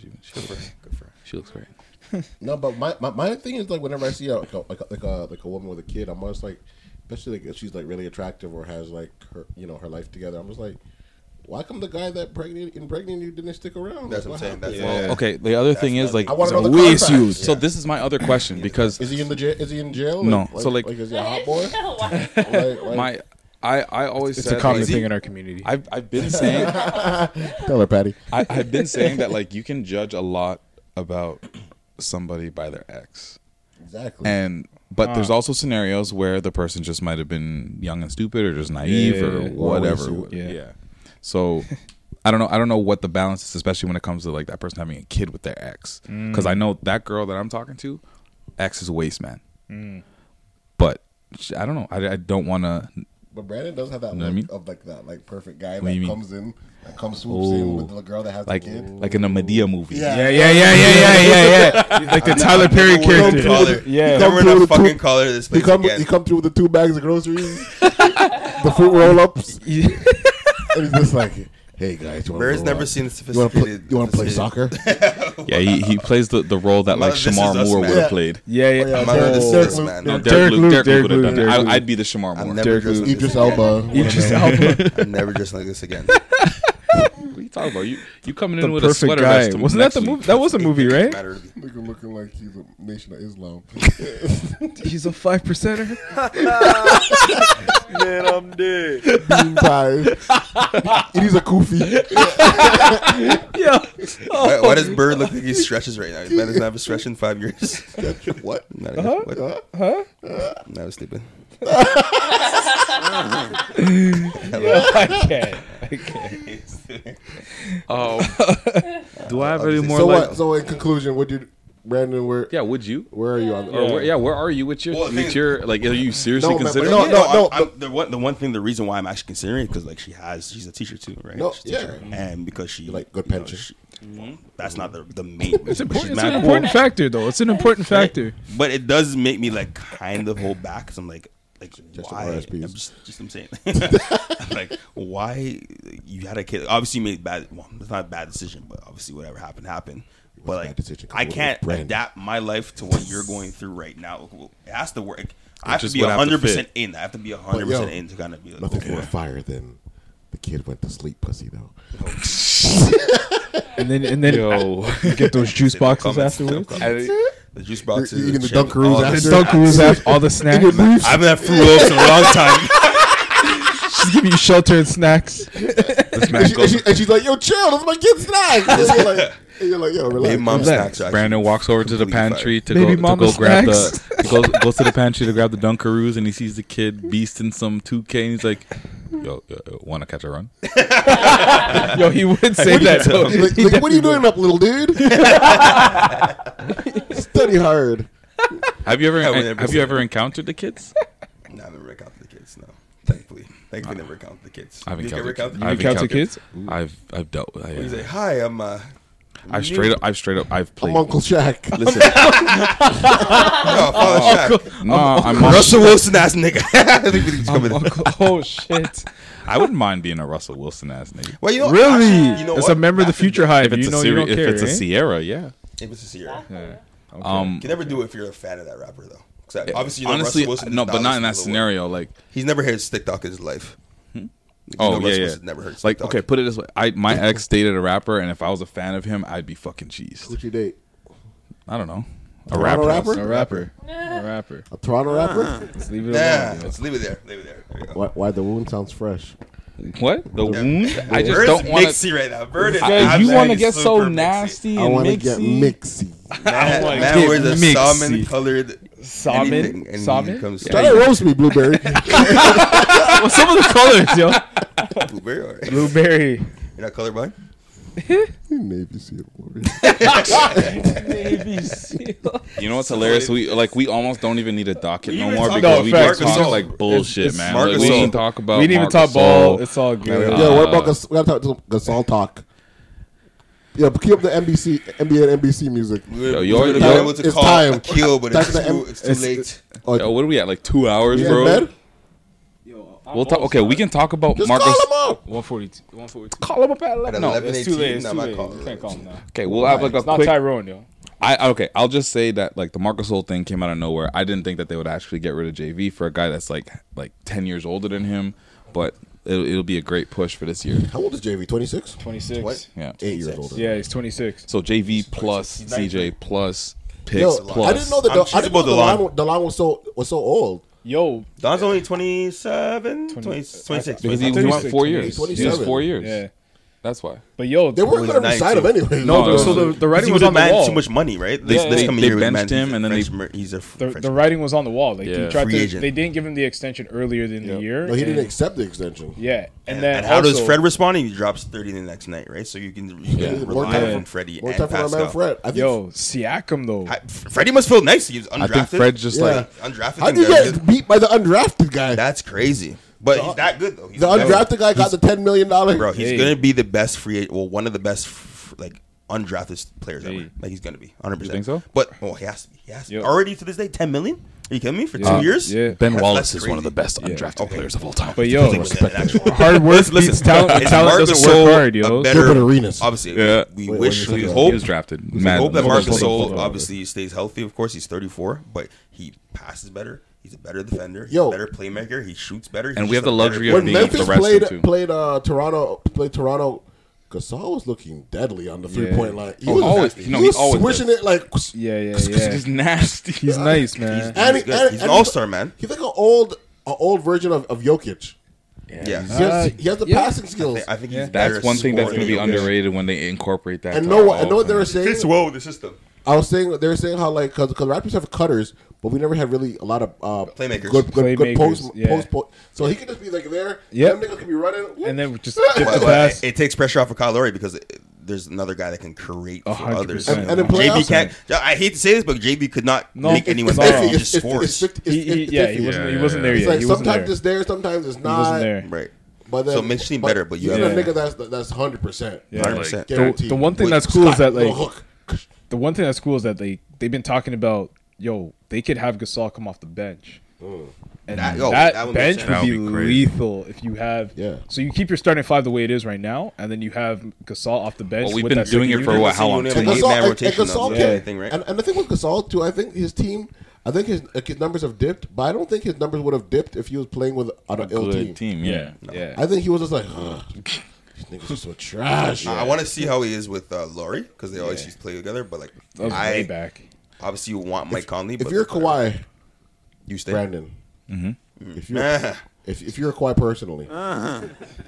[SPEAKER 2] she, she,
[SPEAKER 3] Good for her. Good for her.
[SPEAKER 2] she looks great.
[SPEAKER 4] No, but my, my, my thing is like whenever I see a, like a like a like a like a woman with a kid, I'm always like, especially like if she's like really attractive or has like her you know her life together. I'm just like, Why come the guy that pregnant impregnated you didn't stick around?
[SPEAKER 3] That's
[SPEAKER 4] Like,
[SPEAKER 3] what I'm saying.
[SPEAKER 4] happened?
[SPEAKER 3] That's- Yeah.
[SPEAKER 2] Well, okay. The other
[SPEAKER 3] That's
[SPEAKER 2] thing is
[SPEAKER 3] nothing.
[SPEAKER 2] like
[SPEAKER 4] I wanna know the
[SPEAKER 2] way
[SPEAKER 4] contracts.
[SPEAKER 2] excused. So
[SPEAKER 4] Yeah.
[SPEAKER 2] this is my other question because
[SPEAKER 4] Is he in the jail? Is he in jail?
[SPEAKER 2] No.
[SPEAKER 4] Like,
[SPEAKER 2] So, like-
[SPEAKER 4] is he a hot boy? Like- like-
[SPEAKER 2] my I I always
[SPEAKER 1] It's a
[SPEAKER 2] said,
[SPEAKER 1] common
[SPEAKER 2] like,
[SPEAKER 1] thing in our community.
[SPEAKER 2] I've I've been saying
[SPEAKER 4] Tell her, Patty.
[SPEAKER 2] I, I've been saying that like you can judge a lot about somebody by their ex.
[SPEAKER 4] Exactly.
[SPEAKER 2] And but there's
[SPEAKER 4] Ah.
[SPEAKER 2] also scenarios where the person just might have been young and stupid or just naive
[SPEAKER 1] Yeah,
[SPEAKER 2] or
[SPEAKER 1] yeah, yeah.
[SPEAKER 2] whatever.
[SPEAKER 1] Or
[SPEAKER 2] Yeah.
[SPEAKER 1] yeah.
[SPEAKER 2] So I don't know. I don't know what the balance is, especially when it comes to like that person having a kid with their ex. Because
[SPEAKER 1] Mm.
[SPEAKER 2] I know that girl that I'm talking to, ex is a waste man.
[SPEAKER 4] Mm.
[SPEAKER 2] But sh- I don't know. I, I don't want to.
[SPEAKER 4] But Brandon does have that
[SPEAKER 2] Know what I
[SPEAKER 4] look
[SPEAKER 2] mean?
[SPEAKER 4] of like that like perfect guy
[SPEAKER 2] What do you
[SPEAKER 4] that
[SPEAKER 2] mean?
[SPEAKER 4] comes in and comes swoops in with the girl that has
[SPEAKER 2] like
[SPEAKER 4] the kid.
[SPEAKER 2] like in a Medea movie.
[SPEAKER 1] Yeah, yeah, yeah, yeah, yeah, yeah, yeah. Like the Tyler Perry
[SPEAKER 4] Don't
[SPEAKER 1] character.
[SPEAKER 4] pull it.
[SPEAKER 1] Yeah.
[SPEAKER 4] He
[SPEAKER 1] Don't
[SPEAKER 4] come
[SPEAKER 1] we're
[SPEAKER 4] through
[SPEAKER 1] not
[SPEAKER 4] with
[SPEAKER 1] fucking
[SPEAKER 4] two-
[SPEAKER 1] color this
[SPEAKER 4] He
[SPEAKER 1] place
[SPEAKER 4] come,
[SPEAKER 1] again.
[SPEAKER 4] he come through with the two bags of groceries, the fruit roll ups, and he's just like, "Hey guys, you wanna
[SPEAKER 3] Bird's
[SPEAKER 4] roll
[SPEAKER 3] never
[SPEAKER 4] up?
[SPEAKER 3] seen the
[SPEAKER 4] You wanna play-
[SPEAKER 3] sophisticated-
[SPEAKER 4] You want to play soccer?
[SPEAKER 3] sophisticated-
[SPEAKER 2] Yeah, he, he plays the, the role that like
[SPEAKER 3] This Is
[SPEAKER 2] Shamar
[SPEAKER 3] Us
[SPEAKER 2] Moore
[SPEAKER 3] man. Oh,
[SPEAKER 2] would have played.
[SPEAKER 1] Yeah, yeah.
[SPEAKER 3] I'm not this is Us man.
[SPEAKER 2] No, Derek Luke. Derek Luke would have done it. I- I'd be the Shamar
[SPEAKER 3] I'm
[SPEAKER 2] Moore.
[SPEAKER 3] never
[SPEAKER 2] Derek
[SPEAKER 3] dressing
[SPEAKER 2] Luke.
[SPEAKER 3] like
[SPEAKER 2] Idris
[SPEAKER 3] this again.
[SPEAKER 2] Elba. Idris Elba.
[SPEAKER 3] I'm never dressing like this again.
[SPEAKER 2] What are you talking about? You you coming
[SPEAKER 1] The
[SPEAKER 2] in with a
[SPEAKER 1] perfect
[SPEAKER 2] sweater
[SPEAKER 1] guy.
[SPEAKER 2] vest?
[SPEAKER 1] Wasn't that the movie? That was a movie, right?
[SPEAKER 4] Nigga looking like he's a nation of Islam.
[SPEAKER 1] He's a five percenter.
[SPEAKER 4] Man, I'm dead. Bean pies. It is a kufi.
[SPEAKER 3] Yeah. Why, why does Bird look like he stretches right now? He doesn't have a stretch in five years.
[SPEAKER 4] what?
[SPEAKER 3] Not a,
[SPEAKER 2] Uh-huh.
[SPEAKER 4] Huh?
[SPEAKER 3] What?
[SPEAKER 4] Huh?
[SPEAKER 1] Huh?
[SPEAKER 3] That was stupid.
[SPEAKER 1] I can't. I can't.
[SPEAKER 3] Um,
[SPEAKER 2] Oh. Do I have any more?
[SPEAKER 4] So
[SPEAKER 2] like,
[SPEAKER 4] what? So in conclusion, would you, Brandon? Where?
[SPEAKER 2] Yeah. Would you?
[SPEAKER 4] Where are you on?
[SPEAKER 2] Or where, yeah, where are you with your
[SPEAKER 4] Well, the thing
[SPEAKER 2] with
[SPEAKER 4] is-
[SPEAKER 2] your like? Are you seriously
[SPEAKER 4] No, man, but
[SPEAKER 2] considering?
[SPEAKER 3] No,
[SPEAKER 4] Yeah,
[SPEAKER 3] no,
[SPEAKER 4] but
[SPEAKER 3] no.
[SPEAKER 4] no,
[SPEAKER 3] I'm, I'm, the one, the one thing, the reason why I'm actually considering it because like she has, she's a teacher too, right?
[SPEAKER 4] No,
[SPEAKER 3] She's a teacher.
[SPEAKER 4] yeah.
[SPEAKER 3] and because she like
[SPEAKER 4] good pension.
[SPEAKER 3] that's not the the main. reason,
[SPEAKER 1] It's
[SPEAKER 3] but
[SPEAKER 1] important.
[SPEAKER 3] she's
[SPEAKER 1] It's
[SPEAKER 3] mad
[SPEAKER 1] an
[SPEAKER 3] cool.
[SPEAKER 1] important factor, though. It's an important factor.
[SPEAKER 3] But it does make me like kind of hold back because I'm like, like why? I'm just, just I'm saying, I'm like why you had a kid? Obviously, you made bad. Well, it's not a bad decision, but obviously, whatever happened happened. But like, I
[SPEAKER 4] What
[SPEAKER 3] can't
[SPEAKER 4] was brand?
[SPEAKER 3] adapt my life to what you're going through right now. It has to work. I have to
[SPEAKER 4] just
[SPEAKER 3] be
[SPEAKER 4] would have to
[SPEAKER 3] 100 percent
[SPEAKER 4] fit.
[SPEAKER 3] in. I have to be
[SPEAKER 4] But
[SPEAKER 3] 100
[SPEAKER 4] yo,
[SPEAKER 3] percent in to kind of be like,
[SPEAKER 4] nothing's
[SPEAKER 3] okay.
[SPEAKER 4] more fire than the kid went to sleep, pussy though.
[SPEAKER 1] And then and then
[SPEAKER 2] Yo.
[SPEAKER 1] you get those juice boxes afterwards.
[SPEAKER 3] The juice box
[SPEAKER 4] You're
[SPEAKER 3] is
[SPEAKER 4] eating the
[SPEAKER 3] shit.
[SPEAKER 4] Dunkaroos
[SPEAKER 3] All
[SPEAKER 4] after?
[SPEAKER 3] the
[SPEAKER 1] Dunkaroos
[SPEAKER 3] snacks.
[SPEAKER 1] after all the snacks.
[SPEAKER 3] I've been at Fruit Loops in a long time.
[SPEAKER 1] She's giving you shelter and snacks.
[SPEAKER 2] This
[SPEAKER 4] and, she, and, she, and she's like, "Yo, chill. That's my kid's snack." And you're like, and you're like, "Yo, relax."
[SPEAKER 3] Baby mom
[SPEAKER 4] relax.
[SPEAKER 3] snacks. are actually-
[SPEAKER 2] Brandon walks over to the pantry to
[SPEAKER 1] Baby
[SPEAKER 2] go, to
[SPEAKER 1] mama
[SPEAKER 2] go grab
[SPEAKER 1] snacks.
[SPEAKER 2] the he goes, goes to the pantry to grab the Dunkaroos and he sees the kid beasting some 2K and he's like, "Yo, yo, yo want to catch a run?"
[SPEAKER 1] Yo, he would say
[SPEAKER 4] What are you-
[SPEAKER 1] that. though.
[SPEAKER 4] Like,
[SPEAKER 1] He
[SPEAKER 4] like, what are you
[SPEAKER 1] definitely
[SPEAKER 4] doing up, little dude? Study hard.
[SPEAKER 2] Have you ever
[SPEAKER 3] I would never
[SPEAKER 2] have
[SPEAKER 3] say
[SPEAKER 2] you ever
[SPEAKER 3] that.
[SPEAKER 2] encountered the kids?
[SPEAKER 3] No, I've never counted the kids. No, thankfully, thankfully, never counted the kids.
[SPEAKER 2] I've
[SPEAKER 3] You
[SPEAKER 2] encountered.
[SPEAKER 3] ever counted
[SPEAKER 2] I've
[SPEAKER 1] encounter
[SPEAKER 2] encountered-
[SPEAKER 1] kids?
[SPEAKER 2] I've I've dealt. with- I,
[SPEAKER 3] He's like, hi, I'm. Uh,
[SPEAKER 2] Oh, I've straight up. I've straight up. I've played.
[SPEAKER 4] Uncle Shaq.
[SPEAKER 2] Listen.
[SPEAKER 3] No, Father Shaq.
[SPEAKER 2] No, I'm
[SPEAKER 3] Uncle- Russell Wilson ass nigga. I think we need to come in.
[SPEAKER 1] oh shit!
[SPEAKER 2] I wouldn't mind being a Russell Wilson ass nigga.
[SPEAKER 3] Well, you know,
[SPEAKER 1] really?
[SPEAKER 3] actually, you know
[SPEAKER 1] it's
[SPEAKER 3] what?
[SPEAKER 1] a member of the future hype.
[SPEAKER 2] If it's
[SPEAKER 1] You
[SPEAKER 2] a
[SPEAKER 1] know you
[SPEAKER 2] Sierra-
[SPEAKER 1] don't
[SPEAKER 2] if
[SPEAKER 1] care.
[SPEAKER 2] it's a
[SPEAKER 1] eh?
[SPEAKER 2] Sierra, yeah.
[SPEAKER 3] If it's a Sierra.
[SPEAKER 2] Um,
[SPEAKER 3] you can never do it if you're a fan of that rapper, though. 'Cause I- obviously, you know,
[SPEAKER 2] honestly,
[SPEAKER 3] Russell Wilson
[SPEAKER 2] no,
[SPEAKER 3] did
[SPEAKER 2] but not in that
[SPEAKER 3] listen to Lil
[SPEAKER 2] scenario. Like,
[SPEAKER 3] Wayne. he's never heard stick talk in his life. You know
[SPEAKER 2] oh
[SPEAKER 3] Russell
[SPEAKER 2] yeah, yeah.
[SPEAKER 3] Wilson never heard
[SPEAKER 2] like,
[SPEAKER 3] stick talk.
[SPEAKER 2] okay, put it this way: I my ex dated a rapper, and if I was a fan of him, I'd be fucking cheesed.
[SPEAKER 4] Who'd you date?
[SPEAKER 2] I don't know, a
[SPEAKER 4] Toronto
[SPEAKER 2] rapper.
[SPEAKER 4] rapper?
[SPEAKER 1] A rapper. A rapper.
[SPEAKER 4] A Toronto rapper?
[SPEAKER 1] Let's leave it
[SPEAKER 3] Yeah,
[SPEAKER 1] alone. yo.
[SPEAKER 3] let's leave it there. Leave it there. There we go.
[SPEAKER 4] Why, why the wound sounds fresh?
[SPEAKER 2] What the wound? I just
[SPEAKER 3] Bird's
[SPEAKER 2] don't want
[SPEAKER 3] mixy right now. Bird is
[SPEAKER 2] Guys, you want to
[SPEAKER 3] absolutely
[SPEAKER 2] get so
[SPEAKER 3] super mixy.
[SPEAKER 2] nasty
[SPEAKER 4] I
[SPEAKER 2] and
[SPEAKER 4] want to
[SPEAKER 2] mixy?
[SPEAKER 4] get mixy.
[SPEAKER 3] Man,
[SPEAKER 2] wanna
[SPEAKER 3] man
[SPEAKER 2] get
[SPEAKER 3] wears a
[SPEAKER 2] mixy.
[SPEAKER 3] salmon colored
[SPEAKER 2] Salmon?
[SPEAKER 3] and
[SPEAKER 2] Salmon?
[SPEAKER 3] He comes
[SPEAKER 4] Try to roast me, blueberry.
[SPEAKER 1] Well, some of the colors, yo.
[SPEAKER 3] blueberry. Or, you're
[SPEAKER 1] Blueberry.
[SPEAKER 3] not colorblind.
[SPEAKER 4] Navy SEAL.
[SPEAKER 1] Navy SEAL.
[SPEAKER 2] You know what's hilarious? We like we almost don't even need a docket
[SPEAKER 3] We
[SPEAKER 2] no
[SPEAKER 3] even
[SPEAKER 2] more
[SPEAKER 3] talk
[SPEAKER 2] because
[SPEAKER 3] about
[SPEAKER 2] we just
[SPEAKER 3] Marcus
[SPEAKER 2] talk
[SPEAKER 3] Gasol.
[SPEAKER 2] like bullshit,
[SPEAKER 1] It's-
[SPEAKER 2] man.
[SPEAKER 1] it's Marcus
[SPEAKER 2] Like, we
[SPEAKER 1] Gasol.
[SPEAKER 2] didn't talk about.
[SPEAKER 1] We didn't even
[SPEAKER 2] Marc
[SPEAKER 1] talk ball.
[SPEAKER 2] Gasol.
[SPEAKER 1] It's all good.
[SPEAKER 4] yeah, what
[SPEAKER 2] Uh,
[SPEAKER 4] about Gas- we gotta talk some Gasol talk. Yeah, but keep up the NBC, NBA and NBC music.
[SPEAKER 2] Yo, you already-
[SPEAKER 4] It's time.
[SPEAKER 2] Yo,
[SPEAKER 3] able to
[SPEAKER 4] it's
[SPEAKER 3] call
[SPEAKER 4] time.
[SPEAKER 3] a kill, but
[SPEAKER 4] Time
[SPEAKER 3] it's
[SPEAKER 4] for the
[SPEAKER 3] too,
[SPEAKER 4] M-
[SPEAKER 3] it's too late.
[SPEAKER 2] Yo, what are we at? Like two hours,
[SPEAKER 4] You in
[SPEAKER 2] bro.
[SPEAKER 4] bed?
[SPEAKER 2] We'll talk. Okay, we can talk about
[SPEAKER 4] Just
[SPEAKER 2] Marcus.
[SPEAKER 4] call him up.
[SPEAKER 1] 142. 142.
[SPEAKER 2] Call him up at
[SPEAKER 3] At
[SPEAKER 2] eleven. No,
[SPEAKER 3] 11,
[SPEAKER 1] It's too late. It's
[SPEAKER 3] no,
[SPEAKER 1] too
[SPEAKER 3] I'm not
[SPEAKER 1] late.
[SPEAKER 3] calling
[SPEAKER 1] You can't call him now.
[SPEAKER 2] Okay, we'll have like a
[SPEAKER 1] It's not
[SPEAKER 2] quick.
[SPEAKER 1] Tyrone, yo.
[SPEAKER 2] I okay. I'll just say that like the Marcus Gasol thing came out of nowhere. I didn't think that they would actually get rid of JV for a guy that's like like ten years older than him, but it'll, it'll be a great push for this year.
[SPEAKER 4] How old is JV? 26?
[SPEAKER 1] 26.
[SPEAKER 2] Yeah,
[SPEAKER 4] Eight years older.
[SPEAKER 1] Yeah, he's 26.
[SPEAKER 2] So JV plus
[SPEAKER 1] He's
[SPEAKER 2] CJ plus picks
[SPEAKER 4] Yo,
[SPEAKER 2] plus.
[SPEAKER 4] I didn't know that. The, I didn't know the line, wa- the line was so was so old.
[SPEAKER 1] Yo,
[SPEAKER 3] Don's only 27, 20, 26.
[SPEAKER 2] Because he, he went four years. He was four years. That's why.
[SPEAKER 1] But yo,
[SPEAKER 4] They weren't gonna resign him anyway.
[SPEAKER 1] Oh,
[SPEAKER 3] No,
[SPEAKER 4] No,
[SPEAKER 3] so
[SPEAKER 4] no,
[SPEAKER 3] the,
[SPEAKER 4] no.
[SPEAKER 3] the
[SPEAKER 4] He
[SPEAKER 3] writing was
[SPEAKER 4] would
[SPEAKER 3] on the
[SPEAKER 4] demand
[SPEAKER 3] wall.
[SPEAKER 4] too much money, right? This-
[SPEAKER 2] Yeah,
[SPEAKER 4] this
[SPEAKER 2] they,
[SPEAKER 4] coming
[SPEAKER 2] they
[SPEAKER 4] year, he
[SPEAKER 2] benched
[SPEAKER 4] demanded
[SPEAKER 2] him, and then they
[SPEAKER 3] French- he's a
[SPEAKER 1] The, the writing was on the wall. Like
[SPEAKER 2] Yeah.
[SPEAKER 1] he tried
[SPEAKER 2] Free
[SPEAKER 1] to.
[SPEAKER 2] agent.
[SPEAKER 1] They didn't give him the extension earlier in the year.
[SPEAKER 4] No, he didn't
[SPEAKER 1] and-
[SPEAKER 4] accept the extension.
[SPEAKER 1] Yeah, and,
[SPEAKER 3] And,
[SPEAKER 1] then
[SPEAKER 3] and how does
[SPEAKER 1] also-
[SPEAKER 3] Fred respond? He drops 30 the next night, right? So you can, you can
[SPEAKER 1] Yeah.
[SPEAKER 3] rely on Freddie and Pascal.
[SPEAKER 1] Yo, Siakam though.
[SPEAKER 3] Freddie must feel nice. He was
[SPEAKER 1] I
[SPEAKER 3] undrafted.
[SPEAKER 1] think Fred just, like-
[SPEAKER 3] undrafted.
[SPEAKER 4] How
[SPEAKER 3] and
[SPEAKER 4] did you
[SPEAKER 3] very
[SPEAKER 4] get
[SPEAKER 3] good.
[SPEAKER 4] beat by the undrafted guy?
[SPEAKER 3] That's crazy. But he's that good though. He's
[SPEAKER 4] the
[SPEAKER 3] that good.
[SPEAKER 4] undrafted guy got
[SPEAKER 3] He's-
[SPEAKER 4] the ten million dollar.
[SPEAKER 3] Bro, he's gonna be the best free agent. Well, one of the best, f- like undrafted players ever. Like he's gonna be 100.
[SPEAKER 2] You
[SPEAKER 3] percent
[SPEAKER 2] think so?
[SPEAKER 3] But oh, he has to be. He has to be. already to this day 10 million. Are you kidding me? For
[SPEAKER 2] Uh,
[SPEAKER 3] two years?
[SPEAKER 2] yeah. Ben
[SPEAKER 3] That's-
[SPEAKER 2] Wallace
[SPEAKER 3] that's
[SPEAKER 2] is one of the best
[SPEAKER 3] crazy.
[SPEAKER 2] undrafted players of all time.
[SPEAKER 1] But yo,
[SPEAKER 3] Like,
[SPEAKER 1] respect
[SPEAKER 3] an actual-
[SPEAKER 1] that. Hard work
[SPEAKER 3] Listen, listen,
[SPEAKER 1] beats talent, and
[SPEAKER 3] is
[SPEAKER 1] talent
[SPEAKER 3] Marc
[SPEAKER 1] doesn't work
[SPEAKER 3] Gasol
[SPEAKER 1] hard, yo.
[SPEAKER 3] a better-
[SPEAKER 1] Gilbert Arenas.
[SPEAKER 3] Obviously,
[SPEAKER 2] Yeah.
[SPEAKER 3] we
[SPEAKER 2] Wait,
[SPEAKER 3] wish,
[SPEAKER 2] what did
[SPEAKER 3] we
[SPEAKER 2] you say?
[SPEAKER 3] hope
[SPEAKER 2] He was drafted.
[SPEAKER 3] We
[SPEAKER 2] Mad-
[SPEAKER 3] hope that
[SPEAKER 2] Mad-
[SPEAKER 3] Marc
[SPEAKER 2] Mad-
[SPEAKER 3] Gasol
[SPEAKER 2] Mad-
[SPEAKER 3] obviously stays healthy. Of course, he's 34, but he passes better. He's a better defender. He's a better playmaker. He shoots better. He's
[SPEAKER 2] And we
[SPEAKER 3] just
[SPEAKER 2] have the
[SPEAKER 3] a better
[SPEAKER 2] luxury of
[SPEAKER 3] player.
[SPEAKER 4] when Memphis played
[SPEAKER 2] two.
[SPEAKER 4] played uh, Toronto played Toronto. Gasol was looking deadly on the three point line. He
[SPEAKER 2] Oh,
[SPEAKER 4] was
[SPEAKER 2] always-
[SPEAKER 4] he,
[SPEAKER 2] no,
[SPEAKER 4] was
[SPEAKER 2] he always
[SPEAKER 4] swishing it like
[SPEAKER 1] yeah, yeah,
[SPEAKER 2] yeah. he's nasty.
[SPEAKER 1] He's nice, man.
[SPEAKER 4] And he- and- and he-
[SPEAKER 3] man.
[SPEAKER 4] He's like an old an old version of, of Jokic.
[SPEAKER 3] Yeah,
[SPEAKER 4] He, has, he has the
[SPEAKER 3] yeah.
[SPEAKER 4] passing skills.
[SPEAKER 3] I think he's
[SPEAKER 2] That's one thing that's
[SPEAKER 3] scoring
[SPEAKER 2] going to be
[SPEAKER 3] than Jokic.
[SPEAKER 2] underrated when they incorporate that.
[SPEAKER 4] and
[SPEAKER 2] to
[SPEAKER 4] know what
[SPEAKER 2] all
[SPEAKER 4] and know what they
[SPEAKER 2] of
[SPEAKER 4] were
[SPEAKER 2] them.
[SPEAKER 4] saying.
[SPEAKER 3] fits well with the system.
[SPEAKER 4] I was saying they were saying how like because because Raptors have cutters, but we never had really a lot of uh,
[SPEAKER 3] Playmakers.
[SPEAKER 4] good good, good
[SPEAKER 3] Playmakers,
[SPEAKER 4] post,
[SPEAKER 3] yeah.
[SPEAKER 4] post po- So he could just be like there.
[SPEAKER 3] Yep.
[SPEAKER 4] them niggas could be running, whoop.
[SPEAKER 1] and then just
[SPEAKER 3] Well, well, it, it takes pressure off of Kyle Lowry because it, there's another guy that can create for
[SPEAKER 1] hundred
[SPEAKER 3] others.
[SPEAKER 1] percent. And- and in
[SPEAKER 3] JB
[SPEAKER 1] playoffs-
[SPEAKER 3] can't. I hate to say this, but JB could not make anyone
[SPEAKER 1] it's
[SPEAKER 3] better.
[SPEAKER 1] iffy.
[SPEAKER 3] He
[SPEAKER 1] It's-
[SPEAKER 3] just
[SPEAKER 1] it's-
[SPEAKER 3] scores.
[SPEAKER 1] it's fifty- He- he- it's yeah, he 50. wasn't- he wasn't there
[SPEAKER 4] It's
[SPEAKER 1] yet.
[SPEAKER 4] like
[SPEAKER 1] He wasn't
[SPEAKER 4] sometimes
[SPEAKER 1] there.
[SPEAKER 4] it's there, sometimes it's not.
[SPEAKER 1] wasn't there.
[SPEAKER 3] Right.
[SPEAKER 4] But then,
[SPEAKER 3] So it makes you seem better, but you
[SPEAKER 4] have
[SPEAKER 3] have-
[SPEAKER 4] a nigga that's that's hundred percent.
[SPEAKER 1] Yeah. The,
[SPEAKER 4] guaranteed.
[SPEAKER 1] the one thing
[SPEAKER 4] With
[SPEAKER 1] that's cool is
[SPEAKER 4] Scott,
[SPEAKER 1] that
[SPEAKER 4] little
[SPEAKER 1] like
[SPEAKER 4] hook.
[SPEAKER 1] the one thing that's cool is that they they've been talking about yo they could have Gasol come off the bench.
[SPEAKER 2] Mm.
[SPEAKER 1] And
[SPEAKER 3] Mm. That-
[SPEAKER 1] that,
[SPEAKER 3] yo, oh, that would be
[SPEAKER 1] bench
[SPEAKER 3] sick.
[SPEAKER 1] would
[SPEAKER 3] That
[SPEAKER 1] be,
[SPEAKER 3] would be crazy.
[SPEAKER 1] lethal if you have.
[SPEAKER 4] Yeah.
[SPEAKER 1] So you keep your starting five the way it is right now, and then you have Gasol off the bench.
[SPEAKER 2] Well, we've
[SPEAKER 1] with
[SPEAKER 2] been
[SPEAKER 1] that second
[SPEAKER 2] doing it for
[SPEAKER 1] unit.
[SPEAKER 2] what, how long?
[SPEAKER 4] And
[SPEAKER 2] Two
[SPEAKER 4] Gasol,
[SPEAKER 2] years?
[SPEAKER 4] and, and
[SPEAKER 2] Rotation
[SPEAKER 4] Gasol
[SPEAKER 2] of
[SPEAKER 4] can-
[SPEAKER 2] everything, right?
[SPEAKER 4] and, and the thing with Gasol too, I think his team, I think his, like, his numbers have dipped, but I don't think his numbers would have dipped if he was playing with on an ill
[SPEAKER 2] good
[SPEAKER 4] team.
[SPEAKER 2] team, yeah. Yeah.
[SPEAKER 4] I think he was just like, "Ugh, these niggas are so trash.
[SPEAKER 3] I want to see how he is with uh, Laurie because they always used to play together. But like,
[SPEAKER 4] That was
[SPEAKER 3] I
[SPEAKER 4] way back.
[SPEAKER 3] obviously you want Mike Conley.
[SPEAKER 4] If
[SPEAKER 3] but
[SPEAKER 4] you're Kawhi,
[SPEAKER 3] you stay.
[SPEAKER 4] Brandon.
[SPEAKER 2] Mhm.
[SPEAKER 4] If you're if, if you're Kawhi personally,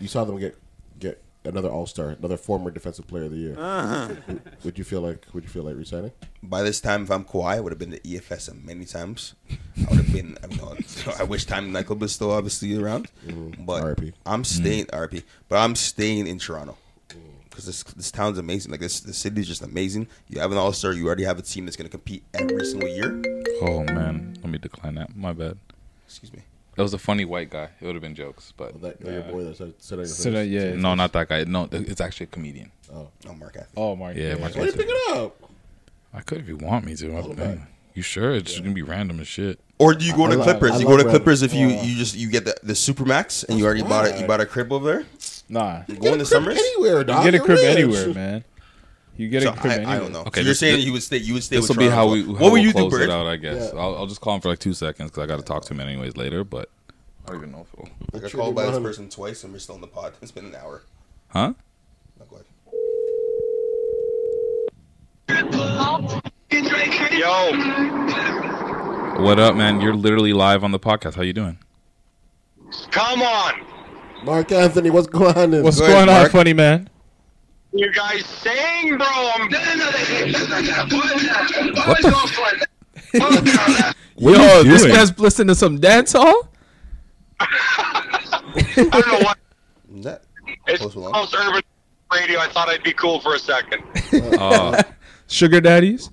[SPEAKER 4] you saw them get get another All Star, another former Defensive Player of the Year.
[SPEAKER 3] Uh-huh.
[SPEAKER 4] Would, would you feel like would you feel like resigning?
[SPEAKER 3] by this time, if I'm Kawhi, I would have been E to EFS many times. I would have been. I, mean, I wish Time Nightclub was still obviously around,
[SPEAKER 4] Mm,
[SPEAKER 3] but I'm staying RP. But I'm staying in Toronto because this this town's amazing. Like this, the city's just amazing. You have an All Star. You already have a team that's going to compete every single year.
[SPEAKER 2] Oh man, let me decline that. My bad.
[SPEAKER 3] Excuse me.
[SPEAKER 2] That was a funny white guy. It would have been jokes, but
[SPEAKER 4] that, your boy that said- said it first.
[SPEAKER 1] Said it, yeah.
[SPEAKER 2] No, not that guy. No, th- it's actually a comedian.
[SPEAKER 4] Oh,
[SPEAKER 3] no, Mark Athens.
[SPEAKER 1] Oh, Mark.
[SPEAKER 2] Yeah, Mark
[SPEAKER 4] Why you
[SPEAKER 2] Athens.
[SPEAKER 4] pick it up?
[SPEAKER 2] I could if you want me to. I'm- You sure? It's just gonna be random as shit.
[SPEAKER 3] Or do you go
[SPEAKER 2] I
[SPEAKER 3] to
[SPEAKER 2] love-
[SPEAKER 3] Clippers?
[SPEAKER 2] I
[SPEAKER 3] you
[SPEAKER 2] love
[SPEAKER 3] go to
[SPEAKER 2] Brandon.
[SPEAKER 3] Clippers if you
[SPEAKER 2] Yeah.
[SPEAKER 3] you just you get the, the Supermax and you already bought it. You bought a crib over there.
[SPEAKER 1] Nah,
[SPEAKER 3] you go in the summers
[SPEAKER 4] anywhere, dog.
[SPEAKER 1] You get a
[SPEAKER 4] You're
[SPEAKER 1] crib
[SPEAKER 4] rich.
[SPEAKER 1] anywhere, man. You get
[SPEAKER 3] So
[SPEAKER 1] a crib
[SPEAKER 3] I- I
[SPEAKER 1] anywhere.
[SPEAKER 3] don't know. Okay, So you're saying you would stay- you would stay
[SPEAKER 2] This will
[SPEAKER 3] with
[SPEAKER 2] be how
[SPEAKER 3] Toronto.
[SPEAKER 2] we.
[SPEAKER 3] What
[SPEAKER 2] how
[SPEAKER 3] would
[SPEAKER 2] we'll
[SPEAKER 3] you do,
[SPEAKER 2] close it
[SPEAKER 3] Bird?
[SPEAKER 2] out, I guess.
[SPEAKER 3] Yeah.
[SPEAKER 2] I'll, I'll just call him for like two seconds because I got to talk to him anyways later. But I don't even know if he'll.
[SPEAKER 3] I got called by this person twice and we're still in the pod. It's been an hour.
[SPEAKER 2] Huh?
[SPEAKER 17] Yo,
[SPEAKER 2] What up, man? You're literally live on the podcast. How you doing?
[SPEAKER 17] come on.
[SPEAKER 4] Mark Anthony, what's going on?
[SPEAKER 1] What's going on, funny man?
[SPEAKER 17] You guys saying, bro? I'm.
[SPEAKER 1] What the What are
[SPEAKER 23] Yo,
[SPEAKER 1] you
[SPEAKER 23] this
[SPEAKER 1] doing?
[SPEAKER 23] guy's listening to some dance hall.
[SPEAKER 17] It's almost urban radio. I thought I'd be cool for a second.
[SPEAKER 2] Uh,
[SPEAKER 1] Sugar daddies.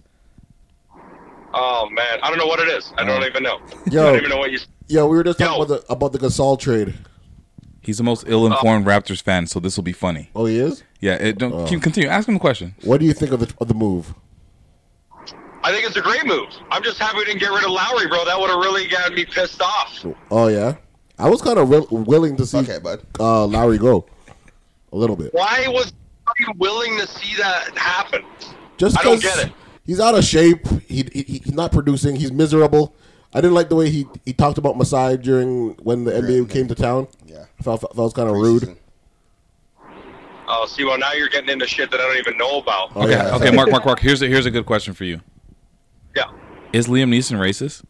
[SPEAKER 17] Oh man, I don't know what it is. I don't even know.
[SPEAKER 4] Yo.
[SPEAKER 17] I don't even know what you.
[SPEAKER 4] Yo, we were just talking about the about the Gasol trade.
[SPEAKER 2] He's the most ill-informed Raptors fan, so this will be funny.
[SPEAKER 4] Oh, he is.
[SPEAKER 2] Yeah, it, don't
[SPEAKER 4] Oh.
[SPEAKER 2] keep- continue. Ask him a question.
[SPEAKER 4] What do you think of the of the move?
[SPEAKER 17] I think it's a great move. I'm just happy we didn't get rid of Lowry, bro. That would have really got me pissed off.
[SPEAKER 4] Oh yeah, I was kind of re- willing to see Uh, Lowry go a little bit.
[SPEAKER 17] Why was you willing to see that happen?
[SPEAKER 4] Just
[SPEAKER 17] I don't
[SPEAKER 4] 'cause
[SPEAKER 17] get it.
[SPEAKER 4] He's out of shape. He, he he's not producing. He's miserable. I didn't like the way he he talked about Masai during when the NBA came to town.
[SPEAKER 3] Yeah.
[SPEAKER 4] I felt, felt that was kind of rude.
[SPEAKER 26] Oh, see, well, now you're getting into shit that I don't even know about.
[SPEAKER 2] Okay, okay, Mark, Mark, Mark. Here's a here's a good question for you.
[SPEAKER 26] Yeah.
[SPEAKER 2] Is Liam Neeson racist?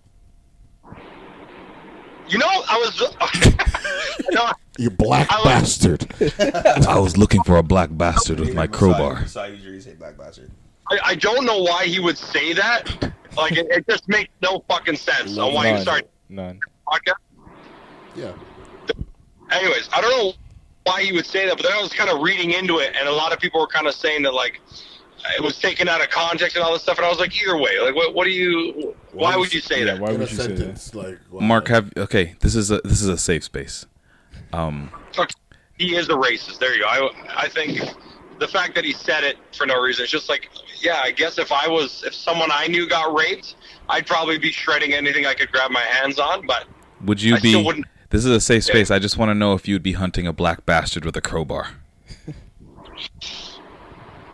[SPEAKER 26] You know, I was. you know,
[SPEAKER 4] You black bastard.
[SPEAKER 2] I was looking for a black bastard with my crowbar.
[SPEAKER 3] Masai usually say black bastard.
[SPEAKER 26] I, I don't know why he would say that. Like, it, it just makes no fucking sense on why he
[SPEAKER 1] None.
[SPEAKER 26] started
[SPEAKER 1] None.
[SPEAKER 26] podcast.
[SPEAKER 4] Yeah.
[SPEAKER 26] Anyways, I don't know why he would say that, but then I was kind of reading into it, and a lot of people were kind of saying that like it was taken out of context and all this stuff, and I was like, either way, like, what, what do you? Why would you say that?
[SPEAKER 1] Why
[SPEAKER 4] In a
[SPEAKER 1] would you say that?
[SPEAKER 4] sentence, like
[SPEAKER 2] Mark, have okay. This is a this is a safe space. Um,
[SPEAKER 26] Fuck, He is a racist. There you go. I, I think the fact that he said it for no reason, it's just like, yeah, I guess if I was, if someone I knew got raped, I'd probably be shredding anything I could grab my hands on. But
[SPEAKER 2] would you
[SPEAKER 26] I still
[SPEAKER 2] be?
[SPEAKER 26] wouldn't-
[SPEAKER 2] This is a safe space. I just want to know if you'd be hunting a black bastard with a crowbar.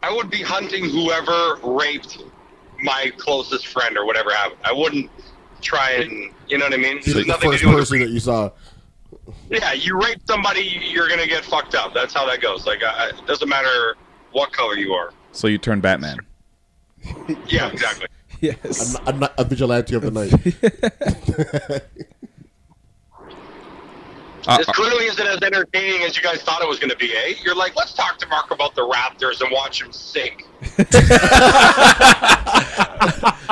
[SPEAKER 26] I would be hunting whoever raped my closest friend or whatever happened. I wouldn't try and, you know what I mean?
[SPEAKER 4] He's
[SPEAKER 26] There's
[SPEAKER 4] like the
[SPEAKER 26] nothing to
[SPEAKER 4] first
[SPEAKER 26] do with,
[SPEAKER 4] person that you saw.
[SPEAKER 26] yeah, you rape somebody, you're going to get fucked up. That's how that goes. Like, I, it doesn't matter what color you are.
[SPEAKER 2] So you turn Batman.
[SPEAKER 26] Yeah, exactly.
[SPEAKER 4] Yes. A, a, a vigilante of the night.
[SPEAKER 2] Uh,
[SPEAKER 26] this clearly isn't as entertaining as you guys thought it was going to be, eh? You're like, let's talk to Mark about the Raptors and watch him sink.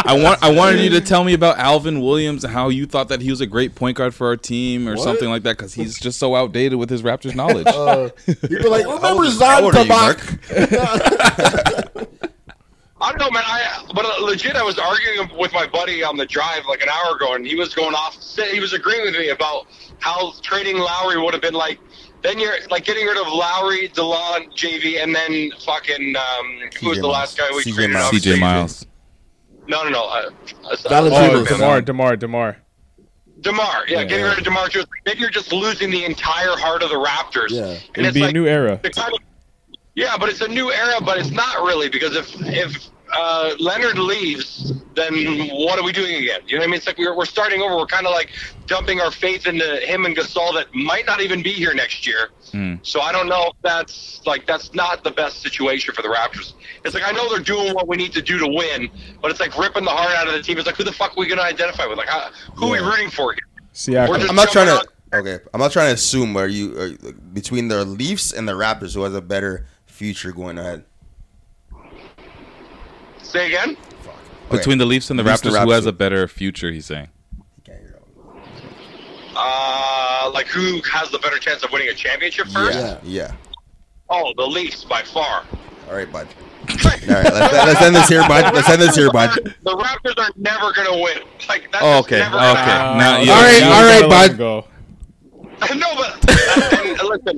[SPEAKER 2] I want I wanted you to tell me about Alvin Williams and how you thought that he was a great point guard for our team or
[SPEAKER 4] What?
[SPEAKER 2] something like that because he's just so outdated with his Raptors knowledge.
[SPEAKER 4] Uh, you'd be like, remember
[SPEAKER 2] how
[SPEAKER 4] Zon
[SPEAKER 2] old are you,
[SPEAKER 4] Tabak?
[SPEAKER 26] I don't know, man. I but uh, legit, I was arguing with my buddy on the drive like an hour ago, and he was going off. He was agreeing with me about how trading Lowry would have been like. Then you're like getting rid of Lowry, DeLon, JV, and then fucking um, who was the last guy we traded? off?
[SPEAKER 2] CJ Miles.
[SPEAKER 26] No, no, no. Uh, uh,
[SPEAKER 1] Oh, Demar, Demar, Demar.
[SPEAKER 26] Demar, yeah,
[SPEAKER 1] Yeah,
[SPEAKER 26] getting
[SPEAKER 1] yeah.
[SPEAKER 26] rid of Demar. Just, then you're just losing the entire heart of the Raptors.
[SPEAKER 1] Yeah,
[SPEAKER 26] and
[SPEAKER 1] it'd
[SPEAKER 26] it's
[SPEAKER 1] be a
[SPEAKER 26] like
[SPEAKER 1] new era.
[SPEAKER 26] the kind of, yeah, but it's a new era, but it's not really because if if uh, Leonard leaves, then what are we doing again? You know what I mean? It's like we're we're starting over. We're kind of like dumping our faith into him and Gasol that might not even be here next year.
[SPEAKER 1] Mm.
[SPEAKER 26] So I don't know if that's like that's not the best situation for the Raptors. It's like I know they're doing what we need to do to win, but it's like ripping the heart out of the team. It's like who the fuck are we gonna identify with? Like how, who are we rooting for here? We're just
[SPEAKER 3] I'm not trying
[SPEAKER 26] jumping
[SPEAKER 3] to. Okay, I'm not trying to assume. Are you are, you- between the Leafs and the Raptors? Who has a better future going
[SPEAKER 26] on-
[SPEAKER 3] ahead?
[SPEAKER 26] Say again.
[SPEAKER 2] Between the Leafs and the
[SPEAKER 3] Leafs
[SPEAKER 2] Raptors,
[SPEAKER 3] and
[SPEAKER 2] who
[SPEAKER 3] Raptors.
[SPEAKER 2] has a better future? He's saying.
[SPEAKER 26] Uh, like who has the better chance of winning a championship first?
[SPEAKER 3] Yeah, yeah.
[SPEAKER 26] Oh, the Leafs by far.
[SPEAKER 3] All right, bud. All right, let's, let's end this here, bud. Let's end this here, bud.
[SPEAKER 26] The Raptors are never gonna win. Like that's
[SPEAKER 2] Oh,
[SPEAKER 26] just
[SPEAKER 2] okay,
[SPEAKER 26] never
[SPEAKER 2] okay.
[SPEAKER 26] gonna happen.
[SPEAKER 2] Now you- All right, now all you right, gotta let bud. him go.
[SPEAKER 26] no, but and listen.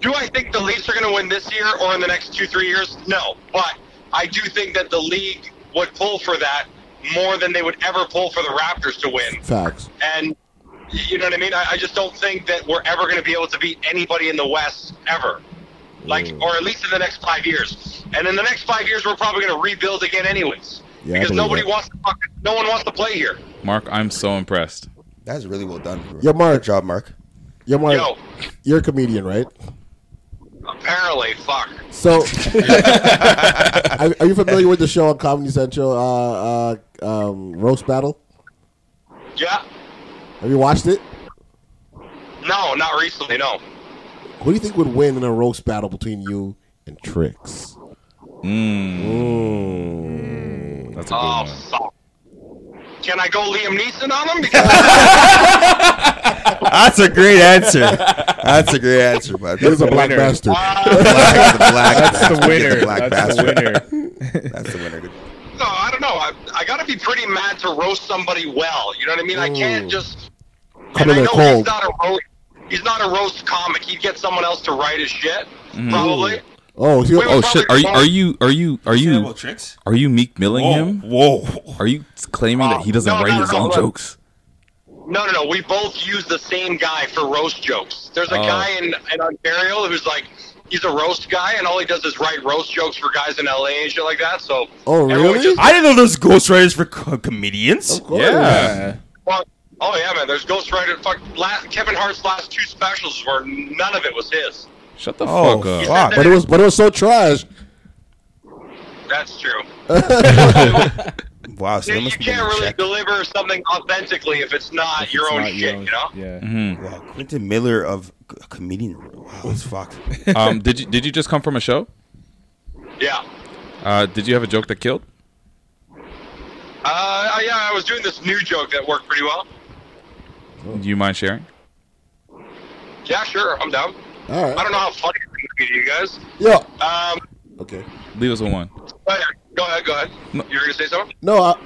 [SPEAKER 26] Do I think the Leafs are gonna win this year or in the next two three years? No, but I do think that the league would pull for that more than they would ever pull for the Raptors to win.
[SPEAKER 4] Facts.
[SPEAKER 26] And you know what I mean? I, I just don't think that we're ever going to be able to beat anybody in the West ever. Like,
[SPEAKER 2] Mm.
[SPEAKER 26] or at least in the next five years. And in the next five years, we're probably going to rebuild again, anyways.
[SPEAKER 2] Yeah, I
[SPEAKER 26] because
[SPEAKER 2] believe
[SPEAKER 26] nobody
[SPEAKER 2] that.
[SPEAKER 26] wants to fucking, no one wants to play here.
[SPEAKER 2] Mark, I'm so impressed.
[SPEAKER 3] That's really well done. Bro.
[SPEAKER 4] Yo, Mark. Good
[SPEAKER 3] job, Mark.
[SPEAKER 4] Yo, Mark.
[SPEAKER 26] Yo.
[SPEAKER 4] You're a comedian, right?
[SPEAKER 26] Apparently, fuck.
[SPEAKER 4] So, are, are you familiar with the show on Comedy Central, uh, uh, um, Roast Battle?
[SPEAKER 26] Yeah.
[SPEAKER 4] Have you watched it?
[SPEAKER 26] No, not recently. No.
[SPEAKER 4] Who do you think would win in a roast battle between you and Tricks? Mm.
[SPEAKER 2] That's
[SPEAKER 26] Oh, fuck. Can I go Liam Neeson on him? Because
[SPEAKER 3] That's a great answer. That's a great answer, bud.
[SPEAKER 4] He's a black bastard.
[SPEAKER 3] Black, the black
[SPEAKER 4] That's the
[SPEAKER 3] bastard. Get
[SPEAKER 4] winner.
[SPEAKER 3] black
[SPEAKER 4] That's the
[SPEAKER 3] bastard. That's the winner.
[SPEAKER 26] No, I don't know. I, I got to be pretty mad to roast somebody well. You know what I mean? I can't just. and I
[SPEAKER 4] Come in there
[SPEAKER 26] know
[SPEAKER 4] cold.
[SPEAKER 26] he's not a roast. He's not a roast comic. He'd get someone else to write his shit,
[SPEAKER 2] Mm.
[SPEAKER 26] probably.
[SPEAKER 4] Oh,
[SPEAKER 26] We would
[SPEAKER 2] oh shit! Are
[SPEAKER 26] probably
[SPEAKER 2] you are you are you are you
[SPEAKER 26] Terrible tricks.
[SPEAKER 2] are you Meek Milling
[SPEAKER 26] Whoa,
[SPEAKER 2] him?
[SPEAKER 3] Whoa!
[SPEAKER 2] Are you claiming that he doesn't
[SPEAKER 26] no,
[SPEAKER 2] write
[SPEAKER 26] no,
[SPEAKER 2] his
[SPEAKER 26] no,
[SPEAKER 2] own
[SPEAKER 26] look.
[SPEAKER 2] jokes?
[SPEAKER 26] No, no, no. We both use the same guy for roast jokes. There's a
[SPEAKER 2] Oh.
[SPEAKER 26] guy in, in Ontario who's like, he's a roast guy, and all he does is write roast jokes for guys in LA and shit like that. So
[SPEAKER 4] Oh,
[SPEAKER 26] everyone
[SPEAKER 4] really?
[SPEAKER 26] just-
[SPEAKER 3] I didn't know there's ghostwriters for co- comedians.
[SPEAKER 4] Of course.
[SPEAKER 26] Well, Oh yeah, man. There's Ghost Rider. Fuck, la Kevin Hart's last two specials were none of it was his.
[SPEAKER 2] Shut the
[SPEAKER 11] Oh,
[SPEAKER 2] fuck up.
[SPEAKER 11] fuck. But it was but it was so trash.
[SPEAKER 26] That's true.
[SPEAKER 3] wow, so
[SPEAKER 26] you,
[SPEAKER 3] that must
[SPEAKER 26] you
[SPEAKER 3] be
[SPEAKER 26] can't
[SPEAKER 3] getting
[SPEAKER 26] really
[SPEAKER 3] checked.
[SPEAKER 26] deliver something authentically if it's not your own
[SPEAKER 3] not
[SPEAKER 26] shit. You know?
[SPEAKER 1] Yeah.
[SPEAKER 26] Mm-hmm.
[SPEAKER 3] Wow, Quentin Miller of c- comedian. Wow, it's fucked.
[SPEAKER 2] um, did you did you just come from a show?
[SPEAKER 26] Yeah.
[SPEAKER 2] Uh, did you have a joke that killed?
[SPEAKER 26] Uh, oh, yeah, I was doing this new joke that worked pretty well.
[SPEAKER 2] Do you mind sharing?
[SPEAKER 26] Yeah, sure, I'm down.
[SPEAKER 11] All right.
[SPEAKER 26] I don't know how funny it's going to be to you guys.
[SPEAKER 11] Yeah.
[SPEAKER 26] Um,
[SPEAKER 11] Okay.
[SPEAKER 2] Leave us with one.
[SPEAKER 26] but Oh, go ahead, go ahead. You're going to say something?
[SPEAKER 11] No, I,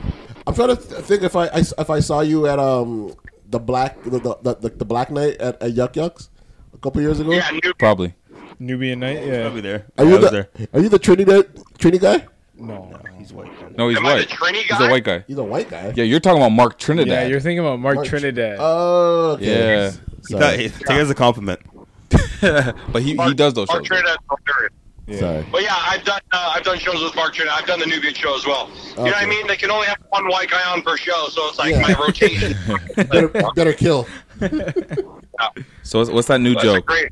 [SPEAKER 11] I'm trying to th- think if I, I s- if I saw you at um the black the the, the, the black night at, at Yuck Yucks a couple years ago.
[SPEAKER 2] Probably.
[SPEAKER 1] Nubian night. Yeah.
[SPEAKER 3] Probably there.
[SPEAKER 11] Are you the Are you the Trinidad Trini guy?
[SPEAKER 1] No.
[SPEAKER 3] he's white.
[SPEAKER 2] No, he's white. He's a white guy.
[SPEAKER 11] He's a white guy.
[SPEAKER 2] Yeah, you're talking about Mark Trinidad.
[SPEAKER 1] Yeah, you're thinking about Mark,
[SPEAKER 11] Mark-
[SPEAKER 1] Trinidad.
[SPEAKER 11] Oh, okay.
[SPEAKER 2] Yeah.
[SPEAKER 11] He does- he-
[SPEAKER 3] Take it as a compliment.
[SPEAKER 2] but he, he does those
[SPEAKER 26] Mark
[SPEAKER 2] shows.
[SPEAKER 26] Trinidad.
[SPEAKER 11] Sorry.
[SPEAKER 26] But yeah, I've done uh, I've done shows with Mark Trinidad. I've done the Nubian show as well. You know what
[SPEAKER 11] Okay.
[SPEAKER 26] I mean? They can only have one white guy on per show, so it's like my rotation.
[SPEAKER 11] better, better kill.
[SPEAKER 2] So what's, what's that new
[SPEAKER 26] That's a
[SPEAKER 2] joke?
[SPEAKER 26] great.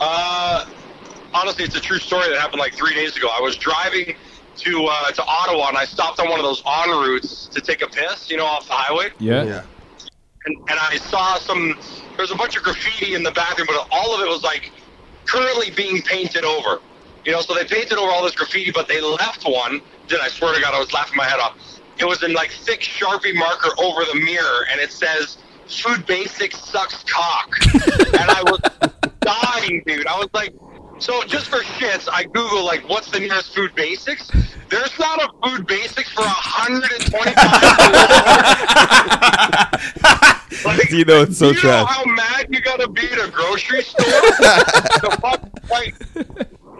[SPEAKER 26] Uh, honestly, it's a true story that happened like three days ago. I was driving to uh, to Ottawa and I stopped on one of those en routes to take a piss, you know, off the highway.
[SPEAKER 1] Yeah. Yeah.
[SPEAKER 26] And, and I saw some. There was a bunch of graffiti in the bathroom, but all of it was like currently being painted over. You know, so they painted over all this graffiti, but they left one. Did I swear to God, I was laughing my head off. It was in like thick Sharpie marker over the mirror, and it says "Food Basics sucks cock," and I was dying, dude. I was like, so just for shits, I Google like, what's the nearest Food Basics? There's not a Food Basics for 125. like,
[SPEAKER 3] you know it's so
[SPEAKER 26] you know
[SPEAKER 3] trash.
[SPEAKER 26] how mad you gotta be at a grocery store? the fuck, like,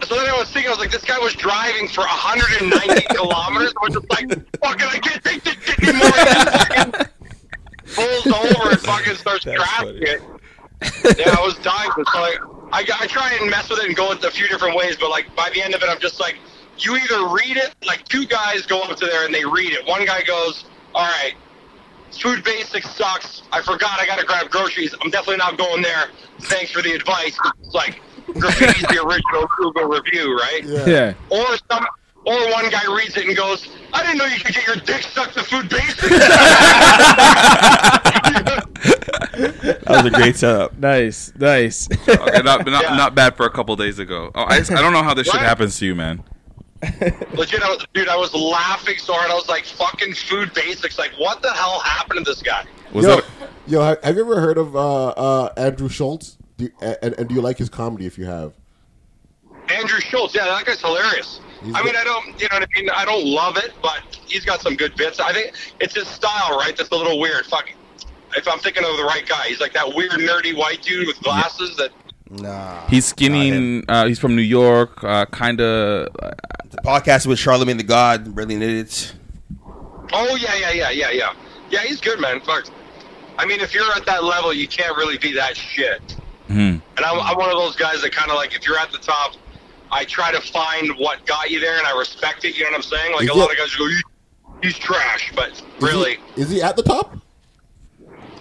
[SPEAKER 26] so then I was thinking, I was like, this guy was driving for 190 kilometers. I was just like, fucking, I can't take this shit anymore. And he fucking pulls over and fucking starts crashing it. Yeah, I was dying. So like, I, I try and mess with it and go with a few different ways, but like by the end of it, I'm just like, you either read it, like two guys go up to there and they read it. One guy goes, all right, food basics sucks. I forgot I got to grab groceries. I'm definitely not going there. Thanks for the advice. It's like graffiti's the original Google review, right?
[SPEAKER 1] Yeah.
[SPEAKER 26] Or some, or one guy reads it and goes, "I didn't know you could get your dick sucked to food basics."
[SPEAKER 3] That was a great setup.
[SPEAKER 1] nice. Nice.
[SPEAKER 2] Okay, not, not, not bad for a couple days ago. Oh, I, I don't know how this shit happens to you, man.
[SPEAKER 26] Legit, I was, dude, I was laughing so hard. I was like, "Fucking food basics!" Like, what the hell happened to this guy?
[SPEAKER 11] yo, yo, ha- have you ever heard of uh, uh, Andrew Schultz? Do you, a- and, and do you like his comedy? If you have,
[SPEAKER 26] Andrew Schultz, yeah, that guy's hilarious. I mean, I don't, you know what I mean? I don't love it, but he's got some good bits. I think it's his style, right? That's a little weird. Fucking, if I'm thinking of the right guy, he's like that weird, nerdy white dude with glasses that
[SPEAKER 3] Nah.
[SPEAKER 2] He's skinny. and, Uh, he's from New York. Uh, kind of.
[SPEAKER 3] Podcast with Charlemagne the God, Brilliant Idiots.
[SPEAKER 26] Oh yeah, yeah, yeah, yeah, yeah. Yeah, he's good, man. Fuck. I mean, if you're at that level, you can't really be that shit.
[SPEAKER 3] Hmm.
[SPEAKER 26] And I'm, I'm one of those guys that kind of like, if you're at the top, I try to find what got you there, and I respect it. You know what I'm saying? Like
[SPEAKER 11] Is
[SPEAKER 26] a
[SPEAKER 11] he-
[SPEAKER 26] lot of guys go, "You- he's trash, but really,
[SPEAKER 11] is he at the top?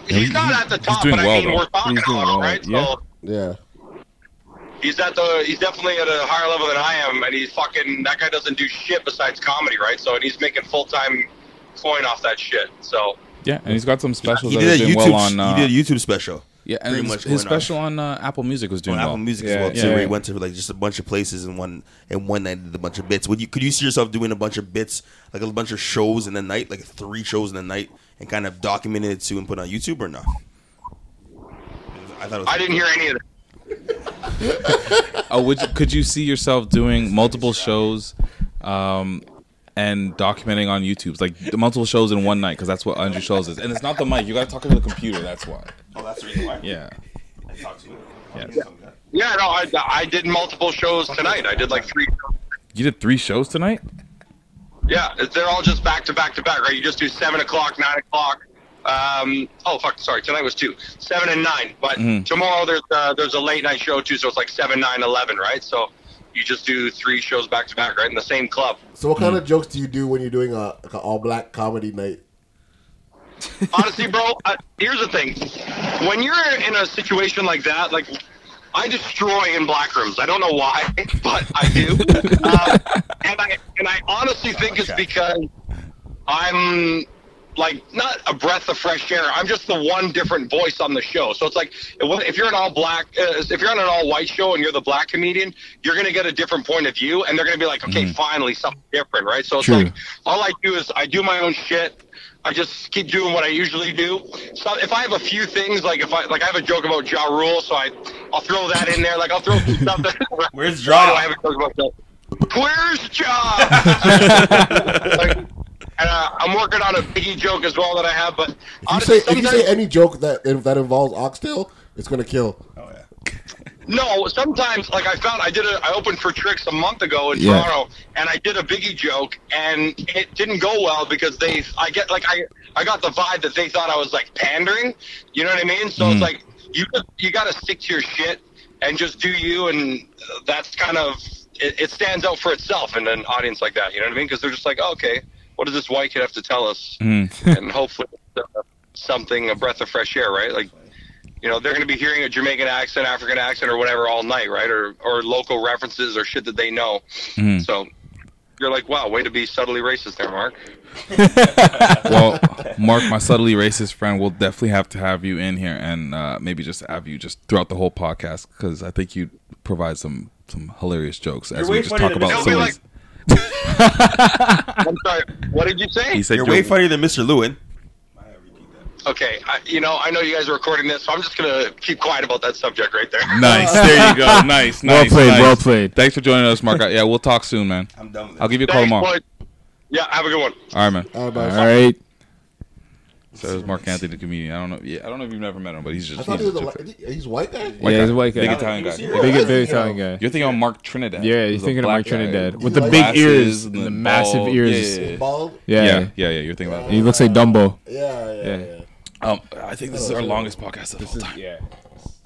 [SPEAKER 26] he's not at the top.
[SPEAKER 11] doing
[SPEAKER 26] but
[SPEAKER 11] well,
[SPEAKER 26] I mean,
[SPEAKER 11] though.
[SPEAKER 26] we're talking
[SPEAKER 11] He's doing
[SPEAKER 26] about him,
[SPEAKER 11] well,
[SPEAKER 26] right?
[SPEAKER 11] yeah.
[SPEAKER 26] So
[SPEAKER 11] Yeah.
[SPEAKER 26] he's at the, he's definitely at a higher level than I am, and he's fucking that guy doesn't do shit besides comedy, right? So and he's making full time coin off that shit. So
[SPEAKER 2] Yeah, and he's got some specials
[SPEAKER 3] He
[SPEAKER 2] that are
[SPEAKER 3] did a
[SPEAKER 2] doing
[SPEAKER 3] YouTube.
[SPEAKER 2] well on. Uh,
[SPEAKER 3] he did a YouTube special.
[SPEAKER 2] Yeah, and
[SPEAKER 3] Pretty
[SPEAKER 2] his-
[SPEAKER 3] much
[SPEAKER 2] his
[SPEAKER 3] going
[SPEAKER 2] special on uh, Apple Music was doing
[SPEAKER 3] on Apple
[SPEAKER 2] well.
[SPEAKER 3] Music
[SPEAKER 2] Yeah,
[SPEAKER 3] as well too.
[SPEAKER 2] yeah.
[SPEAKER 3] where he went to like just a bunch of places in one in one night did a bunch of bits. Would you could you see yourself doing a bunch of bits like a bunch of shows in the night, like three shows in the night, and kind of documenting it too and put it on YouTube or not? I thought it was
[SPEAKER 26] I didn't hear any of that.
[SPEAKER 2] Oh, would you, could you see yourself doing multiple shows, um, and documenting on YouTube, like the multiple shows in one night? Because that's what Andrew Schultz is, and it's not the mic. You got to talk to the computer. That's why.
[SPEAKER 3] Oh, that's the reason why.
[SPEAKER 2] Yeah.
[SPEAKER 3] I talked to you.
[SPEAKER 2] Yeah.
[SPEAKER 26] Yeah, no, I, I did multiple shows tonight. I did like three.
[SPEAKER 2] You did three shows tonight.
[SPEAKER 26] Yeah, they're all just back to back to back, right? You just do seven o'clock, nine o'clock. Um, oh fuck, sorry, tonight was two, seven and nine. But
[SPEAKER 2] Mhm.
[SPEAKER 26] tomorrow there's uh, there's a late night show too, so it's like seven, nine, eleven, right? So you just do three shows back to back, right, in the same club.
[SPEAKER 11] So, what kind of jokes do you do when you're doing a like an all black comedy night?
[SPEAKER 26] Honestly, bro, I, here's the thing. When you're in a situation like that, like I destroy in black rooms. I don't know why, but I do. uh, and I and I honestly think it's because I'm like not a breath of fresh air. I'm just the one different voice on the show. So it's like if if you're an all black, uh, if you're on an all white show and you're the black comedian, you're gonna get a different point of view, and they're gonna be like, okay,
[SPEAKER 12] Mhm.
[SPEAKER 26] finally something different, right? So it's
[SPEAKER 12] True.
[SPEAKER 26] like all I do is I do my own shit. I just keep doing what I usually do. So if I have a few things, like if I like I have a joke about Ja Rule, so I I'll throw that in there. Like I'll throw some stuff. That,
[SPEAKER 3] Where's
[SPEAKER 26] Ja? I have a joke about Ja. Where's Ja? like, and uh, I'm working on a Biggie joke as well that I have, but
[SPEAKER 4] If you say if you say any joke that if that involves oxtail, it's gonna kill.
[SPEAKER 26] No, sometimes like I found I did a I opened for Tricks a month ago in
[SPEAKER 4] Yeah.
[SPEAKER 26] Toronto, and I did a Biggie joke, and it didn't go well because they I get like I I got the vibe that they thought I was like pandering, you know what I mean? So it's like you you got to stick to your shit and just do you, and uh, that's kind of it, it stands out for itself in an audience like that, you know what I mean? Because they're just like, "Oh, okay, what does this white kid have to tell us?
[SPEAKER 2] Hmm.
[SPEAKER 26] and hopefully uh, something a breath of fresh air right like you know they're going to be hearing a jamaican accent african accent or whatever all night right or or local references or shit that they know
[SPEAKER 2] Mhm.
[SPEAKER 26] so you're like wow way to be subtly racist there mark
[SPEAKER 2] well, Mark, my subtly racist friend, we'll definitely have to have you in here and uh, maybe just have you just throughout the whole podcast because I think you provide some some hilarious jokes as
[SPEAKER 26] way
[SPEAKER 2] we just
[SPEAKER 26] funnier
[SPEAKER 2] talk
[SPEAKER 26] than
[SPEAKER 2] about
[SPEAKER 26] Mr. Lewin.
[SPEAKER 2] some of these-
[SPEAKER 26] i'm sorry what did you say
[SPEAKER 2] He said
[SPEAKER 3] You're way
[SPEAKER 2] you're-
[SPEAKER 3] funnier than Mr. Lewin.
[SPEAKER 26] okay I, you know i know you guys are recording this so i'm just going to keep quiet about that subject right there
[SPEAKER 2] Nice, there you go. Nice, nice.
[SPEAKER 1] Well played,
[SPEAKER 2] nice.
[SPEAKER 1] well played.
[SPEAKER 2] Thanks for joining us, Mark. Yeah, we'll talk soon, man. I'm done. I'll give you a call
[SPEAKER 26] Thanks,
[SPEAKER 2] tomorrow.
[SPEAKER 26] boys. yeah have a good one
[SPEAKER 2] All right, man.
[SPEAKER 26] All right,
[SPEAKER 1] bye. All right.
[SPEAKER 2] So it was Mark Anthony, the comedian. I don't know. Yeah, I don't know if you've never met him, but he's just.
[SPEAKER 4] I thought he
[SPEAKER 2] he's
[SPEAKER 4] was a
[SPEAKER 2] just-
[SPEAKER 4] li- he's a white guy?
[SPEAKER 1] Yeah, he's a white guy.
[SPEAKER 2] Big Italian guy.
[SPEAKER 1] Yeah. Big- big Italian guy.
[SPEAKER 2] You're thinking of Mark Trinidad.
[SPEAKER 1] Yeah, you're
[SPEAKER 2] He's a
[SPEAKER 1] thinking of
[SPEAKER 2] black
[SPEAKER 1] Mark
[SPEAKER 2] guy
[SPEAKER 1] Trinidad with the big ears, and the massive
[SPEAKER 2] bald-
[SPEAKER 1] ears.
[SPEAKER 2] yeah, yeah, yeah.
[SPEAKER 1] Yeah. Uh,
[SPEAKER 2] yeah, yeah, yeah. You're thinking about.
[SPEAKER 1] He looks like Dumbo.
[SPEAKER 4] Yeah, yeah,
[SPEAKER 2] Um, I think this is our longest podcast of all time.
[SPEAKER 1] Yeah,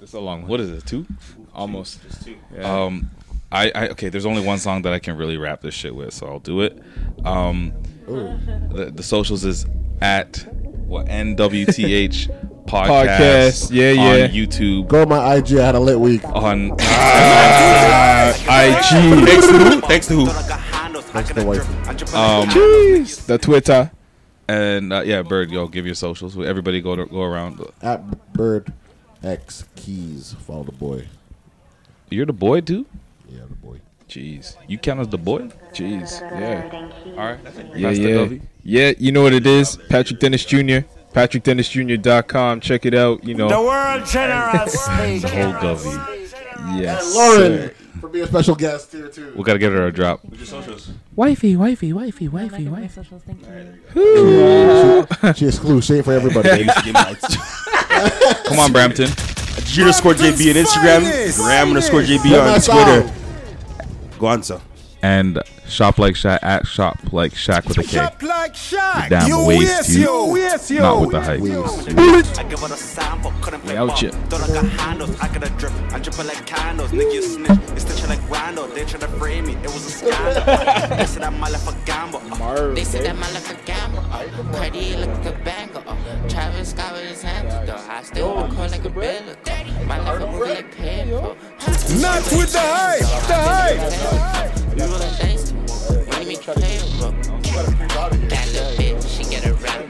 [SPEAKER 1] this is a long one.
[SPEAKER 2] What is it? Two?
[SPEAKER 1] Almost. two.
[SPEAKER 2] Um, I, I okay. There's only one song that I can really rap this shit with, so I'll do it. Um, the, the socials is at what NWTH podcast,
[SPEAKER 4] Podcast,
[SPEAKER 1] yeah, yeah.
[SPEAKER 2] on YouTube
[SPEAKER 4] Go to my IG. I had a lit week.
[SPEAKER 2] on uh,
[SPEAKER 1] uh, IG.
[SPEAKER 2] Thanks to who? Thanks to who?
[SPEAKER 4] Thanks to the wife.
[SPEAKER 2] Um,
[SPEAKER 1] Jeez, the Twitter.
[SPEAKER 2] And uh, yeah, Bird, yo, give your socials. Everybody go to, go around.
[SPEAKER 4] At Bird X Keys. Follow the boy.
[SPEAKER 2] You're the boy too.
[SPEAKER 4] Yeah, the boy.
[SPEAKER 2] Jeez, you count as the boy.
[SPEAKER 1] Jeez, yeah.
[SPEAKER 2] All right.
[SPEAKER 1] Yeah,
[SPEAKER 2] Pastor
[SPEAKER 1] yeah.
[SPEAKER 2] Govey?
[SPEAKER 1] yeah, you know what it is. Patrick Dennis Jr. PatrickDennisJr.com. Check it out. You know.
[SPEAKER 6] The world generous.
[SPEAKER 2] The whole Govey.
[SPEAKER 1] Yes.
[SPEAKER 4] And Lauren
[SPEAKER 1] sir.
[SPEAKER 4] for being a special guest here too.
[SPEAKER 2] We gotta get her a drop.
[SPEAKER 23] Wifey, wifey, wifey, wifey,
[SPEAKER 9] My
[SPEAKER 23] wifey.
[SPEAKER 9] socials, thank you.
[SPEAKER 4] she, she excludes shade for everybody.
[SPEAKER 2] Come on, Brampton.
[SPEAKER 3] G underscore JB on Instagram. Graham underscore JB on
[SPEAKER 4] That's
[SPEAKER 3] Twitter. Go on, son.
[SPEAKER 2] And shop like Shaq at shop like Shaq with a K.
[SPEAKER 10] like Shaq.
[SPEAKER 2] The damn
[SPEAKER 10] You
[SPEAKER 2] waves,
[SPEAKER 10] yes,
[SPEAKER 2] dude.
[SPEAKER 10] yo. Yes, yo.
[SPEAKER 2] Not with the hype.
[SPEAKER 6] I give her the sample, couldn't
[SPEAKER 2] We
[SPEAKER 6] pick
[SPEAKER 2] out
[SPEAKER 6] up.
[SPEAKER 2] ya.
[SPEAKER 6] Thought I got handles, I got a drip. I drip it like candles. Nigga, you snitch. It's stitching like Randall. They tried to frame me. It was a scandal. they said I'm my life a gamble.
[SPEAKER 5] They said that my life a gamble. Uh, Cardi look like a banger. Uh, Travis Scott with his hands up. though. I still would call like a bill. uh, My life a movie like paper.
[SPEAKER 10] Not with the hype. The
[SPEAKER 5] We roll the dice. Money make you play a role. That little bitch, she get a rap.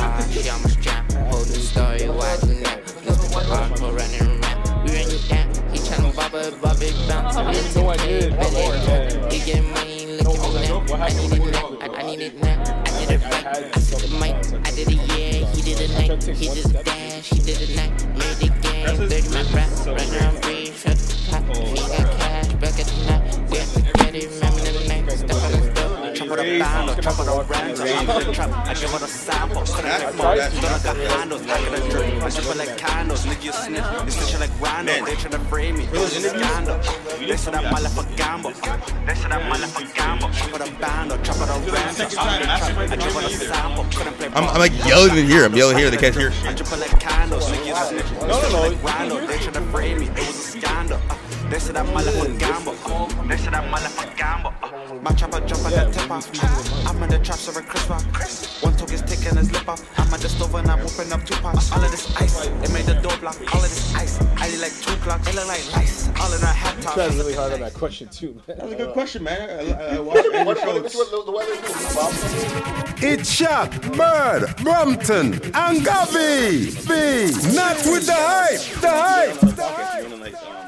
[SPEAKER 5] Ah, she almost drowned. Whole new story, why do now? Let's put the hard for running around. We run you down. He tryna bob it, bob it, bounce. Let's take it, baby. You get money, look at me now. I need it now. I- I need it now. I did it right. I said the mic. I did it, yeah. He did it night. He did it dash. He did it night. Made the game. Dirty my rap. Right now I'm free. Shut the pot. He got cash. Back at the night. We have to get it. Remember the night. Step on the door. Chop it up, down. Chop it up, round.
[SPEAKER 6] I'm the trap. I give her the sample, couldn't pick up. Thought I got handles. I got a drip. I drip it like candles. Nigga, you snitch. It's stitching like Randall. They tried to frame me. It was a scandal. They said I'm my life a gamble. They said I'm my life a gamble. Chop it up, down. Chop it up, round. I'm the trap. I give her the sample, couldn't pick
[SPEAKER 3] I'm, I'm like yelling in here. I'm yelling here. They can't hear.
[SPEAKER 6] I drip it like candles. Nigga, you snitch. No, no, no. Randall. They tried to frame me. It was a scandal. Uh, They said I'm my life a gamble. Uh, They said I'm my life a gamble. Uh,
[SPEAKER 5] My chopper jump at the tip off. I'm in the trap serving crisp up. One took his tick and his lip up. I'm at the stove and I'm whooping up two pots. All of this ice, it made the door block. All of this ice, I eat like two clocks. It look like lice. All in our hat top.
[SPEAKER 1] tried really hard on that question too, man.
[SPEAKER 27] That's a good question, man. I, I, I watched Andrew Schultz.
[SPEAKER 28] It's Shaq, Bird, Brompton, and Gavi. Not with the hype. The hype.
[SPEAKER 29] Pockets, you wanna, like, um,